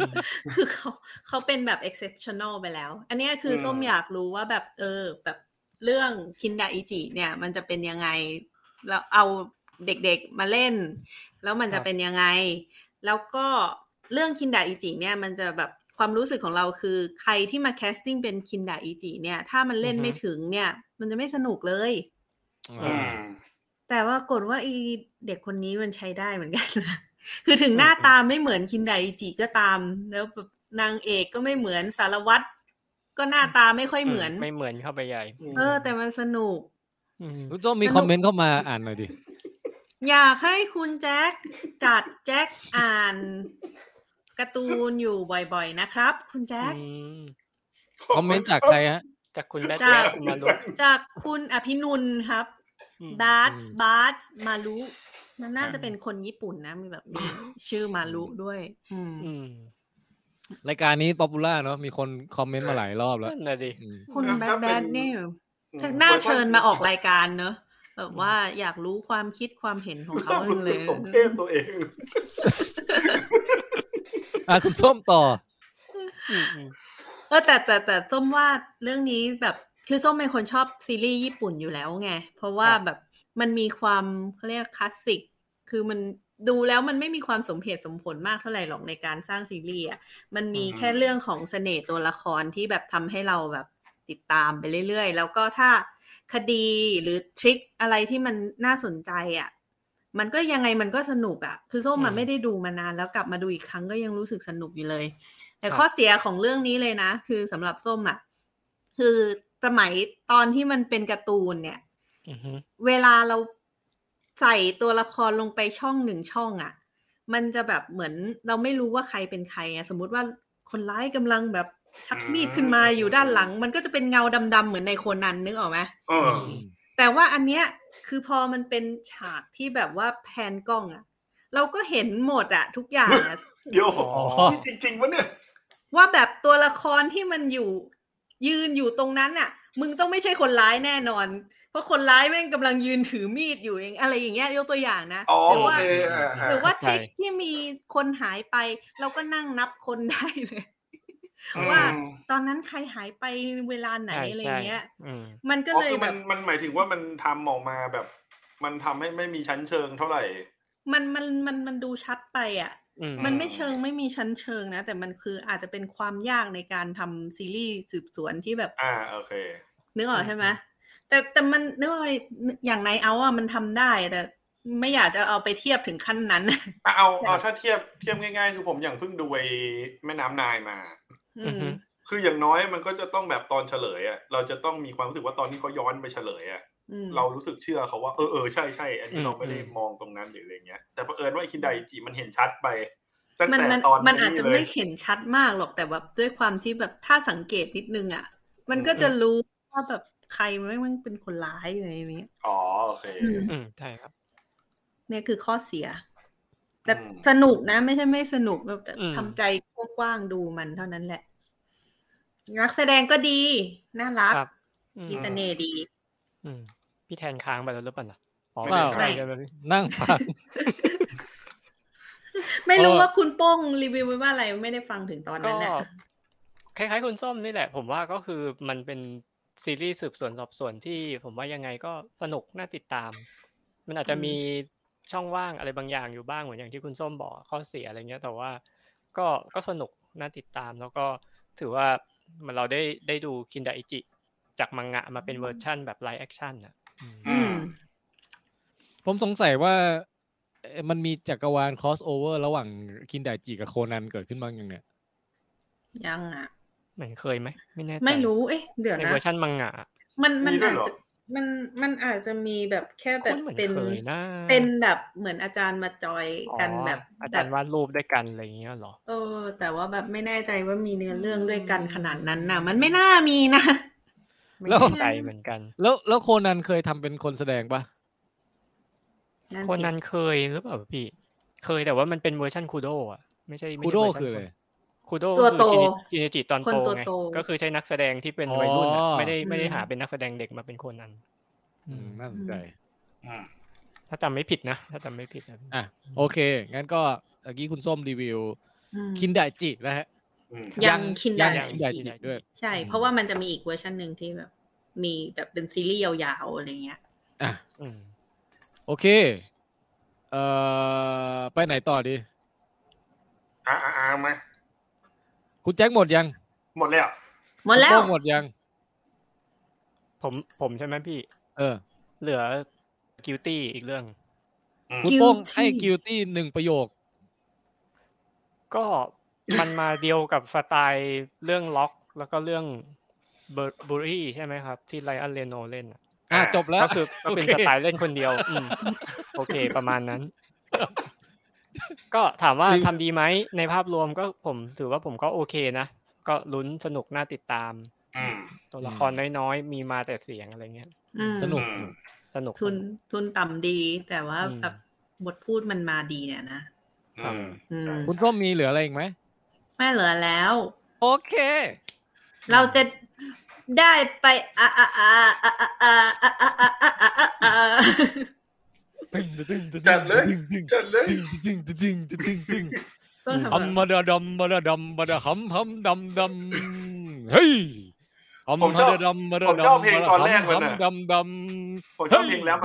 Speaker 5: คือเขาเขาเป็นแบบ exceptional ไปแล้ว อันเนี้ยคืออ
Speaker 3: ม
Speaker 5: ส้มอยากรู้ว่าแบบเออ แบบเรื่องคินดาอิจิเนี่ย มันจะเป็นยังไง แล้วเอาเด็กๆมาเล่น แล้วมัน
Speaker 4: ครั
Speaker 5: จะ
Speaker 4: บ
Speaker 5: เป็นยังไง แล้วก็เรื่องคินดาอิจิเนี่ยมันจะแบบความรู้สึกของเราคือใครที่มาแคสติ้งเป็นคินดาอิจิเนี่ย ถ้ามันเล่นไม่ถึงเนี่ย มันจะไม่สนุกเลย
Speaker 3: อืม
Speaker 5: แต่ว่ากฏว่าอีเด็กคนนี้มันใช้ได้เหมือนกันนะ คือถึงหน้าตาไม่เหมือนคินไดจิก็ตาม แล้วแบบนางเอกก็ไม่เหมือนสารวัตรก็หน้าตาไม่ค่อยเหมือน
Speaker 4: ไม่เหมือนเข้าไปใหญ่
Speaker 5: เออ แต่มันสนุก
Speaker 4: อืม
Speaker 2: คุณส้มมี
Speaker 5: สนุก
Speaker 2: คอมเมนต์เข้ามาอ่าน หน่อยดิ
Speaker 5: อยากให้คุณแจ็คจัดแจ็คอ่านการ์ตูนอยู่บ่อยๆนะครับ คุณแจ็ค
Speaker 4: อืม
Speaker 2: คอมเมนต์จากใครฮะ
Speaker 4: จากคุณแบทแมนคุณมารุ
Speaker 5: จากคุณอภินุนครับ
Speaker 4: อืม
Speaker 5: บาร์สบาร์สมารุมันน่าจะเป็นคนญี่ปุ่นนะมีแบบมีชื่อมารุด้วย อืม
Speaker 4: อืม
Speaker 2: รายการนี้ป๊อปปูล่าเนาะมีคนคอมเมนต์มาหลายรอบแล้ว
Speaker 4: นั่นน่ะดิ
Speaker 2: อืม
Speaker 5: คุณ
Speaker 3: แล้ว
Speaker 5: แบ
Speaker 3: ถ้า
Speaker 5: ดแบด
Speaker 3: เป็น
Speaker 5: นี่
Speaker 3: อืม
Speaker 5: ถึงน่าเชิญมาออกรายการเนอะแบบว่าอยากรู้ความคิดความเห็นของเขา
Speaker 3: ต้องรู้
Speaker 5: เล
Speaker 3: สึก
Speaker 5: ย
Speaker 3: สมเพศตัวเอง
Speaker 2: อ่ะคุณส้มต่อ
Speaker 4: อืมอืม
Speaker 5: เออแต่แต่แต่ส้มว่าเรื่องนี้แบบคือส้มเป็นคนชอบซีรีส์ญี่ปุ่นอยู่แล้วไง เพราะว่าแบบมันมีความเขาเรียกคลาสสิก คือมันดูแล้วมันไม่มีความสมเหตุสมผลมากเท่าไหร่หรอกในการสร้างซีรีส์อ่ะมันมี
Speaker 3: อืม
Speaker 5: แค่เรื่องของเสน่ห์ตัวละครที่แบบทำให้เราแบบติดตามไปเรื่อยๆ แล้วก็ถ้าคดีหรือทริคอะไรที่มันน่าสนใจอ่ะมันก็ยังไงมันก็สนุกอ่ะ คือส้มมันไม่ได้ดูมานานแล้วกลับมาดูอีกครั้งก็ยังรู้สึกสนุกอยู่เลย แต่ข้อเสียของเรื่องนี้เลยนะ คือสำหรับส้มอ่ะ คือสมัยตอนที่มันเป็นการ์ตูนเนี่ย
Speaker 4: อือฮึ
Speaker 5: เวลาเราใส่ตัวละครลงไปช่องหนึ่งช่องอะ่ะ มันจะแบบเหมือนเราไม่รู้ว่าใครเป็นใครอะ่ะ สมมติว่าคนร้ายกำลังแบบชักมีดขึ้นมาอยู่ด้านหลัง มันก็จะเป็นเงาดำๆเหมือนในโคนันนึกออกไหม
Speaker 3: เออ
Speaker 5: แต่ว่าอันเนี้ยคือพอมันเป็นฉากที่แบบว่าแพนกล้องอะ่ะ เราก็เห็นหมดอะทุกอย่างอะ
Speaker 3: เดี๋ยว
Speaker 2: อ๋อ
Speaker 3: นี่จริงๆวะเนี่ย
Speaker 5: ว่าแบบตัวละครที่มันอยู่ ยืนอยู่ตรงนั้นน่ะ มึงต้องไม่ใช่คนร้ายแน่นอน เพราะคนร้ายแม่งกำลังยืนถือมีดอยู่เองอะไรอย่างเงี้ยยกตัวอย่างนะ
Speaker 3: อ๋อ
Speaker 5: หรื
Speaker 3: โอ
Speaker 5: ว่า
Speaker 3: เคอ่า
Speaker 5: หรือ
Speaker 3: อ่า
Speaker 5: ว่าทริคที่มีคนหายไป เราก็นั่งนับคนได้เลย ว่า
Speaker 3: อืม
Speaker 5: ตอนนั้นใครหายไปเวลาไหน
Speaker 4: ใช่
Speaker 5: อะไร
Speaker 4: ใช่
Speaker 5: เงี้ย
Speaker 4: อืม
Speaker 5: มันก็
Speaker 3: อ๋อ
Speaker 5: เลย
Speaker 3: คือ
Speaker 5: แบ
Speaker 3: มัน
Speaker 5: บ
Speaker 3: มันหมายถึงว่ามันทำออกมาแบบ มันทำให้ไม่มีชั้นเชิงเท่าไหร่
Speaker 5: มันมันมันมันดูชัดไปอ่ะ
Speaker 4: อืม
Speaker 5: มันไม่เชิงไม่มีชั้นเชิงนะ แต่มันคืออาจจะเป็นความยากในการทำซีรีส์สืบสวนที่แบบ
Speaker 3: อ่าโอเค
Speaker 5: นึกออกใช่ไหม
Speaker 4: อืม
Speaker 5: แต่แต่มันนึกออกไอ้อย่างในเอาอะมันทำได้แต่ไม่อยากจะเอาไปเทียบถึงขั้นนั้น
Speaker 3: อ่ะเอาเอา
Speaker 5: ครับ
Speaker 3: ถ้าเทียบเทียบง่ายๆ คือผมอย่างเพิ่งดูไอ้แม่น้ำนายมา
Speaker 5: อืม
Speaker 4: อือฮึ
Speaker 3: คืออย่างน้อยมันก็จะต้องแบบตอนเฉลยอ่ะเราจะต้องมีความรู้สึกว่าตอนที่เขาย้อนไปเฉลยอ่ะ
Speaker 5: อืม
Speaker 3: เรารู้สึกเชื่อเขาว่าเออเออใช่ใช่อันนี้เราไม่ได้
Speaker 4: อืม
Speaker 3: มองตรงนั้นหรืออะไรเงี้ยแต่เผอิญว่าไอ้คินไดจิมันเห็นชัดไปตั้ง
Speaker 5: มัน
Speaker 3: แต่
Speaker 5: มัน
Speaker 3: ตอน
Speaker 5: มันอาจจะ
Speaker 3: เล
Speaker 5: ไม่
Speaker 3: ย
Speaker 5: เห็นชัดมากหรอกแต่แบบด้วยความที่แบบถ้าสังเกตนิดนึงอะมันก็จะรู้ว่าแบบใครไม่งเป็นคนร้ายอะไรอย่างเงี้ย
Speaker 3: อ๋อโอเค
Speaker 5: อืม
Speaker 4: อืมใช่ครับ
Speaker 5: เนี่ยคือข้อเสีย แต่
Speaker 3: อืม
Speaker 5: สนุกนะ ไม่ใช่ไม่สนุกแบบแต่
Speaker 4: อืม
Speaker 5: ทำใจกว้างๆดูมันเท่านั้นแหละ นักแสดงก็ดี น่ารัก
Speaker 4: ครับอืม
Speaker 5: มีเสน่ห์ดี
Speaker 4: อืมพี่แทนค้างไปแล้วหรือเปล่าน่ะอ๋อ
Speaker 2: เปล่า
Speaker 4: ใช่กันแล้วนี่
Speaker 2: นั่งฟัง
Speaker 5: ไม่รู้
Speaker 2: เออ
Speaker 5: ว่าคุณโป้งรีวิวไว้ว่าอะไรไม่ได้ฟังถึงตอน
Speaker 4: ก็
Speaker 5: นั้นน่ะ
Speaker 4: คล้ายๆคุณส้มนี่แหละ ผมว่าก็คือมันเป็นซีรีส์สืบสวนสอบสวนที่ผมว่ายังไงก็สนุกน่าติดตาม มันอาจจะมีช่องว่างอะไรบางอย่างอยู่บ้างเหมือนอย่างที่คุณส้มบอกข้อเสียอะไรเงี้ย แต่ว่าก็ก็สนุกน่าติดตาม แล้วก็ถือว่ามันเราได้ได้ดูคินไดอิจิจากมังงะมาเป็นเวอร์ชั่นแบบไลฟ์แอคชั่นอ่ะอืม
Speaker 5: อืม
Speaker 2: ผมสงสัยว่าเอ่อมันมีจักรวาล crossover ระหว่างคินไดจิกับโคนันเกิดขึ้นบ้างยังเนี่ย
Speaker 5: ยังอ่ะ
Speaker 4: เหมือนเคยไหมไม่แน่ใจ
Speaker 5: ไม่รู้ เอ๊ะ เดี๋ยว
Speaker 4: ใน
Speaker 5: นะ
Speaker 4: เวอร์ชันมังงะ
Speaker 5: มันมัน
Speaker 3: มีด้ว
Speaker 5: อาย จ
Speaker 3: เหรอ
Speaker 5: จะมันมันอาจจะมีแบบแค่แบ
Speaker 4: คุ้น
Speaker 5: บ
Speaker 4: เหมือน
Speaker 5: เป็น
Speaker 4: เคยนะ
Speaker 5: เป็นแบบเหมือนอาจารย์มาจอยกัน
Speaker 4: อ๋อ
Speaker 5: แบบ
Speaker 4: อา
Speaker 5: แบ
Speaker 4: จาร
Speaker 5: บ
Speaker 4: ย์วาดรูปด้วยกันอะไรอย่างเงี้ยเหรอ
Speaker 5: เออ แต่ว่าแบบไม่แน่ใจว่ามีเนื้อเรื่องด้วยกันขนาดนั้นนะมันไม่น่ามีนะ
Speaker 4: ไม่
Speaker 2: แล้ว
Speaker 4: แน่ใจเหมือนกัน
Speaker 2: แล้วแล้วโคนันเคยทำเป็นคนแสดงปะ
Speaker 5: นั่น
Speaker 4: คน
Speaker 5: สิ
Speaker 4: นั้นเคยหรือเปล่าพี่ เคยแต่ว่ามันเป็นเวอร์ชันคูโดอ่ะไม่ใช่ไม่
Speaker 2: คู
Speaker 4: ใช่
Speaker 2: โด
Speaker 4: เวร์ชัน
Speaker 2: คืออะไร
Speaker 4: คูโด
Speaker 5: ตัวโต
Speaker 4: คือจินจิจิตอน
Speaker 5: คน
Speaker 4: โต
Speaker 5: ตัว
Speaker 4: ไง
Speaker 5: โต
Speaker 4: ก็คือใช้นักแสดงที่เป็นวัยรุ่น
Speaker 2: อ๋
Speaker 4: อะ
Speaker 2: อ
Speaker 4: ไม่ได้ไม่ได้
Speaker 5: อืม
Speaker 4: หาเป็นนักแสดงเด็กมาเป็นคนนั้น
Speaker 2: อืมน่าสนใจ
Speaker 3: อืม
Speaker 4: ถ้าจำไม่ผิดนะถ้าจำไม่ผิดนะพี่
Speaker 2: อ่ะ โอเค งั้นก็เมื่อกี้คุณส้มรีวิว
Speaker 5: อืม
Speaker 2: คินไดจินะฮะ
Speaker 3: อืม
Speaker 5: ยังคินได
Speaker 2: ยังคินไดจิด้วย
Speaker 5: ใช่ เพราะว่ามันจะมีอีกเวอร์ชันหนึ่งที่แบบ มีแบบเป็นซีรีส์ยาวๆอะไรเงี้ย
Speaker 2: อ่ะ
Speaker 4: อืม
Speaker 2: โอเค เอ่อ ไปไหนต่อดี
Speaker 3: อ่าอ่าอ่ามา
Speaker 2: คุณแจ็คหมดยัง
Speaker 3: หมดแล้ว
Speaker 5: หมดแล้ว
Speaker 2: คุณโป้งหมดยัง
Speaker 4: ผมผมใช่ไหมพี่
Speaker 2: เออ
Speaker 4: เหลือกิวตี้อีกเรื่อง
Speaker 2: คุณโป้งให้กิวตี้หนึ่งประโยค
Speaker 4: ก็มันมาเดียวกับสไตล์เรื่องล็อกแล้วก็เรื่องบูรี่ใช่ไหมครับ ที่ไลออนเรโนเล่นน่ะ
Speaker 2: อ่ะ จบแล้ว
Speaker 4: ก็คือก็เป็น
Speaker 2: โอ
Speaker 4: ส
Speaker 2: ค
Speaker 4: ไตล์เล่นคนเดียวอืมโอเคประมาณนั้น ก็ถามว่า
Speaker 2: ดี
Speaker 4: ทำดีไหมในภาพรวมก็ผมถือว่าผมก็โอเคนะ ก็ลุ้นสนุกน่าติดตาม
Speaker 3: อืม
Speaker 4: ตัวละครน้อยๆ มีมาแต่เสียงอะไรเงี้ย
Speaker 5: อืม
Speaker 2: สนุก
Speaker 3: อืม
Speaker 4: สนุก
Speaker 5: ทุนทุนต่ำดี แต่ว่า
Speaker 4: อืม
Speaker 5: แบบบทพูดมันมาดีเนี่ยนะ
Speaker 3: อืม
Speaker 5: อืม
Speaker 2: คุณส้มมีเหลืออะไรอีกไหม
Speaker 5: ไม่เหลือแล้ว
Speaker 2: โอเค
Speaker 5: เราจะได้ไปอะอะอะอะอะอะอะอะอะอะอะอะอะ
Speaker 3: จัดเลยจัดเลย
Speaker 5: ต้องทำ
Speaker 2: ฮัม
Speaker 5: แบบ
Speaker 2: มาดาดัมมาดาดัมมาดาฮัมฮัมดัมดัมเฮ้ยฮัมมาดาดัมมาดาดัมฮัมดัมดัม
Speaker 3: ผมชอบเพลงแล้วอ่ะ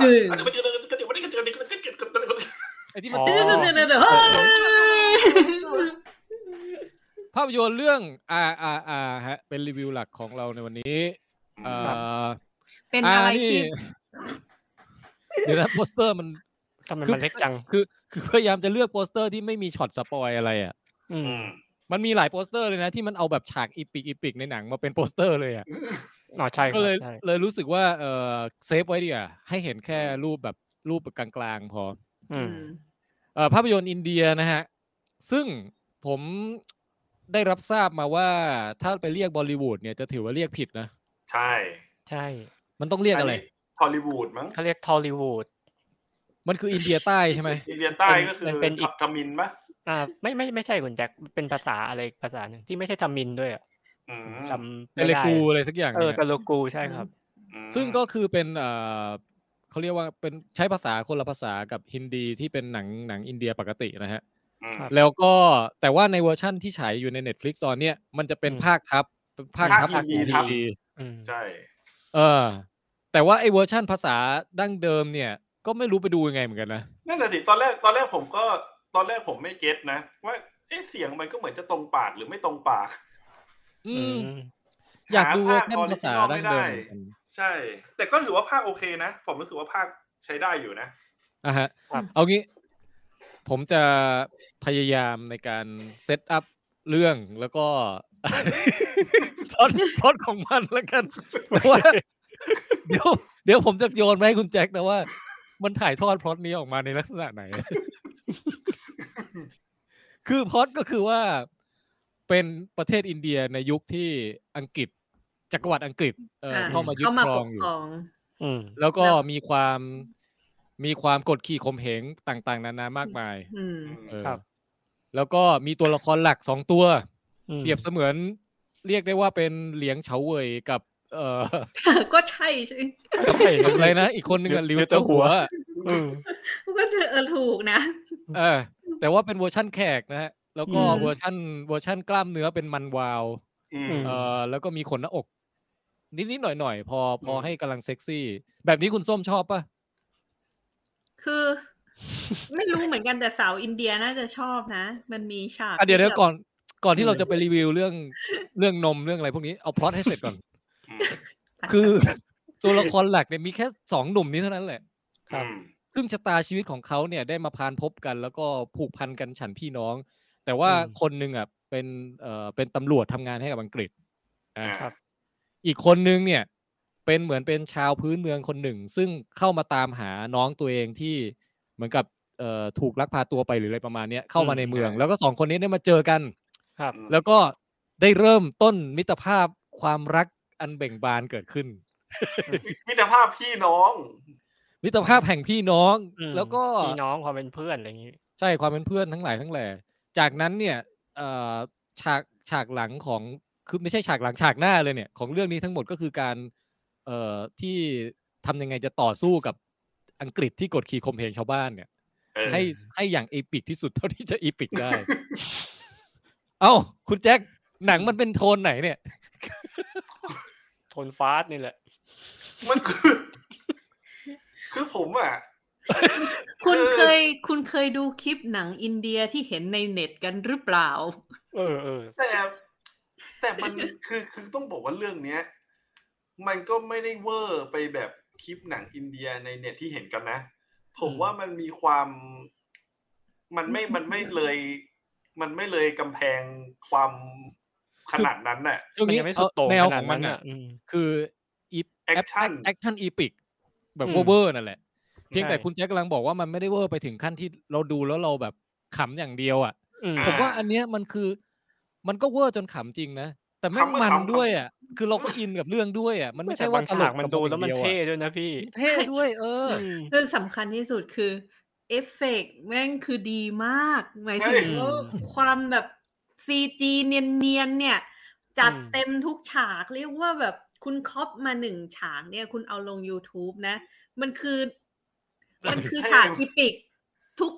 Speaker 2: ไอ้ที่มัน
Speaker 4: อ๋อ
Speaker 5: เดี๋ยวเดี๋ยวเดี๋ยวเดี๋ยวเฮ้ย
Speaker 2: ภาพยนตร์เรื่อง R R R ฮะ เป็นรีวิวหลักของเราในวันนี้เอ่อ
Speaker 5: เป็นอะไรที่
Speaker 2: เดี๋ยวนะโปสเตอร์มัน
Speaker 4: ทำไมมันเล็กจัง
Speaker 2: คือคือพยายามจะเลือกโปสเตอร์ที่ไม่มีช็อตสปอยอะไรอ่ะ
Speaker 4: อืม
Speaker 3: อืม
Speaker 2: มันมีหลายโปสเตอร์เลยนะที่มันเอาแบบฉากอีปิกอีปิกในหนังมาเป็นโปสเตอร์เลยอ่ะ
Speaker 4: อ๋อใช่ค
Speaker 2: ก็
Speaker 4: รับ
Speaker 2: เลย
Speaker 4: ใช่
Speaker 2: เลยรู้สึกว่าเออเซฟไว้ดีอ่ะให้เห็นแค่รูปแบบรูปแบบกลางๆพอ
Speaker 4: อืม
Speaker 2: เออภาพยนตร์อินเดียนะฮะ ซึ่งผมได้รับทราบมาว่าถ้าไปเรียกบอลลีวูดเนี่ยจะถือว่าเรียกผิดนะ
Speaker 3: ใช่
Speaker 4: ใช่
Speaker 2: มันต้องเรียกอะไร
Speaker 3: ฮอลลีวูดมั้ง
Speaker 4: เขาเรียกทอลลีวูด
Speaker 2: มันคืออินเดียใต้ใช่ไหม
Speaker 3: อินเดียใต้ก็คือ
Speaker 4: มันเป็นอีก
Speaker 3: ทามินปะ
Speaker 4: อ่าไม่ไม่ไม่ใช่คุณแจ็คเป็นภาษาอะไรภาษาหนึ่งที่ไม่ใช่ทามินด้วยอะ
Speaker 3: อืม
Speaker 4: จำ
Speaker 2: เต
Speaker 4: ไม่
Speaker 2: เล
Speaker 4: ได้
Speaker 2: กูอะไรสักอย่าง
Speaker 4: เออ
Speaker 2: เนี่ย
Speaker 4: ตะลูกูใช่ครับ
Speaker 3: อืม
Speaker 2: ซึ่งก็คือเป็นเออเขาเรียกว่าเป็นใช้ภาษาคนละภาษากับฮินดีที่เป็นหนังหนังอินเดียปกตินะฮะ
Speaker 3: อ อืม
Speaker 4: ครับ
Speaker 2: แล้วก็แต่ว่าในเวอร์ชั่นที่ฉายอยู่ใน Netflix ตอนเนี้ยมันจะเป็น
Speaker 4: อืม
Speaker 2: ภาคทับเป็นภาคทับ
Speaker 3: ภาค
Speaker 2: ที
Speaker 3: TV ทับ
Speaker 2: วี
Speaker 4: อืม
Speaker 3: ใช่
Speaker 2: เออ แต่ว่าไอ้เวอร์ชั่นภาษาดั้งเดิมเนี่ย ก็ไม่รู้ไปดูยังไงเหมือนกันนะ
Speaker 3: นั่นแหละสิตอนแรกตอนแรกผมก็ตอนแรกผมไม่เก็ตนะ ว่าเอ๊ะเสียงมันก็เหมือนจะตรงปากหรือไม่ตรงปาก
Speaker 2: อื
Speaker 4: อื
Speaker 2: ม
Speaker 4: ม
Speaker 2: อยากดูเวอร์ชัน
Speaker 3: หาภาค
Speaker 2: ภาษา
Speaker 3: original
Speaker 2: ดั้งเดิมเหมือนกัน
Speaker 3: ใช่ แต่ก็ถือว่าภาคโอเคนะ ผมรู้สึกว่าภาคใช้ได้อยู่นะ
Speaker 2: อ่ะฮะ เอางี้ ผมจะพยายามในการเซตอัพเรื่องแล้วก็ พล็อดพล็อดของมันแล้วกันเพราะว่า เดี๋ยวเดี๋ยวผมจะโยนไปให้คุณแจ็คนะว่า มันถ่ายทอดพล็อตนี้ออกมาในลักษณะไหน คือพล็อตก็คือว่าเป็นประเทศอินเดียในยุคที่อังกฤษจักรวรรดิอังกฤษเอ่ออา เข้ามายึด
Speaker 5: เข้ามา
Speaker 2: คร
Speaker 5: ป
Speaker 2: อก งอยู่
Speaker 5: ครอง
Speaker 4: อืม
Speaker 2: แล้วก็
Speaker 5: แล้ว
Speaker 2: มีความมีความกดขี่ข่มเหงต่างๆ นานามากมาย
Speaker 5: อืม
Speaker 2: เออแล้วก็มีตัวละครหลักสองตัว
Speaker 4: อืม
Speaker 2: เปรียบเสมือนเรียกได้ว่าเป็นเหลียงเฉาเว่ยกับ เอ่อ
Speaker 5: ก็ใช่ใช่
Speaker 4: ใช่ค
Speaker 2: กับอะไร
Speaker 4: รับ
Speaker 2: นะ อีกคนหนึงอะ
Speaker 4: ลิ
Speaker 2: ลิ
Speaker 4: ว
Speaker 2: ว
Speaker 4: เต
Speaker 2: เต
Speaker 4: อ
Speaker 2: อ
Speaker 4: ร์
Speaker 2: ร์
Speaker 4: หั
Speaker 2: หั
Speaker 4: ว
Speaker 2: ว
Speaker 4: อืม
Speaker 5: ก็เธอเออถูกนะ
Speaker 2: เออแต่ว่าเป็นเวอร์ชั่นแขกนะฮะ แล้วก็
Speaker 4: อืม
Speaker 2: เวอร์ชั่นเวอร์ชั่นกล้ามเนื้อเป็นมันวาว
Speaker 3: อืม
Speaker 2: เออแล้วก็มีขนหน้าอก นิดๆหน่อยๆพอพอให้กำลังเซ็กซี่ แบบนี้คุณส้มชอบปะ
Speaker 5: คือ ไม่รู้เหมือนกันแต่สาวอินเดียน่าจะชอบนะ มันมีฉาก
Speaker 2: อ่ะเดี๋ยวเดี๋ยว
Speaker 5: ที่แบบ
Speaker 2: ก่อนก่อน
Speaker 4: อื
Speaker 2: ที่
Speaker 4: ม
Speaker 2: เราจะไปรีวิวเรื่องเรื่องนมเรื่องอะไรพวกนี้เอาพล็อตให้เสร็จก่อน
Speaker 3: อืม
Speaker 2: คือ ตัวละครหลักเนี่ยมีแค่สองหนุ่มนี้เท่านั้นแหละ
Speaker 4: ครับ
Speaker 3: อืม
Speaker 2: ซึ่งชะตาชีวิตของเขาเนี่ยได้มาพานพบกัน แล้วก็ผูกพันกันฉันพี่น้อง แต่ว่า
Speaker 4: อืม
Speaker 2: คนหนึ่งอ่ะเป็นเอ่อเป็นตำรวจทำงานให้กับอังกฤษอ่า
Speaker 4: ครับ
Speaker 2: อีกคนนึงเนี่ย เป็นเหมือนเป็นชาวพื้นเมืองคนหนึ่ง ซึ่งเข้ามาตามหาน้องตัวเองที่เหมือนกับเอ่อถูกลักพาตัวไปหรืออะไรประมาณเนี้ยเข้ามาในเมือง แล้วก็สองคนนี้ได้มาเจอกัน
Speaker 4: ครับ
Speaker 3: อืม
Speaker 2: แล้วก็ได้เริ่มต้นมิตรภาพความรักอันเบ่งบานเกิดขึ้น
Speaker 3: มิตรภาพพี่น้อง
Speaker 2: มิตรภาพแห่งพี่น้อง
Speaker 4: อืม
Speaker 2: แล้วก็
Speaker 4: พี่น้องความเป็นเพื่อนอะไรอย่างนี้
Speaker 2: ใช่ความเป็นเพื่อนทั้งหลายทั้งแหล่ จากนั้นเนี่ยเอ่อฉากฉากหลังของคือไม่ใช่ฉากหลังฉากหน้าเลยเนี่ยของเรื่องนี้ทั้งหมดก็คือการเอ่อที่ทำยังไงจะต่อสู้กับอังกฤษที่กดขี่ข่มเหงชาวบ้านเนี่ย
Speaker 3: เออ
Speaker 2: ให้ให้อย่างเอปิกที่สุดเท่าที่จะเอปิกได้ เอ้าคุณแจ็คหนังมันเป็นโทนไหนเนี่ย
Speaker 4: โทนฟาสต์นี่แหละ
Speaker 3: มันคือ คือผมอ่ะ
Speaker 5: คุณ
Speaker 3: คือ
Speaker 5: เคยคุณเคยดูคลิปหนังอินเดียที่เห็นในเน็ตกันหรือเปล่า
Speaker 4: เออเออ
Speaker 3: แต่แต่มันคือคือต้องบอกว่าเรื่องเนี้ย มันก็ไม่ได้เวอร์ไปแบบคลิปหนังอินเดียในเน็ตที่เห็นกันนะ ผมว่ามันมีความ มันไม่มันไม่เลย มันไม่เลยกำแพงความขนาดนั้นน่ะ
Speaker 2: ตรง
Speaker 4: มัน
Speaker 2: นี้
Speaker 4: ยังไม่สุ
Speaker 2: เอา
Speaker 4: ดโต่ง
Speaker 2: แนวข
Speaker 4: ขนาด
Speaker 2: องมั
Speaker 4: นั้น น
Speaker 2: อ่ะ
Speaker 4: อ่ะอืม
Speaker 2: คืออีแอค
Speaker 3: Action
Speaker 2: แอคชั่นอีปิกแบบ
Speaker 4: อืม
Speaker 2: เวอร์ๆนั่นแหละ เพียง
Speaker 4: ใช่
Speaker 2: แต่คุณแจ็คกำลังบอกว่ามันไม่ได้เวอร์ไปถึงขั้นที่เราดูแล้วเราแบบขำอย่างเดียวอ่ะ
Speaker 4: อืม
Speaker 2: ผมว่าอันเนี้ยมันคือ มันก็เวอร์จนขำจริงนะ แต่แม่ง
Speaker 3: ขำมัน
Speaker 2: มัน
Speaker 3: ขำ
Speaker 2: ด้วยอ่ะ คือเราก็อินกับเรื่องด้วยอ่ะ มันไม่ใช่
Speaker 4: แต่
Speaker 2: ว่า
Speaker 4: บาง
Speaker 2: ตล
Speaker 4: ฉาก
Speaker 2: ก
Speaker 4: มัน
Speaker 2: กับ
Speaker 4: ดู
Speaker 2: อ
Speaker 4: แล้วมัน
Speaker 2: อย่าง
Speaker 4: เท่
Speaker 2: ดีย
Speaker 4: ด้วยนะพี่
Speaker 2: อะเท่ด้วย เออ
Speaker 4: ม
Speaker 5: เรื่องสำคัญที่สุดคือ เอฟเฟกต์แม่งคือดีมาก หมายถึงว่า
Speaker 4: อืม
Speaker 5: ความแบบซีจีเนียนๆเนี่ย จัด
Speaker 4: อืม
Speaker 5: เต็มทุกฉากเรียกว่าแบบคุณครอปมาหนึ่งฉากเนี่ย คุณเอาลง YouTube นะ มันคือ มันคือฉากอีปิก ทุก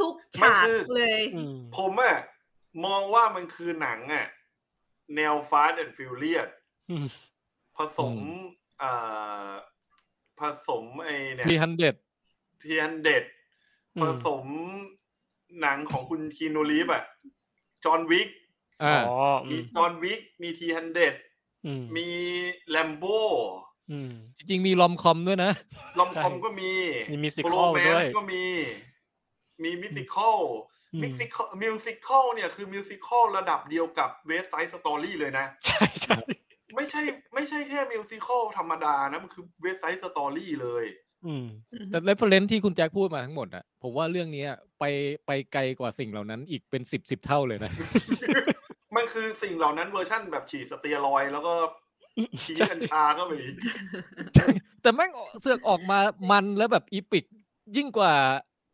Speaker 5: ทุกฉากเลย
Speaker 4: อืม
Speaker 3: ผมอ่ะมองว่ามันคือหนังอ่ะ แนวฟาสต์แอนด์ฟิวเรีย
Speaker 4: อืม
Speaker 3: ผสมเอ่อผสมไอเนี่ย
Speaker 2: ทีฮันเด็ด
Speaker 3: เทียนเด็ด
Speaker 4: อืม
Speaker 3: ผสมหนังของคุณคีนูรีฟอะจอห์นวิก
Speaker 2: อ่า
Speaker 4: อ๋ออื
Speaker 3: มี
Speaker 4: ม
Speaker 3: จอห์นวิกมีทีฮันเด็ด
Speaker 4: อืม
Speaker 3: มีแลมโบ
Speaker 4: อืม
Speaker 2: จริงๆมีลอมคอมด้วยนะ
Speaker 3: ลอมคอม
Speaker 4: ใช่
Speaker 3: ก็มี
Speaker 4: มี musical
Speaker 3: โรแม
Speaker 4: ด้วย
Speaker 3: ก็มี มีมิวสิคอล
Speaker 4: อืม
Speaker 3: มิวสิคอลมิวสิคอลเนี่ยคือมิวสิคอลระดับเดียวกับเวสไซส์สตอรี่เลยนะ
Speaker 4: ใช่ใช่
Speaker 3: ไม่ใช่ ไม่ใช่แค่มิวสิคอลธรรมดานะ มันคือเวสไซส์สตอรี่เลย
Speaker 4: อืม
Speaker 2: แต่ reference ที่คุณแจ็คพูดมาทั้งหมดอ่ะ ผมว่าเรื่องเนี้ยไปไปไกลกว่าสิ่งเหล่านั้นอีกเป็นสิบสิบเท่าเลยนะ
Speaker 3: มันคือสิ่งเหล่านั้นเวอร์ชั่นแบบฉีดสเตียรอยด์แล้วก็ฉีดกัญชาเข้าไปอีก
Speaker 2: แต่แม่งเสือกออกมามันแล้วแบบอีปิก ยิ่งกว่า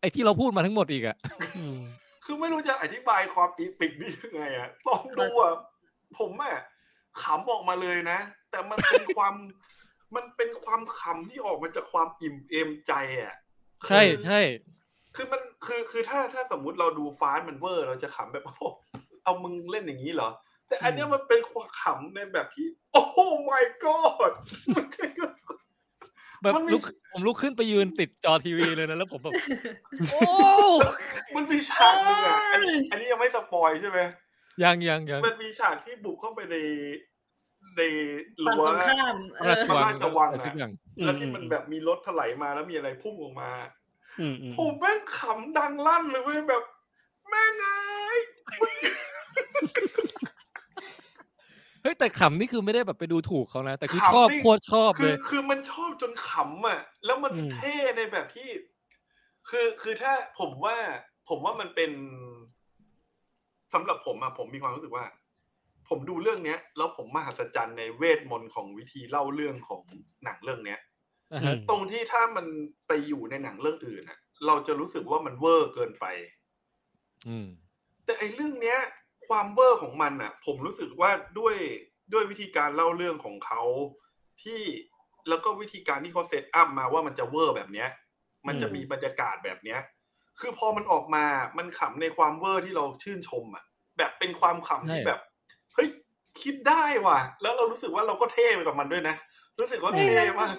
Speaker 2: ไอ้ที่เราพูดมาทั้งหมดอีกอะ
Speaker 4: อืม
Speaker 3: คือไม่รู้จะอธิบายความอีปิกนี่ยังไงอะลองดูอะผมอะขำออกมาเลยนะ แต่มันเป็นความ มันเป็นความขำที่ออกมาจากความอิ่มเอมใจอะ
Speaker 2: ใช่
Speaker 3: คือ
Speaker 2: ใช่
Speaker 3: คือมันคือคือถ้าถ้าสมมุติเราดูฟาสต์มันเวอร์ เราจะขำแบบโอ้โหเอามึงเล่นอย่างนี้เหรอ แต่อันเนี้ยมันเป็นความขำในแบบที่ โอ้โห my god มันจะเกิด
Speaker 2: แบบ
Speaker 3: มันมี
Speaker 2: ลุกผมลุกขึ้นไปยืนติดจอทีวีเลยนะแล้วผมแบบโอ้
Speaker 3: มันมีฉากหนึงอ่ะอันนี้อันนี้ยังไม่สปอยใช่ไหม
Speaker 2: ยังยังยัง
Speaker 3: มันมีฉากที่บุกเข้าไปในใน
Speaker 5: ฝั่ง
Speaker 3: รั้ว
Speaker 5: ตรงข้ามเอ
Speaker 2: รา
Speaker 5: อ
Speaker 2: ช
Speaker 3: พระ
Speaker 2: วัง
Speaker 3: ราชวังอะ
Speaker 2: อะไรสักอย่าง
Speaker 3: แล้วที่มันแบบมีรถถลายมาแล้วมีอะไรพุ่งออกมา
Speaker 4: อืมอืม
Speaker 3: ผมแม่งขำดังลั่นเลยเว้ยแบบ แม่งไง
Speaker 2: เฮ้ยแต่ขำนี่คือไม่ได้แบบไปดูถูกเขานะ แต่คือชอบโคตรชอบ
Speaker 3: คื
Speaker 2: เล
Speaker 3: อย คือมันชอบจนขำอ่ะ แล้วมัน
Speaker 2: อืม
Speaker 3: เท่ในแบบที่ คือคือถ้าผมว่า ผมว่ามันเป็นสำหรับผมอ่ะผมมีความรู้สึกว่า ผมดูเรื่องเนี้ย แล้วผมมหัศจรรย์ในเวทมนต์ของวิธีเล่าเรื่องของหนังเรื่องเนี้ย
Speaker 2: อ่าฮะ
Speaker 3: ตรงที่ถ้ามันไปอยู่ในหนังเรื่องอื่นน่ะ เราจะรู้สึกว่ามันเวอร์เกินไป
Speaker 2: อืม
Speaker 3: แต่ไอ้เรื่องเนี้ย ความเวอร์ของมันน่ะ ผมรู้สึกว่าด้วยด้วยวิธีการเล่าเรื่องของเขาที่แล้วก็วิธีการที่เขาเซตอัพมาว่ามันจะเวอร์แบบเนี้ย มันจะมีบรรยากาศแบบเนี้ย คือพอมันออกมามันขำในความเวอร์ที่เราชื่นชมอ่ะ แบบเป็นความขำที่แบบเฮ้ยคิดได้ว่ะ แล้วเรารู้สึกว่าเราก็เท่ไปกับมันด้วยนะรู้สึกว่าเท่มาก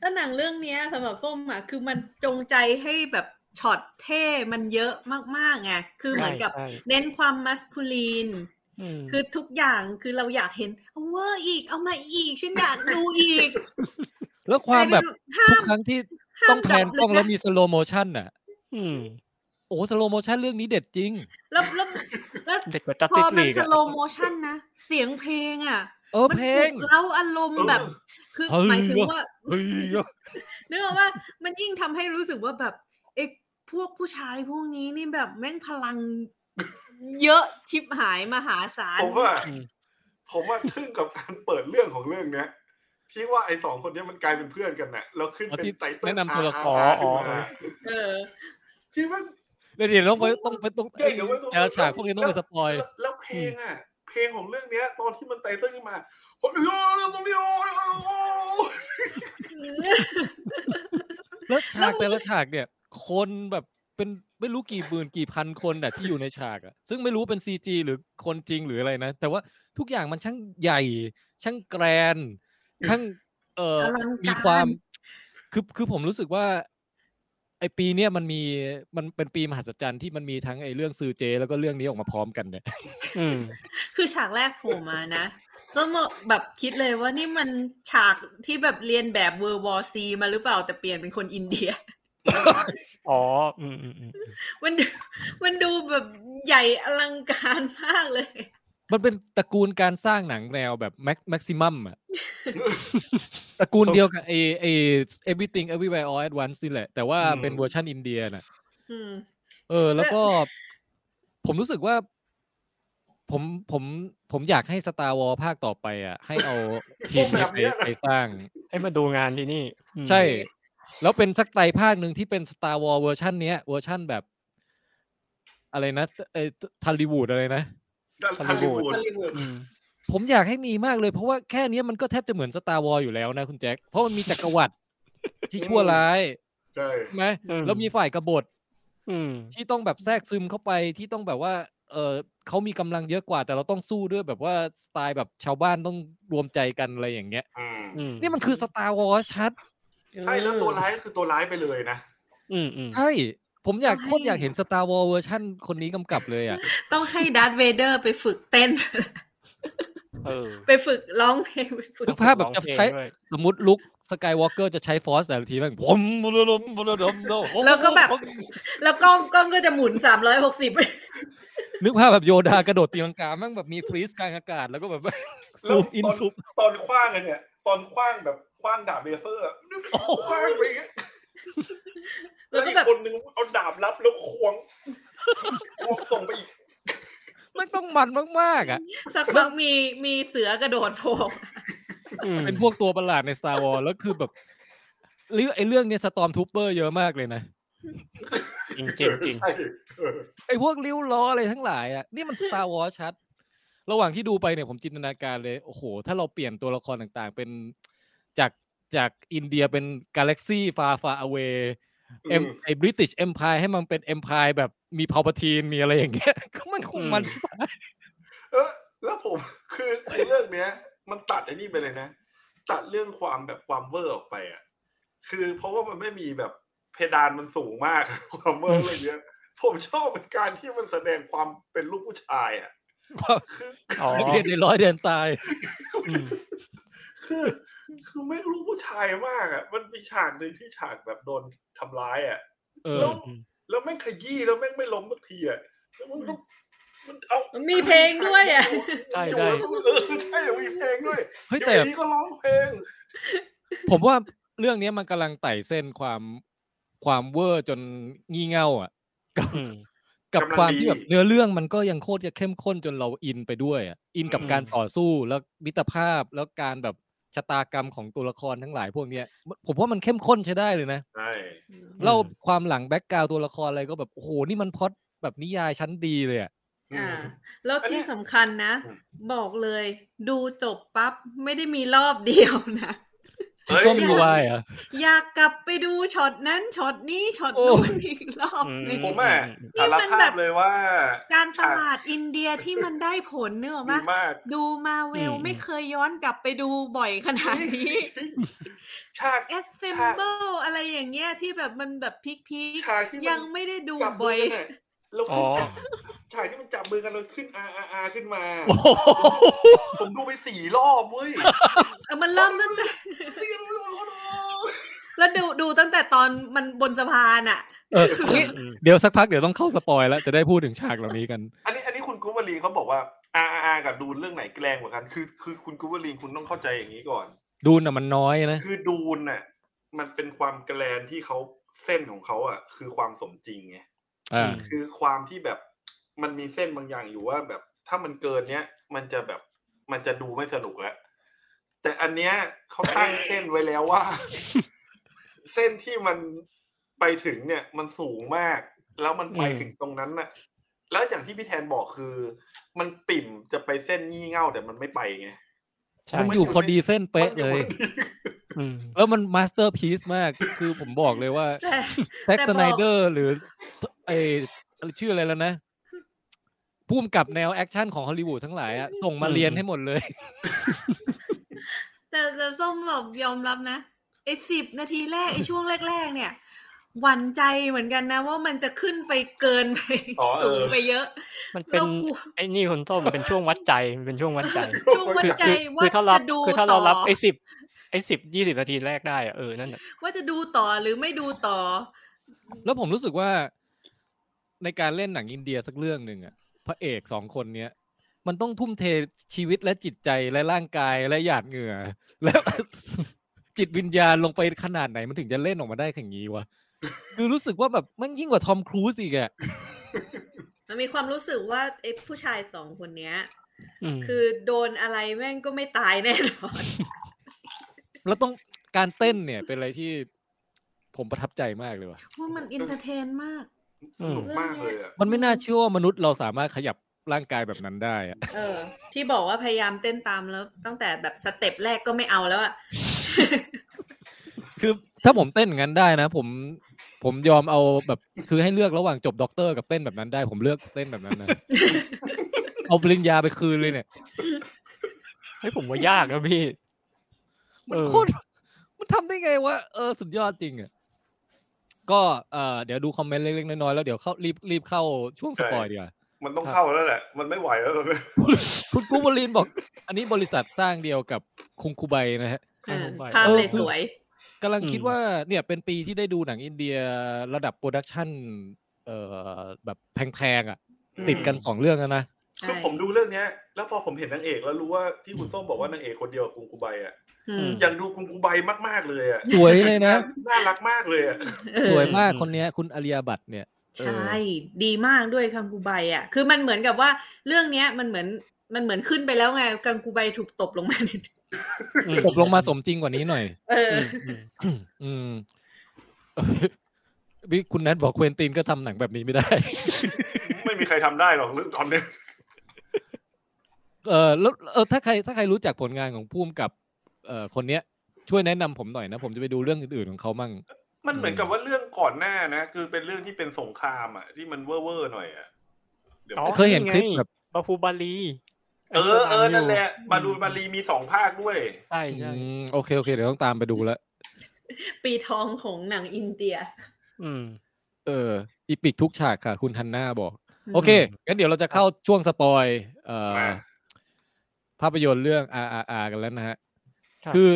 Speaker 5: แล้วหนังเรื่องเนี้ยสำหรับส้มอ่ะคือมันจงใจให้แบบช็อตเท่มันเยอะมากๆไงคือเหมือนกับ
Speaker 4: ใช่
Speaker 5: เน้นความมัสคูลีน
Speaker 4: ใช่ม
Speaker 5: คือทุกอย่างคือเราอยากเห็นเอาเวอร์อีกเอามาอีกฉันอยากดูอีก
Speaker 2: แล้วความแบบ
Speaker 5: ห้า
Speaker 2: ทุ
Speaker 5: ม
Speaker 2: กครั้งที่
Speaker 5: ห้า
Speaker 2: ต้
Speaker 5: ม
Speaker 2: องแพนกล้อง
Speaker 5: ดับ
Speaker 2: แล้ว
Speaker 5: เยนะ
Speaker 2: มีสโลโมชันน่ะ
Speaker 4: ม
Speaker 2: โอ้สโลโมชันเรื่องนี้เด็ดจริง
Speaker 5: แล้วแล้วแล้ว
Speaker 4: เด็กกว่าจัต
Speaker 5: พ
Speaker 4: ติ
Speaker 5: อก มั
Speaker 4: ลี
Speaker 5: น
Speaker 4: ก
Speaker 5: ส
Speaker 4: อะ
Speaker 5: โลโมชันนะเสียงเพลงอ่ะ
Speaker 2: เออ
Speaker 5: มัน
Speaker 2: เพลง
Speaker 5: ปลุกเร้าอารมณ์แบบ คือ
Speaker 2: เฮ้ย
Speaker 5: หมายถึงว่า
Speaker 2: เฮ้ย
Speaker 5: นึกออกว่ามันยิ่งทำให้รู้สึกว่าแบบไอ้พวกผู้ชายพวกนี้นี่แบบแม่งพลัง เยอะชิบหายมหาศาล
Speaker 3: ผมว่า ผมว่าขึ้นกับการเปิดเรื่องของเรื่องเนี้ยที่ว่าไอ้สองคนเนี้ยมันกลายเป็นเพื่อนกันน่ะแล้วขึ้น
Speaker 2: เอา
Speaker 3: เป็น
Speaker 2: ที่
Speaker 3: ไตเติ้ล
Speaker 2: แนะนำตัวละคร
Speaker 3: อาร์อาร์
Speaker 2: อ๋อ
Speaker 3: ขึ้นมา
Speaker 5: เออ
Speaker 3: ที่มัน
Speaker 2: เดี๋ยวเดี๋ยวต้องไปต้องไปต้อง
Speaker 3: เดี๋ยวเดี๋ยว
Speaker 2: แต่ละฉากพวกนี้ต้องไปสปอย
Speaker 3: แล้วแล้วเพลงอ่ะ เพลงของเรื่องเนี้ย ตอนที่มันไตเติ้ลขึ้นมาโอ้ยตรงนี้โอ้ย
Speaker 2: แล้วฉากแต่ละฉากเนี่ย คนแบบเป็นไม่รู้กี่หมื่นกี่พันคนน่ะที่อยู่ในฉากอะซึ่งไม่รู้เป็นซีจีหรือคนจริงหรืออะไรนะ แต่ว่าทุกอย่างมันช่างใหญ่ ช่างแกรนด์ช่างเอ่อ
Speaker 5: อลังการ
Speaker 2: มีความคือคือผมรู้สึกว่า ไอปีเนี้ยมันมีมันเป็นปีมหัศจรรย์ที่มันมีทั้งไอเรื่องซือเจ แล้วก็เรื่องนี้ออกมาพร้อมกันเนี่ย
Speaker 4: อืม
Speaker 5: คือฉากแรกโผล่มานะก็แบบคิดเลยว่านี่มันฉากที่แบบเรียนแบบเวอร์วอซีมาหรือเปล่าแต่เปลี่ยนเป็นคนอินเดีย
Speaker 4: อ๋อ อืมอืมอืม
Speaker 5: มันดูมันดูแบบใหญ่อลังการมากเลย
Speaker 2: มันเป็นตระกูลการสร้างหนังแนวแบบแม็กแม็กซิมัม อะ ตระกูลเดียวกับไอไอ everything everywhere all at once นี่แหละ แต่ว่าเป็นเวอร์ชันอินเดียน่ะ
Speaker 5: อืม
Speaker 2: เออ แล้วก็ ผมรู้สึกว่า ผมผมผมอยากให้ Star Wars ภาคต่อไปอ่ะ ให้ เอาทีมนี้ไปไปสร้าง
Speaker 4: ให้มาดูงานที่นี่อืม
Speaker 2: ใช่ แล้วเป็นสักไตรภาคหนึ่งที่เป็น Star Wars เวอร์ชันเนี้ยเวอร์ชันแบบ อะไรนะไอทัลลีวูดอะไรนะ
Speaker 3: ทันลีวูด
Speaker 5: ฮอลลีวูด
Speaker 4: อืม
Speaker 2: ผมอยากให้มีมากเลยเพราะว่าแค่เนี้ยมันก็แทบจะเหมือน Star Wars อยู่แล้วนะคุณแจ็คเพราะมันมีจักรว รรดิที่ชั่วร้าย
Speaker 3: ใช่
Speaker 2: ใช่ไหม
Speaker 4: อืม
Speaker 2: แล้วมีฝ่ายกบฏ
Speaker 4: อืม
Speaker 2: ที่ต้องแบบแทรกซึมเข้าไปที่ต้องแบบว่า เออเขามีกำลังเยอะกว่า แต่เราต้องสู้ด้วยแบบว่าสไตล์แบบชาวบ้านต้องรวมใจกันอะไรอย่างเงี้ย
Speaker 3: อืม
Speaker 4: อืม
Speaker 2: นี่มันคือสตาร์วอลชัด
Speaker 3: ใช่แล้วตัวร้ายก็คือตัวร้ายไปเลยนะ
Speaker 4: อืมอืม
Speaker 2: ใช่ผมอยาก
Speaker 5: ใช่
Speaker 2: โคตรอยากเห็นสตาร์วอลเวอร์ชั่นคนนี้กำกับเลย อ่ะ
Speaker 5: ต้องให้ดัตเวเดอร์ไปฝึกเต้น
Speaker 4: เออ
Speaker 5: ไปฝึกร้องเพลงไปฝึก
Speaker 2: นึกภาพแบบจะใช้
Speaker 4: ร้องเพลงด้วย
Speaker 2: สมมติลุกสกายวอล์กเกอร์จะใช้ฟอสแต่ละทีแม่งผม
Speaker 5: แล้วก็แบบ แล้วกล้องกล้องก็จะหมุนสามร้อยหกสิบ
Speaker 2: นึกภาพแบบโยดากระโดดตีลังกาแม่งแบบมีฟรีสกลางอากาศแล้วก็ แบบซูมอิน
Speaker 3: แล้วต
Speaker 2: ซูม
Speaker 3: ตอนคว้างกันเนี่ย ตอนคว้างแบบคว้างดาบเลเซอร์อะ
Speaker 2: โอ้โห
Speaker 3: คว้างไปอย่างเงี้ย
Speaker 5: แล้
Speaker 3: แล้ว ว
Speaker 5: ก็
Speaker 3: อีก
Speaker 5: แบบ
Speaker 3: คนนึงเอาดาบรับแล้วควงควงส่งไปอีก
Speaker 2: แม่งต้องมันมากๆอ่ะ
Speaker 5: สักพักมีมีเสือกระโดดโผล่
Speaker 4: อืม
Speaker 2: เป็นพวกตัวประหลาดใน Star Wars แล้วคือแบบเรื่องไอ้เรื่องเนี้ยสตอมทูเปอร์เยอะมากเลยนะ
Speaker 4: จริงจริงจริง
Speaker 3: ใช่เออ
Speaker 2: ไอ้พวกริ้วล้ออะไรทั้งหลายอ่ะนี่มัน Star Wars ชัด ระหว่างที่ดูไปเนี่ยผมจินตนาการเลย โอ้โห ถ้าเราเปลี่ยนตัวละครต่างๆ เป็นจากจากอินเดียเป็นกาแล็กซี่ฟาฟาอเว เอ็มไอ้บริติชเอ็มพายให้มันเป็นเอ็มพายแบบมีพาวปทีนมีอะไรอย่างเงี้ย ก็มันคงมัน
Speaker 4: อืม
Speaker 2: ใช่ไหม
Speaker 3: เออแล้วผมคือคือเรื่องเนี้ย มันตัดไอ้นี่ไปเลยนะ ตัดเรื่องความแบบความเวอร์ออกไปอ่ะคือเพราะว่ามันไม่มีแบบเพดานมันสูงมาก ความเวอร์อะไรเงี้ยผมชอบเป็นการที่มันแสดงความเป็นลูกผู้ชายอ่ะคือ
Speaker 4: อ๋อ
Speaker 2: นักเรียนในร้อยเดือนตาย
Speaker 4: อืม
Speaker 3: คือคือไม่รู้ผู้ชายมากอ่ะ มันมีฉากหนึ่งที่ฉากแบบโดนทำร้ายอ่ะ
Speaker 2: เออ
Speaker 3: แล้ว แล้วแม่งขยี้แล้วแม่งไม่ล้มสักทีอ่ะแล้วมันก็มันเอา
Speaker 5: มันมี
Speaker 3: มี
Speaker 5: เพลงด้วยอะ
Speaker 2: ใช่ใช่
Speaker 3: เออใช่มีเพลงด้วย
Speaker 2: เฮ้ย
Speaker 3: เดี๋ยว
Speaker 2: แต่
Speaker 3: ไอ้นี้ก็ร้องเพลง
Speaker 2: ผมว่าเรื่องเนี้ยมันกำลังไต่เส้นความความเวอร์จนงี่เง่าอ่ะ กับ
Speaker 4: อืม
Speaker 2: กับ
Speaker 3: กำลัง
Speaker 2: ความ
Speaker 3: ดี
Speaker 2: ที่แบบเนื้อเรื่องมันก็ยังโคตรจะเข้มข้นจนเราอินไปด้วยอะอินกับ
Speaker 4: อืม
Speaker 2: การต่อสู้แล้วมิตรภาพแล้วการแบบชะตากรรมของตัวละครทั้งหลายพวกเนี้ยผมว่ามันเข้มข้นใช้ได้เลยนะ
Speaker 3: ใช่
Speaker 2: เล่าความหลังแบ็กกราวตัวละครอะไรก็แบบโอ้โหนี่มันพล็อดแบบนิยายชั้นดีเลยอ่ะ
Speaker 3: อื
Speaker 5: อ่าม แล้ว
Speaker 3: อันเนี้
Speaker 5: ที่
Speaker 3: ย
Speaker 5: สำคัญนะ
Speaker 3: อืม
Speaker 5: บอกเลย ดูจบปั๊บ ไม่ได้มีรอบเดียวนะ
Speaker 3: เฮ้ย
Speaker 2: ส้มยูวายอ่ะ
Speaker 5: อยากกลับไปดูช็อตนั้นช็อตนี้ช็อต
Speaker 2: โอ้
Speaker 5: นู้นอีกรอบหนึง
Speaker 3: ผมอ่ะ
Speaker 5: นี่
Speaker 3: สาร
Speaker 5: มัน
Speaker 3: ภา
Speaker 5: แบ
Speaker 3: พ
Speaker 5: บ
Speaker 3: เลยว่า
Speaker 5: การตลาดอินเดียที่มันได้ผลเนกอะ
Speaker 3: ดี
Speaker 5: มาก
Speaker 3: มาก
Speaker 5: ดูมาเวล
Speaker 4: อืม
Speaker 5: ไม่เคยย้อนกลับไปดูบ่อยขนาดนี้
Speaker 3: ฉาก
Speaker 5: a s s e m b l e อะไรอย่างเงี้ยที่แบบมันแบบพีค
Speaker 3: ฉากที่
Speaker 5: ๆยัง
Speaker 3: น
Speaker 5: ไม่ได้ดู
Speaker 3: จับมื
Speaker 5: บ่อย
Speaker 3: กันอะแล้ว
Speaker 4: อ๋
Speaker 3: ขึ้
Speaker 4: อ
Speaker 3: นฉากที่มันจับมือกันแล้วขึ้น R R R ขึ้นมา
Speaker 2: โอ้โห
Speaker 3: ผมดูไปสี่รอบเว้ย
Speaker 5: เออมันเริ่มตั้งแต่ แล้วดูดูตั้งแต่ตอนมันบนสะพานอ่ะ
Speaker 2: เอองี้
Speaker 4: อืม
Speaker 2: เดี๋ยวสักพักเดี๋ยวต้องเข้าสปอยแล้วจะได้พูดถึงฉากเหล่านี้กัน
Speaker 3: อันนี้อันนี้คุณกุ๊บวลีเขาบอกว่า R R R กับดูนเรื่องไหนแกล้งกว่ากัน คือ คือคุณกุ๊บวลีคุณต้องเข้าใจอย่างนี้ก่อน
Speaker 2: ดูน่ะมันน้อยนะ
Speaker 3: คือดูนน่ะ มันเป็นความแกลนที่เขาเส้นของเขาอ่ะ คือความสมจริงไง
Speaker 2: อ่า
Speaker 4: ม
Speaker 3: คือความที่แบบมันมีเส้นบางอย่างอยู่ว่าแบบถ้ามันเกินเนี้ย มันจะแบบมันจะดูไม่สนุกแล้ว แต่อันเนี้ยเขาตั้งเส้นไว้แล้ว ว่า เส้นที่มันไปถึงเนี่ย มันสูงมาก แล้วมันไป
Speaker 4: อืม
Speaker 3: ถึงตรงนั้นน่ะ แล้วอย่างที่พี่แทนบอกคือ มันปิ่มจะไปเส้นงี่เง่าแต่มันไม่ไปไง
Speaker 4: ใช่
Speaker 2: มันอยู่พอดีเส้นเป๊ะเลย
Speaker 4: อืม
Speaker 2: แล้วมันมาสเตอร์พีซมาก คือผมบอกเลยว่า
Speaker 5: แต่
Speaker 2: แซ็ก
Speaker 5: แต่
Speaker 2: ส
Speaker 5: บอก
Speaker 2: ไนเดอร์หรือไอชื่ออะไรแล้วนะพุ่มกับแนวแอคชั่นของฮอลลีวูดทั้งหลายอะส่งมา
Speaker 4: อืม
Speaker 2: เรียนให้หมดเลย
Speaker 5: แต่แต่ส้มแบบยอมรับนะไอ้สิบนาทีแรกไอ้ช่วงแรก ๆ เนี่ยหวั่นใจเหมือนกันนะ ว่ามันจะขึ้นไปเกินไป
Speaker 3: อ๋อเออ
Speaker 5: สูงไปเยอะ
Speaker 4: มันเป็น
Speaker 5: เรากลัว
Speaker 4: ไอ้นี่คนส้มมันเป็นช่วงวัดใจมันเป็นช่วงวัดใจ
Speaker 5: ช่วงวัด
Speaker 4: คือ
Speaker 5: ใจ
Speaker 4: คือ
Speaker 5: ว่า
Speaker 4: คือถ้าเรา
Speaker 5: จะดู
Speaker 4: คือถ้า
Speaker 5: ต่
Speaker 4: เรา
Speaker 5: อ
Speaker 4: รับไอ้สิบไอ้สิบยี่สิบนาทีแรกได้อะเออนั่นแหละ
Speaker 5: ว่าจะดูต่อหรือไม่ดูต่อ
Speaker 2: แล้วผมรู้สึกว่าในการเล่นหนังอินเดียสักเรื่องหนึ่งอะพระเอกสองคนเนี้ยมันต้องทุ่มเทชีวิตและจิตใจและร่างกายและหยาดเหงื่อ และ จิตวิญญาณลงไปขนาดไหนมันถึงจะเล่นออกมาได้อย่างนี้วะ คือรู้สึกว่าแบบมันยิ่งกว่าทอมครูซอีกอะ
Speaker 5: มันมีความรู้สึกว่าไอ้ผู้ชายสองคนเนี้ย
Speaker 4: อืม
Speaker 5: คือโดนอะไรแม่งก็ไม่ตายแน่นอน
Speaker 2: แล้วต้องการเต้นเนี่ยเป็นอะไรที่ผมประทับใจมากเลยว่ะ
Speaker 5: ว่ามันอินเตอร์เทนมาก
Speaker 3: สนุกมากเลยอ่ะ
Speaker 2: มันไม่น่าเชื่อว่ามนุษย์เราสามารถขยับร่างกายแบบนั้นได้อะ
Speaker 5: เออ ที่บอกว่าพยายามเต้นตามแล้ว ตั้งแต่แบบสเต็ปแรกก็ไม่เอาแล้วอะ
Speaker 2: คือถ้าผมเต้นอย่างนั้นได้นะ ผมผมยอมเอาแบบคือให้เลือกระหว่างจบด็อกเตอร์กับเต้นแบบนั้นได้ ผมเลือกเต้นแบบนั้น นะ เอาปริญญาไปคืนเลยเนี่ย
Speaker 4: เฮ้ยผมว่ายากนะพี่
Speaker 2: มัน
Speaker 4: เออ
Speaker 2: โคตรมันทำได้ไงวะเออสุดยอดจริงอ่ะก็เออเดี๋ยวดูคอมเมนต์เล็กๆน้อยๆแล้วเดี๋ยวเข้ารีบรีบเข้าช่วงสปอยเดียวา
Speaker 3: มันต้อง
Speaker 2: ครับ
Speaker 3: เข้าแล้วแหละ มันไม่ไหวแล้วมันไม่
Speaker 2: คุณกูบลินบอก อันนี้บริษัทสร้างเดียวกับคุงคูไบนะฮะ
Speaker 4: เออ
Speaker 5: ภาพเลยสวย
Speaker 2: กำลังคิด
Speaker 4: อืม
Speaker 2: ว่าเนี่ยเป็นปีที่ได้ดูหนังอินเดียระดับโปรดักชันเอ่อแบบแพงๆอ่ะ ติดกันสองเรื่องแล้วนะ
Speaker 3: คือผมดูเรื่องเนี้ย แล้วพอผมเห็นนางเอกแล้วรู้ว่าที่คุณส้มบอกว่านางเอกคนเดียวกับกุงกูไบอ่ะ
Speaker 5: อืม
Speaker 3: อยากดูกุงกูไบมาก ๆ เลยอ่ะ
Speaker 2: สวยเลยนะ
Speaker 3: น่ารักมากเลยอ่ะ
Speaker 5: เออ
Speaker 2: สวยมากคนเนี้ย คุณอาริยาบัตรเนี่ย
Speaker 5: ใช่ดีมากด้วยคังกูไบอ่ะ คือมันเหมือนกับว่าเรื่องเนี้ยมันเหมือนมันเหมือนขึ้นไปแล้วไงกังกูไบถูกตบลงมานิด
Speaker 4: อื
Speaker 2: ตบลงมาสมจริงกว่านี้หน่อย
Speaker 5: เอ
Speaker 4: อื
Speaker 5: อ
Speaker 4: มอืม
Speaker 2: อืม เอ้ยพี่คุณแนทบอกเควนตินก็ทำหนังแบบนี้ไม่ได้
Speaker 3: ไม่มีใครทำได้หรอกเรื่องตอนเนี้ย
Speaker 2: เออแล้วเออถ้าใครถ้าใครรู้จักผลงานของพุ่มกับ เอ่อคนเนี้ย ช่วยแนะนำผมหน่อยนะ ผมจะไปดูเรื่องอื่นๆของเขามั่ง
Speaker 3: มันเหมือนกับว่าเรื่องก่อนหน้านะ คือเป็นเรื่องที่เป็นสงครามอ่ะ ที่มันเว่อร์ๆหน่อยอ่ะดี๋ว
Speaker 4: อ๋อ
Speaker 2: เคยเห็นคลิป
Speaker 4: นี่ไง
Speaker 2: แบบ
Speaker 4: บาฮูบาลี
Speaker 3: เออเออนั่นแหละบาลูบาลีมีสองภาคด้วย
Speaker 4: ใช่
Speaker 2: อื
Speaker 4: ใช่
Speaker 2: มโอเคโอเคเดี๋ยวต้องตามไปดูละ
Speaker 5: ปีทองของหนังอินเดีย
Speaker 4: อืม
Speaker 2: เอออีปิกทุกฉากค่ะ คุณฮันน่าบอก โอเคงั้นเดี๋ยวเราจะเข้าช่วงสปอยเอ่อ
Speaker 3: มา
Speaker 2: ภาพยนตร์เรื่อง RRR กันแล้วนะฮะ
Speaker 4: ครับ
Speaker 2: คือ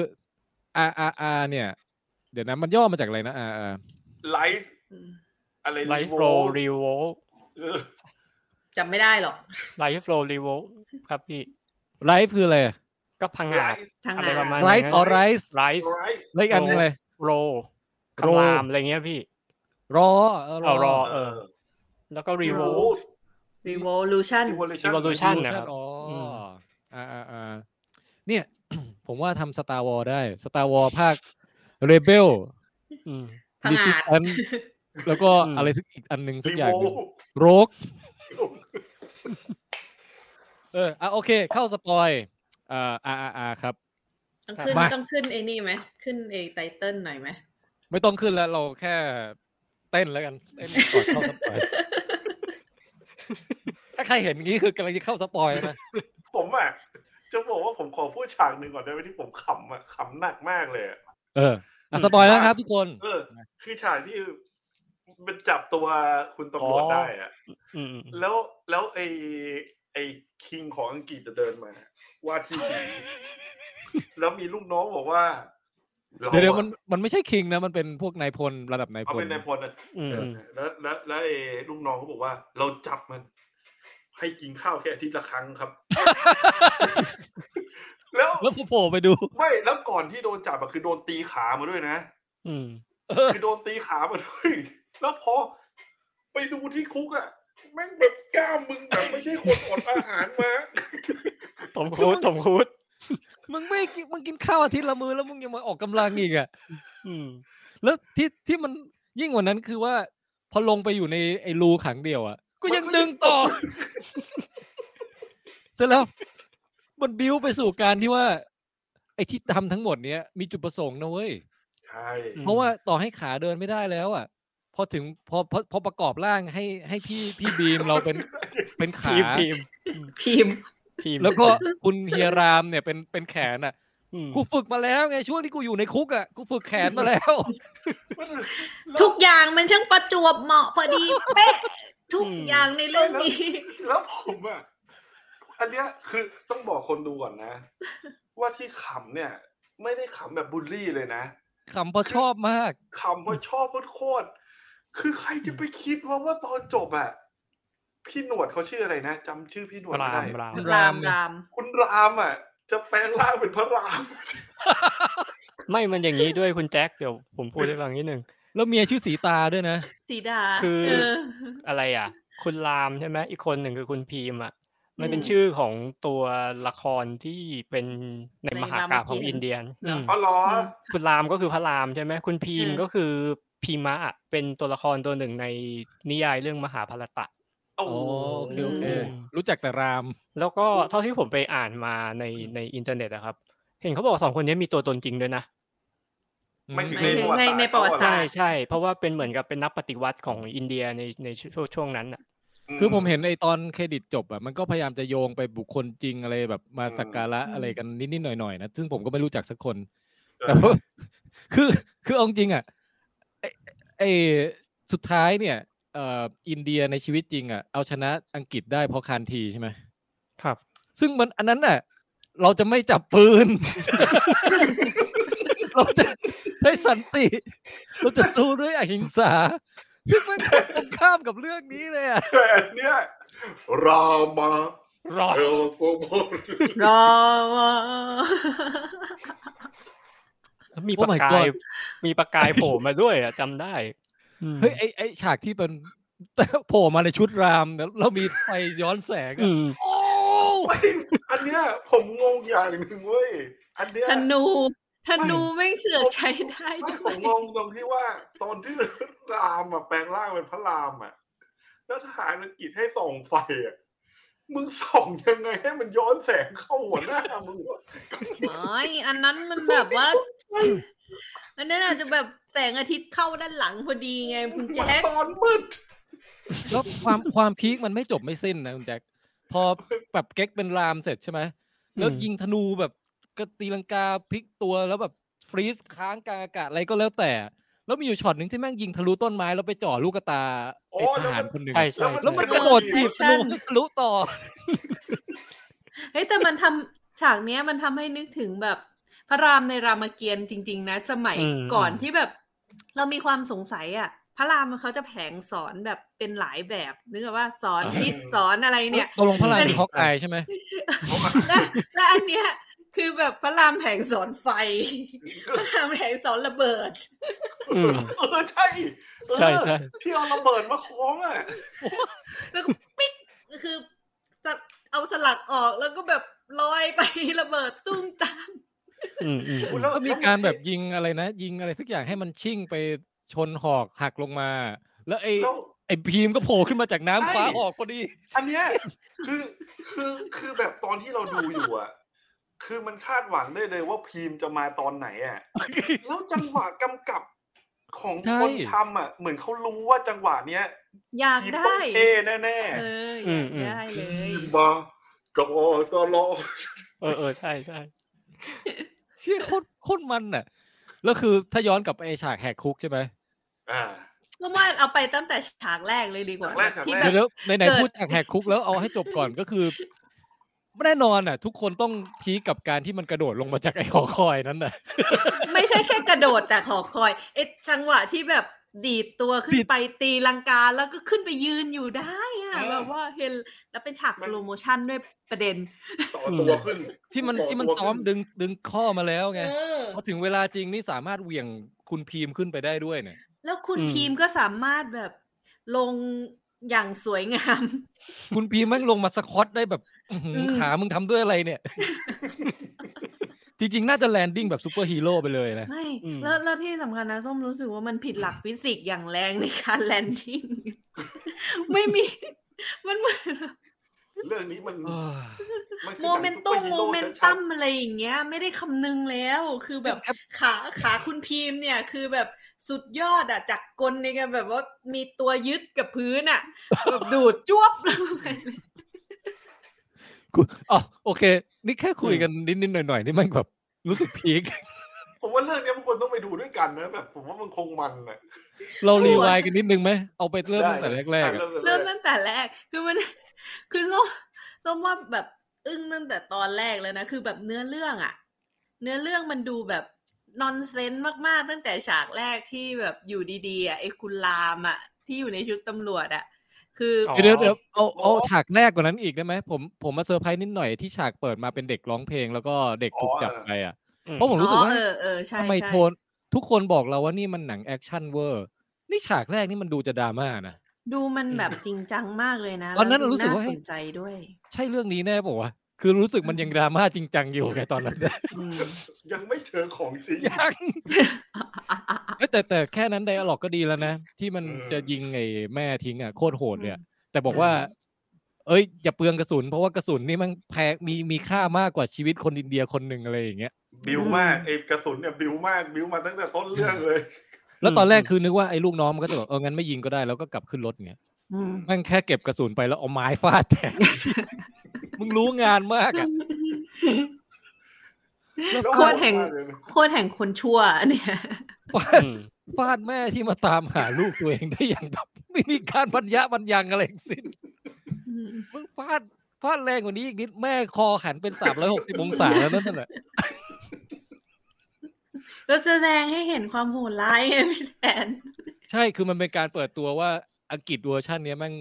Speaker 2: RRR เนี่ย เดี๋ยวนะมันย่อมาจากอะไรนะ RRR
Speaker 3: ไลฟ์อะไร
Speaker 4: ไลฟ์โฟ
Speaker 3: รี
Speaker 4: รีโว
Speaker 3: เออ
Speaker 5: จำไม่ได้หรอก
Speaker 4: ไลฟ์โฟรีโวครับพี่
Speaker 2: ไลฟ์คืออะไร
Speaker 4: ก็พังงาด
Speaker 5: ทาง
Speaker 4: อะ
Speaker 5: งา
Speaker 4: ไรประมาณ
Speaker 5: น
Speaker 2: ไรซ์ออไรซ์
Speaker 4: ไลฟ์
Speaker 3: ไลฟ์
Speaker 2: แล้วอีกอันนึงอะไร
Speaker 4: โรคำรามอะไรเงี้ยพี่
Speaker 2: รอ
Speaker 4: เอารอ เแล้วก็รีโว
Speaker 5: รีโวลูชั่น
Speaker 3: Revolution
Speaker 4: Revolution
Speaker 2: นะ
Speaker 4: นะ
Speaker 2: ค
Speaker 4: ครั
Speaker 2: รับบ อ๋ออ
Speaker 4: ม
Speaker 2: อ่าอ่าอ่าเนี่ย ผมว่าทำสตาร์วอลได้สตาร์วอลภาคเรเบล
Speaker 4: อืม
Speaker 5: พัง
Speaker 2: ดิส
Speaker 5: อาจ
Speaker 2: อันแล้วก็
Speaker 4: อืม
Speaker 2: อะไรสักอีกอันหนึ่งสัก
Speaker 3: รี
Speaker 2: อย่าง
Speaker 3: โว
Speaker 2: หนึ่งโรก เอออ่ะโอเค เข้าสปอยเอ่ออาอาอาครับ
Speaker 5: ต้องขึ้น
Speaker 2: มา
Speaker 5: ต้องขึ้นไอ้นี่ไหมขึ้นไอ้ไตเติ้ลหน่อยไหม
Speaker 2: ไม่ต้องขึ้นแล้วเราแค่เต้นแล้วกันเต้นก่อนเข้าสปอย ถ้าใครเห็นงี้คือกำลังจะเข้าสปอยนะ
Speaker 3: ผมอ่ะจะบอกว่าผมขอพูดฉากหนึ่งก่อนได้ไหมที่ผมขำอ่ะขำหนักมากเลยอะ
Speaker 2: เอออ่ะสปอยแล้วครับทุกคน
Speaker 3: เออ คือฉากที่มันจับตัวคุณตำรวจได้อ่ะ
Speaker 4: อืมอืม
Speaker 3: แล้วแล้วไอไอคิงของอังกฤษจะเดินมา ว่าที่ king แล้วมีลูกน้องบอกว่ารา
Speaker 2: เดี๋ยวเดี๋ยว
Speaker 3: อะ
Speaker 2: มันมันไม่ใช่คิงนะ มันเป็นพวกนายพลระดับนายพ
Speaker 3: เอา
Speaker 2: ล
Speaker 3: เป็นนายพลอ่ะ
Speaker 4: อืม
Speaker 3: เออ
Speaker 4: อืม
Speaker 3: แล้วแล้วแล้วไอ้ลูกน้องก็บอกว่า เราจับมัน ให้กินข้าวแค่อาทิตย์ละครั้งค รับ แล้ว
Speaker 2: แล้วผมโผล่ไปดู
Speaker 3: ไม่แล้วก่อนที่โดนจับอะคือโดนตีขามาด้วยนะ
Speaker 4: อืม
Speaker 3: คือโดนตีขามาด้วย แล้วพอไปดูที่คุกอะแม่งแบบกล้ามมึงแบบไม่ใช่คนอดอาหารมา
Speaker 4: ตมคูดตมคูด
Speaker 2: มึงไม่กินมึงกินข้าวอาทิตย์ละมือแล้วมึงยังมาออกกำลังอีกอ่ะ
Speaker 4: อืม
Speaker 2: แล้วที่ที่มันยิ่งกว่านั้นคือว่า พอลงไปอยู่ในไอ้รูขังเดียวอ่ะก็ยังดึงต่อ เสร็จแล้วมันบิวไปสู่การที่ว่า ไอ้ที่ทำทั้งหมดเนี้ยมีจุดประสงค์นะเว้ย
Speaker 3: ใช่
Speaker 2: เพราะว่าต่อให้ขาเดินไม่ได้แล้วอ่ะ พอถึงพอพอพอประกอบร่างให้ให้พี่พี่บีมเรา เป็นเป็นขา
Speaker 4: ทีมทีม
Speaker 5: พิมพ์
Speaker 4: ทีม
Speaker 2: แล้ว ก็คุณเฮียรามเนี่ยเป็นเป็นแขนอ่ะ
Speaker 4: อืม
Speaker 2: กูฝึกมาแล้วไงช่วงที่กูอยู่ในคุกอ่ะกูฝึกแขนมาแล้ว
Speaker 5: ทุกอย่างมันช่างประจวบเหมาะพอดีเป๊ะทุกอย่างในเรื่องนี้
Speaker 3: แล้วผมอะอันเนี้ยคือต้องบอกคนดูก่อนนะ ว่าที่ขำเนี่ย ไม่ได้ขำแบบบูลลี่เลยนะ
Speaker 2: ขำเพราะชอบมาก
Speaker 3: คำว่าชอบโคตรๆคือใครจะไปคิดว่าว่าตอนจบอะพี่หนวดเขาชื่ออะไรนะจำชื่อพี่หนวด
Speaker 4: ราม
Speaker 3: ไม่ได้
Speaker 4: ราม
Speaker 5: รามราม
Speaker 3: คุณรามอะจะแปลงร่างเป็นพระราม
Speaker 4: ไม่มันอย่างนี้ด้วยคุณแจ็คเดี๋ยวผมพูดให้ฟังนิดนึง
Speaker 2: แล้วเมียชื่อสีตาด้วยนะ
Speaker 5: สีดา
Speaker 4: คือ
Speaker 5: เ
Speaker 4: อะไรอ่ะ คุณรามใช่ไหมอีกคนหนึ่งคือคุณพีมอ่ะ มันเป็นชื่อของตัวละครที่เป็นใน
Speaker 5: ใน
Speaker 4: มหากาพย์
Speaker 5: รามเกียรติ์
Speaker 4: ของอินเดียน
Speaker 5: เหรออื
Speaker 4: ม
Speaker 3: อ๋อเหรอ
Speaker 4: คุณรามก็คือพระรามใช่ไหมคุณพีม
Speaker 5: อืม
Speaker 4: ก็คือพีมะอะเป็นตัวละครตัวหนึ่งในนิยายเรื่องมหาภารตะ
Speaker 3: โอ้
Speaker 2: โอ
Speaker 3: โห
Speaker 2: เคโอเค รู้จักแต่ราม
Speaker 4: แล้วก็เท่าที่ผมไปอ่านมาในในอินเทอร์เน็ตอะครับ เห็นเขาบอกสองคนนี้มีตัวตนจริงด้วยนะ
Speaker 3: ไม่ถึง
Speaker 5: หมายถึง
Speaker 3: ใน
Speaker 5: ใน
Speaker 3: ประวัติ
Speaker 5: ในประวัติศา
Speaker 3: ศาสต
Speaker 5: สตร์
Speaker 3: ร์
Speaker 4: ใช่ใช่เพราะว่าเป็นเหมือนกับเป็นนักปฏิวัติของอินเดียในในช่วงช่วงนั้นอ่ะ
Speaker 2: คือผมเห็นไอตอนเครดิตจบอ่ะมันก็พยายามจะโยงไปบุคคลจริงอะไรแบบมาสักการะ
Speaker 5: อืม
Speaker 2: อะไรกันนิดๆหน่อยๆนะซึ่งผมก็ไม่รู้จักสักคน
Speaker 3: เออ
Speaker 2: แต่ว่า คือคือเอาจริงอ่ะไอ้ไอสุดท้ายเนี่ยเอ่ออินเดียในชีวิตจริงอ่ะเอาชนะอังกฤษได้เพราะคานทีใช่ไหม
Speaker 4: ครับ
Speaker 2: ซึ่งมันอันนั้นน่ะ เราจะไม่จับปื น เราจะใช้สันติ เราจะสู้ด้วยอหิงสาซึ่งมันตรงข้ามกับเรื่องนี้เลยอ่ะ
Speaker 3: แต่อันเนี้ยรามา
Speaker 2: หรอ
Speaker 3: เอลโฟโม
Speaker 5: รอวะ
Speaker 4: มี
Speaker 2: Oh
Speaker 4: ประ
Speaker 2: my
Speaker 4: กาย
Speaker 2: God
Speaker 4: มีประกายโผล่มาด้วยอะจำได้
Speaker 2: เฮ้ยไอไอฉากที่เป็น โผล่มาในชุดรามแล้วแล้วมีไฟย้อนแสง
Speaker 4: อื
Speaker 2: อะ
Speaker 4: ม
Speaker 2: โอ้
Speaker 3: ไม่อันเนี้ยผมงงอย่างหนึ่งเว้ยอันเนี้ย
Speaker 5: ธนูธนูไม่เฉือกใช้ได้
Speaker 3: ไม่
Speaker 5: ด้
Speaker 3: ผ
Speaker 5: ว
Speaker 3: ม
Speaker 5: ย
Speaker 3: งงตรงที่ว่า ตอนที่รามอ่ะแปลงร่างเป็นพระรามอ่ะ แล้วทหารอังกฤษให้ส่องไฟอ่ะมึงส่องยังไงให้มันย้อนแสงเข้าหัวหน้ามึงวะ
Speaker 5: ไม่อันนั้นมันแบบว่า อันนั้นอาจจะแบบแสงอาทิตย์เข้าด้านหลังพอดีไงคุ
Speaker 3: มั
Speaker 5: ณ
Speaker 3: น
Speaker 5: แจ๊ค
Speaker 3: ตอนมืด
Speaker 2: แล้วความความพีคมันไม่จบไม่สิ้นนะคุณแจ็คพอแบบเก๊กเป็นรามเสร็จใช่ไหมแล้วยิงธนูแบบกระตีลังกาพลิกตัวแล้วแบบฟรีซค้างกลางอากาศอะไรก็แล้วแต่ แล้วมีอยู่ช็อตหนึ่งที่แม่งยิงทะลุต้นไม้แล้วไปจ่อลูกกระตา
Speaker 3: โอ้
Speaker 2: ไอ้ทหาร
Speaker 3: แล้วมัน
Speaker 2: คนหนึ่ง
Speaker 4: ใช่ใช่
Speaker 2: แล้วมันกระโดดถีบธนูให้ทะลุต่อ
Speaker 5: เฮ้ยแต่มันทำฉากเนี้ยมันทำให้นึกถึงแบบพระรามในรามเกียรติ์จริง ๆ นะ สมัย
Speaker 4: อืม
Speaker 5: ก่อนที่แบบ เรามีความสงสัยอ่ะ พระรามเขาจะแผงสอนแบบเป็นหลายแบบนึกออกว่าสอน
Speaker 2: อ่า
Speaker 5: นิดสอนอะไรเนี่ย
Speaker 2: ตกลงพระรามเป็นฮอกอายใช่ไหม
Speaker 5: และและอันเนี้ยคือแบบพระรามแผงสอนไฟ พระรามแผงสอนระเบิด
Speaker 4: อืม
Speaker 3: เออใช่เออ
Speaker 4: ใช่ใช่
Speaker 3: ที่เอาระเบิดมาคล้องอ่ะ
Speaker 5: แล้วก็ปิ๊กคือจะเอาสลักออกแล้วก็แบบลอยไประเบิด ตุ้มตาม
Speaker 4: อืมอืมอืม
Speaker 3: แล้ว
Speaker 2: ก็มีการแบบยิงอะไรนะ ยิงอะไรสักอย่างให้มันชิ่งไปชนหอกหักลงมา แล้วไอ้
Speaker 3: แล้ว
Speaker 2: ไอ้พีมก็โผล่ขึ้นมาจากน้ำ
Speaker 3: ใช่
Speaker 2: คว้าหอกพอดี
Speaker 3: อันเนี้ยคือคือคือแบบตอนที่เราดูอยู่อ่ะ คือมันคาดหวังได้เลยว่าพีมจะมาตอนไหนอ่ะแล้วจังหวะกำกับของ
Speaker 2: ใช่
Speaker 3: คนทำอ่ะ เหมือนเขารู้ว่าจังหวะเนี้ย
Speaker 5: อยาก
Speaker 3: พีมต้อ
Speaker 5: ได้
Speaker 3: งเท่แน่
Speaker 5: เอออ
Speaker 4: ม
Speaker 5: ยาก
Speaker 4: อืม
Speaker 5: ได้เลย
Speaker 3: ๆบากับอสลอ
Speaker 4: เออเออใช่ใช่
Speaker 2: เชี่ยโคตรโคตรมันน่ะ แล้วคือถ้าย้อนกลับไปไอ้ฉากแหกคุกใช่ไหม
Speaker 3: อ่า
Speaker 5: ก็ว่าเอาไปตั้งแต่ฉากแรกเลยดีกว่า
Speaker 3: ฉากแรกฉากแรก
Speaker 5: ที่แบ
Speaker 2: เดี๋ยว
Speaker 5: บ
Speaker 2: เดี๋ยวไหนไหน
Speaker 5: เกิด
Speaker 2: พูดฉากแหกคุกแล้วเอาให้จบก่อนก็คือแน่นอนน่ะ ทุกคนต้องพีคกับการที่มันกระโดดลงมาจาก ไอ้หอคอยนั้นน่ะ
Speaker 5: ไม่ใช่แค่กระโดดจากหอคอยเอ็ดจังหวะที่แบบดีดตัวขึ้
Speaker 2: ดี
Speaker 5: น
Speaker 2: ด
Speaker 5: ไปตีลังกาแล้วก็ขึ้นไปยืนอยู่ได้อะ
Speaker 3: เออ
Speaker 5: แบบว่าเห็นแล้วเป็นฉากสโลโมชันด้วยประเด็น
Speaker 3: ต่อตัวขึ้น
Speaker 2: ที่มัน
Speaker 3: ต่อ
Speaker 2: ที่มัน
Speaker 3: ตัว
Speaker 2: ซ้อม
Speaker 3: ขึ้น
Speaker 2: ดึงดึงข้อมาแล้วไง
Speaker 5: เออ
Speaker 2: พอถึงเวลาจริงนี่สามารถเหวี่ยงคุณพีมขึ้นไปได้ด้วยเนี่ย
Speaker 5: แล้วคุณพีมก็สามารถแบบลงอย่างสวยงาม
Speaker 2: คุณพีมแม่งลงมาสควอตได้แบบอื้อหือ
Speaker 5: อืม
Speaker 2: ขามึงทำด้วยอะไร เนี่ย จริงๆน่าจะแลนดิ้งแบบซูเปอร์ฮีโร่ไปเลยนะ
Speaker 5: ไม่แล้วแล้วที่สำคัญนะส้มรู้สึกว่ามันผิดหลักฟิสิกส์อย่างแรงในการ แลนดิ้ง ไม่มี มันเหมือน
Speaker 3: เรื่องนี้มันนคือ
Speaker 5: โมเมน
Speaker 3: ห
Speaker 5: ตุม
Speaker 3: งซุปปอร์ฮี
Speaker 5: โม
Speaker 3: ร่
Speaker 5: เมน
Speaker 3: ชั
Speaker 5: ตั
Speaker 3: ด
Speaker 5: ม
Speaker 3: ๆ
Speaker 5: อะไรอย่างเงี้ย ไม่ได้คำนึงแล้ว คือ แบบ
Speaker 2: ครับ
Speaker 5: ขาขาคุณพีมเนี่ย คือแบบสุดยอดอะจากกลในการแบบว่ามีตัวยึดกับพื้นอะแบบดูดจ้วบ ลงไปเลย
Speaker 2: กู อ๋อโอเค นี่แค่คุยกันนิดๆหน่อยๆนี่มันแบบรู้สึกพีค
Speaker 3: ผมว่าเรื่องเนี้ยมันควรต้องไปดูด้วยกันนะแบบผมว่ามันคงมันนะ
Speaker 2: เรารีไวายกันนิดนึงไหม เอาไปเริ่มตั้งแต่แรกๆอะ
Speaker 3: เริ่ม
Speaker 5: เริ่มตั้งแต่แรก คือมัน คือส้มส้มว่าแบบอึ้งตั้งแต่ตอนแรกแล้วนะ คือแบบเนื้อเรื่องอะเนื้อเรื่องมันดูแบบนอนเซนส์มากๆ ตั้งแต่ฉากแรกที่แบบอยู่ดีๆอะไอ้คุณรามอะที่อยู่ในชุดตำรวจอะคือ
Speaker 2: เดี๋ยวๆเดี๋ยวเอาเอาฉากแรกกว่านั้นอีกได้ไหมผมผมมาเซอร์ไพรส์นิดหน่อยที่ฉากเปิดมาเป็นเด็กร้องเพลงแล้วก็เด็กถูกจับไปอ่ะเพราะผมรู้สึกว่า
Speaker 5: อ๋อเออเออใช่
Speaker 2: ทำไม
Speaker 5: ใช่
Speaker 2: โทนทุกคนบอกเราว่านี่มันหนังแอคชั่นเวอร์ นี่ฉากแรกนี่มันดูจะดราม่านะ
Speaker 5: ดูมันแบบจริงจังมากเลยนะ
Speaker 2: ตอนนั้น
Speaker 5: แล้วดู
Speaker 2: รู้สึกว่า
Speaker 5: น่สนใจด้วย
Speaker 2: ใช่เรื่องนี้แน่ป่าวะคือรู้สึกมันยังดราม่าจริงจังอยู่ไงตอนนั้น
Speaker 3: ยังไม่เจอของจริง
Speaker 2: ยังเอ้ยแต่แต่แค่นั้นไดอะล็อกก็ดีแล้วนะ ที่มัน
Speaker 3: เออ
Speaker 2: จะยิงไอ้แม่ทิ้งอ่ะโคตรโหดเลยอะแต่บอกว่า เอ้ย อย่าเปลืองกระสุน เพราะว่ากระสุนนี่มันแพงมีมีค่ามากกว่าชีวิตคนอินเดียคนหนึ่งอะไรอย่างเงี้ย
Speaker 3: บิวมากไอ้กระสุนเนี่ยบิวมากบิวมาตั้งแต่ต้นเรื่องเลย
Speaker 2: แล้วตอนแรกคือนึกว่าไอ้ลูกน้องมันก็จะแบบเอองั้นไม่ยิงก็ได้แล้วก็กลับขึ้นรถเงี้ย
Speaker 5: อืม
Speaker 2: แม่งแค่เก็บกระสุนไปแล้วเอาไม้ฟาดแทน มึงรู้งานมากอ่ะ แล้ว
Speaker 3: ล้ว
Speaker 5: โคตรแห่ง
Speaker 3: มากเลยนะ
Speaker 5: โคตรแห่งคนชั่วเนี่ย
Speaker 2: ฟาดฟาดแม่ที่มาตามหาลูกตัวเองได้อย่างแบบไม่มีการบรรยะบรรยังอะไรทั้งสิ้น มึงฟาดฟาดแรงกว่านี้อีกนิดแม่คอหันเป็นสามร้อยหกสิบองศาแล้วนั่นน่ะ
Speaker 5: แล้วแสดงให้เห็นความโหดร้ายไงพี่แอน
Speaker 2: ใช่คือมันเป็นการเปิดตัวว่าอังกฤษเวอร์ชันเนี้ยแม่ง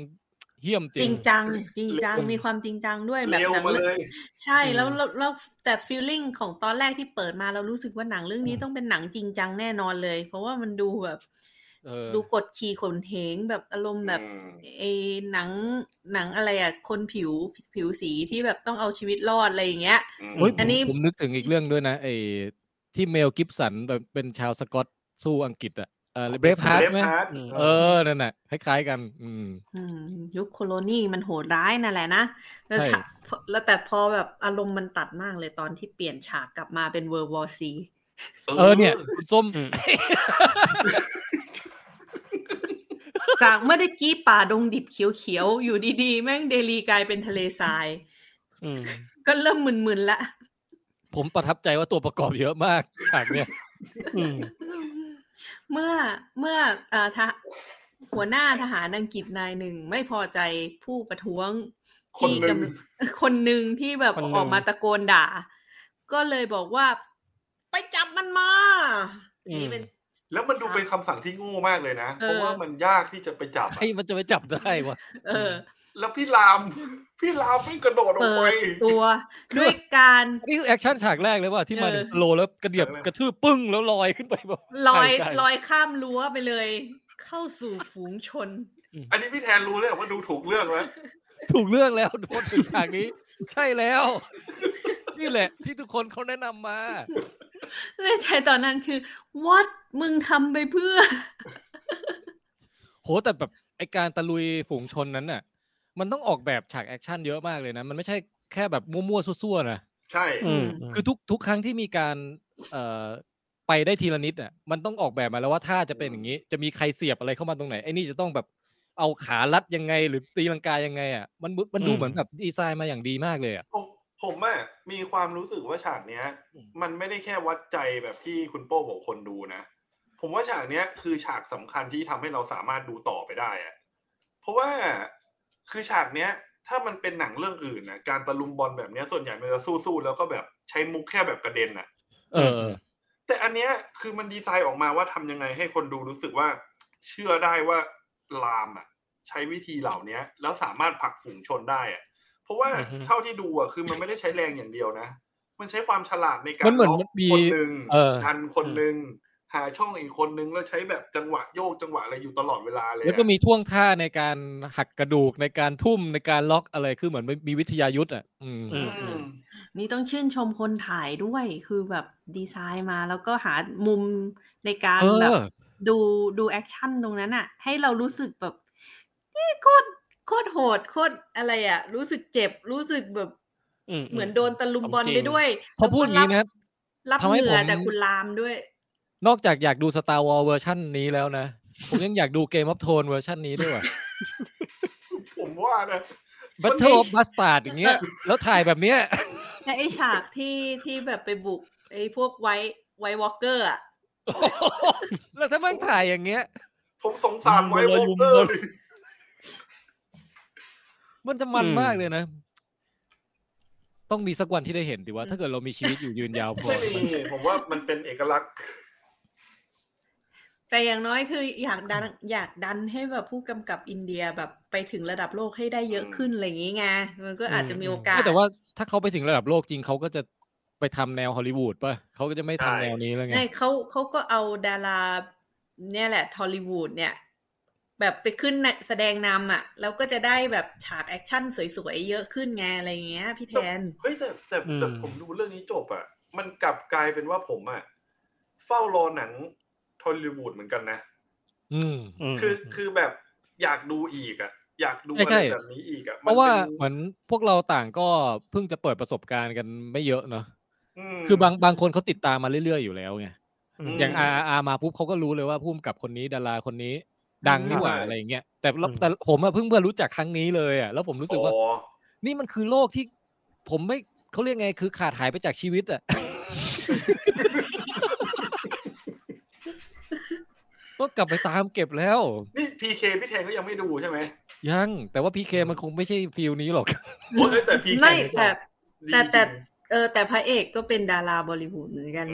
Speaker 2: เหี้ยมจ
Speaker 5: จ
Speaker 2: ริ
Speaker 5: ริ
Speaker 2: ง
Speaker 5: งจัง จริงจัง มีความจริงจังด้วยแบบ
Speaker 3: เลี้ยว
Speaker 5: หนัง
Speaker 3: มา
Speaker 5: เรื่
Speaker 3: เล
Speaker 5: อง
Speaker 3: ย
Speaker 5: ใช่
Speaker 2: อืม
Speaker 5: แล้วแล้วแล้วแต่ฟีลลิ่งของตอนแรกที่เปิดมาเรารู้สึกว่าหนังเรื่องนี้ต้องเป็นหนังจริงจังแน่นอนเลย เพราะว่ามันดูแบบ
Speaker 2: เออ
Speaker 5: ดูกดขี่ข่มเหงแบบอารมณ์แบบ
Speaker 3: อืม
Speaker 5: ไอ้หนังหนังอะไรอะคนผิวผิวสีที่แบบต้องเอาชีวิตรอดอะไรอย่างเงี้ย
Speaker 2: เฮ้ย
Speaker 5: อันนี้
Speaker 2: ผมผมนึกถึงอีกเรื่องด้วยนะไอ้ที่เมลกิฟสันแบบเป็นชาวสกอตสู้อังกฤษอ่ะเออเบรฟฮาร์ดใช่ไหม
Speaker 3: Braveheart
Speaker 4: อืม
Speaker 2: เออ นั่นน่ะ คล้ายๆกัน อืม
Speaker 5: อืมยุคโคโลนีมันโหดร้ายนั่นแหละนะแล้ว
Speaker 2: ใช่
Speaker 5: ฉากแล้วแต่พอแบบอารมณ์มันตัดมากเลยตอนที่เปลี่ยนฉากกลับมาเป็นเวอร์วอซี
Speaker 2: เออเนี่ยคุณส้ม
Speaker 4: อืม
Speaker 5: จากเมื่อตะกี้ป่าดงดิบเขียวๆ อยู่ดีๆ แม่งเดลีกลายเป็นทะเลทราย
Speaker 4: อืม
Speaker 5: ก็เริ่มมึนๆละ
Speaker 2: ผมประทับใจว่าตัวประกอบเยอะมากฉาก เนี่ย
Speaker 4: อืม
Speaker 5: เมื่อเมื่อเอ่อทหารหัวหน้าทหารอังกฤษนายหนึ่งไม่พอใจผู้ประท้วง
Speaker 3: คน
Speaker 5: ที่
Speaker 3: หนึ่ง
Speaker 5: กำลัคนหนึ่งที่แบบออกมาตะโกนด่า ก็เลยบอกว่า ไปจับมันมา
Speaker 4: อื
Speaker 5: นี่
Speaker 4: ม
Speaker 5: เป็น
Speaker 3: แล้วมันดูเป็นคำสั่งที่โงูมากเลยนะ
Speaker 5: เอ
Speaker 3: เพ
Speaker 5: อ
Speaker 3: ราะว่ามันยากที่จะไปจับอะ
Speaker 2: ใครมันจะไปจับได้วะ
Speaker 5: เออ
Speaker 3: แล้วพี่ราม พี่รามไม่งกระโดดออก
Speaker 5: เปิ
Speaker 3: ไป
Speaker 5: ดตัว
Speaker 2: คือ
Speaker 5: ด้วยการ
Speaker 2: นี่คือแอคชั่นฉากแรกเลยว่าที่มาถึง
Speaker 5: เออ
Speaker 2: สโลว์แล้วกระเดียบ
Speaker 3: เออ
Speaker 2: กระทืบปึ้งแล้วลอยขึ้นไปแบบ
Speaker 5: ลอย
Speaker 2: ไกลๆ
Speaker 5: ลอยข้ามรั้วไปเลย เข้าสู่ฝูงชน
Speaker 3: อันนี้พี่แทนรู้เลยว่าดูถูกเรื่องแล้ว
Speaker 2: ถูกเลือกแล้วโดนถึงฉากนี้ ใช่แล้ว นี่แหละ ที่ทุกคนเขาแนะนำมา
Speaker 5: ในใจตอนนั้นคือ what มึงทำไปเพื่อ
Speaker 2: โหแต่แบบไอการตะลุยฝูงชนนั้นน่ะ มันต้องออกแบบฉากแอคชั่นเยอะมากเลยนะ มันไม่ใช่แค่แบบมั่วๆซั่วๆนะ
Speaker 3: ใช่
Speaker 4: อืม
Speaker 2: คือทุกทุกครั้งที่มีการเอ่อไปได้ทีละนิดอ่ะมันต้องออกแบบมาแล้วว่าถ้าจะเป็นอย่างนี้ จะมีใครเสียบอะไรเข้ามาตรงไหนไอ้นี่จะต้องแบบเอาขาลัดยังไงหรือตีลังกายังไงอ่ะมันมันมันดูเหมือนแบบดีไซน์มาอย่างดีมากเลยอ่ะ
Speaker 3: ผมผมอะมีความรู้สึกว่าฉากเนี้ย
Speaker 2: อืม
Speaker 3: มันไม่ได้แค่วัดใจแบบที่คุณโป้บอกคนดูนะ ผมว่าฉากเนี้ยคือฉากสำคัญที่ทำให้เราสามารถดูต่อไปได้อะเพราะว่าคือฉากเนี้ย ถ้ามันเป็นหนังเรื่องอื่นนะการตะลุมบอลแบบเนี้ยส่วนใหญ่มันจะสู้ๆแล้วก็แบบใช้มุกแค่แบบกระเด็นอะ
Speaker 2: เออเออ
Speaker 3: แต่อันเนี้ยคือมันดีไซน์ออกมาว่าทำยังไงให้คนดูรู้สึกว่า เชื่อได้ว่าลามอ่ะ ใช้วิธีเหล่าเนี้ย แล้วสามารถผลักฝูงชนได้อ่ะ เพราะว่า
Speaker 4: อือฮึ
Speaker 3: เท่าที่ดูอ่ะคือมันไม่ได้ใช้แรงอย่างเดียวนะ มันใช้ความฉลาดในการ
Speaker 2: มันเหมือน
Speaker 3: ล็ก
Speaker 2: มันมี
Speaker 3: คนหนึ่ง
Speaker 2: เออ
Speaker 3: ดันคนหนึ่งหาช่องอีกคนนึงแล้วใช้แบบจังหวะโยกจังหวะอะไรอยู่ตลอดเวลาเลยอะ
Speaker 2: แล้วก็มีท่วงท่าในการหักกระดูกในการทุ่มในการล็อกอะไรคือเหมือนมีวิทยายุทธ์อ่ะอืม
Speaker 4: อื
Speaker 3: อื
Speaker 4: มอื
Speaker 3: ม
Speaker 4: ม
Speaker 5: นี่ต้องชื่นชมคนถ่ายด้วย คือแบบดีไซน์มาแล้วก็หามุมในการ
Speaker 2: เอ
Speaker 5: แบบ
Speaker 2: อ
Speaker 5: ดูดูแอคชั่นตรงนั้นอะให้เรารู้สึกแบบนี่โคตรโคตรโหด โคตรอะไรอะรู้สึกเจ็บรู้สึกแบบเหมือนโดนตะลุมบอลไปด้วย
Speaker 2: พอพูดอย่างนี้นะ
Speaker 5: แล้วก็รับรับ
Speaker 2: ทำให้
Speaker 5: เหงื่อ
Speaker 2: ผม
Speaker 5: จากคุณลามด้วย
Speaker 2: นอกจากอยากดู Star Wars เวอร์ชันนี้แล้วนะผมยังอยากดู Game of Thrones เวอร์ชันนี้ด้วยว่ะ
Speaker 3: ผมว่านะมั
Speaker 2: Battle
Speaker 3: น
Speaker 2: of Bastard อย่างเงี้ยแล้วถ่ายแบบเนี้ย
Speaker 5: และไอฉากที่ที่แบบไปบุกไอพวกไวไววอลเกอร์อะ
Speaker 2: แล้วถ้าแม่งถ่ายอย่างเงี้ย
Speaker 3: ผมสงสารไวโอเกอร์เลย
Speaker 2: มันจะมัน
Speaker 4: อืม
Speaker 2: มากเลยนะ ต้องมีสักวันที่ได้เห็นดิว่า
Speaker 5: อืม
Speaker 2: ถ้าเกิดเรามีชีวิตอยู่ยืนยาวพอ
Speaker 3: ไม่มีผมว่ามันเป็นเอกลักษณ์
Speaker 5: แต่อย่างน้อยคืออยากดันอยากดันให้แบบผู้กำกับอินเดียแบบไปถึงระดับโลกให้ได้เยอะขึ้นอะไรอย่างงี้ไงมันก็อาจจะมีโอกาส
Speaker 2: ไม่แต่ว่าถ้าเขาไปถึงระดับโลกจริงเขาก็จะไปทำแนวฮอลลีวูดป่ะเขาก็จะไม่ทำ
Speaker 3: ใช่
Speaker 2: แนวนี้แล้วไง
Speaker 5: ใช่เขาเขาก็เอาดารา เนี่ยแหละทอลลีวูดเนี่ย แบบไปขึ้นในแสดงนำอ่ะ แล้วก็จะได้แบบฉากแอคชั่นสวยๆ เยอะขึ้นไงอะไรอย่างเงี้ยพี่แทน
Speaker 3: เฮ้ยแต่แต่
Speaker 4: อืม
Speaker 3: แต่ผมดูเรื่องนี้จบอะ่ะ มันกลับกลายเป็นว่าผมอะ่ะ เฝ้ารอหนังทอลลีวูดเหมือนกันนะ
Speaker 2: อืม
Speaker 4: ม
Speaker 3: คือคือแบบอยากดูอีกอะ่ะ อยากดู
Speaker 2: ใช่
Speaker 3: อะ
Speaker 2: ใช่
Speaker 3: ไรแบบนี้อีกอะ่ะ
Speaker 2: เพราะว่า
Speaker 3: มัน
Speaker 2: เห
Speaker 3: ป็น
Speaker 2: มือนพวกเราต่างก็เพิ่งจะเปิดประสบการณ์กันไม่เยอะเนาะ
Speaker 3: ม
Speaker 2: คือบางบางคนเขาติดตามมาเรื่อยๆอยู่แล้วไง
Speaker 3: อืม
Speaker 2: อย่างอาอามาปุ๊บเขาก็รู้เลยว่าพุ่มกับคนนี้ดาราคนนี้ ดังนี่หว่าอะไรอย่างเงี้ยแต่เราแต่ผมอะเพิ่งเพื่อรู้จักครั้งนี้เลยอะแล้วผมรู้สึกว่า
Speaker 3: อ๋อ
Speaker 2: นี่มันคือโลกที่ผมไม่เขาเรียกไงคือขาดหายไปจากชีวิตอ่ะ ก็กลับไปตามเก็บแล้ว
Speaker 3: นี่พีเคพี่แทนก็ยังไม่ดูใช่ไหม
Speaker 2: ยัง แต่ว่าพีเคมันคงไม่ใช่ฟิลนี้หรอก
Speaker 3: โอ้ยแต่พีเค
Speaker 5: ไม่แต่
Speaker 3: แต่
Speaker 5: แต่แต่เออแต่พระเอกก็เป็นดาราบอลลิวูดเหมือนกัน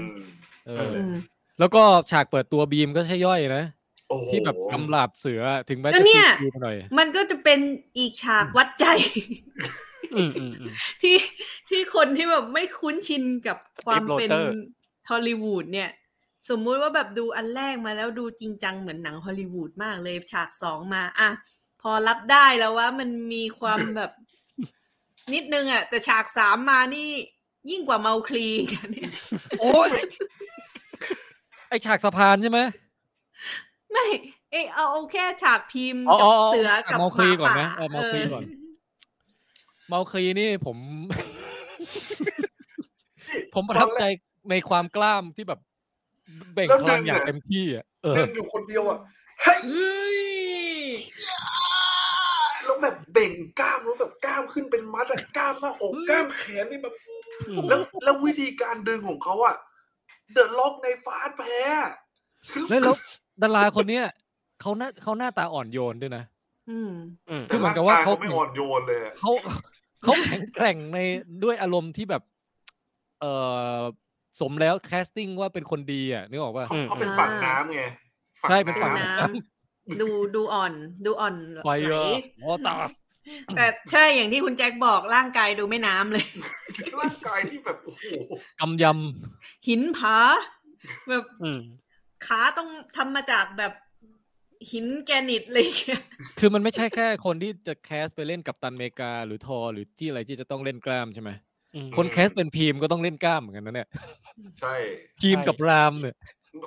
Speaker 2: เอ
Speaker 3: นั่น
Speaker 2: อ
Speaker 3: แหละ
Speaker 5: อืม
Speaker 2: แล้วก็ฉากเปิดตัวบีมก็ใช่ย่อยนะ
Speaker 3: โอ้โห
Speaker 2: ที่แบบกำลาบเสือถึงแม้
Speaker 5: แล้
Speaker 2: จะ
Speaker 5: วเนี่ย
Speaker 2: ดูหน่อย
Speaker 5: มันก็จะเป็นอีกฉากวัดใจ
Speaker 4: อืมอืมอืม
Speaker 5: ที่ที่คนที่แบบไม่คุ้นชินกับความเป็น
Speaker 4: Roger
Speaker 5: ฮอลลีวูดเนี่ย สมมุติว่าแบบดูอันแรกมาแล้วดูจริงจังเหมือนหนังฮอลลีวูดมากเลยฉากสองมาอ่ะพอรับได้แล้วว่ามันมีความแบบ นิดนึงอ่ะ แต่ฉากสามมานี่ ยิ่งกว่าเมาคลีอีกอะเนี่ย
Speaker 2: โอ้ยไอฉากสะพานใช่ไหม
Speaker 5: ไม่เอยเอาเอาแค่ฉากพิมพ์
Speaker 2: อ๋อ
Speaker 5: กับ
Speaker 2: อ๋อ
Speaker 5: เสือ
Speaker 2: ฉาก
Speaker 5: กับห
Speaker 2: เมา
Speaker 5: มา
Speaker 2: คลีก่อน
Speaker 5: ป่า
Speaker 2: นะเออเมาคลีก่อน เมา คลีนี่ผม ผมประทับใจในความกล้ามที่แบบ เบ่งพลังอย่างเต็มที่อ่ะเออ
Speaker 3: เดินอยู่คนเดียวอ่ะเฮ้ยแล้วแบบเบ่งกล้ามแล้วแบบกล้ามขึ้นเป็นมัดอะกล้ามหน้าอกกล้ามแขนนี่แบบ แล้วแล้ววิธีการดึงของเขาอ่ะเดินล็อกในฟาสแพ้คือ
Speaker 2: แล้วแล้วดาราคนเนี้ยเขาหน้าเขาหน้าตาอ่อนโยนด้วยนะ
Speaker 5: อืม
Speaker 4: อืม
Speaker 2: คือเหมือนกับว่าเขา
Speaker 3: แต่ร่งกยไม่อ่อนโยนเลยอะ
Speaker 2: เขาเขาแข็งแกร่งในด้วยอารมณ์ที่แบบ เออสมแล้วแคสติ้งว่าเป็นคนดีอ่ะนึกออกป่ะ
Speaker 3: เขาเขาเป็นฝั่งน้ำไงฝั่
Speaker 2: ใช่เป็นฝั่ง
Speaker 3: ำ
Speaker 5: น้ ำดูดูอ่อนดูอ่อน
Speaker 2: ไฟเย
Speaker 5: หล
Speaker 2: อะวอตา
Speaker 5: แต่ใช่อย่างที่คุณแจ็คบอกร่างกายดูไม่น้ำเลย
Speaker 3: ร่างกายที่แบบโอ้โห
Speaker 2: กำย
Speaker 5: หินผาแบบ
Speaker 4: อืม
Speaker 5: ขาต้องทำมาจากแบบหินแกรนิตอะไรอย่าง เลย
Speaker 2: ำคือมันไม่ใช่แค่คนที่จะแคสไปเล่นกับตันอเมริกา หรือทอหรือที่อะไรที่จะต้องเล่นกล้ามใช่ไหม
Speaker 4: อืม
Speaker 2: คนแคสเป็นพีมก็ต้องเล่นกล้ามเหมือนกันนะเนี่ย
Speaker 3: ใช่
Speaker 2: พีม
Speaker 4: ใช่
Speaker 2: กับรามเนี่ย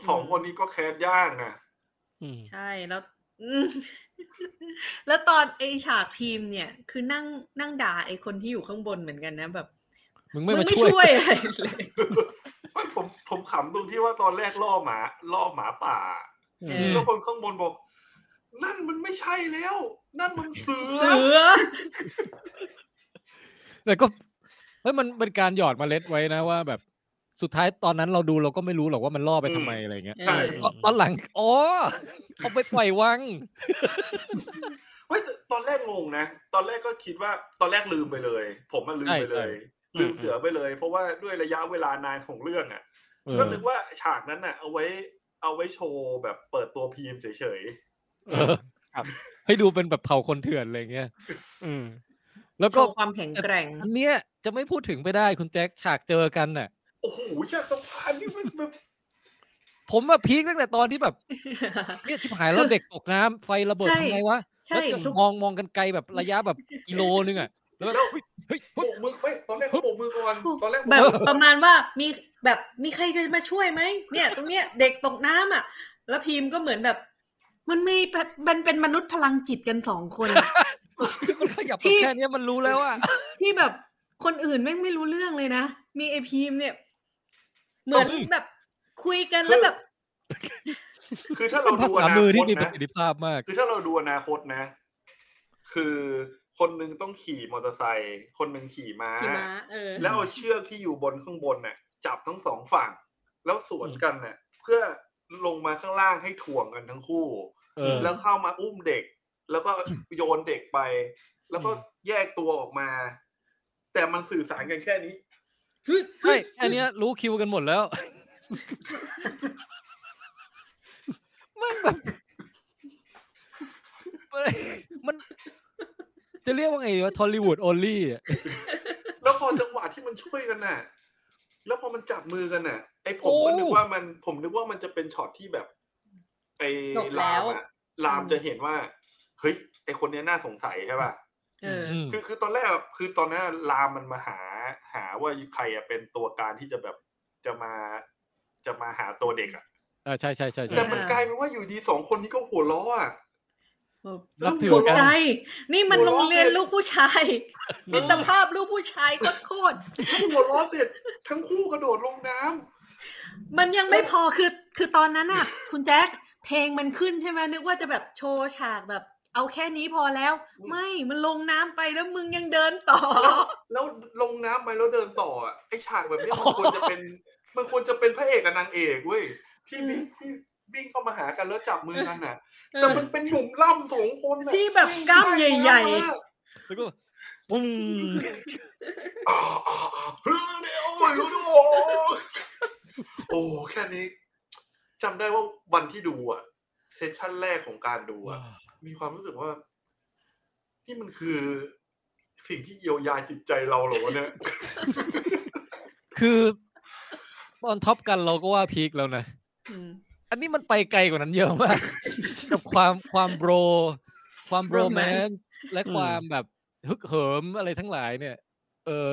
Speaker 3: สองคนนี้ก็แคสย่างนะ
Speaker 4: อืม
Speaker 5: ใช่แล้วอืม แล้วตอนไอฉากทีมเนี่ย คือนั่งนั่งด่าไอคนที่อยู่ข้างบนเหมือนกันนะแบบ
Speaker 2: มึง
Speaker 5: มึ
Speaker 2: ไม่
Speaker 5: ง
Speaker 2: มา
Speaker 5: ไม่
Speaker 2: ช่วย
Speaker 5: ช่วยอะไรเลย
Speaker 3: ไม่ผมผมขำตรงที่ว่าตอนแรกล่อหมาล่อหมาป่า
Speaker 5: เออ
Speaker 3: แล้วคนข้างบนบอก นั่นมันไม่ใช่แล้ว นั่นมันเสือ
Speaker 5: เสือ
Speaker 2: แต่ก็เฮ้ยมันเป็นการหยอดเมล็ดไว้นะว่า แบบสุดท้ายตอนนั้นเราดูเราก็ไม่รู้หรอกว่ามันล่อไปทำไมอะไรเงี้ย
Speaker 3: ใช่
Speaker 5: เออ
Speaker 2: ตอนตอนหลังอ๋อเอาไปปล่อยวัง
Speaker 3: เฮ้ยแต่ตอนแรกงงนะ ตอนแรกก็คิดว่าตอนแรกลืมไปเลย ผมมันลืมไปเลย ลืมเสือไปเลย เพราะว่าด้วยระยะเวลานานของเรื่องอ่ะ
Speaker 2: เออ
Speaker 3: ก็นึกว่าฉากนั้นน่ะ เอาไว้ เอาไว้โชว์แบบเปิดตัวพีมเฉย
Speaker 2: เออให้ดูเป็นแบบเผ่าคนเถื่อนอะไรเงี้ย
Speaker 4: อืม
Speaker 2: แล้ว
Speaker 5: โช
Speaker 2: ก็
Speaker 5: ว์ความแข็งแกร่ง
Speaker 2: อันเนี้ยจะไม่พูดถึงไม่ได้คุณแจ็คฉากเจอกันน่ะ
Speaker 3: ๆโอ้โหฉากสะพานนี่มันแบบ
Speaker 2: ผมอะพีคตั้งแต่ตอนที่แบบเนี่ยชิบหายแล้วเด็กตกน้ำไฟระเบิด
Speaker 5: ใช่
Speaker 2: ทำไงวะ
Speaker 5: ใช่
Speaker 2: แล้วจะ
Speaker 5: ทุก
Speaker 2: มองมองกันไกลแบบระยะแบบกิโลนึงอะแล้วแบบ
Speaker 3: แล้ว
Speaker 2: เฮ้ยเฮ้ย
Speaker 3: โบ
Speaker 2: เฮ้ย
Speaker 3: กมือไม่ตอนแรกเขาโบกมือก่อนตอนแรก
Speaker 5: แบบประมาณว่ามีแบบมีใครจะมาช่วยไหมเนี่ย ตรงเนี้ยเด็กตกน้ำอ่ะ แล้วพิมพ์ก็เหมือนแบบ มันมีมันเป็นมนุษย์พลังจิตกันสองคนอะ
Speaker 2: คือคนขยับ
Speaker 5: ที่
Speaker 2: มาแค่เนี้ยมันรู้แล้วอะ
Speaker 5: ที่แบบคนอื่นแม่งไม่รู้เรื่องเลยนะ มีไอพีมเนี่ย เหมือนแบบคุยกันแล้วแบบ
Speaker 3: คือถ้า
Speaker 2: เป็
Speaker 3: เรา
Speaker 2: นภา
Speaker 3: ดูอ
Speaker 2: ษา
Speaker 3: นา
Speaker 2: มือ
Speaker 3: ค
Speaker 2: ที่
Speaker 3: ต
Speaker 2: มีประ
Speaker 3: นะ
Speaker 2: สิทธิภาพมาก
Speaker 3: คือถ้าเราดูอนาคตนะ คือคนหนึ่งต้องขี่มอเตอร์ไซค์คนหนึ่งขี่ม้า
Speaker 5: ขี่ม้าเออ
Speaker 3: แล้วเอาเชือกที่อยู่บนข้างบนน่ะ จับทั้งสองฝั่ง แล้วสวนกันน่ะ เพื่อลงมาข้างล่างให้ถ่วงกันทั้งคู่
Speaker 2: เออ
Speaker 3: แล้วเข้ามาอุ้มเด็ก แล้วก็โยนเด็กไป แล้วก็แยกตัวออกมา แต่มันสื่อสารกันแค่นี้
Speaker 2: ใช่อันเนี้ยรู้คิวกันหมดแล้วมันแบบมันจะเรียกว่าไงวะทอลลีวูดโอลี่อะ
Speaker 3: แล้วพอจังหวะที่มันช่วยกันน่ะ แล้วพอมันจับมือกันน่ะ ไอ้ผม
Speaker 2: โอ้
Speaker 3: ก็นึกว่ามัน ผมนึกว่ามันจะเป็นช็อตที่แบบ ไอ้
Speaker 5: จบแล้
Speaker 3: ลาว มอะลามจะเห็นว่า เฮ้ย ไอ้คนเนี้ยน่าสงสัยใช่ป่ะ
Speaker 5: เออ
Speaker 2: อืม
Speaker 3: คือคือตอนแรกอะคือตอนนั้นลามมันมาหาหาว่าใครอะเป็นตัวการที่จะแบบจะมา จะมาหาตัวเด็กอะ
Speaker 2: อ่าใช่ใช่ใช่ใช่
Speaker 3: แต่มันกลายเป็นว่าอยู่ดีสองคนนี้ก็หัวล้ออะ
Speaker 2: นับถื
Speaker 5: ถู
Speaker 2: อก กัน
Speaker 5: ใจ นี่มัน
Speaker 3: หั
Speaker 5: โร
Speaker 3: ว
Speaker 5: ง
Speaker 3: เราะ
Speaker 5: เรียนลูกผู้ชายมิตรภาพลูกผู้ชายโคตร
Speaker 3: หัวล้อเสร็จ ทั้งคู่กระโดดลงน้ำ
Speaker 5: ๆมันยังไม่พอคือคือตอนนั้นอ่ะ คุณแจ็คเพลงมันขึ้นใช่ไหมนึกว่าจะแบบโชว์ฉากแบบ เอาแค่นี้พอแล้ว ไม่มันลงน้ำไปแล้วมึงยังเดิน ต่อ
Speaker 3: แล้วลงน้ำไปแล้วเดินต่ออะไอฉากแบบเนี้ยมันควรจะเป็น มันควรจะเป็นพระเอกกับนางเอกเว้ยที่วิ่งที่วิ่งเข้ามาหากันแล้วจับมือกันน่ะ แต่มันเป็นหนุ่มล่ำสองคนน่ะ
Speaker 5: ที่แบบกล้ามใหญ่ๆ
Speaker 3: มาก
Speaker 2: แล้วก็ปุ้ง
Speaker 3: อ่าอ่าอ่าเฮ้ยเดี๋ยวโอ้ยรู้ดู โอ้แค่นี้จำได้ว่าวันที่ดูอะเซสชั่นแรกของการดูอะ มีความรู้สึกว่า ที่มันคือ สิ่งที่เยียวยาจิตใจเราเหรอวะเนี่ย
Speaker 2: คือตอนท็อปกันเราก็ว่าพีคแล้วนะ
Speaker 5: อืม
Speaker 2: อันนี้มันไปไกลกว่านั้นเยอะ มาก กับความความโบร ความโบรแมน
Speaker 5: Romance
Speaker 2: ซ์และความแบบฮึกเหิมอะไรทั้งหลายเนี่ย เออ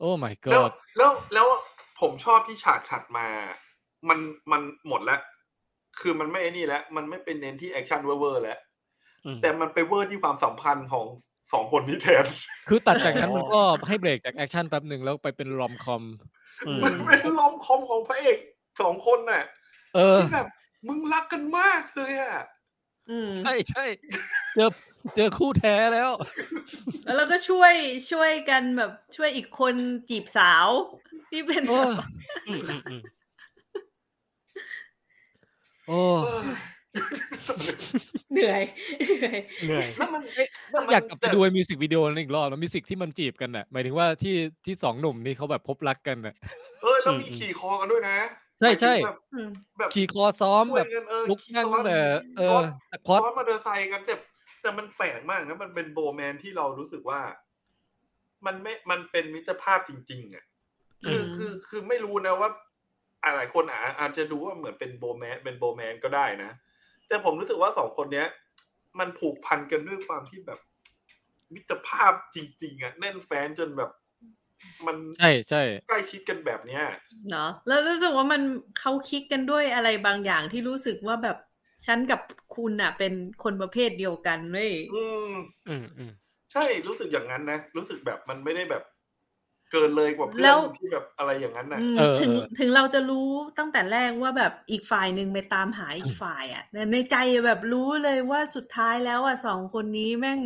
Speaker 2: โอ้ my
Speaker 3: แล้ว
Speaker 2: god
Speaker 3: แล้วแล้วผมชอบที่ฉากถัดมา มันมันหมดแล้ว คือมันไม่ไอ้นี่แล้ว มันไม่เป็นเน้นที่แอคชั่นเวอร์ๆแล้ว
Speaker 4: อืม
Speaker 3: แต่มันไปเวอร์ที่ความสัมพันธ์ของสองคนนี้แทน
Speaker 2: คือตัดจากนั้นมันก็ให้เบรกจากแอคชั่นแป๊บหนึ่งแล้วไปเป็นรอมคอม
Speaker 4: อืม
Speaker 3: มันเป็นลอมคอมของพระเอก สองคนน่ะ
Speaker 2: เออ
Speaker 3: ที่แบบมึงรักกันมากเลยอ่ะ
Speaker 5: อืม
Speaker 2: ใช่ใช่เจอเจอคู่แท้แล้ว
Speaker 5: แล้วเราก็ช่วยช่วยกันแบบช่วยอีกคนจีบสาว ที่เป็น
Speaker 2: โอ้
Speaker 5: แบบ
Speaker 4: อืมอืมอืม
Speaker 2: โอ้
Speaker 5: เหนื่อยเหนื่อย
Speaker 4: เหนื่อย
Speaker 3: แล้วมัน
Speaker 2: ยอยากกลับไปดูมิวสิกวิดีโอนั้นอีกรอบแล้วมิวสิกที่มันจีบกันน่ะหมายถึงว่าที่ที่สองหนุ่มนี่เขาแบบพบรักกันน่ะ
Speaker 3: เออแล้วมี
Speaker 4: อืม
Speaker 3: ขี่คอกันด้วยนะ
Speaker 2: ใช่ใช่
Speaker 3: แบบ
Speaker 5: อืม
Speaker 3: แบบ
Speaker 2: ขี่คอซ้อม
Speaker 3: ช่
Speaker 2: แบ
Speaker 3: วย
Speaker 2: บ
Speaker 3: นเออ
Speaker 2: ลุกนั่งตั้งแต่เอ
Speaker 3: ซ้
Speaker 2: อ
Speaker 3: อน
Speaker 2: สคว
Speaker 3: ซ้อ
Speaker 2: อต
Speaker 3: นมอเตอร์ไซค์กันแต่แต่มันแปลกมากนะมันเป็นโบว์แมนที่เรารู้สึกว่า มันไม่มันเป็นมิตรภาพจริง ๆอ่ะคืออคือคือไม่รู้นะว่าอ่ะหลายคนอ่ะอาจจะดูว่าเหมือนเป็นโบว์แมนเป็นโบว์แมนก็ได้นะ แต่ผมรู้สึกว่าสองคนเนี้ย มันผูกพันกันด้วยความที่แบบ มิตรภาพจริง ๆอ่ะแน่นแฟนจนแบบ มัน
Speaker 2: ใช่ใช่
Speaker 3: ใกล้ชิดกันแบบเนี้ย
Speaker 5: เนาะแล้วรู้สึกว่ามันเขาคิดกันด้วยอะไรบางอย่างที่รู้สึกว่าแบบฉันกับคุณน่ะ เป็นคนประเภทเดียวกันเว้ย
Speaker 3: อืม
Speaker 4: อืมอืม
Speaker 3: ใช่รู้สึกอย่างนั้นนะ รู้สึกแบบมันไม่ได้แบบ เกินเลยกว่าเพื่อนที่แบบอะไรอย่างนั้นนะ
Speaker 5: อืมถึงถึงเราจะรู้ตั้งแต่แรกว่าแบบอีกฝ่ายหนึ่งไปตามหาอีกฝ่ายอ่ะแต่ในใจแบบรู้เลยว่าสุดท้ายแล้วอ่ะสองคนนี้แม่ง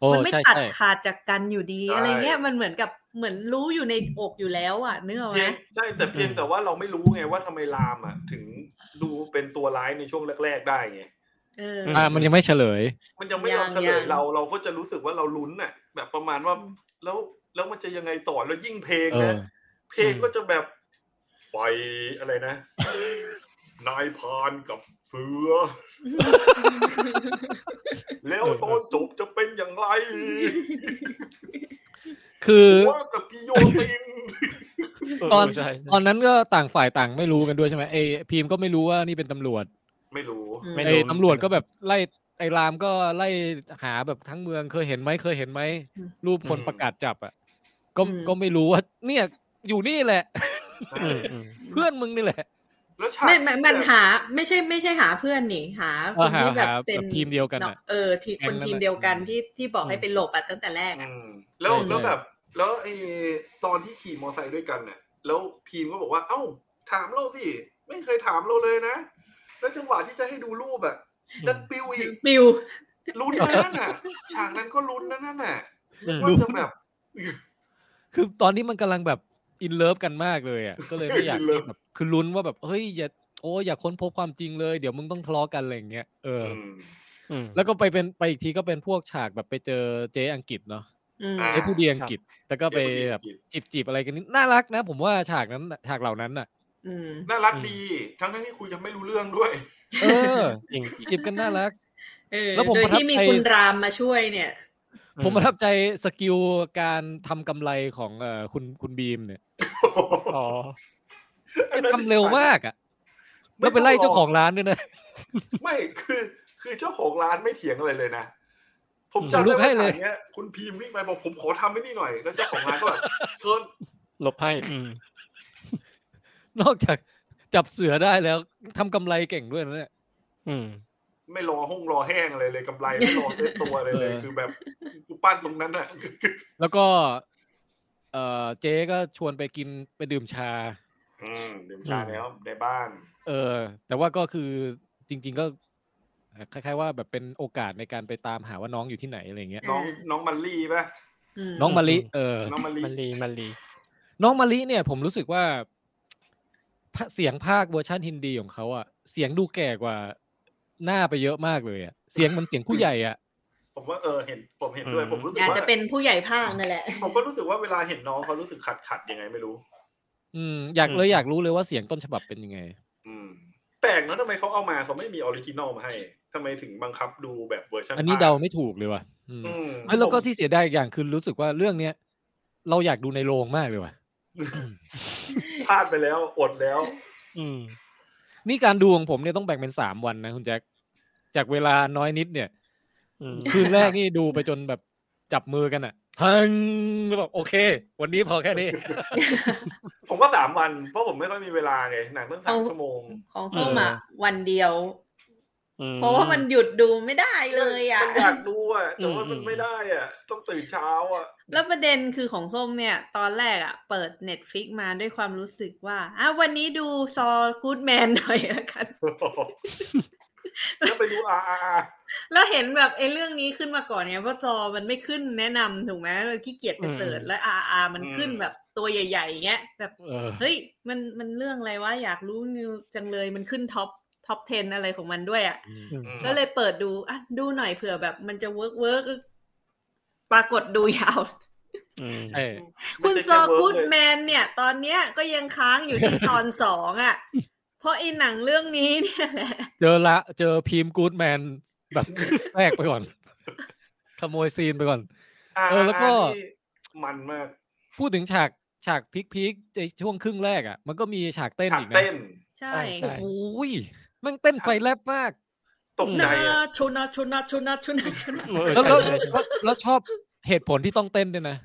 Speaker 2: โอ้
Speaker 5: มันไม่
Speaker 2: ใช่
Speaker 5: ตัด
Speaker 2: ใช่
Speaker 5: ขาดจากกันอยู่ดี อะไรเงี้ยมันเหมือนกับเหมือนรู้อยู่ในอกอยู่แล้วอ่ะนึกออก
Speaker 3: เพีย
Speaker 5: ไหม
Speaker 3: งใช่แต่เพียงแต่ว่าเราไม่รู้ไงว่าทำไมรามอ่ะ ถึงดูเป็นตัวร้ายในช่วงแรก ๆ ได้ไง
Speaker 5: เออ
Speaker 2: อ่ามันยังไม่เฉลย
Speaker 3: มันยังไม่ยอมเฉล
Speaker 5: ยั
Speaker 3: ย
Speaker 5: ง
Speaker 3: เราเราก็จะรู้สึกว่าเราลุ้นน่ะ แบบประมาณว่า แล้วแล้วมันจะยังไงต่อแล้วยิ่งเพลง
Speaker 2: เออ
Speaker 3: นะเพลงก็จะแบบไฟอะไรนะ นายพรานกับเสื อ แล้วตอนจบจะเป็นอย่างไร
Speaker 2: คือ
Speaker 3: ว่ากับกิโยติน
Speaker 4: เออ
Speaker 2: ตอน
Speaker 4: ใช่ใช่
Speaker 2: ตอนนั้นก็ต่างฝ่ายต่างไม่รู้กันด้วยใช่ไหมไอพีมก็ไม่รู้ว่านี่เป็นตำรวจ
Speaker 3: ไม่รู้
Speaker 4: ไม่
Speaker 2: ไอ
Speaker 4: รู้
Speaker 2: ตำรวจก็แบบไล่ไอรามก็ไล่หาแบบทั้งเมืองเคยเห็นไหมเคยเห็นไหม
Speaker 5: อืม
Speaker 2: รูปคนประกาศจับอ่ะก็
Speaker 5: อืม
Speaker 2: ก็ไม่รู้ว่า เนี่ยอยู่นี่แหละ
Speaker 4: อืมอืม
Speaker 2: เพื่อนมึงนี่แหละ
Speaker 3: แล้วฉาก
Speaker 5: ไม่ไม่มั
Speaker 3: ที่
Speaker 5: น
Speaker 3: แบบ
Speaker 5: หาไม่ใช่ไม่ใช่หาเพื่อนนี่หา
Speaker 2: เอ
Speaker 5: ค
Speaker 2: อน หา
Speaker 5: ที่แบบ
Speaker 2: หา
Speaker 5: เป็น
Speaker 2: แบบทีมเดียวกันน่ะ
Speaker 5: เออทีม
Speaker 2: แก๊
Speaker 5: ค
Speaker 2: ง
Speaker 5: น
Speaker 2: นั้น
Speaker 5: ทีม
Speaker 2: น่ะ
Speaker 5: เดียวกันที่ที่บอกให้
Speaker 4: อืม
Speaker 5: ไปหลบอ่ะตั้งแต่แรก
Speaker 3: อื
Speaker 5: อ่ะ
Speaker 3: มแล้ว
Speaker 2: ใช่
Speaker 3: แล้วแบบ แล้วไอ้ตอนที่ขี่มอไซค์ด้วยกันเนี่ยแล้วพีมก็บอกว่า เอ้า ถามเราสิ ไม่เคยถามเราเลยนะ แล้วจังหวะที่จะให้ดูรูปอะดันปิวอีก
Speaker 5: ปิว
Speaker 3: ลุ้นนะนั่นน่ะ ฉากนั้นก็ลุ้นนะนั่นน่ะ
Speaker 4: อืม
Speaker 3: ว่าจะแบบ
Speaker 2: คือตอนนี้มันกำลังแบบอินเลิฟกันมากเลยอ่ะ ก็เลยไม่อยาก
Speaker 3: In love
Speaker 2: แบบคือลุ้นว่าแบบเฮ้ยอย่าโอ้อย่าค้นพบความจริงเลย เดี๋ยวมึงต้องทะเลาะกันอะไรอย่างเงี้ยเอออ
Speaker 3: ม
Speaker 4: อืม
Speaker 2: แล้วก็ไปเป็นไปอีกทีก็เป็นพวกฉากแบบไปเจอเจ๊อังกฤษเนาะ
Speaker 5: อืม
Speaker 3: อ่า
Speaker 2: เจ๊ผู้ดีอังกฤษแล้วก็ไปแบบ
Speaker 3: เจ็บ
Speaker 2: จีบจีบอะไรกันนิดน่ารักนะ ผมว่าฉากนั้นน่ะฉากเหล่านั้นน่ะ
Speaker 5: อืม
Speaker 3: น่ารักดี ทั้งทั้งที่คุยยังไม่รู้เรื่องด้วย
Speaker 2: เออ
Speaker 4: จริง
Speaker 2: จีบกันน่า รัก
Speaker 5: เออ
Speaker 2: แล้วผม
Speaker 5: โดย
Speaker 2: ประทับ
Speaker 5: ที่มี
Speaker 2: ใจ
Speaker 5: คุณรามมาช่วยเนี่ย
Speaker 2: ผมประทับใจสกิลการทำกำไรของเอ่อคุณคุณบีมเนี่ย
Speaker 4: อ๋อ
Speaker 2: เป็นทำเร็วมากอ่ะแล้วไปไล่เจ้าของร้านด้วยนะ
Speaker 3: ไม่คือคือเจ้าของร้านไม่เถียงอะไรเลยนะ ผม
Speaker 2: ผม
Speaker 3: จำ
Speaker 2: ลุ
Speaker 3: ได้
Speaker 2: กให้
Speaker 3: ว่า
Speaker 2: เลย
Speaker 3: ฉากเนี้ย คุณพีมวิ่งไปบอกผมขอทำไอ้นี่หน่อย แล้วเจ้าของร้านก็แบบเชิญ
Speaker 4: ลบให้ อืม
Speaker 2: นอกจากจับเสือได้แล้วทำกำไรเก่งด้วยนะเนี่ย
Speaker 4: อืม
Speaker 3: ไม่รอห้องรอแห้งอะไรเลยกำไรไม่รอเซ็ตตัวอะไรเลย
Speaker 2: เออ
Speaker 3: คือแบบกูปั้นตรงนั้นอ่ะ
Speaker 2: แล้วก็ เอ่อเจ๊ก็ชวนไปกินไปดื่มชา
Speaker 3: อืมดื่มชาแล้วในบ้าน
Speaker 2: เออ แต่ว่าก็คือจริง ๆก็เอ่อคล้าย ๆ ว่าแบบเป็นโอกาสในการไปตามหาว่าน้องอยู่ที่ไหนอะไรเงี้ย
Speaker 3: น้อง
Speaker 5: เออ
Speaker 3: น้องมันลี่ป่ะ
Speaker 5: อืม
Speaker 2: น้องมะลิ
Speaker 4: อืม
Speaker 2: เออ
Speaker 3: น้องมันลี่
Speaker 4: มันรีมันรี
Speaker 2: น้องมะลิเนี่ย ผมรู้สึกว่าพะเสียงภาคเวอร์ชันฮินดีของเขาอะเสียงดูแก่กว่าหน้าไปเยอะมากเลยอะเสียงมันเสียงผู้ใหญ่อะ
Speaker 3: ผมว่าเออเห็นผมเห็นด้วย ผมรู้สึก
Speaker 5: อาจ
Speaker 3: ว่า
Speaker 5: จะเป็นผู้ใหญ่ภาคนั่นแหละ
Speaker 3: ผมก็รู้สึกว่าเวลาเห็นน้องเขารู้สึกขัดขัดๆยังไงไม่รู้
Speaker 2: อืมอยากเลยอยากรู้เลยว่าเสียงต้นฉบับเป็นยังไง
Speaker 3: อืม แปลกเนอะทำไมเขาเอามาเขาไม่มีออริจินอลมาให้ทำไมถึงบังคับดูแบบเวอร์ชัน
Speaker 2: อันนี้
Speaker 3: ภค
Speaker 2: เดาไม่ถูกเลยว่ะอืม
Speaker 3: อืม
Speaker 2: เฮ้ยแล้วก็ที่เสียดายอีกอย่างคือรู้สึกว่าเรื่องเนี้ยเราอยากดูในโรงมากเลยว่ะ
Speaker 3: พลาดไปแล้ว อดแล้ว
Speaker 4: อืม
Speaker 2: นี่การดูของผมเนี่ยต้องแบ่งเป็นสามวันนะคุณแจ็คจากเวลาน้อยนิดเนี่ย
Speaker 4: อืม
Speaker 2: คืนแรกนี่ดูไปจนแบบจับมือกันอ่ะทังแล้วแบบโอเค วันนี้พอแค่นี้
Speaker 3: ผมก็สามวัน เพราะผมไม่ค่อยมีเวลาไงหนังเรื่องสาม
Speaker 5: เอา
Speaker 3: ชั่วโมง
Speaker 5: ของส้มอ่ะวันเดียว
Speaker 4: อื
Speaker 5: เพราะว่ามันหยุดดูไม่ได้เลยอ่ะ
Speaker 3: มันอยากดูอ่ะแต่ว่ามันไม่ได้อ่ะ ต้องตื่นเช้า อ่ะ
Speaker 5: แล้วประเด็นคือของส้มเนี่ย ตอนแรกอ่ะ เปิด Netflix มาด้วยความรู้สึกว่าอ่ะวันนี้ดูซอกูดแมนหน่อยละกัน
Speaker 3: แล้วไปดูอาอา
Speaker 5: แล้วเห็นแบบไอ้เรื่องนี้ขึ้นมาก่อนเนี่ยเพราะจอมันไม่ขึ้นแนะนำถูกไหมเราขี้เกียจไปเสิร์ชแล้วอาอามันขึ้นแบบตัวใหญ่ๆอย่างเงี้ยแบบ
Speaker 2: เออ
Speaker 5: เฮ้ยมันมันเรื่องอะไรวะอยากรู้นิวจังเลยมันขึ้นท็อปท็อป 10 อะไรของมันด้วยอะ่ะ ก็เลยเปิดดูอ่ะดูหน่อยเผื่อแบบมันจะเวิร์กเวิร์กปรากฏดูยาว
Speaker 4: อืม
Speaker 2: ใช่
Speaker 5: คุณซอกูดแมนเนี่ย ตอนเนี้ยก็ยังค้างอยู่ที่ตอนสองอ่ะ เพราะไอีหนังเรื่องนี้เนี่ยแหละ
Speaker 2: เจอละเจอพิมพ์กู๊ดแมนแบบแรกไปก่อน ขโมยซีนไปก่อน เออแล้วก็
Speaker 3: มันมาก
Speaker 2: พูดถึงฉากฉากพีคๆในช่วงครึ่งแรกอ่ะ มันก็มีฉากเต้น
Speaker 3: ฉาก
Speaker 2: อีกนะ
Speaker 3: เต้น
Speaker 5: ใช่
Speaker 2: โอ้
Speaker 4: ใช่ใช่
Speaker 2: โหยแมันเต้นไฟแลบมาก
Speaker 3: ตกใจ
Speaker 5: นา
Speaker 3: อ่ะ
Speaker 5: ชนะชนะชนะชนะชนะ
Speaker 4: เออ
Speaker 2: แล้ว
Speaker 4: ใช่
Speaker 2: แล้ว
Speaker 4: ใช่ใช่
Speaker 2: แล้วแล้วชอบเหตุผลที่ต้องเต้นด้วยนะ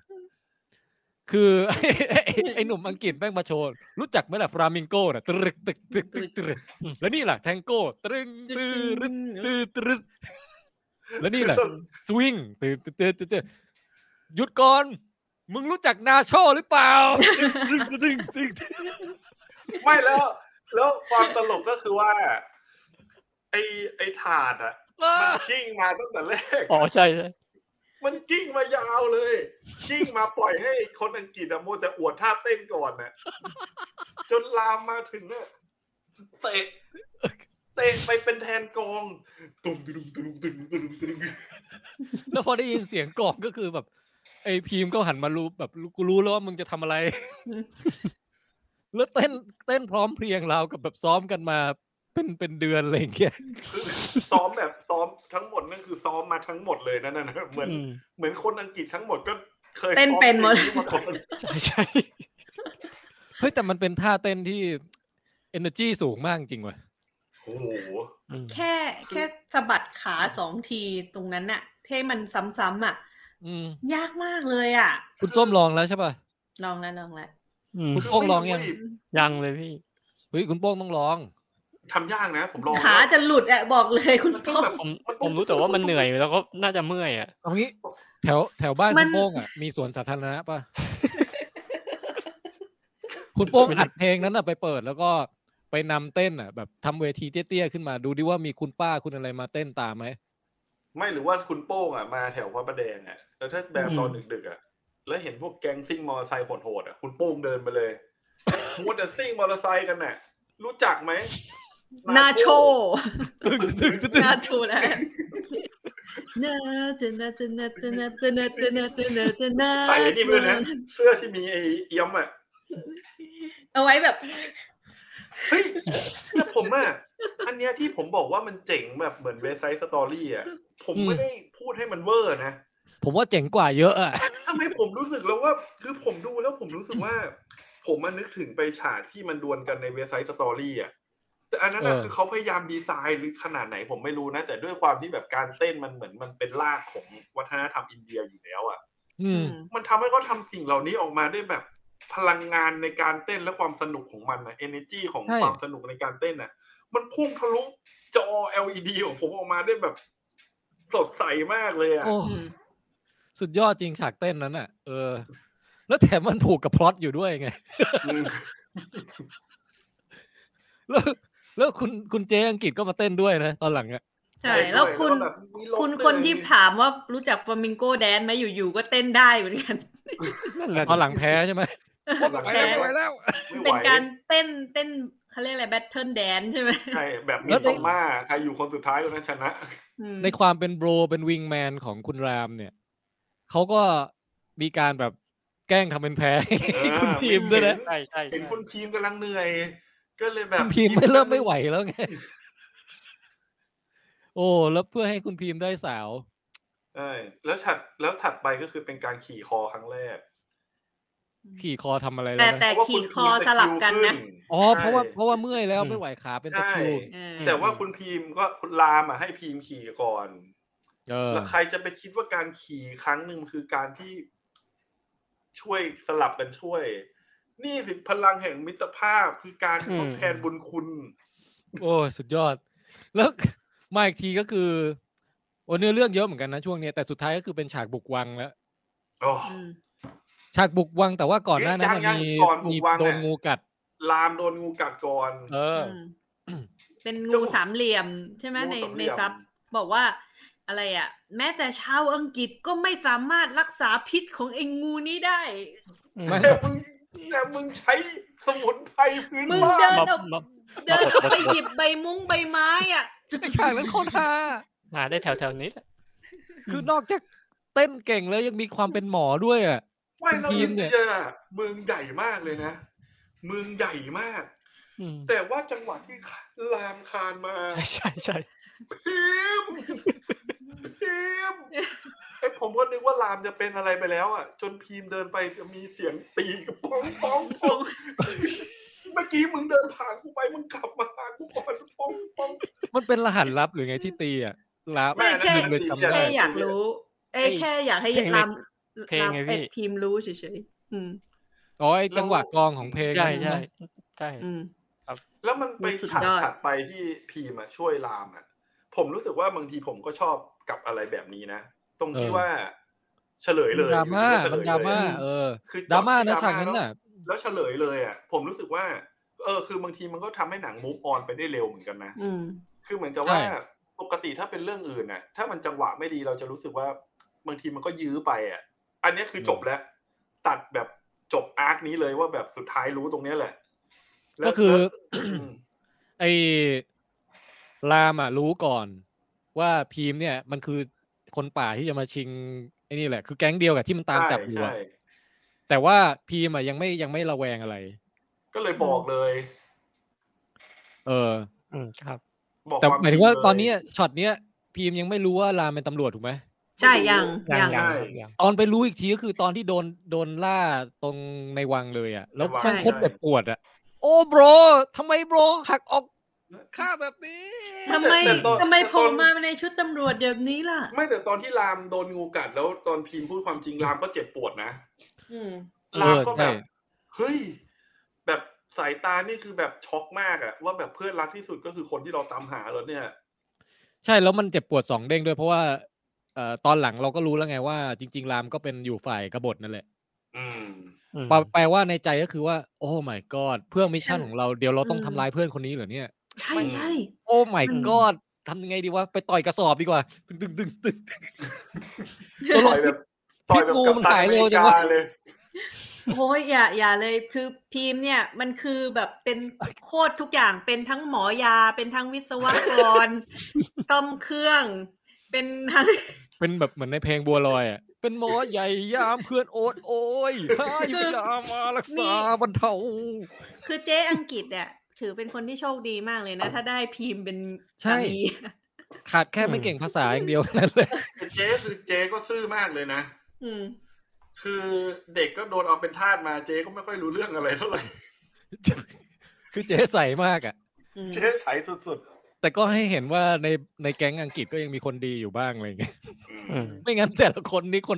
Speaker 2: คือ ไอ้ไอ้ไอ้หนุ่มอังกฤษแม่งมาโชว์รู้จักไหมล่ะฟลามิงโก้น่ะตรึกตรึกตรึกตรึกตรึกแล้วนี่ล่ะแทงโก้ตรึงตรึรึตรึตรึแล้วนี่ล่ะสวิงตรึตรึตรึตรึตรึหยุดก่อน มึงรู้จักนาโชหรือเปล่าตรึงตรึงตรึงตรึง
Speaker 3: ไม่แล้ว แล้วความตลกก็คือว่า ไอไอถาดอ่ะ
Speaker 2: ว้า
Speaker 3: มันกิ้งมาตั้งแต่แรก
Speaker 4: อ๋อใช่ใช่
Speaker 3: มันกิ้งมายาวเลย กิ้งมาปล่อยให้คนอังกฤษอะโมวแต่อวดท่าเต้นก่อนน่ะจนลามมาถึงอะเตะเตะไปเป็นแทนกองตุ้มตุ้มตุ้มตุ้มตุ้มตุ้ม
Speaker 2: แล้วพอได้ยินเสียงกรองก็คือแบบ ไอ้พีมก็หันมารู้แบบกูรู้แล้วว่ามึงจะทำอะไร แล้วเต้นเต้นพร้อมเพรียงเราวกับแบบซ้อมกันมาเป็นเป็นเดือนอะไรอย่างเงี้ย
Speaker 3: ซ้อมแบบซ้อมทั้งหมดนั่นคือซ้อมมาทั้งหมดเลยนั่นน่ะเหมือน
Speaker 4: อืม
Speaker 3: เหมือนคนอังกฤษทั้งหมดก็เคย
Speaker 5: เต้นเป็นหมด
Speaker 3: ซ้อเพลงนี้มาก่อน
Speaker 4: ใช่ใช่
Speaker 2: เฮ้ยแต่มันเป็นท่าเต้นที่ energy สูงมากจริงว่ะ
Speaker 3: โอ้โห
Speaker 4: อืม
Speaker 5: แค่แค่สะบัดขาสองทีตรงนั้นน่ะให้มันซ้ำๆอ่ะ
Speaker 2: อืม
Speaker 5: ยากมากเลยอ่ะ
Speaker 2: คุณส้มลองแล้วใช่ป่ะ
Speaker 5: ลองแล้วลองแล้ว
Speaker 4: อืม
Speaker 2: คุณโป้งลองยัง
Speaker 4: ยังเลยพี่
Speaker 2: เฮ้ยคุณโป้งต้องลอง
Speaker 3: ทำยากนะ ผมลอง
Speaker 5: ขาจะหลุดอ่ะบอกเลยคุณ
Speaker 3: มันต้อง
Speaker 5: พ่อ
Speaker 3: แบบ
Speaker 4: ผมผมรู้แต่ว่ามันเหนื่อยแล้วก็น่าจะเมื่อยอ่ะ
Speaker 2: เอางี้ แถวแถวบ้าน
Speaker 5: มั
Speaker 2: คุ
Speaker 5: น
Speaker 2: ณโป้งอ่ะมีสวนสาธารณะป่ะ คุณโป้งอัดเพลงนั้นอ่ะไปเปิดแล้วก็ไปนำเต้นอ่ะ แบบทำเวทีเตี้ยๆขึ้นมาดูดิว่ามีคุณป้าคุณอะไรมาเต้นตามไหม
Speaker 3: ไม่หรือว่าคุณโป้งอ่ะมาแถวพระประแดงอ่ะแล้วถ้าแบบตอนดึกๆอ่ะแล้วเห็นพวกแก๊งซิ่งมอเตอร์ไซค์โหดๆอ่ะคุณโป้งเดินไปเลยมัวแต่ซิ่งมอเตอร์ไซค์กันน่ะ รู้จักไหม
Speaker 5: นาโช
Speaker 2: ตึงตึงตึงตึง
Speaker 5: นาทูแล้วนาจะนาจะนาจะนาจะนาจะนาจะนาจะนา
Speaker 3: ใส่ไอ้นี่ไปด้วยนะเสื้อที่มีไอ้เอี้ยมอ่ะ
Speaker 5: เอาไว้แบบ
Speaker 3: เฮ้ยแต่ผมอ่ะอันเนี้ยที่ผมบอกว่ามันเจ๋งแบบเหมือนเวสไซส์สตอรี่อ่ะผมไม่ได้พูดให้มันเวอร์นะ
Speaker 2: ผมว่าเจ๋งกว่าเยอะอ่ะ
Speaker 3: ทำไมผมรู้สึกแล้วว่า คือผมดูแล้วผมรู้สึกว่า ผมมันนึกถึงไปฉากที่มันดวลกันในเว็บไซต์สตอรี่อ่ะแต่อันนั้นน่ะ
Speaker 2: เออ
Speaker 3: คือเขาพยายามดีไซน์หรือขนาดไหนผมไม่รู้นะ แต่ด้วยความที่แบบการเต้นมันเหมือนมันเป็นรากของวัฒนธรรมอินเดียอยู่แล้วอ่ะ
Speaker 2: อืม
Speaker 3: มันทำให้เขาทำสิ่งเหล่านี้ออกมาได้แบบพลังงานในการเต้นและความสนุกของมันนะ energy ของ
Speaker 2: ใช่
Speaker 3: ความสนุกในการเต้นน่ะ มันพุ่งทะลุจอ LED ของผมออกมาได้แบบสดใสมากเลยอ่ะ
Speaker 2: โอ้
Speaker 5: อืม
Speaker 2: สุดยอดจริงฉากเต้นนั้นอ่ะ เออ แล้วแถมมันผูกกับพล็อตอยู่ด้วยไง แล้วแล้วคุณคุณเจอังกฤษก็มาเต้นด้วยนะ ตอนหลังอะ
Speaker 5: ใช่ แล้วคุณ
Speaker 3: บบมีลม
Speaker 5: คุณ
Speaker 3: เตือ
Speaker 5: คนที่
Speaker 3: อะไร
Speaker 5: ถามว่ารู้จักฟลามิงโกแดนไหมอยู่ๆก็เต้นได้เหมือนกัน
Speaker 4: นั่นแหละ
Speaker 2: ตอนหลังแพ้ใช่ไหม
Speaker 5: ไปแล้ว
Speaker 2: ไปแล้ว
Speaker 3: ไม่ไหว
Speaker 5: เป็นการเต้นเต้นเขาเรียกอะไรแบทเทิลแดนใช่ไหม
Speaker 3: ใช่แบบมี
Speaker 2: แล้ว
Speaker 3: ส
Speaker 2: ใน
Speaker 3: องมาใครอยู่คนสุดท้ายคนนั้นชนะ
Speaker 5: อืม
Speaker 2: ในความเป็นโบรเป็นวิงแมนของคุณรามเนี่ยเขาก็มีการแบบแกล้งทำเป็นแพ้
Speaker 3: เออ
Speaker 2: คุณพีมด้วยนะ
Speaker 4: ใช่ใช่
Speaker 3: เห็น
Speaker 4: ใช่
Speaker 3: คุณพีมกำลังเหนื่อย ก็เลยแบ
Speaker 2: คุ
Speaker 3: บ
Speaker 2: ณพีมไม่เริ่มไม่ไหวแล้ว ไงโอ้แล้วเพื่อให้คุณพีมได้สาว
Speaker 3: ใช่แล้วถัดแล้วถัดไปก็คือเป็นการขี่คอครั้งแรก
Speaker 2: ขี่คอทำอะไรแล้
Speaker 5: แต่
Speaker 2: วนะ
Speaker 5: แต่
Speaker 3: เพราะว่า
Speaker 5: ขี่
Speaker 3: ณ
Speaker 5: ค
Speaker 3: พี
Speaker 5: อ
Speaker 3: ม
Speaker 5: สลับกันนะ
Speaker 3: สกิลขึ้
Speaker 2: อ๋อเพราะว่า
Speaker 3: ใช่
Speaker 2: เพราะว่าเมื่อยแล้วไม่ไหวขาเป็นตะคริว
Speaker 3: ใช่
Speaker 5: เออ
Speaker 3: แต่ว่าคุณพีมก็คุณลามอ่ะให้พีมขี่ก่อน
Speaker 2: เออ
Speaker 3: แล้วใครจะไปคิดว่าการขี่ครั้งหนึ่งคือการที่ช่วยสลับกันช่วย นี่สิพลังแห่งมิตรภาพคือการทดแทนบุญคุณ
Speaker 2: โอ้ยสุดยอด แล้ว มาอีกทีก็คือโอ้เนื้อเรื่องเยอะเหมือนกันนะช่วงเนี้ยแต่สุดท้ายก็คือเป็นฉากบุกวังแล้ว
Speaker 3: โอ้
Speaker 6: อืม
Speaker 2: ฉากบุกวังแต่ว่าก่อนหน้านั้น
Speaker 3: เอ๊ะ
Speaker 2: น่ะ
Speaker 3: ยัง
Speaker 2: มี
Speaker 3: ยังก่อนบุก
Speaker 2: มี
Speaker 3: วัง
Speaker 2: โดน
Speaker 3: น่ะ
Speaker 2: งูกัด
Speaker 3: ลามโดนงูกัดก่อน
Speaker 2: เอออ
Speaker 6: มเป็นงู
Speaker 3: เจ้างู
Speaker 6: สามเหลี่ยม ใช่ไหม
Speaker 3: งู
Speaker 6: ใน
Speaker 3: สามเหลี่
Speaker 6: ใน
Speaker 3: ยม
Speaker 6: ซับบอกว่า อะไรอ่ะ แม้แต่ชาวอังกฤษก็ไม่สามารถรักษาพิษของไอ้งูนี้ได้
Speaker 2: ไม่
Speaker 3: แต่มึงแต่มึงใช้สมุนไพรพื้น
Speaker 6: มึง
Speaker 3: บ้า
Speaker 6: เดิ
Speaker 3: น
Speaker 6: นอ
Speaker 4: มา
Speaker 6: อก
Speaker 4: มา
Speaker 6: เดินออกไปหยิบใบมุ้งใบไม้อ่ะ
Speaker 2: ฉากนั้นโคตรฮา
Speaker 4: มาได้แถวแถวๆนี้แหละ
Speaker 2: คือนอกจากเต้นเก่งแล้วยังมีความเป็นหมอด้วยอ่ะ
Speaker 3: ว่ายน้ำ
Speaker 2: ที
Speaker 3: อิ
Speaker 2: ม
Speaker 3: น
Speaker 2: เนี่
Speaker 3: เดี
Speaker 2: ย
Speaker 3: ยเมืองใหญ่มากเลยนะเมืองใหญ่มาก
Speaker 4: อืม
Speaker 3: แต่ว่าจังหวะที่ลามคานมา
Speaker 4: ใช่ใช่ใช่
Speaker 3: พิมพ์พิมพ์ไอผมก็นึกว่าลามจะเป็นอะไรไปแล้วอ่ะ จนพิมพ์เดินไปมีเสียงตีกับป้องป้องป้องเมื่อกี้มึงเดินผ่านกูไปมึงกลับมาหากูก่อนป้องป้อง
Speaker 2: มันเป็นรหัสลับหรือไงที่ตีอ่ะลับ
Speaker 3: ไม่แค่
Speaker 2: หนึ่งเลยจำ
Speaker 3: ใช่
Speaker 2: ได้
Speaker 6: แค่อยากรู้ เอ้ยแค่อยากให้ลาม
Speaker 4: เพลง
Speaker 6: ลาม
Speaker 4: ไง
Speaker 6: เอ็
Speaker 4: พี่
Speaker 6: ดพิมพ์รู้เฉยๆอืม
Speaker 2: อ๋อไอ้จังหวะกลองของเพลง
Speaker 4: ใช่
Speaker 2: นั่น
Speaker 4: ใช่
Speaker 2: ไหม
Speaker 4: ใช่
Speaker 6: อืม
Speaker 3: แล้วมันไป
Speaker 6: สุด
Speaker 3: ฉาก
Speaker 6: ยอด
Speaker 3: ถัดไปที่พีมาช่วยลามอ่ะ ผมรู้สึกว่าบางทีผมก็ชอบกับอะไรแบบนี้นะ ตรงที่ว่าเฉลยเลย
Speaker 2: ดราม่า
Speaker 3: เฉล
Speaker 2: มัน
Speaker 3: ยเลย
Speaker 2: ดราม่าเออ
Speaker 3: คือจอ
Speaker 2: ดราม่านะ
Speaker 3: ที่
Speaker 2: ฉากนั้นน่ะ
Speaker 3: แล้วเฉลยเลยอ่ะผมรู้สึกว่า เออ คือบางทีมันก็ทำให้หนังมูฟออนไปได้เร็วเหมือนกันนะ
Speaker 6: อืม
Speaker 3: คือเหมือนกับว่า
Speaker 2: ใช่
Speaker 3: ปกติถ้าเป็นเรื่องอื่นน่ะ ถ้ามันจังหวะไม่ดีเราจะรู้สึกว่า บางทีมันก็ยื้อไปอ่ะ อันเนี้ยคือจบแล้ว ตัดแบบจบอาร์คนี้เลยว่าแบบสุดท้ายรู้ตรงเนี้ยแหละแล้ว
Speaker 2: ก็คือ
Speaker 3: แล้วม
Speaker 2: ไอ้รามอ่ะรู้ก่อนว่าพีมเนี่ย มันคือคนป่าที่จะมาชิงไอ้นี่แหละ คือแก๊งเดียวกับที่มันตามจับอยู่
Speaker 3: ใช่
Speaker 2: อะ
Speaker 3: ใช่
Speaker 2: แต่ว่าพีมอ่ะยังไม่ยังไม่ระแวงอะไร
Speaker 3: ก็เลยบอกเลย
Speaker 2: เออ
Speaker 4: อืมครับ
Speaker 3: บอก
Speaker 2: แต่
Speaker 3: ค
Speaker 2: หมายถึงว่า
Speaker 3: จริเล
Speaker 2: ตอนเนี้ยช็อตเนี้ยพีมยังไม่รู้ว่ารามเป็นตำรวจถูกไหม
Speaker 5: ใช่ยังยัง
Speaker 3: ใช่
Speaker 4: ยัง
Speaker 2: ตอนไปรู้อีกทีก็คือตอนที่โดนโดนล่าตรงในวังเลยอ่ะ แล้ว
Speaker 3: ในวัง
Speaker 2: มันโคตรเจ็บปวดอ่ะ โอ้บรทำไมบรหักออกฆ่าแบบนี้
Speaker 6: ทำไม
Speaker 3: แต่ตอน
Speaker 6: ทำไม
Speaker 3: แต่ตอน
Speaker 6: ผมมาในชุดตำรวจแบบนี้ล่ะ
Speaker 3: ไม่แต่ตอนที่รามโดนงูกัด แล้วตอนพิมพ์พูดความจริงรามก็เจ็บปวดนะ
Speaker 6: อืม
Speaker 2: เออ
Speaker 3: ลามก็แบบ
Speaker 2: ใช่
Speaker 3: เฮ้ย แบบสายตานี่คือแบบช็อกมากอะว่าแบบเพื่อนรักที่สุดก็คือคนที่เราตามหาแล้วเนี่ย
Speaker 2: ใช่แล้วมันเจ็บปวดสองเด้งด้วยเพราะว่าเอ่อตอนหลังเราก็รู้แล้วไงว่า จริง ๆ รามก็เป็นอยู่ฝ่ายกบฏนั่นแหละ
Speaker 3: อืม
Speaker 4: อืม
Speaker 2: แปลแปลว่าในใจก็คือว่า โอ้ my god เพื่อมิชชั่น
Speaker 6: ฉัน
Speaker 2: ของเราเดี๋ยวเราต้อง
Speaker 6: อืม
Speaker 2: ทำลายเพื่อนคนนี้เหรอเนี่ย
Speaker 6: ใช่
Speaker 3: ไม่
Speaker 6: ใช่
Speaker 2: โอ้ my
Speaker 6: อืม
Speaker 2: god ทำยังไงดีวะไปต่อยกระสอบดีกว่าตึงตึงตึงตึงตึง ตล
Speaker 3: ต่
Speaker 2: ก
Speaker 3: อยแบบต่อยแบบ
Speaker 2: พิษงู
Speaker 3: กับ
Speaker 2: มัน
Speaker 3: ตัน
Speaker 2: หาย
Speaker 3: อ
Speaker 2: เร็
Speaker 3: เมริ
Speaker 2: วจั
Speaker 3: กาว
Speaker 2: งะ
Speaker 3: เลย
Speaker 6: โอ้ยอย่าอย่าเลยคือพีมเนี่ย มันคือแบบเป็นโคตรทุกอย่างเป็นทั้งหมอยาเป็นทั้งวิศวก รต้มเครื่อง เป็นทั้ง
Speaker 2: เป็นแบบเหมือนในเพลงบัวลอยอ่ะเป็นหมอใหญ่ยามเพื่อนโอดโอยข้าอยู่ยามารักษาบรรเทา
Speaker 6: คือเจ๊อังกฤษเนี่ยถือเป็นคนที่โชคดีมากเลยนะ ถ้าได้พีมเป็น
Speaker 2: ใช่
Speaker 6: สามี
Speaker 2: ขาดแค่ไม่เก่งภาษาอย่างเดียว แค่นั่นแหละ
Speaker 3: เจ๊คือเจ๊ก็ซื่อมากเลยนะ
Speaker 6: อืม
Speaker 3: คือเด็กก็โดนเอาเป็นทาสมาเจ๊ก็ไม่ค่อยรู้เรื่องอะไรเท่าไหร่
Speaker 2: คือเจ๊ใสมากอ่ะ
Speaker 6: อืม
Speaker 3: เจ๊ใสสุด
Speaker 2: แต่ก็ให้เห็นว่าในในแก๊งอังกฤษก็ยังมีคนดีอยู่บ้างอะไรอย่างเงี้ย
Speaker 3: ๆอืม
Speaker 4: อืม
Speaker 2: ไม่งั้นแต่ละคนนี่คน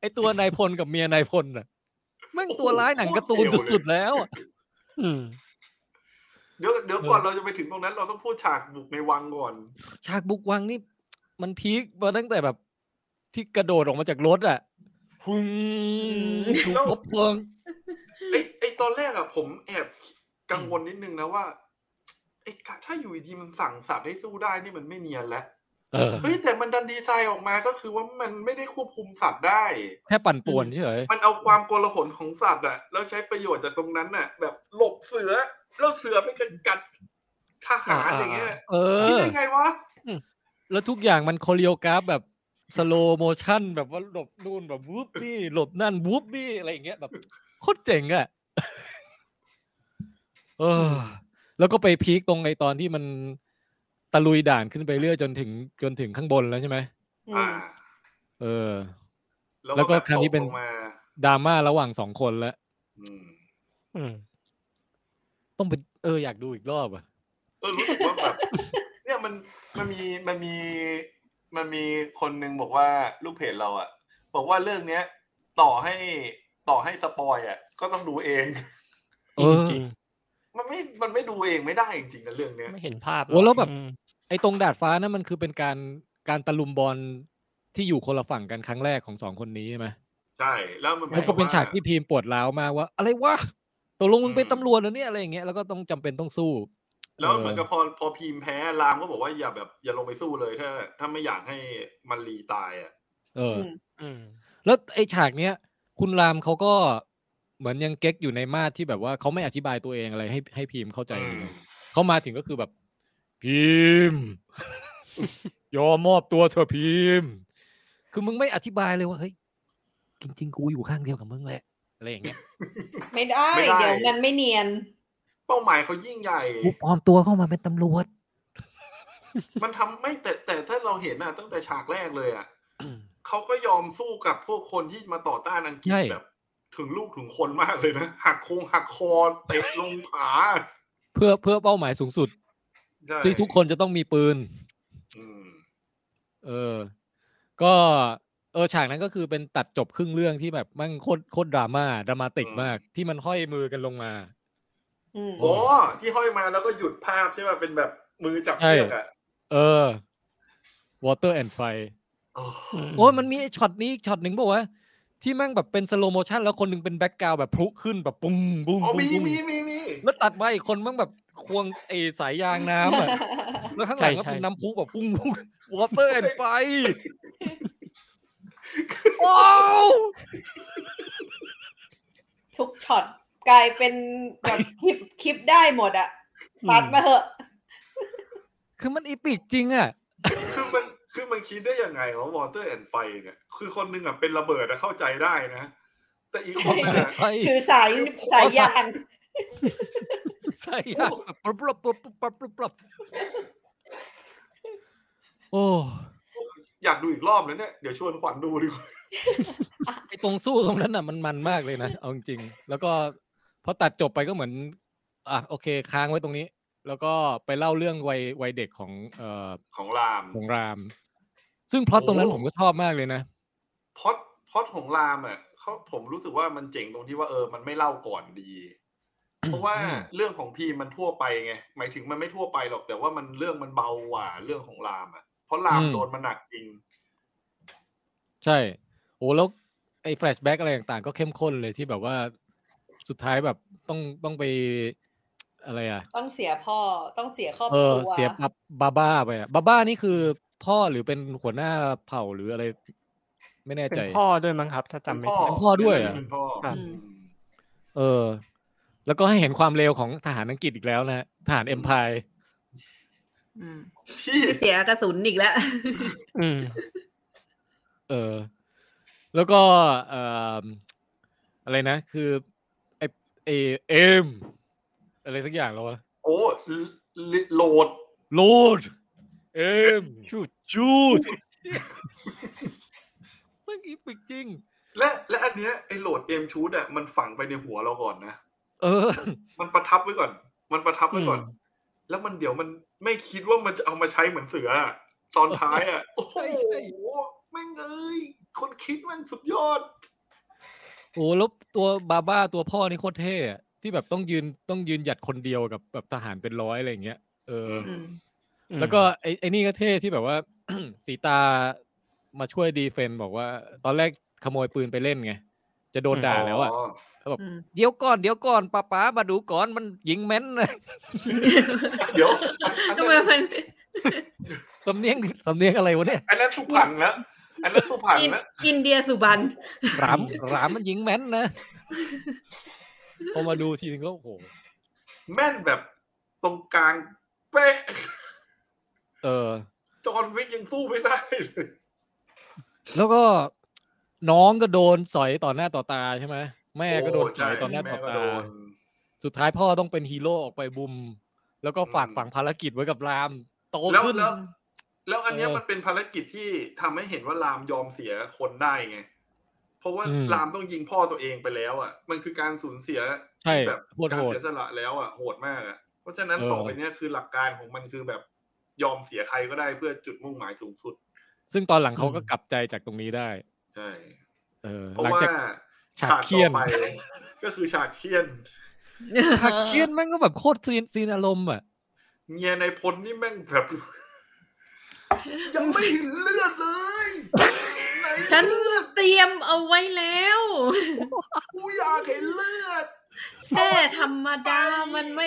Speaker 2: ไอตัวนายพลกับเมียนายพลน่ะแม่งตัวร้ายหนังการ์ตูนสุดๆแล้วอะ
Speaker 4: อืม
Speaker 3: เดี๋ยวเดี๋ยวก่อนเราจะไปถึงตรงนั้น เราต้องพูดฉากบุกในวังก่อน
Speaker 2: ฉากบุกวังนี่ มันพีคมาตั้งแต่แบบ ที่กระโดดออกมาจากรถอ่ะหุ่น ถูกรบเพลิง
Speaker 3: ไอไอตอนแรกอะผมแอบกังวลนิดนึงนะว่าไอ้กะถ้าอยู่ดีๆมันสั่งสัตว์ให้สู้ได้นี่มันไม่เนียนแล้ว
Speaker 2: เออ
Speaker 3: เฮ้ยแต่มันดันดีไซน์ออกมาก็คือว่ามันไม่ได้ควบคุมสัตว์ได้
Speaker 2: แค่ปั่นป่วนเฉย
Speaker 3: มันเอาความโกลาหลของสัตว์อะแล้วใช้ประโยชน์จากตรงนั้นน่ะ แบบหลบเสือแล้วเสือไปกัดกัดทหารอย่างเงี้ย
Speaker 2: ๆเอ
Speaker 3: คิด
Speaker 2: อ
Speaker 3: ได้ไงวะ
Speaker 2: แล้วทุกอย่างมันโคเรียกราฟแบบสโลโมชันแบบว่าหลบนู่นแบบวูบนี่หลบนั่นวูบนี่อะไรอย่างเงี้ยแบบโคตรเจ๋งอะเออ แล้วก็ไปพีคตรงไอตอนที่มันตะลุยด่านขึ้นไปเรื่อยจนถึงจนถึงข้างบนแล้วใช่ไหม
Speaker 6: อื
Speaker 3: อ่าม
Speaker 2: เออ
Speaker 3: แล้วก็
Speaker 2: แล้วก็คราวนี้เป็น
Speaker 3: ตกลงมา
Speaker 2: ดราม่าระหว่างสองคนแล้ว
Speaker 3: อืม
Speaker 4: อืม
Speaker 2: ต้องไปเอออยากดูอีกรอบอ่ะ
Speaker 3: เออรู้สึกว่าแบบ เนี่ยมันมันมีมันมีมันมีคนหนึ่งบอกว่าลูกเพจเราอะบอกว่าเรื่องเนี้ย ต่อให้ต่อให้สปอยอะก็ต้องดูเอง
Speaker 2: เอ
Speaker 4: จริง
Speaker 2: อ
Speaker 4: จริง
Speaker 3: มันไม่มันไม่ดูเองไม่ได้จริงๆนะเรื่องเนี้ย
Speaker 4: ไม่เห็นภาพหรก
Speaker 2: โอ้แล้วแบบ
Speaker 4: อืม
Speaker 2: ไอ้ตรงดาดฟ้านั่นมันคือเป็นการการตะลุมบอลที่อยู่คนละฝั่งกันครั้งแรกของสองคนนี้ใช่ไหม
Speaker 3: ใช่ แล้วมันหมา
Speaker 2: มัน
Speaker 3: ย
Speaker 2: ก็เป็น
Speaker 3: ว่
Speaker 2: ฉากที่พีมปวดร้าวมากว่า อะไรวะตกลงมึงเป็น
Speaker 3: อืม
Speaker 2: ตำรวจเหรอเนี่ยอะไรอย่างเงี้ยแล้วก็ต้องจำเป็นต้องสู้
Speaker 3: แล้ว
Speaker 2: เออ
Speaker 3: เหมือนกับพอพอพีมแพ้รามก็บอกว่าอย่าแบบอย่าลงไปสู้เลยถ้า ถ้าไม่อยากให้มันลีตายอ่ะ
Speaker 2: เอออ
Speaker 5: ม
Speaker 4: อืม
Speaker 2: แล้วไอ้ฉากเนี้ย คุณรามเขาก็เหมือนยังเก๊กอยู่ในมาดที่แบบว่าเขาไม่อธิบายตัวเองอะไรให้ให้พีมเข้าใจเลยนะเขามาถึงก็คือแบบ พีม ยอมมอบตัวเถอะพีม คือมึงไม่อธิบายเลยว่าเฮ้ยจริงๆกูอยู่ข้างเดียวกับมึงแหละอะไรอย่างเงี้ย
Speaker 6: ไม่ได้
Speaker 3: ไม่ได้
Speaker 6: เดี๋ยวมันไม่เนียน
Speaker 3: เป้าหมายเขายิ่งใหญ่
Speaker 2: กูปลอมตัวเข้ามาเป็นตำรวจ
Speaker 3: มันทำไม่แต่แต่ถ้าเราเห็นน่ะ ตั้งแต่ฉากแรกเลยอ่ะเขาก็ยอมสู้กับพวกคนที่มาต่อต้านอังกฤษ
Speaker 2: ใช่
Speaker 3: แบบ ถึงลูกถึงคนมากเลยนะหักโคงหักคอเตะลงขา
Speaker 2: เพื่อเพื่อเป้าหมายสูงสุด
Speaker 3: ใช่
Speaker 2: ที่ทุกคนจะต้องมีปืน
Speaker 3: อืม
Speaker 2: เออ ก็ เออฉากนั้นก็คือเป็นตัดจบครึ่งเรื่องที่แบบมันโคตรโคตรดราม่าดรามาติก
Speaker 3: อืม
Speaker 2: มาก ที่มันห้อยมือกันลงมา
Speaker 6: อืม
Speaker 2: โ
Speaker 3: อ๋อที่ห้อยมาแล้วก็หยุดภาพใช่ป่ะเป็นแบบมือจับเชือกอ่ะ
Speaker 2: เออ water and fire
Speaker 3: อ๋อ
Speaker 2: โอ้ยมันมีไอ้ช็อตนี้อีกช็อตหนึ่งบอกว่าวะที่แม่งแบบเป็นสโลโมชันแล้วคนหนึงเป็นแบ็กกราวแบบพลุขึ้นแบบปุ้มบุ้ม
Speaker 3: อ๋อ
Speaker 2: บุ้ม
Speaker 3: มี
Speaker 2: บุ้ม
Speaker 3: มีมีมี
Speaker 2: แล้วตัดมาอีกคนแม่งแบบควงไอ้สายยาง น้ำอะแล้วข้างหลังก็
Speaker 4: ใช่
Speaker 2: เป็น
Speaker 4: ใช่
Speaker 2: น้ำพุแบบปุ้มบุ้ม water and fire
Speaker 6: ทุกช็อตกลายเป็น แบบคลิปคลิปได้หมดอะปัดมาเหอะ
Speaker 2: คือมันอีปิกจริงอ่ะ
Speaker 3: คือมันคือมันคิดได้ยังไงว่าวอเตอร์แอนไฟเนี่ย คือคนหนึ่งอ่ะเป็นระเบิดอะเข้าใจได้นะ แต่อีกคนหนึงอะ
Speaker 2: Fire
Speaker 6: ถือสายสายยาง
Speaker 2: ใช่อะปรับปรับปรับปรับปรับปรับโอ้
Speaker 3: อยากดูอีกรอบนะเนี่ยเดี๋ยวชวนขวัญดูดีกว่า
Speaker 2: ไอตรงสู้ตรงนั้นน่ะมันมันมากเลยนะ เอาจริงๆแล้วก็พอตัดจบไปก็เหมือนอ่ะโอเค ค้างไว้ตรงนี้ แล้วก็ไปเล่าเรื่องวัยวัยเด็กของเอ่อ
Speaker 3: ของราม
Speaker 2: ของราม ซึ่งพล็อตตรงนั้นผมก็ชอบมากเลยนะ
Speaker 3: พอดพอดของรามอ่ะเขาผมรู้สึกว่ามันเจ๋งตรงที่ว่าเออมันไม่เล่าก่อนดี เพราะว่า
Speaker 2: อืม
Speaker 3: เรื่องของพีมมันทั่วไปไงหมายถึงมันไม่ทั่วไปหรอกแต่ว่ามันเรื่องมันเบากว่าเรื่องของรามอ่ะเพราะรามโดนมันหนักจริง
Speaker 2: ใช่ โอ้แล้วไอ้แฟลชแบ็กอะไรต่างๆ ก็เข้มข้นเลยที่แบบว่าสุดท้ายแบบต้องต้องไปอะไรอ่ะ
Speaker 6: ต้องเสียพ่อต้องเสียครอบ
Speaker 2: เอ
Speaker 6: ค
Speaker 2: อ
Speaker 6: รัว
Speaker 2: เสียบับบาบ้าไปอะบาบ้านี่คือพ่อหรือเป็นหัวหน้าเผ่าหรืออะไร ไม่แน่
Speaker 4: เป็
Speaker 2: ใจ
Speaker 4: นพ่อด้วยมั้งครับ ถ้าจำไม่ผิด
Speaker 2: เป็นพ่อด้วยเหรอ
Speaker 3: เป็นพ่อ
Speaker 4: ครับ
Speaker 3: อืม
Speaker 2: เออ แล้วก็ให้เห็นความเลวของทหารอังกฤษอีกแล้วนะฮะทหารเอ็มพาย
Speaker 5: อืม
Speaker 3: ที่
Speaker 5: เสียกระสุนอีก แล้ว
Speaker 4: อืม
Speaker 2: เออ แล้วก็เอ่ออะไรนะ คือไอไอเอ็มอะไรสักอย่างแล้ววะ
Speaker 3: โอ้ลิโหลด
Speaker 2: โลดเอ็มจูดจู ดเมื่อกี้ปิกจริง
Speaker 3: และและอันเนี้ยไอโหลดเอมชูดอ่ะมันฝังไปในหัวเราก่อนนะ
Speaker 2: เออ
Speaker 3: มันประทับไว้ก่อน มันประทับไว้ก่อน
Speaker 4: อืม
Speaker 3: แล้วมันเดี๋ยวมันไม่คิดว่ามันจะเอามาใช้เหมือนเสืออะตอนท้าย อ่ะ โอ้โห
Speaker 2: ใช่ใช่
Speaker 3: แม่งเอ้ย คนคิดแม่งสุดยอด
Speaker 2: โอ้แล้วตัวบาบ้าตัวพ่อนี่โคตรเท่อะที่แบบต้องยืนต้องยืนหยัดคนเดียวกับแบบทหารเป็นร้อยอะไรอย่างเงี้ยเอออ
Speaker 3: ม
Speaker 2: แล้วก็ไอ้ไอ้นี่ก็เท่ที่แบบว่า สีตามาช่วยดีเฟนบอกว่า ตอนแรกขโมยปืนไปเล่นไง จะโดน
Speaker 4: อืม
Speaker 2: ด่าแล้วอะ
Speaker 5: อืม
Speaker 2: เดี๋ยวก่อนเดี๋ยวก่อนป้าป๋ามาดูก่อนมันยิงแม่นนะ
Speaker 3: เดี๋ยวอัน
Speaker 5: ทำไม
Speaker 3: นั้น
Speaker 5: มัน
Speaker 2: สำเนียงสำเนียงอะไรวะเนี่ย
Speaker 3: อันนั้นสุพรรณแล้ว อันนั้นสุพรรณ
Speaker 5: อิน
Speaker 3: แล้ว
Speaker 5: อินเดียสุบั น
Speaker 2: รามรามมันยิงแม่นนะพอมาดูทีนึงก็โอ้โห
Speaker 3: แม่นแบบตรงกลางเป๊ะ
Speaker 2: เออ
Speaker 3: จอห์นวิกยังสู้ไม่ได้เลย
Speaker 2: แล้วก็น้องก็โดนสอยต่อหน้าต่อตาใช่ไหมแม่ก็โดนสอยต่อหน้า
Speaker 3: แม่
Speaker 2: ต่อ
Speaker 3: ก็
Speaker 2: ตา
Speaker 3: โดน
Speaker 2: สุดท้ายพ่อต้องเป็นฮีโร่ออกไปบุม แล้วก็ฝากฝังภารกิจไว้กับราม โต
Speaker 3: แล้ว
Speaker 2: ขึ้น
Speaker 3: แล้วแล้วอันเนี้ย
Speaker 2: เออ
Speaker 3: มันเป็นภารกิจที่ทำให้เห็นว่ารามยอมเสียคนได้ไง เพราะว่า
Speaker 2: อืม
Speaker 3: รามต้องยิงพ่อตัวเองไปแล้วอ่ะ มันคือการสูญเสีย
Speaker 2: ใช่
Speaker 3: แบบ
Speaker 2: โคตร
Speaker 3: การ
Speaker 2: โหด
Speaker 3: เสียสละแล้วอ่ะโหดมากอ่ะเพราะฉะนั้น
Speaker 2: เออ
Speaker 3: ต่อไปเนี่ยคือหลักการของมันคือแบบยอมเสียใครก็ได้เพื่อจุดมุ่งหมายสูงสุด
Speaker 2: ซึ่งตอนหลังเขาก็กลับใจจากตรงนี้ได้
Speaker 3: ใช่
Speaker 2: เออ
Speaker 3: เพราะ
Speaker 2: หลัง
Speaker 3: ว่า
Speaker 2: จาก ฉา
Speaker 3: ฉาก ก
Speaker 2: เครี
Speaker 3: ต่
Speaker 2: ย
Speaker 3: อ
Speaker 2: ด
Speaker 3: ไปก็คือฉากเคียน
Speaker 2: ฉากเครียดแม่งก็แบบโคตรซีนซีนอารมณ์อ่ะ
Speaker 3: เมียในพลนี่แม่งแบบ ยังไม่เห็นเลือดเลยไหน
Speaker 6: ฉัน
Speaker 3: เลือด
Speaker 6: เตรียมเอาไว้แล้ว
Speaker 3: กูอยากเห็นเลือด
Speaker 6: แค่ธรรมดามันไม่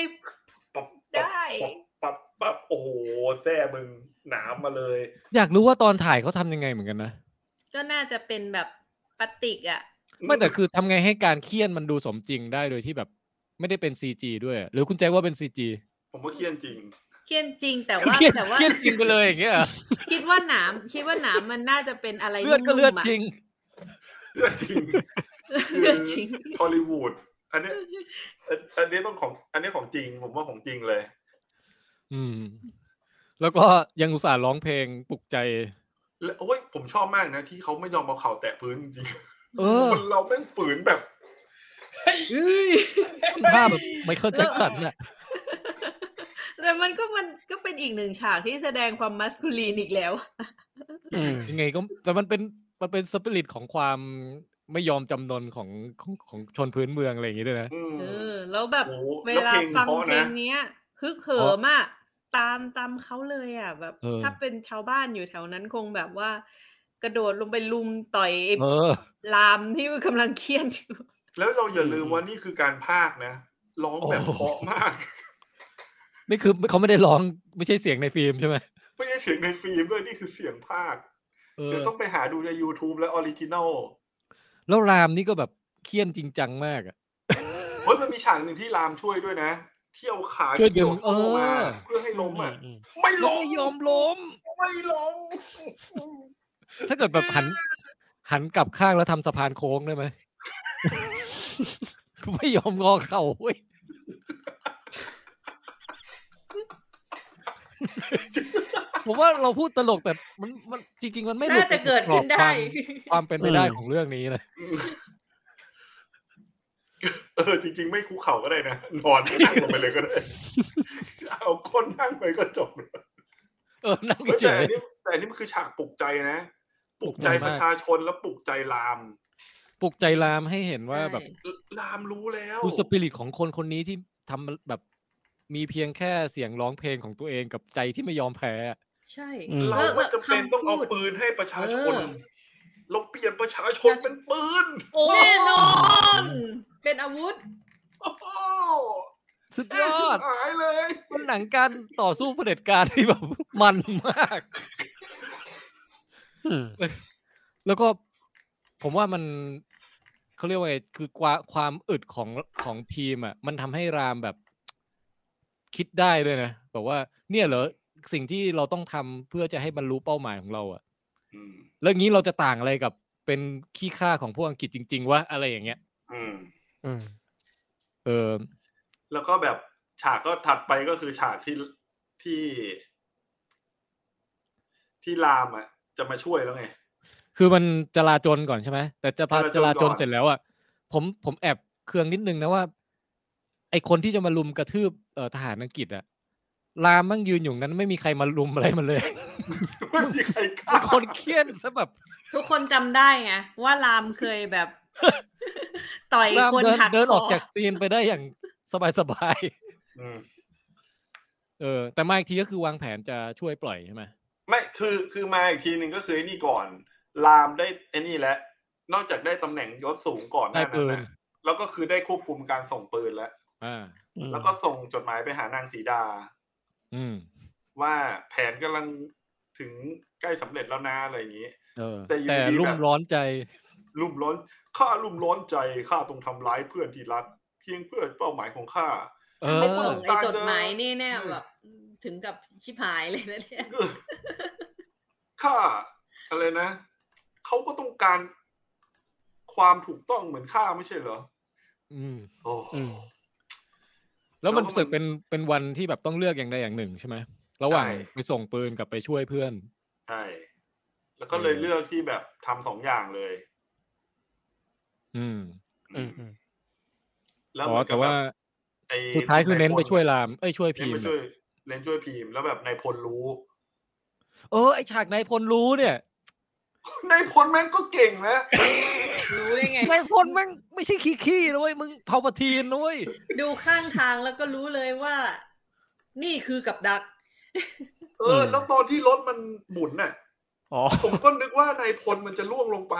Speaker 3: ปับ
Speaker 6: ได้
Speaker 3: ปับปับปับโอ้โหแซ่มึงหนามมาเลย
Speaker 2: อยากรู้ว่าตอนถ่ายเขาทำยังไงเหมือนกันนะ
Speaker 6: ก็น่าจะเป็นแบบปฏิกอะ
Speaker 2: ไม่แต่คือทำไงให้การเครียดมันดูสมจริงได้โดยที่แบบไม่ได้เป็นซีจีด้วยอะหรือคุณแจ็คว่าเป็นซีจี
Speaker 3: ผมว่าเครียดจริง
Speaker 6: เคียนจริงแต่ว่า
Speaker 2: เครียด
Speaker 6: แต่ว่า
Speaker 2: เครียดจริงไปเลยอย่างเงี้ยเหรอ
Speaker 6: คิดว่าหนามคิดว่าหนามมันน่าจะเป็นอะไร
Speaker 2: เลือดก็เลือดจริง
Speaker 3: เลือดจริง
Speaker 6: เลือดจริง
Speaker 3: ฮอลลีวูดอันเนี้ยอันอันนี้ต้องของ อันนี้ของจริง ผมว่าของจริงเลย
Speaker 2: อืม แล้วก็ยังอุตส่าห์ร้องเพลงปลุกใจ
Speaker 3: แล้วโอ้ยผมชอบมากนะ ที่เขาไม่ยอมเอาเข่าแตะพื้นจริง
Speaker 2: เออ
Speaker 3: คนเราแม่งฝืนแบบ
Speaker 2: ภาพแบบไมเคิลแจ็คสันน่ะ
Speaker 6: แต่มันก็มันก็เป็นอีกหนึ่งฉากที่แสดงความมัสคูลีนอีกแล้ว
Speaker 4: อืม
Speaker 2: ยังไงก็แต่มันเป็นมันเป็นสปิริตของความไม่ยอมจำนนของของของชนพื้นเมืองอะไรอย่างงี้ด้วยนะ
Speaker 3: อืม
Speaker 6: เออ แล้วแบบ
Speaker 3: โอ้โห
Speaker 6: เว
Speaker 3: แล้ว
Speaker 6: ลา
Speaker 3: เพลง
Speaker 6: ฟัง
Speaker 3: เพราะ
Speaker 6: เพล
Speaker 3: นะ
Speaker 6: งเนี้ยฮึกเหิมอ่ะตามตามเขาเลยอ่ะ แบบ
Speaker 2: เออ
Speaker 6: ถ้าเป็นชาวบ้านอยู่แถวนั้นคงแบบว่า กระโดดลงไปลุมต่อยไอ้
Speaker 2: เออ
Speaker 6: ลามที่มันกำลังเครียดอยู่
Speaker 3: แล้วเราอย่าลืมว่านี่คือการพากย์นะร้องแบบ
Speaker 2: โอ้
Speaker 3: เพ
Speaker 2: โห
Speaker 3: ราะมาก
Speaker 2: นี่คือเขาไม่ได้ร้องไม่ใช่เสียงในฟิล์มใช่ไหม
Speaker 3: ไม่ใช่เสียงในฟิล์มด้วยนี่คือเสียงพากย์
Speaker 2: เออ
Speaker 3: เดี๋ยวต้องไปหาดูใน YouTube และออริจินอล
Speaker 2: แล้วรามนี่ก็แบบเคี่ยนจริงจังมากอะ
Speaker 3: เฮ้ยมันมีฉากหนึ่งที่รามช่วยด้วยนะ เที่ยวขา
Speaker 2: ช่วยดึง
Speaker 3: เกี่โซ่มา
Speaker 2: เออ
Speaker 3: เพื่อให้ล้มอ่ะ
Speaker 4: อืม
Speaker 3: ไม่
Speaker 2: แล้ว
Speaker 3: ล้ม
Speaker 2: ไม่ยอมล้ม
Speaker 3: ไม่ล้ม
Speaker 2: ถ้าเกิดแบบหัน หันกลับข้างแล้วทำสะพานโค้งได้ไหม ไม่ยอมงอเข่าเว้ย ผมว่าเราพูดตลกแต่มันมันจริง ๆ มันไม่หลุ
Speaker 6: น่าจะเกิดขึ้นได้
Speaker 2: จากกรอบความความเป็นไปได้
Speaker 4: อืม
Speaker 2: ของเรื่องนี้เลย
Speaker 3: เออจริง ๆ ไม่คุกเข่าก็ได้นะนอนนั่งลงไปเลยก็ได้ เอาคนนั่งไปก็จบ
Speaker 2: เออนั่ง
Speaker 3: เฮ้ย
Speaker 2: เฉ
Speaker 3: แต่อัน
Speaker 2: ย
Speaker 3: นี้แต่อันนี้มันคือฉากปลุกใจนะปลุกใจ
Speaker 2: ปลุกใจมาก
Speaker 3: ประชาชนแล้วปลุกใจราม
Speaker 2: ๆปลุกใจรามให้เห็นว่าแบบ
Speaker 3: รามรู้แล้ว
Speaker 2: ดูสปิริตของคนคนนี้ที่ทำแบบ มีเพียงแค่เสียงร้องเพลงของตัวเองกับใจที่ไม่ยอมแพ้อะ
Speaker 6: ใช่
Speaker 4: อืม
Speaker 3: เรา
Speaker 6: แล้ว
Speaker 3: ไม่จำเป็น
Speaker 6: คำ
Speaker 3: ต้องเอา
Speaker 6: พูด
Speaker 3: ปืนให้ประชาชน
Speaker 6: เออ
Speaker 3: เราเปลี่ยนประชาชนเป็นปืน
Speaker 6: แน่นอน เป็นอาวุธ
Speaker 3: โอ้โห
Speaker 2: สุด
Speaker 3: เอย อชิบ
Speaker 2: อด
Speaker 3: หายเลย
Speaker 2: เป็นหนังการต่อสู้เผด็จการที่แบบ มันมาก
Speaker 4: อืม
Speaker 2: แล้วก็ผมว่ามันเขาเรียกว่าไงคือความความอึดของของพีมอ่ะ มันทำให้รามแบบ คิดได้ด้วยนะแบบว่า เนี่ยเหรอสิ่งที่เราต้องทำเพื่อจะให้บรรลุเป้าหมายของเราอ่ะ
Speaker 3: อืม
Speaker 2: แล้วอย่างนี้เราจะต่างอะไรกับเป็นขี้ข้าของพวกอังกฤษจริง ๆวะอะไรอย่างเงี้ย
Speaker 3: อืม
Speaker 4: อืม
Speaker 2: เออ
Speaker 3: แล้วก็แบบฉากก็ถัดไปก็คือฉากที่ที่ ที่รามอ่ะ จะมาช่วยแล้วไง
Speaker 2: คือมันจราจนก่อนใช่ไหมแต่จะพาจ
Speaker 3: จ
Speaker 2: รา
Speaker 3: รา
Speaker 2: จ
Speaker 3: จ
Speaker 2: น
Speaker 3: นก่อน
Speaker 2: เสร็จแล้วอ่ะผมผมแอบเคืองนิดนึงนะว่า ไอคนที่จะมาลุมกระทืบเอ่อทหารอังกฤษอ่ะลามมั่งยืนอยู่นั้นไม่มีใครมาลุมอะไรมันเลย
Speaker 3: ไม่มีใครก
Speaker 2: เป็
Speaker 3: ล้าน
Speaker 2: คนเครียดซะแบบ
Speaker 6: ทุกคนจำได้ไงว่ารามเคย แบบ ต่อย
Speaker 2: ราม
Speaker 6: คน
Speaker 2: เดิน
Speaker 6: หัก
Speaker 2: เดิน
Speaker 6: ค
Speaker 2: อ
Speaker 6: อ
Speaker 2: อกจากซีนไปได้อย่างสบายสบาย
Speaker 3: อืม
Speaker 2: ๆ เออ แต่มาอีกทีก็คือวางแผนจะช่วยปล่อยใช่ไหม
Speaker 3: ไม่คือคือมาอีกทีหนึ่งก็คือไอ้นี่ก่อน รามได้ไอ้นี่แล้วนอกจากได้ตำแหน่งยศสูงก่อนห
Speaker 2: ได้
Speaker 3: น้านั้
Speaker 2: ปื
Speaker 3: น
Speaker 2: น
Speaker 3: นะแล้วก็คือได้ควบคุมการส่งปืนแล้ว
Speaker 2: อ่า
Speaker 3: แล้วก็ส่งจดหมายไปหานางสีดา
Speaker 2: อืม
Speaker 3: ว่าแผนกำลังถึงใกล้สำเร็จแล้วนะอะไรอย่างนี้
Speaker 2: เออ
Speaker 3: แต่อยู่
Speaker 2: แต่
Speaker 3: ดีๆ
Speaker 2: รุ่
Speaker 3: แบ
Speaker 2: ม
Speaker 3: บ
Speaker 2: ร้อนใจ
Speaker 3: ลุ่มร้อนข้าลุ่มร้อนใจข้าต้องทำร้ายเพื่อนที่รัก เพียงเพื่อเป้าหมายของข้า
Speaker 2: เอ
Speaker 6: ไม่ส่ง
Speaker 2: อ
Speaker 6: ไอ้จดหมายนี่แน่
Speaker 3: เออ
Speaker 6: แบบถึงกับชิบหายเลยนะเนี่ย
Speaker 3: ข้าอะไรนะเขาก็ต้องการความถูกต้องเหมือนข้าไม่ใช่เหรอ
Speaker 2: อืม
Speaker 3: โอ้
Speaker 4: อืม
Speaker 2: แล้วมันรู้สึกเป็นเป็นวันที่แบบต้องเลือกอย่างใดอย่างหนึ่งใช่ไหมระหว่างไปส่งปืนกับไปช่วยเพื่อน
Speaker 3: ใช่แล้วก็เลยเลือกที่แบบทำสองอย่างเลย
Speaker 2: อืม
Speaker 4: อืมอืม
Speaker 3: แล้ว
Speaker 2: อ๋
Speaker 3: เห
Speaker 2: อ
Speaker 3: มือนกั
Speaker 2: แต่
Speaker 3: บ
Speaker 2: ว่า
Speaker 3: แบบไอ้
Speaker 2: สุดท้ายคือเน้นไป
Speaker 3: พล
Speaker 2: ช่วยรามเอ้ยช่วย
Speaker 3: เน้
Speaker 2: พี
Speaker 3: น
Speaker 2: ม
Speaker 3: ไป
Speaker 2: อะ
Speaker 3: ช่วยเน้นช่วยพีมแล้วแบบนายพลรู้
Speaker 2: เออไอฉากนายพลรู้เนี่ย
Speaker 3: นายพลแม่งก็เก่งนะ
Speaker 6: รู้ได้ไง
Speaker 2: นายพลแม่งไม่ใช่ขี้ขี้นะเว้ยมึงเผาปะทีนนะเว้ย
Speaker 6: ดูข้างทางแล้วก็รู้เลยว่า นี่คือกับดัก
Speaker 3: เออ แล้วตอนที่รถมันหมุนน่ะ
Speaker 4: อ๋อ
Speaker 3: ผมก็นึกว่านายพลมันจะล่วงลงไป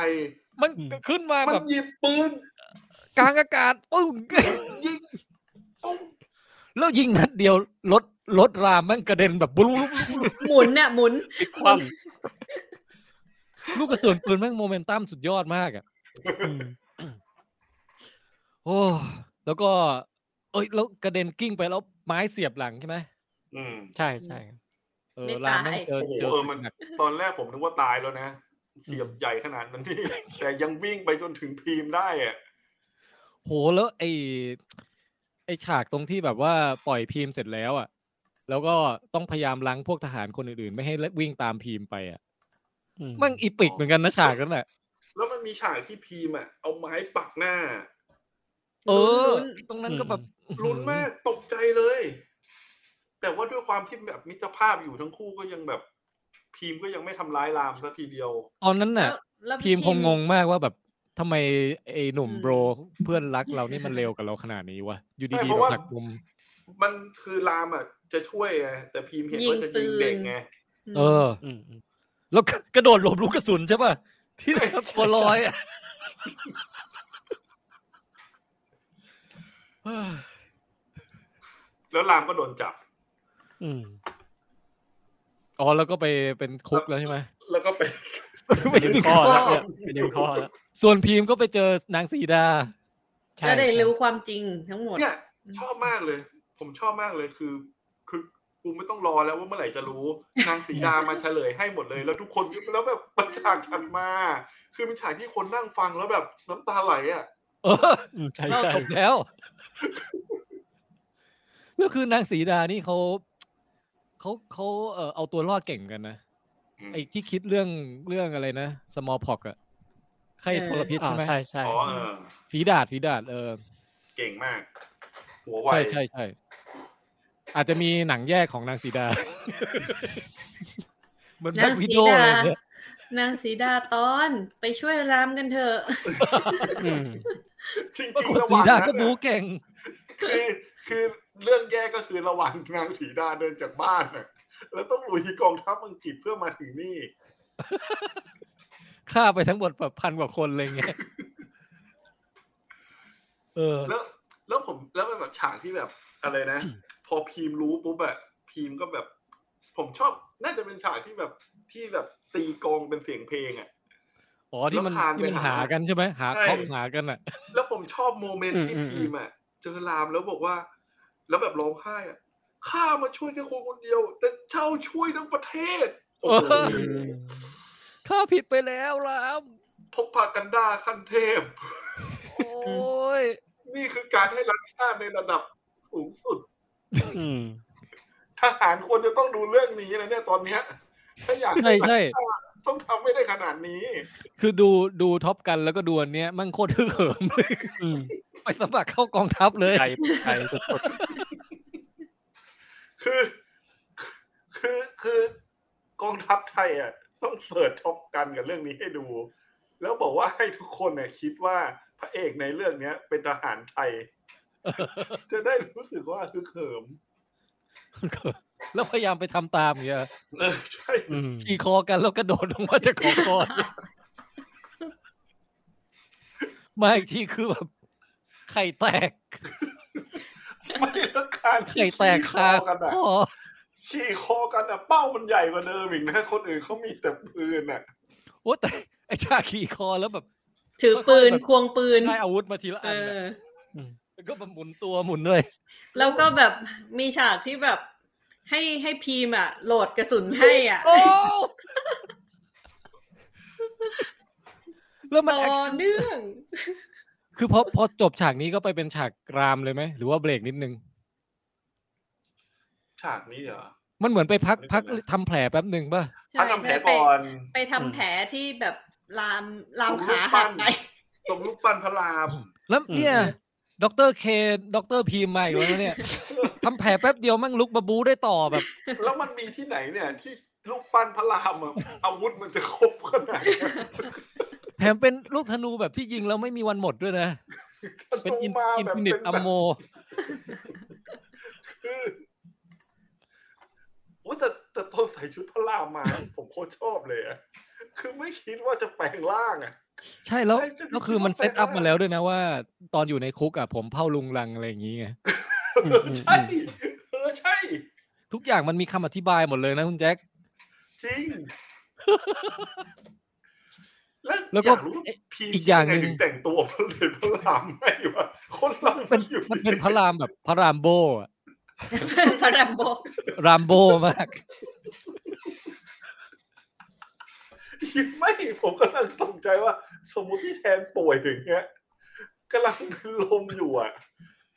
Speaker 2: มัน
Speaker 4: อืม
Speaker 2: ขึ้นมา
Speaker 3: มัน
Speaker 2: แบบ
Speaker 3: หยิบปืน
Speaker 2: กลางอากาศปึ้ง
Speaker 3: ยิงปุ๊บ
Speaker 2: แล้วยิงนัดเดียวรถรถรามแม่งกระเด็นแบบบุ้ง
Speaker 6: หมุนเนี่ยหมุน
Speaker 4: ความ
Speaker 2: ลูกกระสุนปืนแม่งโมเมนตัมสุดยอดมากอ่ะ
Speaker 4: อืม
Speaker 2: โอ้แล้วก็ เอ้ยแล้วกระเด็นกิ้งไปแล้วไม้เสียบหลังใช่ไหม
Speaker 3: อืม
Speaker 4: ใช่ใช่
Speaker 2: เอ
Speaker 6: ไม่
Speaker 2: อ
Speaker 6: ตาย
Speaker 2: รามแม่งเจอ
Speaker 3: โอ้โห
Speaker 2: เจอ
Speaker 3: เออมัน
Speaker 2: หนัก
Speaker 3: ตอนแรกผมนึกว่าตายแล้วนะ เสียบใหญ่ขนาดนั้น นี่ แต่ยังวิ่งไปจนถึงพีมได้อะ
Speaker 2: โหแล้วไอไอฉากตรงที่แบบว่าปล่อยพีมเสร็จแล้วอ่ะ แล้วก็ต้องพยายามล้างพวกทหารคนอื่นๆ ไม่ให้วิ่งตามพีมไปอ่ะ
Speaker 4: อืม
Speaker 2: แม่งอีปิกเหมือนกันนะฉากนั้นแหละ
Speaker 3: แล้วมันมีฉากที่พีมอ่ะเอาไม้ปักหน้า
Speaker 2: เออ
Speaker 6: ลุ้น
Speaker 2: ไอ้ตรงนั้นก็แบบ
Speaker 3: ลุ้นมากตกใจเลย แต่ว่าด้วยความที่แบบมิตรภาพอยู่ทั้งคู่ก็ยังแบบ พีมก็ยังไม่ทำร้ายรามซะทีเดียว
Speaker 2: ตอนนั้นน่ะ
Speaker 6: แล้ว
Speaker 2: พีมคงงงมากว่าแบบทำไมไอ้หนุ่ม
Speaker 6: อืม
Speaker 2: โบรเพื่อนรักเรานี่มันเร็วกับเราขนาดนี้วะอยู่
Speaker 3: ใช่
Speaker 2: ดีๆ
Speaker 3: เพ
Speaker 2: แบ
Speaker 3: ราะ
Speaker 2: บ
Speaker 3: ว่า
Speaker 2: หักมุม
Speaker 3: มันคือรามอ่ะจะช่วยไงแต่พีมเห็นว่าจะยิงเด็กไง
Speaker 2: เออ
Speaker 4: อืมอืม
Speaker 2: แล้ว ก็กระโดดหลบลูกกระสุนใช่ป่ะ ที่ไหนครับตัวลอยอ่ะเฮ้ย
Speaker 3: แล้วรามก็โดนจับ
Speaker 4: อืม
Speaker 2: อ๋อแล้วก็ไปเป็นคุกแล้วใช่ไหม
Speaker 3: แล้วก็ไป
Speaker 4: ไปดึงข้อแล้วเนี่ยไปดึงข้อแล้ว
Speaker 2: ส่วนพีมก็ไปเจอนางสีดา
Speaker 4: ใช่
Speaker 6: จะได้
Speaker 4: ใช่
Speaker 6: รู้ความจริงทั้งหมด
Speaker 3: เนี่ยชอบมากเลย ผมชอบมากเลยคือ คือกูไม่ต้องรอแล้วว่าเมื่อไหร่จะรู้ นางสีดามาเฉลยให้หมดเลย แล้วทุกคนแล้วแบบมันฉากถัดมา คือเป็นฉากที่คนนั่งฟังแล้วแบบน้ำตาไหลอ่ะ
Speaker 2: เออ
Speaker 4: อืมใช่
Speaker 2: เรา
Speaker 4: ใช่
Speaker 2: จบแล้ว ก็คือนางสีดานี่เขาเขาเขาเอ่อเอาตัวรอดเก่งกันนะ
Speaker 3: อืม
Speaker 2: ไอ้ที่คิดเรื่องเรื่องอะไรนะ small pox อะไข้
Speaker 6: เออ
Speaker 2: ทรพิษ
Speaker 4: อ๋อ
Speaker 2: ใช่ไหม
Speaker 4: ใช่ใช่
Speaker 3: อ๋อเออ
Speaker 2: ฝีดาดฝีดาดเออ
Speaker 3: เก่งมาก หัวไว
Speaker 2: ใช่ใช่ใช่อาจจะมีหนังแยกของนางสีดา เหมือนแบ็
Speaker 6: นาง
Speaker 2: ควิ
Speaker 6: สี
Speaker 2: ดโอ
Speaker 6: ดา
Speaker 2: เลยเนี่ย
Speaker 6: นางสีดาตอน ไปช่วยรามกันเถอะ
Speaker 4: อืม
Speaker 3: จริง
Speaker 2: ปรา
Speaker 3: จริ
Speaker 2: ก
Speaker 3: ง
Speaker 2: ฏ
Speaker 3: ระห
Speaker 2: สี
Speaker 3: ว่าง
Speaker 2: ดา
Speaker 3: นั้
Speaker 2: ก็
Speaker 3: น
Speaker 2: บู
Speaker 3: น่ะ
Speaker 2: เก่ง
Speaker 3: คือคือเรื่องแย่ก็คือระหว่างนางสีดาเดินจากบ้านน่ะ แล้วต้องลุยกองทัพอังกฤษเพื่อมาถึงนี่
Speaker 2: ฆ่าไปทั้งหมดแบบพันกว่าคนเลยไงเออ
Speaker 3: แล้วแล้วผมแล้วมันแบบฉากที่แบบอะไรนะ พอพีมรู้ปุ๊บอะพีมก็แบบ ผมชอบน่าจะเป็นฉากที่แบบที่แบบตีกลองเป็นเสียงเพลงอะ
Speaker 2: อ๋อที่มัน
Speaker 3: แล้วคาน
Speaker 2: ที่มัน
Speaker 3: ไป
Speaker 2: หา
Speaker 3: หา
Speaker 2: กันใช่ไหมหา
Speaker 3: ใช่
Speaker 2: คบหากันอ่ะ
Speaker 3: แล้วผมชอบโมเมนต์ที่พีมอะเจอรามแล้วบอกว่า แล้วแบบร้องไห้อะข้ามาช่วยแค่คนคนเดียว แต่เช่าช่วยทั้งประเทศโอ้โห
Speaker 2: เอ ข้าผิดไปแล้วราม
Speaker 3: พกพากันดาขั้นเทพ
Speaker 2: โอ้ย
Speaker 3: นี่คือการให้รักชาติในระดับสูงสุด
Speaker 4: อืม
Speaker 3: ทหารควรจะต้องดูเรื่องนี้นะเนี่ยตอนเนี้ยถ้าอยาก
Speaker 2: ใช่ใช่
Speaker 3: ต้องทำไม่ได้ขนาดนี้
Speaker 2: คือดูดูท็อปกันแล้วก็ดูอันเนี้ยมั่งโคตรฮึกเหิม เลย
Speaker 4: อืม
Speaker 2: ไปสมัครเข้ากองทัพเลย
Speaker 4: ใจใจสุด
Speaker 3: คือ คือคือกองทัพไทยอ่ะ ต้องเปิดท็อปกันกับเรื่องนี้ให้ดู แล้วบอกว่าให้ทุกคนเนี่ยคิดว่าพระเอกในเรื่องเนี้ย เป็นทหารไทย จะได้รู้สึกว่าคือเขิม
Speaker 2: แล้วพยายามไปทำตามอย่างเงี้ย
Speaker 3: เออใช่
Speaker 4: ๆอืม
Speaker 2: ขี่คอกันแล้วกระโดดลงมาจากขอคอมาอีกทีคือแบบไข่แตก
Speaker 3: ไม่แล้วการ
Speaker 2: ไข่แตก
Speaker 3: ขี่คอ
Speaker 2: คา
Speaker 3: กันอ่ะ
Speaker 2: คอ
Speaker 3: ขี่คอกันอ่ะเป้ามันใหญ่กว่าเดิมอีกนะคนอื่นเขามีแต่ปืนอ่ะ
Speaker 2: โอ้แต่ไอชาขี่คอแล้วแบบ
Speaker 6: ถือปืนควงปืน
Speaker 2: ได้อาวุธมาทีละ
Speaker 6: เอ
Speaker 2: อันอะ
Speaker 6: อ
Speaker 2: แล้วก็แบบหมุนตัวหมุนเลย
Speaker 6: แล้วก็แบบมีฉากที่แบบ ให้ให้พีมอ่ะ โหลดกระสุนให้อ่ะ
Speaker 2: โอ้แล้วมัน
Speaker 6: ต่อเนื่อง
Speaker 2: คือพอพอจบฉากนี้ก็ไปเป็นฉากรามเลยไหมหรือว่าเบรกนิดนึง
Speaker 3: ฉากนี้เหรอ
Speaker 2: มันเหมือนไปพัก
Speaker 3: ไม่เป็
Speaker 2: พั
Speaker 3: น
Speaker 2: ก
Speaker 3: ไร
Speaker 2: ทำแผลแป๊บหนึ่งป่ะ
Speaker 6: ใช่
Speaker 3: ถ้าทำแผล
Speaker 6: ใช่ไป
Speaker 3: ก่อน
Speaker 6: ไปทำแผลที่แบบลามลามขา
Speaker 3: ผมรู้
Speaker 6: หั
Speaker 3: ปั้
Speaker 6: ก
Speaker 3: น
Speaker 6: ไป
Speaker 3: ตรงลูกปั้นพระ ราม
Speaker 2: แล้วเนี่ยด็อกเตอร์เคด็อกเตอร์พีมมาอีกแล้ว เนี่ย ทำแผลแป๊บเดียวมั่งลุกมาบูได้ต่อแบบ
Speaker 3: แล้วมันมีที่ไหนเนี่ย ที่ลูกปั้นพระรามอะอาวุธมันจะครบขนาดนั้น
Speaker 2: แผ ถมเป็นลูกธนูแบบที่ยิงแล้วไม่มีวันหมดด้วยนะ เป็นอิน
Speaker 3: มาแบบ
Speaker 2: ฟินิต
Speaker 3: เป็
Speaker 2: อั
Speaker 3: น
Speaker 2: ม
Speaker 3: แบบ
Speaker 2: โม
Speaker 3: คือโอ้แต่แต่ตอนใส่ชุดพระรามมา ผมโคตรชอบเลยอะคือไม่คิดว่าจะแปลงร่างอะ
Speaker 2: ใช่แล้ว
Speaker 3: ใช่จะ
Speaker 2: ก็คือมัน
Speaker 3: คิดว่า
Speaker 2: เซตอัพ
Speaker 3: ไปได้
Speaker 2: มาแล้วด้วยนะว่า ตอนอยู่ในคุกอ่ะผมเผาลุงลังอะไรอย่างงี้ไง
Speaker 4: อืมอืม
Speaker 3: ใช่เออใช่
Speaker 2: ทุกอย่างมันมีคำอธิบายหมดเลยนะคุณแจ็ค
Speaker 3: จริง
Speaker 2: แล้
Speaker 3: แล้ว ว
Speaker 2: ก็
Speaker 3: อยากรู้ว่า
Speaker 2: เอ๊ะ
Speaker 3: พี
Speaker 2: อีกอย่างหนึ่ง
Speaker 3: ที่ไถึงแต่งตัวเป็นพระรามไงวะคนเรา
Speaker 2: เป็น
Speaker 3: อยู่
Speaker 2: มันเป็นพระรามแบบพระรามโบอะ
Speaker 6: พระรามโบ
Speaker 2: รามโบมาก
Speaker 3: ไม่ผมกำลังตกใจว่า สมมติที่แทนป่วยอย่างเงี้ยกำลังเป็นลมอยู่อ่ะ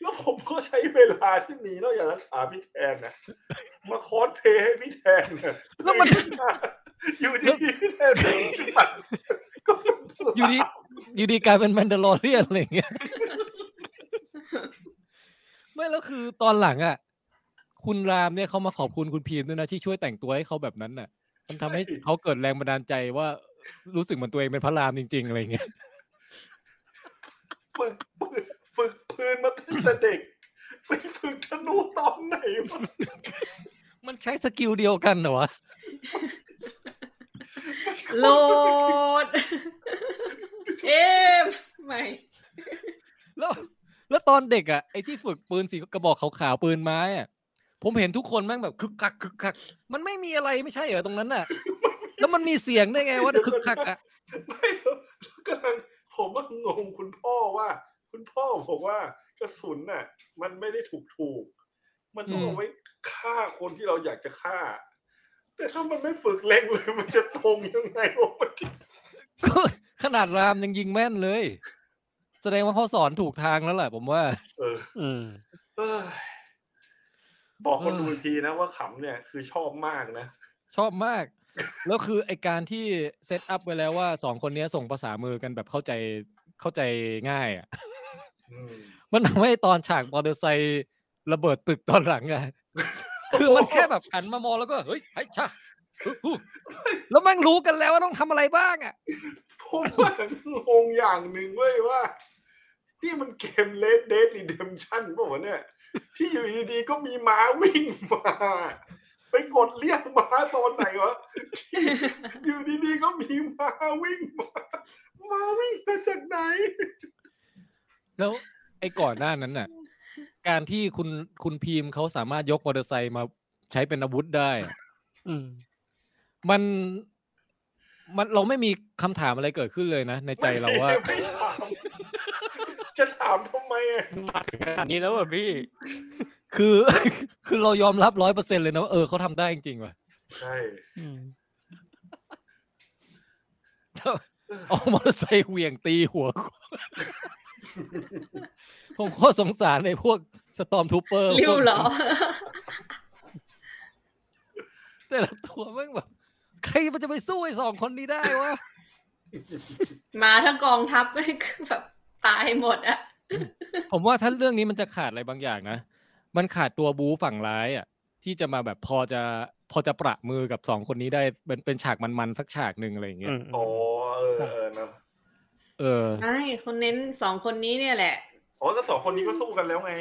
Speaker 3: แล้วผมก็ใช้เวลาที่มีนอกจากรักษาพี่แทนนะมาคอสเพลย์ให้พี่แทนนะ
Speaker 2: แล้วมัน
Speaker 3: อยู่ดีๆพี่แทนเป็นขึ้นมาก็เป็นพระราม
Speaker 2: อยู่ดีอยู่ดีกลายเป็นแมนดาลอเรียนอะไรอย่างเงี้ย ไม่แล้วคือตอนหลังอ่ะ คุณรามเนี่ยเขามาขอบคุณคุณพีมด้วยนะที่ช่วยแต่งตัวให้เขาแบบนั้นน่ะ มันทำให้
Speaker 3: ใช่
Speaker 2: เขาเกิดแรงบันดาลใจว่ารู้สึกเหมือนตัวเองเป็นพระรามจริงๆอะไรอย่างเงี้ย
Speaker 3: ฝึกปืนฝึกปืนมาตั้งแต่เด็ก ไปฝึกธนูตอนไหนวะ
Speaker 2: มันใช้สกิลเดียวกันเหรอวะ
Speaker 6: โหลด เอมไม่
Speaker 2: แล้ว แล้วตอนเด็กอ่ะไอ้ที่ฝึกปืนสีกระบอกขาวๆปืนไม้อ่ะผมเห็นทุกคนแม่งแบบคึกคักคึกคักมันไม่มีอะไรไม่ใช่เหรอตรงนั้นน่ะ แล้วมันมีเสียงได้ไงว่าคึกคักอ่ะ
Speaker 3: ไม่แล้ว กำลังผมก็งงคุณพ่อว่า คุณพ่อบอกว่ากระสุนน่ะ มันไม่ได้ถูกถูกๆมันต้อง
Speaker 2: อืม
Speaker 3: เอาไว้ฆ่าคนที่เราอยากจะฆ่า แต่ถ้ามันไม่ฝึกเล็งเลยมันจะตรงยังไงวะมัน
Speaker 2: ก็ ขนาดรามยังยิงแม่นเลย แสดงว่าเขาสอนถูกทางแล้วแหละผมว่า
Speaker 3: เออ
Speaker 4: อืม
Speaker 3: เอยบอกคน
Speaker 2: เออ
Speaker 3: ดูอีกทีนะว่าขำเนี่ยคือชอบมากนะ
Speaker 2: ชอบมาก แล้วคือไอการที่เซตอัพไว้แล้วว่าสองคนเนี้ยส่งภาษามือกันแบบเข้าใจเข้าใจง่ายอ่ะ
Speaker 3: อืม
Speaker 2: มันทำให้ตอนฉากมอเตอร์ไซค์ระเบิดตึกตอนหลังอะ คือมันแค่แบบหันมามองแล้วก็เฮ้ยไอ้ชะอู้หูแล้วแมันรู้กันแล้วว่าต้องทำอะไรบ้างอ่ะ
Speaker 3: ผมว่างงอย่างหนึ่งเว้ยว่า ที่มันเกมเลดเดดรีเดมชั่นป่ะวะเนี่ย ที่อยู่ดีๆก็มีม้าวิ่งมา ไปกดเรียกม้าตอนไหนวะที่อยู่ดีๆก็มีม้าวิ่งมาม้าวิ่งมาจากไหน
Speaker 2: แล้วไอ้ก่อนหน้านั้นน่ะ การที่คุณคุณพีมเขาสามารถยกมอเตอร์ไซค์มาใช้เป็นอาวุธได้อะ
Speaker 4: อืม
Speaker 2: มันมันเราไม่มีคำถามอะไรเกิดขึ้นเลยนะ ในใจเราว่า
Speaker 3: ไม่ถาม จะถามทำไมอะ
Speaker 4: มาถึงขนาดนี้แล้วเหรอพี่
Speaker 2: คือ คือเรายอมรับร้อยเปอร์เซ็นเลยนะว่าเออเขาทำได้จริงๆว่ะ
Speaker 3: ใช่
Speaker 4: อืม
Speaker 2: แล้วเอามอเตอร์ไซค์เหวี่ยงตีหัว ผมโคตรสงสารในพวกสตอมทูเปอร์
Speaker 6: ริ้วเหรอ
Speaker 2: แต่ละตัวแม่งแบบ ใครมันจะไปสู้ไอ้สองคนนี้ได้วะ
Speaker 6: มาทั้งกองทัพ เลยคือแบบตายหมดอะ
Speaker 2: ผมว่าถ้าเรื่องนี้มันจะขาดอะไรบางอย่างนะ มันขาดตัวบูฝั่งร้ายอ่ะ ที่จะมาแบบพอจะพอจะประมือกับสองคนนี้ได้เป็นเป็นฉากมันๆสักฉากหนึ่งอะไรอย่างเงี้ย
Speaker 3: อ๋อเออเออเนอะ
Speaker 2: เออ
Speaker 6: ใช่คนเน้นสองคนนี้เนี่ยแหละ
Speaker 3: อ๋อแล้วสองคนนี้ก็สู้กันแล้วไง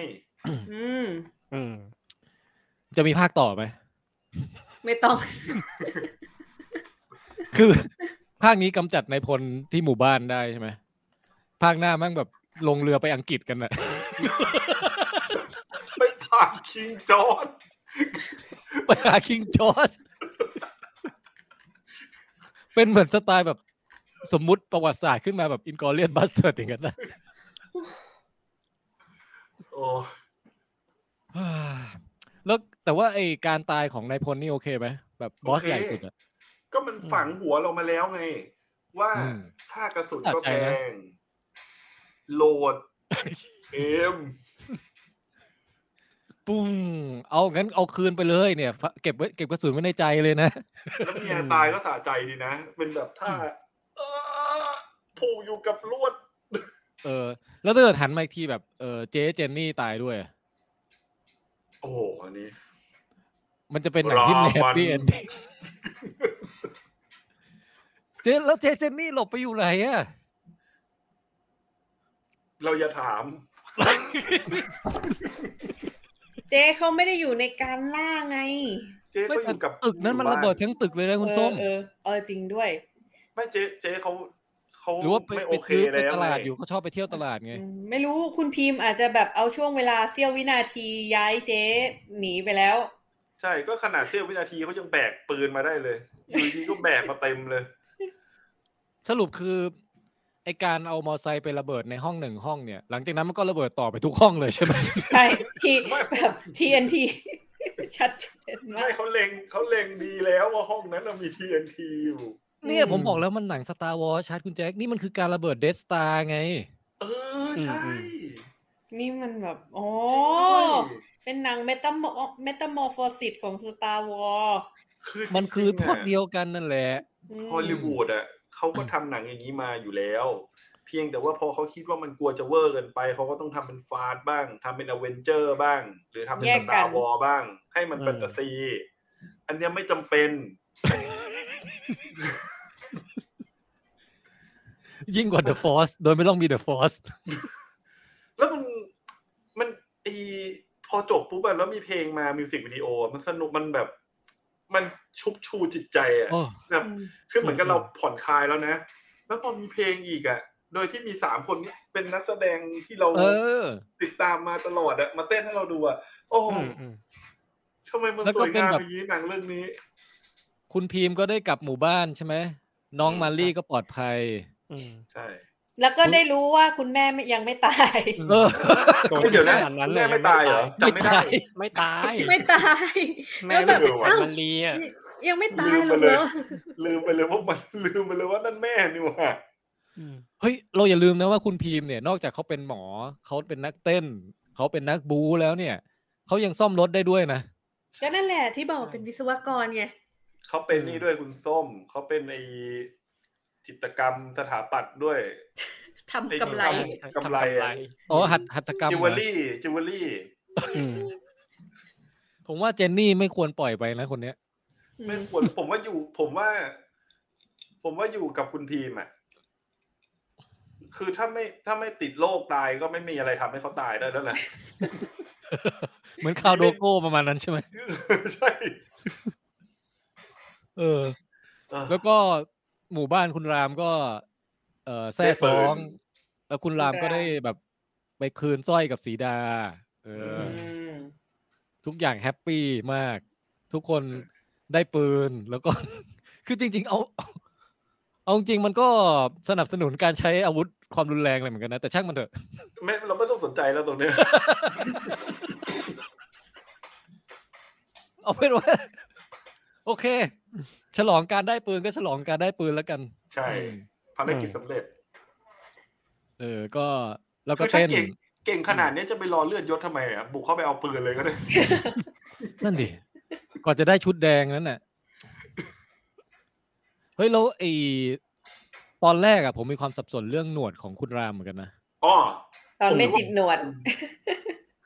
Speaker 6: อืม
Speaker 4: อืม
Speaker 2: จะมีภาคต่อไหม
Speaker 6: ไม่ต้อง
Speaker 2: คือ ภาคนี้กำจัดในายพลที่หมู่บ้านได้ใช่ไหม ภาคหน้าแมั่งแบบลงเรือไปอังกฤษกันอะ
Speaker 3: ไปผ่านคิงจอร์น
Speaker 2: ไปหาคิงจอร์จ เป็นเหมือนสไตล์แบบสมมุติประวัติศาสตร์ขึ้นมาแบบอินกอเลียนบัสเซอร์อย่างนั้นนะ
Speaker 3: โอ้
Speaker 2: อ่าแล้วแต่ว่าไอการตายของนายพลนี่โอเคไหมแบบบอส
Speaker 3: โอเค
Speaker 2: ใหญ่สุดอะ
Speaker 3: ก็มันฝังหัวเรามาแล้วไง ว่า
Speaker 2: อืม
Speaker 3: ค่ากระสุน
Speaker 2: ตัด
Speaker 3: ก็
Speaker 2: ใจ
Speaker 3: แพ
Speaker 2: น
Speaker 3: ง
Speaker 2: ะ
Speaker 3: โหลด เอ็ม
Speaker 2: ปุ้งเอางั้นเอาคืนไปเลยเนี่ยฝเก็บไว้เก็บกระสุนไว้ในใจเลยนะ
Speaker 3: แล้วเมียตายก็สะใจดีนะ เป็นแบบท่าเอ่อผูกอยู่กับลวด
Speaker 2: เออ แล้วถ้าเกิดหันมาอีกทีแบบเออเจ๊เจนนี่ตายด้วยอะ
Speaker 3: โอ้โหอันนี้
Speaker 2: มันจะเป็นหนังที่ไม่แฮปปี้
Speaker 3: รามัน
Speaker 2: เอนดิ้ง เจนแล้วเจเจนนี่หลบไปอยู่ไหนอ่ะ
Speaker 3: เราอย่าถาม
Speaker 6: เจ๊เขาไม่ได้อยู่ในการล่าไง
Speaker 3: เจ๊
Speaker 2: ไม่
Speaker 3: ก็อยู่กับ
Speaker 2: ตึกนั้นมันระเบิดทั้งตึกเลยนะคุณส้ม
Speaker 6: เออเออเออจริงด้วย
Speaker 3: ไม่เจ๊เจ๊เขาเขา
Speaker 2: หรือว่าไป
Speaker 3: ไม่โอ
Speaker 2: ไป
Speaker 3: เค
Speaker 2: ซื้อไป
Speaker 3: แล้ว
Speaker 2: ตลาด
Speaker 3: ไง
Speaker 2: อยู่เขาชอบไปเที่ยวตลาดไง
Speaker 6: อืมไม่รู้คุณพิมพ์อาจจะแบบเอาช่วงเวลาเสี้ยววินาทีย้ายเจ๊หนีไปแล้ว
Speaker 3: ใช่ก็ขนาดเสี้ยววินาทีเขายังแบกปืนมาได้เลยอยู่ดีก็แบกมาเต็มเลย
Speaker 2: สรุปคือไอการเอามอไซค์ไประเบิดในห้องหนึ่งห้องเนี่ย หลังจากนั้นมันก็ระเบิดต่อไปทุกห้องเลยใช่ไหม
Speaker 6: ใช่ทีแบบ TNT ชัดเจนมา
Speaker 3: ไม่
Speaker 6: ก
Speaker 3: เขาเล็งเขาเล็งดีแล้วว่าห้องนั้นเรามี TNT อยู่
Speaker 2: เนี่ยผมบอกแล้วมันหนังสตาร์วอลชัดคุณแจ็ค นี่มันคือการระเบิดเดสตาร์ไง
Speaker 3: เออใช่
Speaker 4: อืม
Speaker 6: นี่มันแบบโอ้
Speaker 3: จริงด้วย
Speaker 6: เป็นหนังเมตาเมตาโมฟอสิตของ Star Wars
Speaker 3: คือ
Speaker 2: มันคือ
Speaker 3: จ
Speaker 2: พ
Speaker 3: ริงๆะ
Speaker 2: วกเดียวกันนั่นแหละ
Speaker 6: อืม
Speaker 3: ฮอลลีวูดอ่ะเขาก็ทำหนังอย่างนี้มาอยู่แล้ว เพียงแต่ว่าพอเขาคิดว่ามันกลัวจะเวอร์เกินไป เขาก็ต้องทำเป็นฟาสต์บ้างทำเป็นอเวนเจอร์บ้าง หรือทำเป็นสตาร์วอลบ้าง ให้มันแฟนตาซี อันเนี้ยไม่จำเป็น
Speaker 2: ยิ่งกว่า The Force โดยไม่ต้องมี The Force
Speaker 3: แล้วมันมันไอพอจบปุ๊บอะแล้วมีเพลงมามิวสิกวิดีโอะมันสนุกมันแบบ มันชุบชูจิตใจอะ
Speaker 2: โอ้
Speaker 3: แบบคือเหมือนกับ
Speaker 2: อืม
Speaker 3: เราผ่อนคลายแล้วนะ แล้วพอมีเพลงอีกอะโดยที่มีสามคนเนี้เป็นนักแสดงที่เรา
Speaker 2: เออ
Speaker 3: ติดตามมาตลอดอะมาเต้นให้เราดูอะโอ้โห
Speaker 4: อืมอืม
Speaker 3: ทำไมมัน
Speaker 2: แล้ว
Speaker 3: ส
Speaker 2: ก็
Speaker 3: วย
Speaker 2: เป็น
Speaker 3: งามอ
Speaker 2: แบบ
Speaker 3: ย่างนี้หนังเรื่องนี้
Speaker 2: คุณพีมก็ได้กลับหมู่บ้านใช่ไหม น้อง
Speaker 3: อืม
Speaker 2: มารี่ก็ปลอดภัย
Speaker 4: อืม
Speaker 3: ใช่
Speaker 6: แล้วก็ได้รู้ว่าคุณแม่ไม่ยังไม่ตาย
Speaker 2: เออ
Speaker 4: โดน
Speaker 3: เดี๋ยวนะ
Speaker 4: ขนาดนั้น
Speaker 3: คุณ
Speaker 4: เลย
Speaker 3: แม่ไม่ตายเหรอ
Speaker 4: ยังไม่
Speaker 3: จำไม่ได้
Speaker 2: ไม่ตาย
Speaker 4: ไม่ตาย
Speaker 6: ไม่ตาย
Speaker 4: แม่
Speaker 6: แล้ว
Speaker 4: ไม่
Speaker 6: แบบ
Speaker 4: เป็นหวัด
Speaker 6: อ้าว
Speaker 4: มันลีอ่ะ
Speaker 6: ยังไม่ตาย
Speaker 3: ลืม
Speaker 6: เหรอ
Speaker 3: ไปเลย
Speaker 6: เนอะ
Speaker 3: ลืมไปเลยว่ามัน ลืมไปเลยว่านั่นแม่นี่หว่า
Speaker 4: อืม
Speaker 2: เฮ้ย เราอย่าลืมนะว่าคุณพีมเนี่ย นอกจากเขาเป็นหมอ เขาเป็นนักเต้น เขาเป็นนักบูแล้วเนี่ย เขายังซ่อมรถได้ด้วยนะ
Speaker 6: ก็นั่นแหละที่บอกเป็นวิศวกรไง
Speaker 3: เขาเป็นนี่ด้วยคุณส้มเขาเป็นไอจิตรกรรมสถาปัตย์ด้วย
Speaker 6: ทำกำไร
Speaker 3: ทำ กำไรอะ
Speaker 2: อ๋อ หัตหัตถกรรม
Speaker 3: จิว
Speaker 2: เห
Speaker 3: เว
Speaker 2: ร
Speaker 3: ล
Speaker 2: อ
Speaker 3: รี่จิวเวลรี่
Speaker 4: อืม
Speaker 2: ผมว่าเจนนี่ไม่ควรปล่อยไปนะคนเนี้ย
Speaker 3: ไม่ควร ผมว่าอยู่ ผมว่า ผมว่าอยู่กับคุณพีมอ่ะ คือถ้าไม่ถ้าไม่ติดโรคตายก็ไม่มีอะไรทำให้เขาตายได้แล้วแหละ
Speaker 2: เหมือนคาวโดโก้ประมาณนั้นใช่ไหม
Speaker 3: ใช่
Speaker 2: เออ
Speaker 3: เออ
Speaker 2: แล้วก็หมู่บ้านคุณรามก็ เออแทร่ซ้อง
Speaker 3: ได้ปื
Speaker 2: แล้วคุณรามก็ได้แบบไปคืนสร้อยกับสีดา เอออ ทุกอย่างแฮปปี้มาก ทุกคนได้ปืนแล้วก็ คือจริง ๆ เอา เอาจริงๆมันก็สนับสนุนการใช้อาวุธความรุนแรงอะไรเหมือนกันนะ แต่ช่างมันเถอะ
Speaker 3: ไม่เราไม่ต้องสนใจแล้วตรงเนี้ย
Speaker 2: เอาเป็นว่า โอเค ฉลองการได้ปืนก็ฉลองการได้ปืนแล้วกัน
Speaker 3: ใช่
Speaker 2: อืม
Speaker 3: ภารกิจสำเร็จ
Speaker 2: เออ ก็แล้วก็
Speaker 3: คือถ้า
Speaker 2: เต้น
Speaker 3: เก่งเก่งขนาดเนี้ยจะไปรอเลือดยศทำไมอ่ะบุกเข้าไปเอาปืนเลยก็ได้
Speaker 2: นั่นดิก่อนจะได้ชุดแดงนั้นน่ะเฮ้ยแล้วไอตอนแรกอะผมมีความสับสนเรื่องหนวดของคุณรามเหมือนกันนะ
Speaker 3: อ๋อ
Speaker 6: ตอนไม่ติดหนวด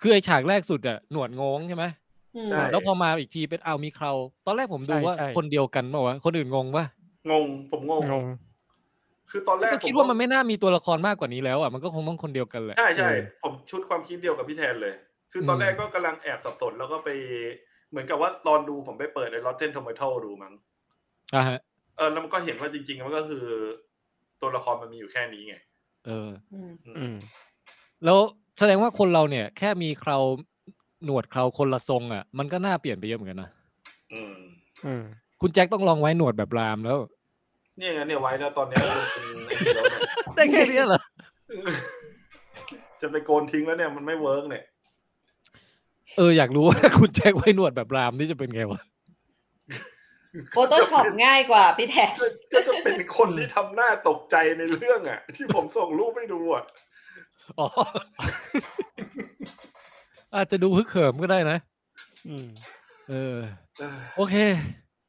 Speaker 2: คือไอฉากแรกสุดอะหนวดงงใช่ไหม
Speaker 6: อืม
Speaker 3: ใช่
Speaker 2: แล้วพอมาอีกทีเป็นเอาวมีเคราตอนแรกผมดู
Speaker 4: ใช่
Speaker 2: ว่า
Speaker 4: ใช่
Speaker 2: คนเดียวกันเปล่าวะคนอื่นงงปะ
Speaker 3: งง ผมงง
Speaker 4: งง
Speaker 3: คือตอนแรก
Speaker 2: ก็คิด
Speaker 3: ผ
Speaker 2: ว่ามันไม่น่ามีตัวละครมากกว่านี้แล้วอ่ะมันก็คงต้องคนเดียวกันแหละ
Speaker 3: ใช่ใช่
Speaker 2: เออ
Speaker 3: ผมชุดความคิดเดียวกับพี่แทนเลย คือตอน
Speaker 2: อืม
Speaker 3: แรกก็กำลังแอบสับสนแล้วก็ไปเหมือนกับว่าตอนดูผมไปเปิดใน Rotten Tomato ดูมั้ง
Speaker 2: อ่ะฮะ
Speaker 3: เออแล้วมันก็เห็นว่าจริงๆมันก็คือ ตัวละครมันมีอยู่แค่นี้ไง
Speaker 2: เออ
Speaker 6: อืม
Speaker 4: อืม
Speaker 2: แล้วแสดงว่าคนเราเนี่ย แค่มีเคราหนวดเคราคนละทรงอ่ะมันก็น่าเปลี่ยนไปเยอะเหมือนกันนะ
Speaker 3: อืม
Speaker 4: อืม
Speaker 2: คุณแจ็คต้องลองไว้หนวดแบบรามแล้ว
Speaker 3: เนี่ยงั้นเนี่ยไว้แล้วตอนเนี้ยเป็นเป็น
Speaker 2: ได้แค่เนี้ยเหรอ
Speaker 3: จะไปโกนทิ้งแล้วเนี่ยมันไม่เวิร์กเนี่ย
Speaker 2: เอออยากรู้ ว่า คุณแจ็คไว้หนวดแบบรามนี่จะเป็นไงวะ
Speaker 6: โฟโต้ช็อปง่ายกว่าพี่แทน
Speaker 3: ก็ก็จะเป็นคนที่ทำหน้าตกใจในเรื่องอ่ะ ที่ผมส่งรูปให้ดูอ่ะ
Speaker 2: อ๋อ อาจจะดูฮึกเหิมก็ได้นะ
Speaker 4: อืม
Speaker 2: เออ
Speaker 3: เออ
Speaker 2: โอเค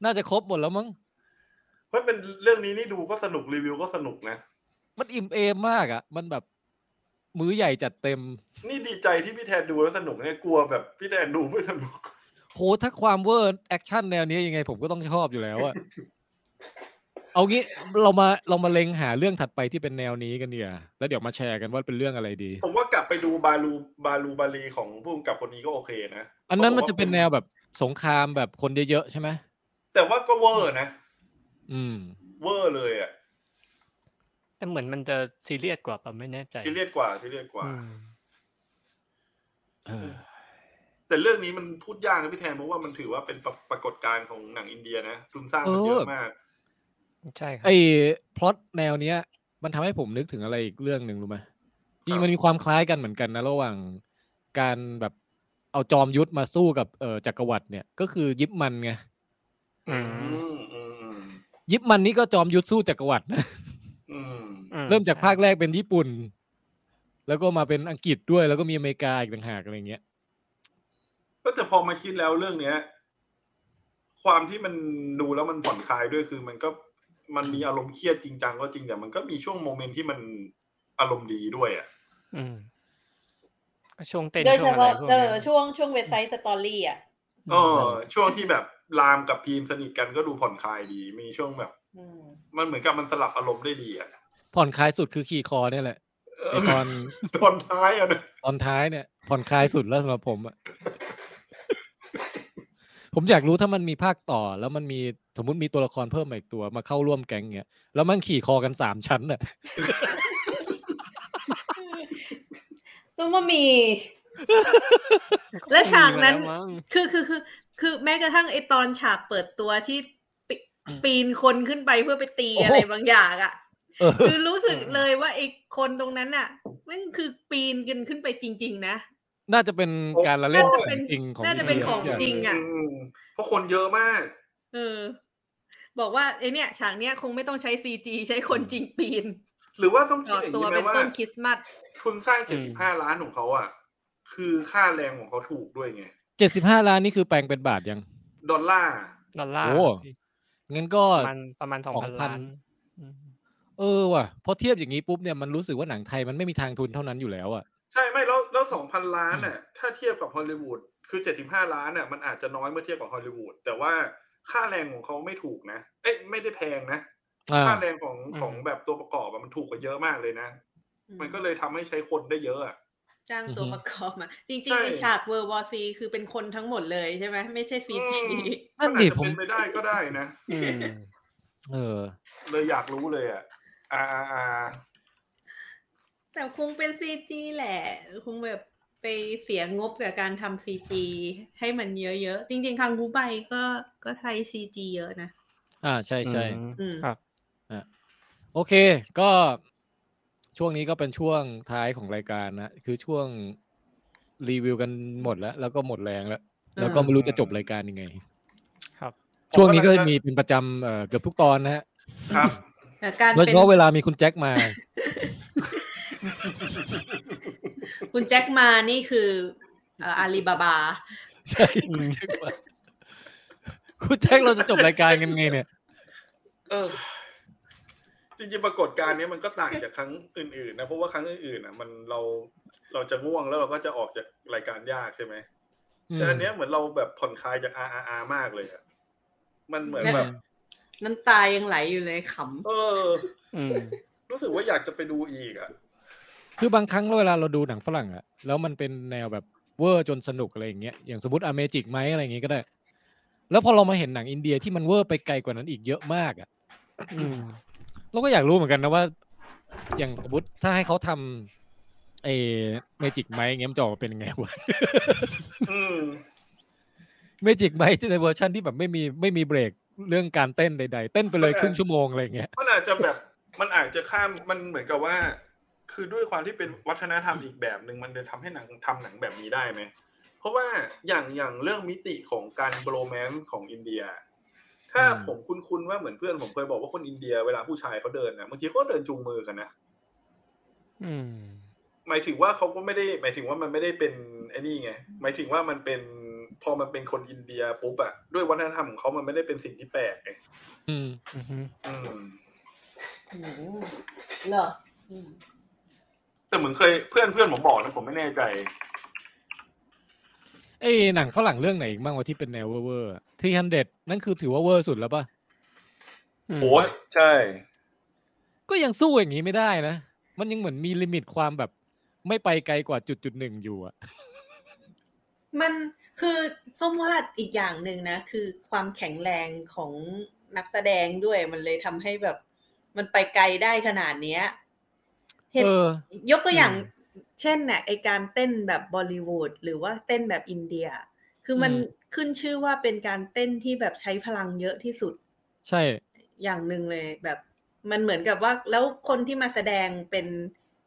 Speaker 2: น่าจะครบหมดแล้วมั้ง
Speaker 3: เฮ้ยเป็นเรื่องนี้นี่ดูก็สนุกรีวิวก็สนุกนะ
Speaker 2: มันอิ่มเอมมากอ่ะ มันแบบ มื้อใหญ่จัดเต็ม
Speaker 3: นี่ดีใจที่พี่แทนดูแล้วสนุกเนี่ยกลัวแบบพี่แทนดูไม่สนุก
Speaker 2: โหถ้าความเวอร์แอคชั่นแนวนี้ยังไงผมก็ต้องชอบอยู่แล้วอ่ะ เอางี้เรามาเรามาเล็งหาเรื่องถัดไปที่เป็นแนวนี้กันเนีกว่ยแล้วเดี๋ยวมาแชร์กันว่าเป็นเรื่องอะไรดี
Speaker 3: ผมว่ากลับไปดูบาลูบาลูบาลีของผู้กำกับคนนี้ก็โอเคนะ
Speaker 2: อันนั้นมันจะเป็นแนวแบบสงครามแบบคนเยอะๆใช่ไหม
Speaker 3: แต่ว่าก็เวอร์นะ
Speaker 2: อืม
Speaker 3: เวอร์เลยอะ
Speaker 4: แต่เหมือนมันจะซีเรียสกว่าป่ะไม่แน่ใจ
Speaker 3: ซีเรียสกว่าซีเรียสกว่า
Speaker 4: อืม
Speaker 2: เออ
Speaker 3: แต่เรื่องนี้มันพูดยากนะพี่แทนเพราะว่ามันถือว่าเป็นปรปรากฏการณ์ของหนังอินเดียนะทุนสร้างมันเยอะมาก
Speaker 4: ใช่ครับ
Speaker 2: ไอ้พล็อตแนวเนี้ย มันทำให้ผมนึกถึงอะไรอีกเรื่องหนึ่งรู้ไหมจริงๆมันมีความคล้ายกันเหมือนกันนะ ระหว่างการแบบเอาจอมยุทธมาสู้กับเอ่อจักรวรรดิเนี่ยก็คือยิปมันไง
Speaker 4: อืม
Speaker 3: อืมอืมอืม
Speaker 2: ยิปมันนี่ก็จอมยุทธสู้จักรวรรดินะ
Speaker 3: อืม
Speaker 4: อื
Speaker 2: เริ่มจากภาคแรกเป็นญี่ปุ่น แล้วก็มาเป็นอังกฤษด้วยแล้วก็มีอเมริกาอีกต่างหากอะไรเงี้ย
Speaker 3: ก็แต่พอมาคิดแล้วเรื่องเนี้ย ความที่มันดูแล้วมันผ่อนคลายด้วยคือ มันก็มันมีอารมณ์เครียดจริงจังก็จริงแต่มันก็มีช่วงโมเมนต์ที่มันอารมณ์ดีด้วยอ่ะ
Speaker 4: อืมก็ช่วงเต้น
Speaker 5: โดย
Speaker 4: ช่
Speaker 5: เฉ
Speaker 4: วงอะไร
Speaker 5: พาะ
Speaker 4: พวก
Speaker 5: เอ
Speaker 4: เนี้
Speaker 5: อย ช่วงช่วงเว็บไซต์สตอรี่อ่ะ
Speaker 3: เออช่วงที่แบบรามกับพีมสนิทกันก็ดูผ่อนคลายดี มีช่วงแบบ
Speaker 5: อืม
Speaker 3: มันเหมือนกับมันสลับอารมณ์ได้ดีอ่ะ
Speaker 2: ผ่อนคลายสุดคือขี่คอเนี่ยแหละ
Speaker 3: เออ
Speaker 2: ไอตอน
Speaker 3: ตอนท้ายอ่ะนะ
Speaker 2: ตอนท้ายเนี่ย ผ่อนคลายสุดแล้วสำหรับผมอะ ผมอยากรู้ถ้ามันมีภาคต่อ แล้วมันมีสมมติมีตัวละครเพิ่มมาอีกตัวมาเข้าร่วมแก๊งเงี้ยแล้วมันขี่คอกันสามชั้นอะ
Speaker 5: ต้องว่ามี
Speaker 4: ก็
Speaker 5: และฉากนั้น
Speaker 4: มีมแล้วมั้ง
Speaker 5: คือคือคือ คือแม้กระทั่งไอตอนฉากเปิดตัวที่ปปีนคนขึ้นไปเพื่อไปตีอะไรบางอย่างอ่ะ
Speaker 2: เออ
Speaker 5: คือรู้สึกเลยว่าไอคนตรงนั้นอ่ะมันคือปีนกันขึ้นไปจริง ๆ นะ
Speaker 2: น่าจะเป็นการละเล่นของจริงของ
Speaker 5: น่าจะเป็นของ
Speaker 2: ดีย
Speaker 5: จริงอ่ะ
Speaker 3: อืมเพราะคนเยอะมาก
Speaker 5: เออ บอกว่าไอเนี่ย ฉากเนี้ยคงไม่ต้องใช้ซีจีใช้คนจริงปีน
Speaker 3: หรือว่าต้องคิ
Speaker 5: ต่
Speaker 3: ด
Speaker 5: อ
Speaker 3: อย่าง
Speaker 5: ตัว
Speaker 3: นี้ไหม
Speaker 5: เป็น
Speaker 3: ว่า
Speaker 5: ต้นคริสต์มาส
Speaker 3: ทุนสร้างเจ็ดสิบห้าล้านของเขาอ่ะ คือค่าแรงของเขาถูกด้วยไง
Speaker 2: เจ็ดสิบห้าล้านนี่คือแปลงเป็นบาทยัง
Speaker 3: ดอลลาร์
Speaker 4: ดอลลาร์
Speaker 2: โอ้ งั้นก็
Speaker 4: ประมาณประมาณสองพัน
Speaker 2: 2,000
Speaker 4: ล้านอืม
Speaker 2: เออว่ะพอเทียบอย่างนี้ปุ๊บเนี่ยมันรู้สึกว่าหนังไทยมันไม่มีทางทุนเท่านั้นอยู่แล้วอะ
Speaker 3: ใช่ไม่แล้วแล้วสองพันล้านน่ะ ถ้าเทียบกับฮอลลีวูดคือเจ็ดสิบห้าล้านน่ะมันอาจจะน้อยเมื่อเทียบกับฮอลลีวูดแต่ว่าค่าแรงของเขาไม่ถูกนะเอ๊ะไม่ได้แพงนะ
Speaker 2: อ่า
Speaker 3: ค่าแรงของของแบบตัวประกอบอะมันถูกกว่าเยอะมากเลยนะ มันก็เลยทำให้ใช้คนได้เยอะอะ
Speaker 5: จ้างตัวประกอบมา จริง
Speaker 3: ใช่
Speaker 5: ๆในฉากเวอร์วอซีคือเป็นคนทั้งหมดเลยใช่ไหมไม่ใช่ซีจี
Speaker 3: อืม
Speaker 2: นั่น
Speaker 3: อาจ
Speaker 2: ดิ
Speaker 3: จะ
Speaker 2: ผม
Speaker 3: เป็นไปได้ก็ได้นะ
Speaker 4: อืม
Speaker 2: เออ
Speaker 3: เลยอยากรู้เลยอ่ะอ่าอ่าอ่า
Speaker 5: แต่คงเป็นซีจีแหละ คงแบบไปเสียงบกับการทำซีจีให้มันเยอะๆ จริงๆคังคูใบก็ก็ใช้ซีจีเยอะนะ
Speaker 2: อ่าใช่ใช่
Speaker 5: อืม
Speaker 4: ครับ
Speaker 2: โอเค ก็ช่วงนี้ก็เป็นช่วงท้ายของรายการนะคือช่วงรีวิวกันหมดแล้ว แล้วก็หมดแรงแล้ว แล้วก็ไม่รู้จะจบรายการยังไง
Speaker 4: ครับ
Speaker 2: ช่วงนี้ก็มีเป็นประจำเอ่อเกือบทุกตอนนะฮะ
Speaker 3: ครับ
Speaker 5: แต่การ
Speaker 2: โดยเฉ
Speaker 5: เป็น
Speaker 2: พาะเวลามีคุณแจ็คมา
Speaker 5: คุณแจ็คมานี่คืออาลีบาบา
Speaker 2: ใช่ คุณแจ็คมาคุณแจ็คเราจะจบรายการกันไงเนี่ย
Speaker 3: เออ จริงๆปรากฏการณ์เนี้ยมันก็ต่างจากครั้งอื่นๆนะเพราะว่าครั้งอื่นๆอ่ะ มันเราเราจะง่วงแล้วเราก็จะออกจากรายการยากใช่ไหมแต่อันเนี้ยเหมือนเราแบบผ่อนคลายจาก R R R มากเลยอ่ะมันเหมือนแบบ
Speaker 5: น้ำตายังไหลอยู่เลยข
Speaker 3: เออ
Speaker 4: อืม
Speaker 3: รู้สึกว่าอยากจะไปดูอีกอ่ะ
Speaker 2: คือบางครั้งเวลาเราดูหนังฝรั่งอะแล้วมันเป็นแนวแบบเวอร์จนสนุกอะไรอย่างเงี้ยอย่างสมมติอเมจิกไหมอะไรอย่างงี้ก็ได้ แล้วพอเรามาเห็นหนังอินเดียที่มันเวอร์ไปไกลกว่านั้นอีกเยอะมากอะ
Speaker 4: อืม
Speaker 2: เราก็อยากรู้เหมือนกันนะว่า อย่างสมมติถ้าให้เขาทำเอเมจิกไหมเงี้ยมันจะออกมาเป็นยังไงวะ
Speaker 3: อืม
Speaker 2: เมจิกไหมที่ในเวอร์ชันที่แบบไม่มีไม่มีเบรกเรื่องการเต้นใด ๆ เต้นไปเลยครึ่งชั่วโมงอะไรอย่างเงี้ย
Speaker 3: มันอาจจะแบบมันอาจจะข้ามมันเหมือนกับว่า คือด้วยความที่เป็นวัฒนธรรมอีกแบบหนึ่งมันเลยทำให้หนังทำหนังแบบนี้ได้ไหมเพราะว่าอย่างอย่างเรื่องมิติของการโบรแมนซ์ของอินเดีย ถ้าผมคุ้นๆว่าเหมือนเพื่อนผมเคยบอกว่าคนอินเดียเวลาผู้ชายเขาเดินนะบางทีเขาก็เดินจูงมือกันนะ
Speaker 4: อืม
Speaker 3: หมายถึงว่าเขาก็ไม่ได้ หมายถึงว่ามันไม่ได้เป็นไอ้นี่ไงหมายถึงว่ามันเป็นพอมันเป็นคนอินเดียปุ๊บอะด้วยวัฒนธรรมของเขามันไม่ได้เป็นสิ่งที่แปลกไง
Speaker 2: อืม
Speaker 4: อืมอืม
Speaker 3: อืม
Speaker 5: ำเหรอ
Speaker 3: แต่เหมือนเคยเพื่อนเพื่อนผมบอกนะผมไม่แน่ใจ
Speaker 2: ไอ้หนังฝรั่งเรื่องไหนอีกบ้างวะที่เป็นแนวเวอร์ๆที่ฮันเดนั่นคือถือว่าเวอร์สุดแล้วปะ
Speaker 3: โอ้ยใช่
Speaker 2: ก็ยังสู้อย่างนี้ไม่ได้นะ มันยังเหมือนมีลิมิตความแบบ ไม่ไปไกลกว่าจุดจุดหนึ่งอยู่อะ
Speaker 5: มันคือส้มว่าอีกอย่างหนึ่งนะ คือความแข็งแรงของนักแสดงด้วยมันเลยทำให้แบบ มันไปไกลได้ขนาดเนี้ย เห็น
Speaker 2: เออ
Speaker 5: ยกตัวอย่าง
Speaker 2: อืม
Speaker 5: เช่นเนี่ยไอการเต้นแบบบอลลิวูดหรือว่าเต้นแบบอินเดีย คือมัน
Speaker 2: อืม
Speaker 5: ขึ้นชื่อว่าเป็นการเต้นที่แบบใช้พลังเยอะที่สุด
Speaker 2: ใช่
Speaker 5: อย่างหนึ่งเลยแบบ มันเหมือนกับว่าแล้วคนที่มาแสดงเป็น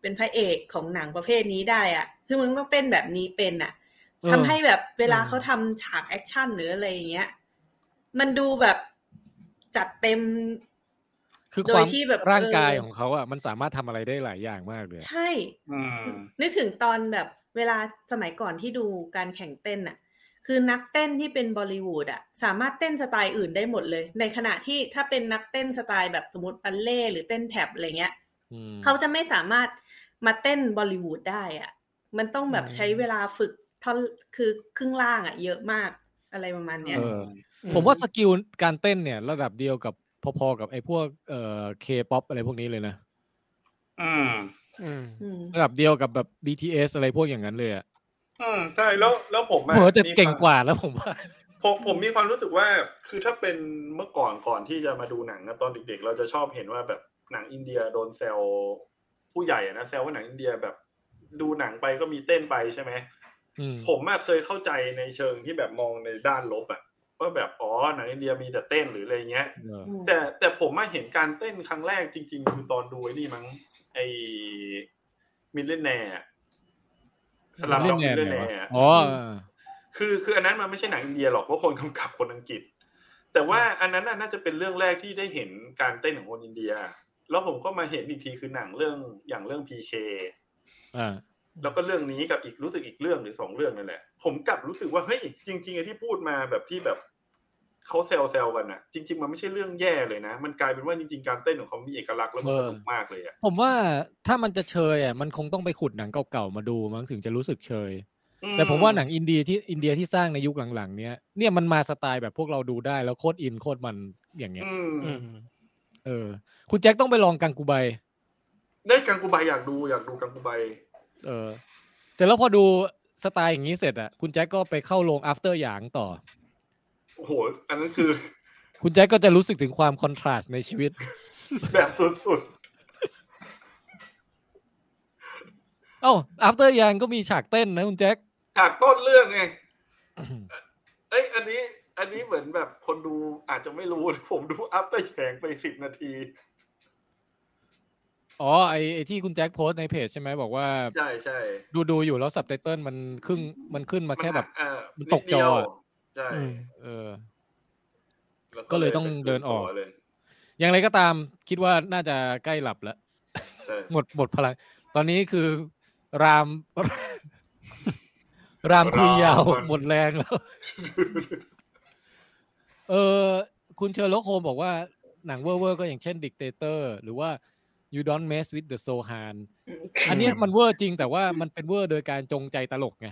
Speaker 5: เป็นพระเอกของหนังประเภทนี้ได้อะคือมึงต้องเต้นแบบนี้เป็นอะ
Speaker 2: เออ
Speaker 5: ทำให้แบบเวลาเขาทำฉากแอคชั่นหรืออะไรอย่างเงี้ยมันดูแบบจัดเต็ม
Speaker 2: คือ
Speaker 5: โดยว
Speaker 2: คาม
Speaker 5: ที่แบบ
Speaker 2: ร่างกาย
Speaker 5: เออ
Speaker 2: ของเขาอะมันสามารถทำอะไรได้หลายอย่างมากเลยอะ
Speaker 5: ใช่
Speaker 3: อืม
Speaker 5: นึกถึงตอนแบบเวลาสมัยก่อนที่ดูการแข่งเต้นน่ะ คือนักเต้นที่เป็นบอลลิวูดอ่ะ สามารถเต้นสไตล์อื่นได้หมดเลย ในขณะที่ถ้าเป็นนักเต้นสไตล์แบบสมมติบัลเล่ต์หรือเต้นแท็บอะไรเงี้ย
Speaker 2: อืม
Speaker 5: เขาจะไม่สามารถมาเต้นบอลลิวูดได้อ่ะ มันต้องแบบใช้เวลาฝึกท่อนคือครึ่งล่างอ่ะ เยอะมากอะไรประมาณเนี้ย
Speaker 2: เออ ผมว่าสกิลการเต้นเนี่ย ระดับเดียวกับพอๆกับไอ้พวกเอ่อเคป๊อปอะไรพวกนี้เลยนะ
Speaker 3: อืม
Speaker 4: อืม
Speaker 5: อืม
Speaker 2: ระดับเดียวกับแบบ BTS อะไรพวกอย่างนั้นเลยอะ
Speaker 3: อืมใช่แล้วแล้วผมอะ
Speaker 2: เผลอจะ
Speaker 3: มี
Speaker 2: เก่ง
Speaker 3: ควม
Speaker 2: กว่าแล้วผมว่า
Speaker 3: ผมผมมีความรู้สึกว่าคือถ้าเป็นเมื่อก่อนก่อนที่จะมาดูหนังนะตอนเด็กๆ เราจะชอบเห็นว่าแบบหนังอินเดียโดนแซวผู้ใหญ่อะนะแซวว่าหนังอินเดียแบบดูหนังไปก็มีเต้นไปใช่ไหม
Speaker 2: อืม
Speaker 3: ผมอะเคยเข้าใจในเชิงที่แบบมองในด้านลบอะว่าแบบอ๋อหนังอินเดียมีแต่เต้นหรืออะไรเงี้ย
Speaker 2: เออ
Speaker 3: แต่แต่ผมมาเห็นการเต้นครั้งแรกจริง ๆ คือตอนดูไอ้นี่มั้งไอ้มิลเลนแนร์สลัมดอกมิลเลนแนร์
Speaker 2: อ๋อ
Speaker 3: คือคืออันนั้นมันไม่ใช่หนังอินเดียหรอกเพราะคนกำกับคนอังกฤษ แต่ว่าอันนั้นน่ะน่าจะเป็นเรื่องแรกที่ได้เห็นการเต้นของคนอินเดีย แล้วผมก็มาเห็นอีกทีคือหนังเรื่องอย่างเรื่องพีเช
Speaker 2: อ่า
Speaker 3: แล้วก็เรื่องนี้กับอีกรู้สึกอีกเรื่องหรือสองเรื่องนั่นแหละ ผมกลับรู้สึกว่าเฮ้ยจริงๆไอ้ที่พูดมาแบบที่แบบเขาแซวแซวๆกันอ่ะ จริง ๆ มันไม่ใช่เรื่องแย่เลยนะ มันกลายเป็นว่าจริง ๆ การเต้นของเขามีเอกลักษณ์แล้วมันสนุกมากเลยอ่ะ
Speaker 2: ผมว่าถ้ามันจะเชยอ่ะมันคงต้องไปขุดหนังเก่าๆมาดูมั้งถึงจะรู้สึกเชย
Speaker 3: อื
Speaker 2: แต่ผมว่าหนังอินเดียที่อินเดียที่สร้างในยุคหลังๆเนี้ยเนี่ยมันมาสไตล์แบบพวกเราดูได้แล้วโคตรอินโคตรมันอย่างเงี้ย
Speaker 3: อืม
Speaker 4: อืม
Speaker 2: เออคุณแจ็คต้องไปลองกังกูใบ
Speaker 3: ได้กังกูใบอยากดูอยากดูกังกูใบ
Speaker 2: เออเสร็จแล้วพอดูสไตล์อย่างนี้เสร็จอ่ะคุณแจ็คก็ไปเข้าโรง after หยางต่อ
Speaker 3: โอ้โห อันนั้นคือ
Speaker 2: คุณแจ็คก็จะรู้สึกถึงความคอนทราสต์ในชีวิต
Speaker 3: แบบสุดๆ
Speaker 2: เอ้า after หยางก็มีฉากเต้นนะคุณแจ็ ค
Speaker 3: ฉากต้นเรื่องไง เอ้ย อันนี้ อันนี้เหมือนแบบคนดูอาจจะไม่รู้ ผมดูอัพเตอร์แฉงไปสิบนาที
Speaker 2: อ๋อไอไอที่คุณแจ็คโพสต์ในเพจใช่ไหมบอกว่า
Speaker 3: ใช่ใช่
Speaker 2: ดูดูอยู่แล้วสับไตเติลมันขึ้นมันขึ้นมาแค่แบบ
Speaker 3: เออนิ
Speaker 2: มัน
Speaker 3: ด
Speaker 2: ตกจอ
Speaker 3: เดียว
Speaker 2: อะ
Speaker 3: ใช่
Speaker 4: อืม
Speaker 2: เออ
Speaker 3: แว
Speaker 2: ก็เลยต้อง
Speaker 3: ไปซื้
Speaker 2: เดินออก
Speaker 3: ตั๋วเลย
Speaker 2: อย่างไรก็ตามคิดว่าน่าจะใกล้หลับแล้ว
Speaker 3: ใช่
Speaker 2: หมดหมดพลัง ตอนนี้คือราม รามคุยยาวหมดแรงแล้ว เออคุณเชอร์ล็อกโฮมบอกว่าหนังเวอร์ๆก็อย่างเช่นดิกเตเตอร์หรือว่า you don't mess with the Sohan อันเนี้ยมันเวอร์จริงแต่ว่ามันเป็นเวอร์โดยการจงใจตลกไง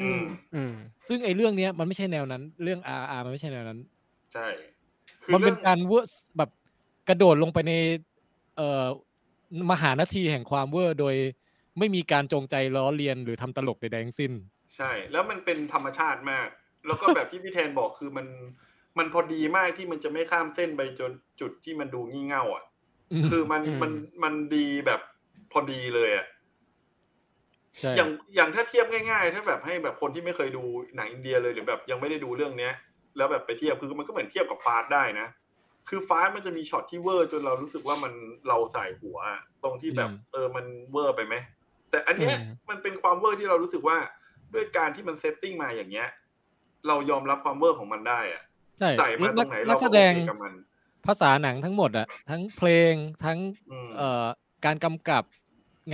Speaker 3: อืม
Speaker 4: อืม
Speaker 2: ซึ่งไอ้เรื่องเนี้ยมันไม่ใช่แนวนั้น เรื่อง RR มันไม่ใช่แนวนั้น
Speaker 3: ใช่ คือ
Speaker 2: มัน
Speaker 3: เรื่
Speaker 2: เป็
Speaker 3: อน ง
Speaker 2: การเวอร์แบบกระโดดลงไปใน เอ่อมหานาทีแห่งความเวอร์โดยไม่มีการจงใจล้อเลียนหรือทำตลกใดๆทั้งสิ้น
Speaker 3: ใช่ แล้วมันเป็นธรรมชาติมาก แล้วก็แบบ ที่พี่แทนบอกคือมัน มันพอดีมากที่มันจะไม่ข้ามเส้นไปจนจุดที่มันดูงี่เง่าอ่ะ
Speaker 2: อืม
Speaker 3: คือมัน
Speaker 4: อืม
Speaker 3: มันมันดีแบบพอดีเลยอ่ะ
Speaker 2: ใช่
Speaker 3: อย่างอย่างถ้าเทียบง่ายๆ ถ้าแบบให้แบบคนที่ไม่เคยดูหนังอินเดียเลยหรือแบบยังไม่ได้ดูเรื่องเนี้ย แล้วแบบไปเทียบคือมันก็เหมือนเทียบกับฟาสได้นะ คือฟาสมันจะมีช็อตที่เวอร์จนเรารู้สึกว่ามันเราใส่หัวอะตรงที่แบบเออมันเวอร์ไปไหมแต่อันเนี้ย
Speaker 4: อืม
Speaker 3: มันเป็นความเวอร์ที่เรารู้สึกว่าด้วยการที่มันเซตติ้งมาอย่างเงี้ย เรายอมรับความเวอร์ของมันได้อะ
Speaker 2: ใช่
Speaker 3: ใส่มาตร
Speaker 2: นัก
Speaker 3: งไหน
Speaker 2: นั
Speaker 3: เรา
Speaker 2: ก
Speaker 3: ก็โอ
Speaker 2: แสดง
Speaker 3: เคกับมัน
Speaker 2: ภาษาหนังทั้งหมดอะทั้งเพลงทั้ง
Speaker 3: อืม
Speaker 2: เอ่อการกำกับ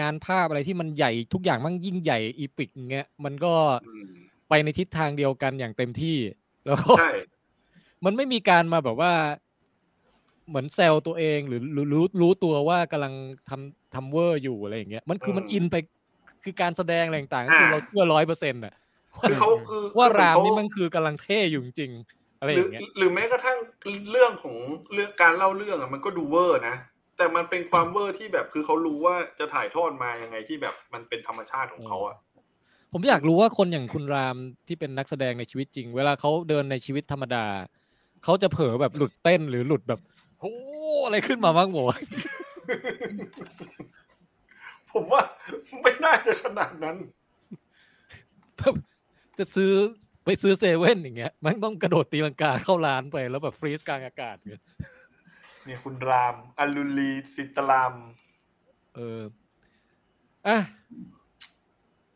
Speaker 2: งานภาพอะไรที่มันใหญ่ทุกอย่างมันยิ่งใหญ่อีปิกอย่างเงี้ยมันก็
Speaker 3: ม
Speaker 2: ไปในทิศทางเดียวกันอย่างเต็มที่แล้วก็
Speaker 3: ใช่
Speaker 2: มันไม่มีการมาแบบว่า เหมือนแซวตัวเองหรือรู้รู้รู้ตัวว่ากำลังทำทำเวอร์อยู่อะไรอย่างเงี้ยมันคือมันอินไปคือการแสดงอะไรต่างๆก็คือเราเชื่อร้อยเปอร์เซ็นต์อ่ะ
Speaker 3: คือเขาคือ
Speaker 2: ว่า
Speaker 3: คือ
Speaker 2: ราม
Speaker 3: เข
Speaker 2: นี่มันคือกำลังเท่อยู่จริง อะไรอ
Speaker 3: หรือย่าง
Speaker 2: เงี้ย
Speaker 3: หรือแม้กระทั่งเรื่องของเรื่องการเล่าเรื่องอะมันก็ดูเวอร์นะ แต่มันเป็นความเวอร์ที่แบบคือเขารู้ว่าจะถ่ายทอดมายังไงที่แบบมันเป็นธรรมชาติของเขาอะ
Speaker 2: ผมอยากรู้ว่าคนอย่างคุณรามที่เป็นนักแสดงในชีวิตจริง เวลาเขาเดินในชีวิตธรรมดา เขาจะเผลอแบบหลุดเต้นหรือหลุดแบบโอ้อะไรขึ้นมาบ้างโวะ
Speaker 3: ผมว่า ไม่น่าจะขนาดนั้น
Speaker 2: แบบจะซื้อไปซื้อเซเว่นอย่างเงี้ย มันต้องกระโดดตีลังกาเข้าร้านไปแล้วแบบฟรีซกลางอากาศเนี่ย
Speaker 3: เนี่ยคุณรามอลุลีสิตราม
Speaker 2: เอออ่ะ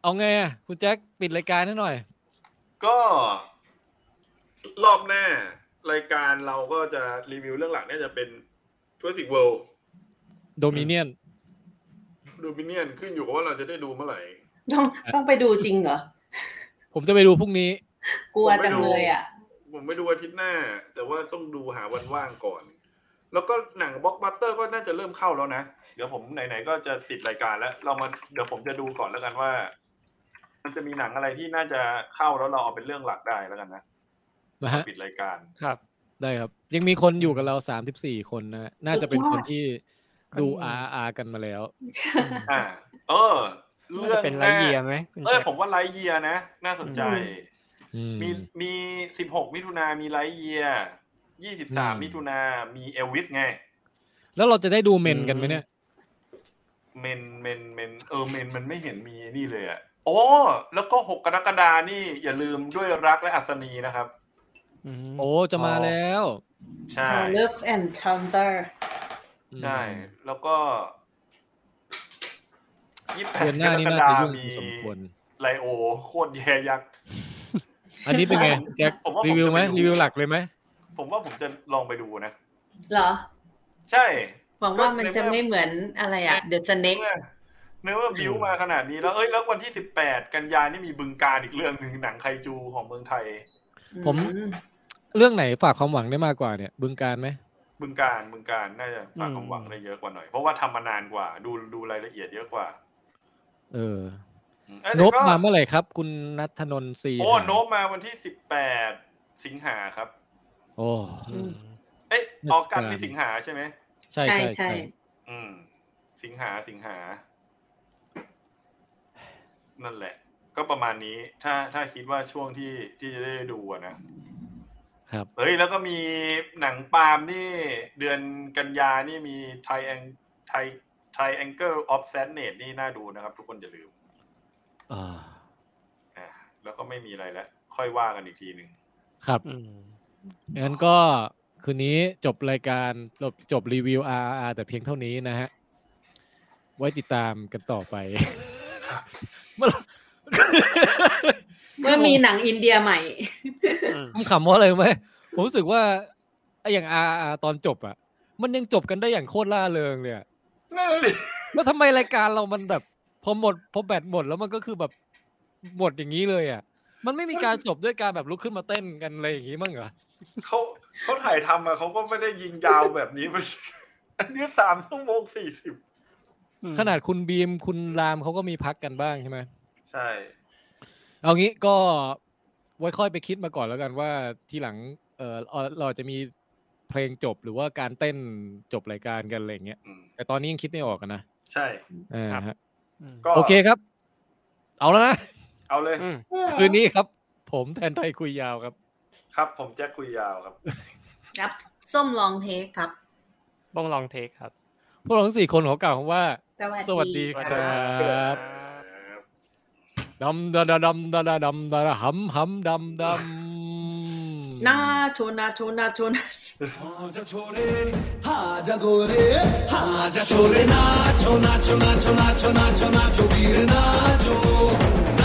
Speaker 2: เอาไงอ่ะคุณแจ็คปิดรายการให้หน่อย
Speaker 3: ก็รอบหน้ารายการเราก็จะรีวิวเรื่องหลักน่าจะเป็นทัวร์สิกเวิลด์
Speaker 2: โดมิเนียน
Speaker 3: ดูมิเนียนขึ้นอยู่กับว่าเราจะได้ดูเมื่อไหร่
Speaker 6: ต้องต้องไปดูจริงเหรอ
Speaker 2: ผมจะไปดูพรุ่งนี้
Speaker 6: กลัวจังเลยอ่ะ
Speaker 3: ผมไม่ดูอาทิตย์หน้า แต่ว่าต้องดูหาวันว่างก่อน แล้วก็หนังบล็อกบัสเตอร์ก็น่าจะเริ่มเข้าแล้วนะ เดี๋ยวผมไหนๆก็จะติดรายการแล้ว เรามาเดี๋ยวผมจะดูก่อนแล้วกันว่า มันจะมีหนังอะไรที่น่าจะเข้าแล้วเราเอาเป็นเรื่องหลักได้แล้วกันนะ
Speaker 2: นะฮะ
Speaker 3: ปิดรายการ
Speaker 4: ครับ
Speaker 2: ได้ครับ ยังมีคนอยู่กับเราสามสิบสี่คนนะฮะน่าจะเป็นคนที่ดู
Speaker 4: คน
Speaker 2: อาอากันมาแล้ว
Speaker 3: อ่า เออ เรื่อง
Speaker 4: เป็น
Speaker 3: ห
Speaker 4: ไร
Speaker 3: น้า
Speaker 4: เยียไหมคุณ
Speaker 3: เออ
Speaker 4: แจ็ค
Speaker 3: ผมว่าไลเยียนะ น่าสนใจ
Speaker 6: อืม
Speaker 2: อืม
Speaker 3: มีมีสิบหกมิถุนามีไลเยียยี่สิบสาม
Speaker 2: อืม
Speaker 3: มิถุนามีเอลวิสไง
Speaker 2: แล้วเราจะได้ดูเมนกันไหมเนี่ย
Speaker 3: เมนเมนเมนเออเมนมันไม่เห็นมีนี่เลยอ่ะอ๋อแล้วก็หกกรกฎานี่อย่าลืมด้วยรักและอัศนีนะครับ
Speaker 2: โอ้ จะมาแล้ว
Speaker 3: ใช่
Speaker 6: Love and Thunder
Speaker 3: ใช่ แล้วก็ยี่สิบแป
Speaker 2: เดื
Speaker 3: ด
Speaker 2: อนห
Speaker 3: ก
Speaker 2: น้าร นี่
Speaker 3: ก
Speaker 2: น่า
Speaker 3: ฎา
Speaker 2: จะยุ่ง
Speaker 3: มี
Speaker 2: พอสมควร
Speaker 3: ไลโอ โคตรแย่ยักษ์
Speaker 2: อันนี้เป็นไง แจ็ค
Speaker 3: ผมว่าผม
Speaker 2: รีวิวไหม
Speaker 3: จะไปดู
Speaker 2: รีวิวหลักเลยไหม
Speaker 3: ผมว่าผมจะลองไปดูนะ
Speaker 6: เหรอ
Speaker 3: ใช่
Speaker 6: หวังว่ามันจะไม่เหมือนอะไรอ่ะ The Snake
Speaker 3: เนื้อเนื้อว่าบิวมาขนาดนี้แล้วเอ้ยแล้ววันที่สิบแปดกันยายนนี่มีบึงการอีกเรื่องหนึ่งหนังไคจูของเมืองไทย
Speaker 2: ผม
Speaker 6: อืม
Speaker 2: เรื่องไหนฝากความหวังได้มากกว่าเนี่ย บึงการไหม
Speaker 3: บึงการบึงการน่าจะฝากความหวังได้เยอะกว่าหน่อย เพราะว่าทำมานานกว่า ดูดูรายละเอียดเยอะกว่า
Speaker 2: เออ
Speaker 3: อืมเอ้ย
Speaker 2: น
Speaker 3: แต่
Speaker 2: บ
Speaker 3: ก็
Speaker 2: มาเมื่อไหร่ครับ คุณนัทนนท์ซี
Speaker 3: โอ้โนบมาวันที่สิบแปดสิงหาครับ
Speaker 2: โอ้
Speaker 3: เอ้ย
Speaker 2: เทศกาล
Speaker 3: ออกันที่สิงหาใช่ไหม
Speaker 2: ใช่
Speaker 6: ใช่
Speaker 2: ใช่
Speaker 6: ใช่
Speaker 2: ใช่
Speaker 3: อืม สิงหาสิงหา นั่นแหละ ก็ประมาณนี้ ถ้าถ้าคิดว่าช่วงที่ที่จะได้ดูอะนะครับ เฮ้ยแล้วก็มีหนังปาล์มนี่ เดือนกันยานี่มีไทแองไทไทแองเกิลออฟเซนเนตนี่น่าดูนะครับ ทุกคนอย่าลืม
Speaker 2: อ่า
Speaker 3: อ่ะแล้วก็ไม่มีอะไรแล้ว ค่อยว่ากันอีกทีหนึ่ง
Speaker 2: ครับ งั้นก็คืนนี้จบรายการจบจบรีวิว RR แต่เพียงเท่านี้นะฮะ ไว้ติดตามกันต่อไป
Speaker 6: เมื่อมีหนังอินเดียใหม่
Speaker 2: ผมขำว่าอะไรรู้ไหมผมรู้สึกว่าไอ้อย่าง RR ตอนจบอะมันยังจบกันได้อย่างโคตรล่าเริงเลยอะ
Speaker 3: นั่นแหละดิ
Speaker 2: แล้วทำไมรายการเรามันแบบ พอหมดพอแบตหมดแล้วมันก็คือแบบหมดอย่างนี้เลยอะมันไม่มีการจบด้วยการแบบลุกขึ้นมาเต้นกันอะไรอย่างนี้มั้งเหรอ
Speaker 3: เขาเขาถ่ายทำมาเขาก็ไม่ได้ยิงยาวแบบนี้ มันอันนี้สามชั่วโมงสี่สิบ
Speaker 2: ขนาดคุณบีมคุณรามเขาก็มีพักกันบ้างใช่ไหม
Speaker 3: ใช่
Speaker 2: เอางี้ก็ไว้ค่อยไปคิดมาก่อนแล้วกันว่าทีหลังเออเราเราจะมีเพลงจบหรือว่าการเต้นจบรายการกันอะไรอย่างเงี้ย
Speaker 3: อืม
Speaker 2: แต่ตอนนี้ยังคิดไม่ออกอะนะ
Speaker 3: ใช่
Speaker 2: อ่า
Speaker 4: ครับ
Speaker 2: ฮะ
Speaker 3: ก็
Speaker 2: โอเคครับ เอาแล้วนะ
Speaker 3: เอาเลย
Speaker 4: อืม
Speaker 2: คืนนี้ครับ ผมแทนไทยคุยยาวครับ
Speaker 3: ครับ ผมแจ็คคุยยาวครับ
Speaker 6: ครับส้มลองเทคครับ
Speaker 4: บ้องลองเทคครับ
Speaker 2: พวกเราทั้งสี่คนขอกล่าวคำว่า ส
Speaker 6: สวั
Speaker 2: วัส
Speaker 6: สดี
Speaker 2: ดีค
Speaker 6: ครั
Speaker 2: รับดำดำดำดำดำดำดำหำหำดำดำ
Speaker 6: นาโชนาโชนาโชนา
Speaker 7: হাজা ছোড়ে হাজা গোরে হাজা ছোড়ে নাচো নাচো নাচো নাচো নাচো নাচো বীর নাচো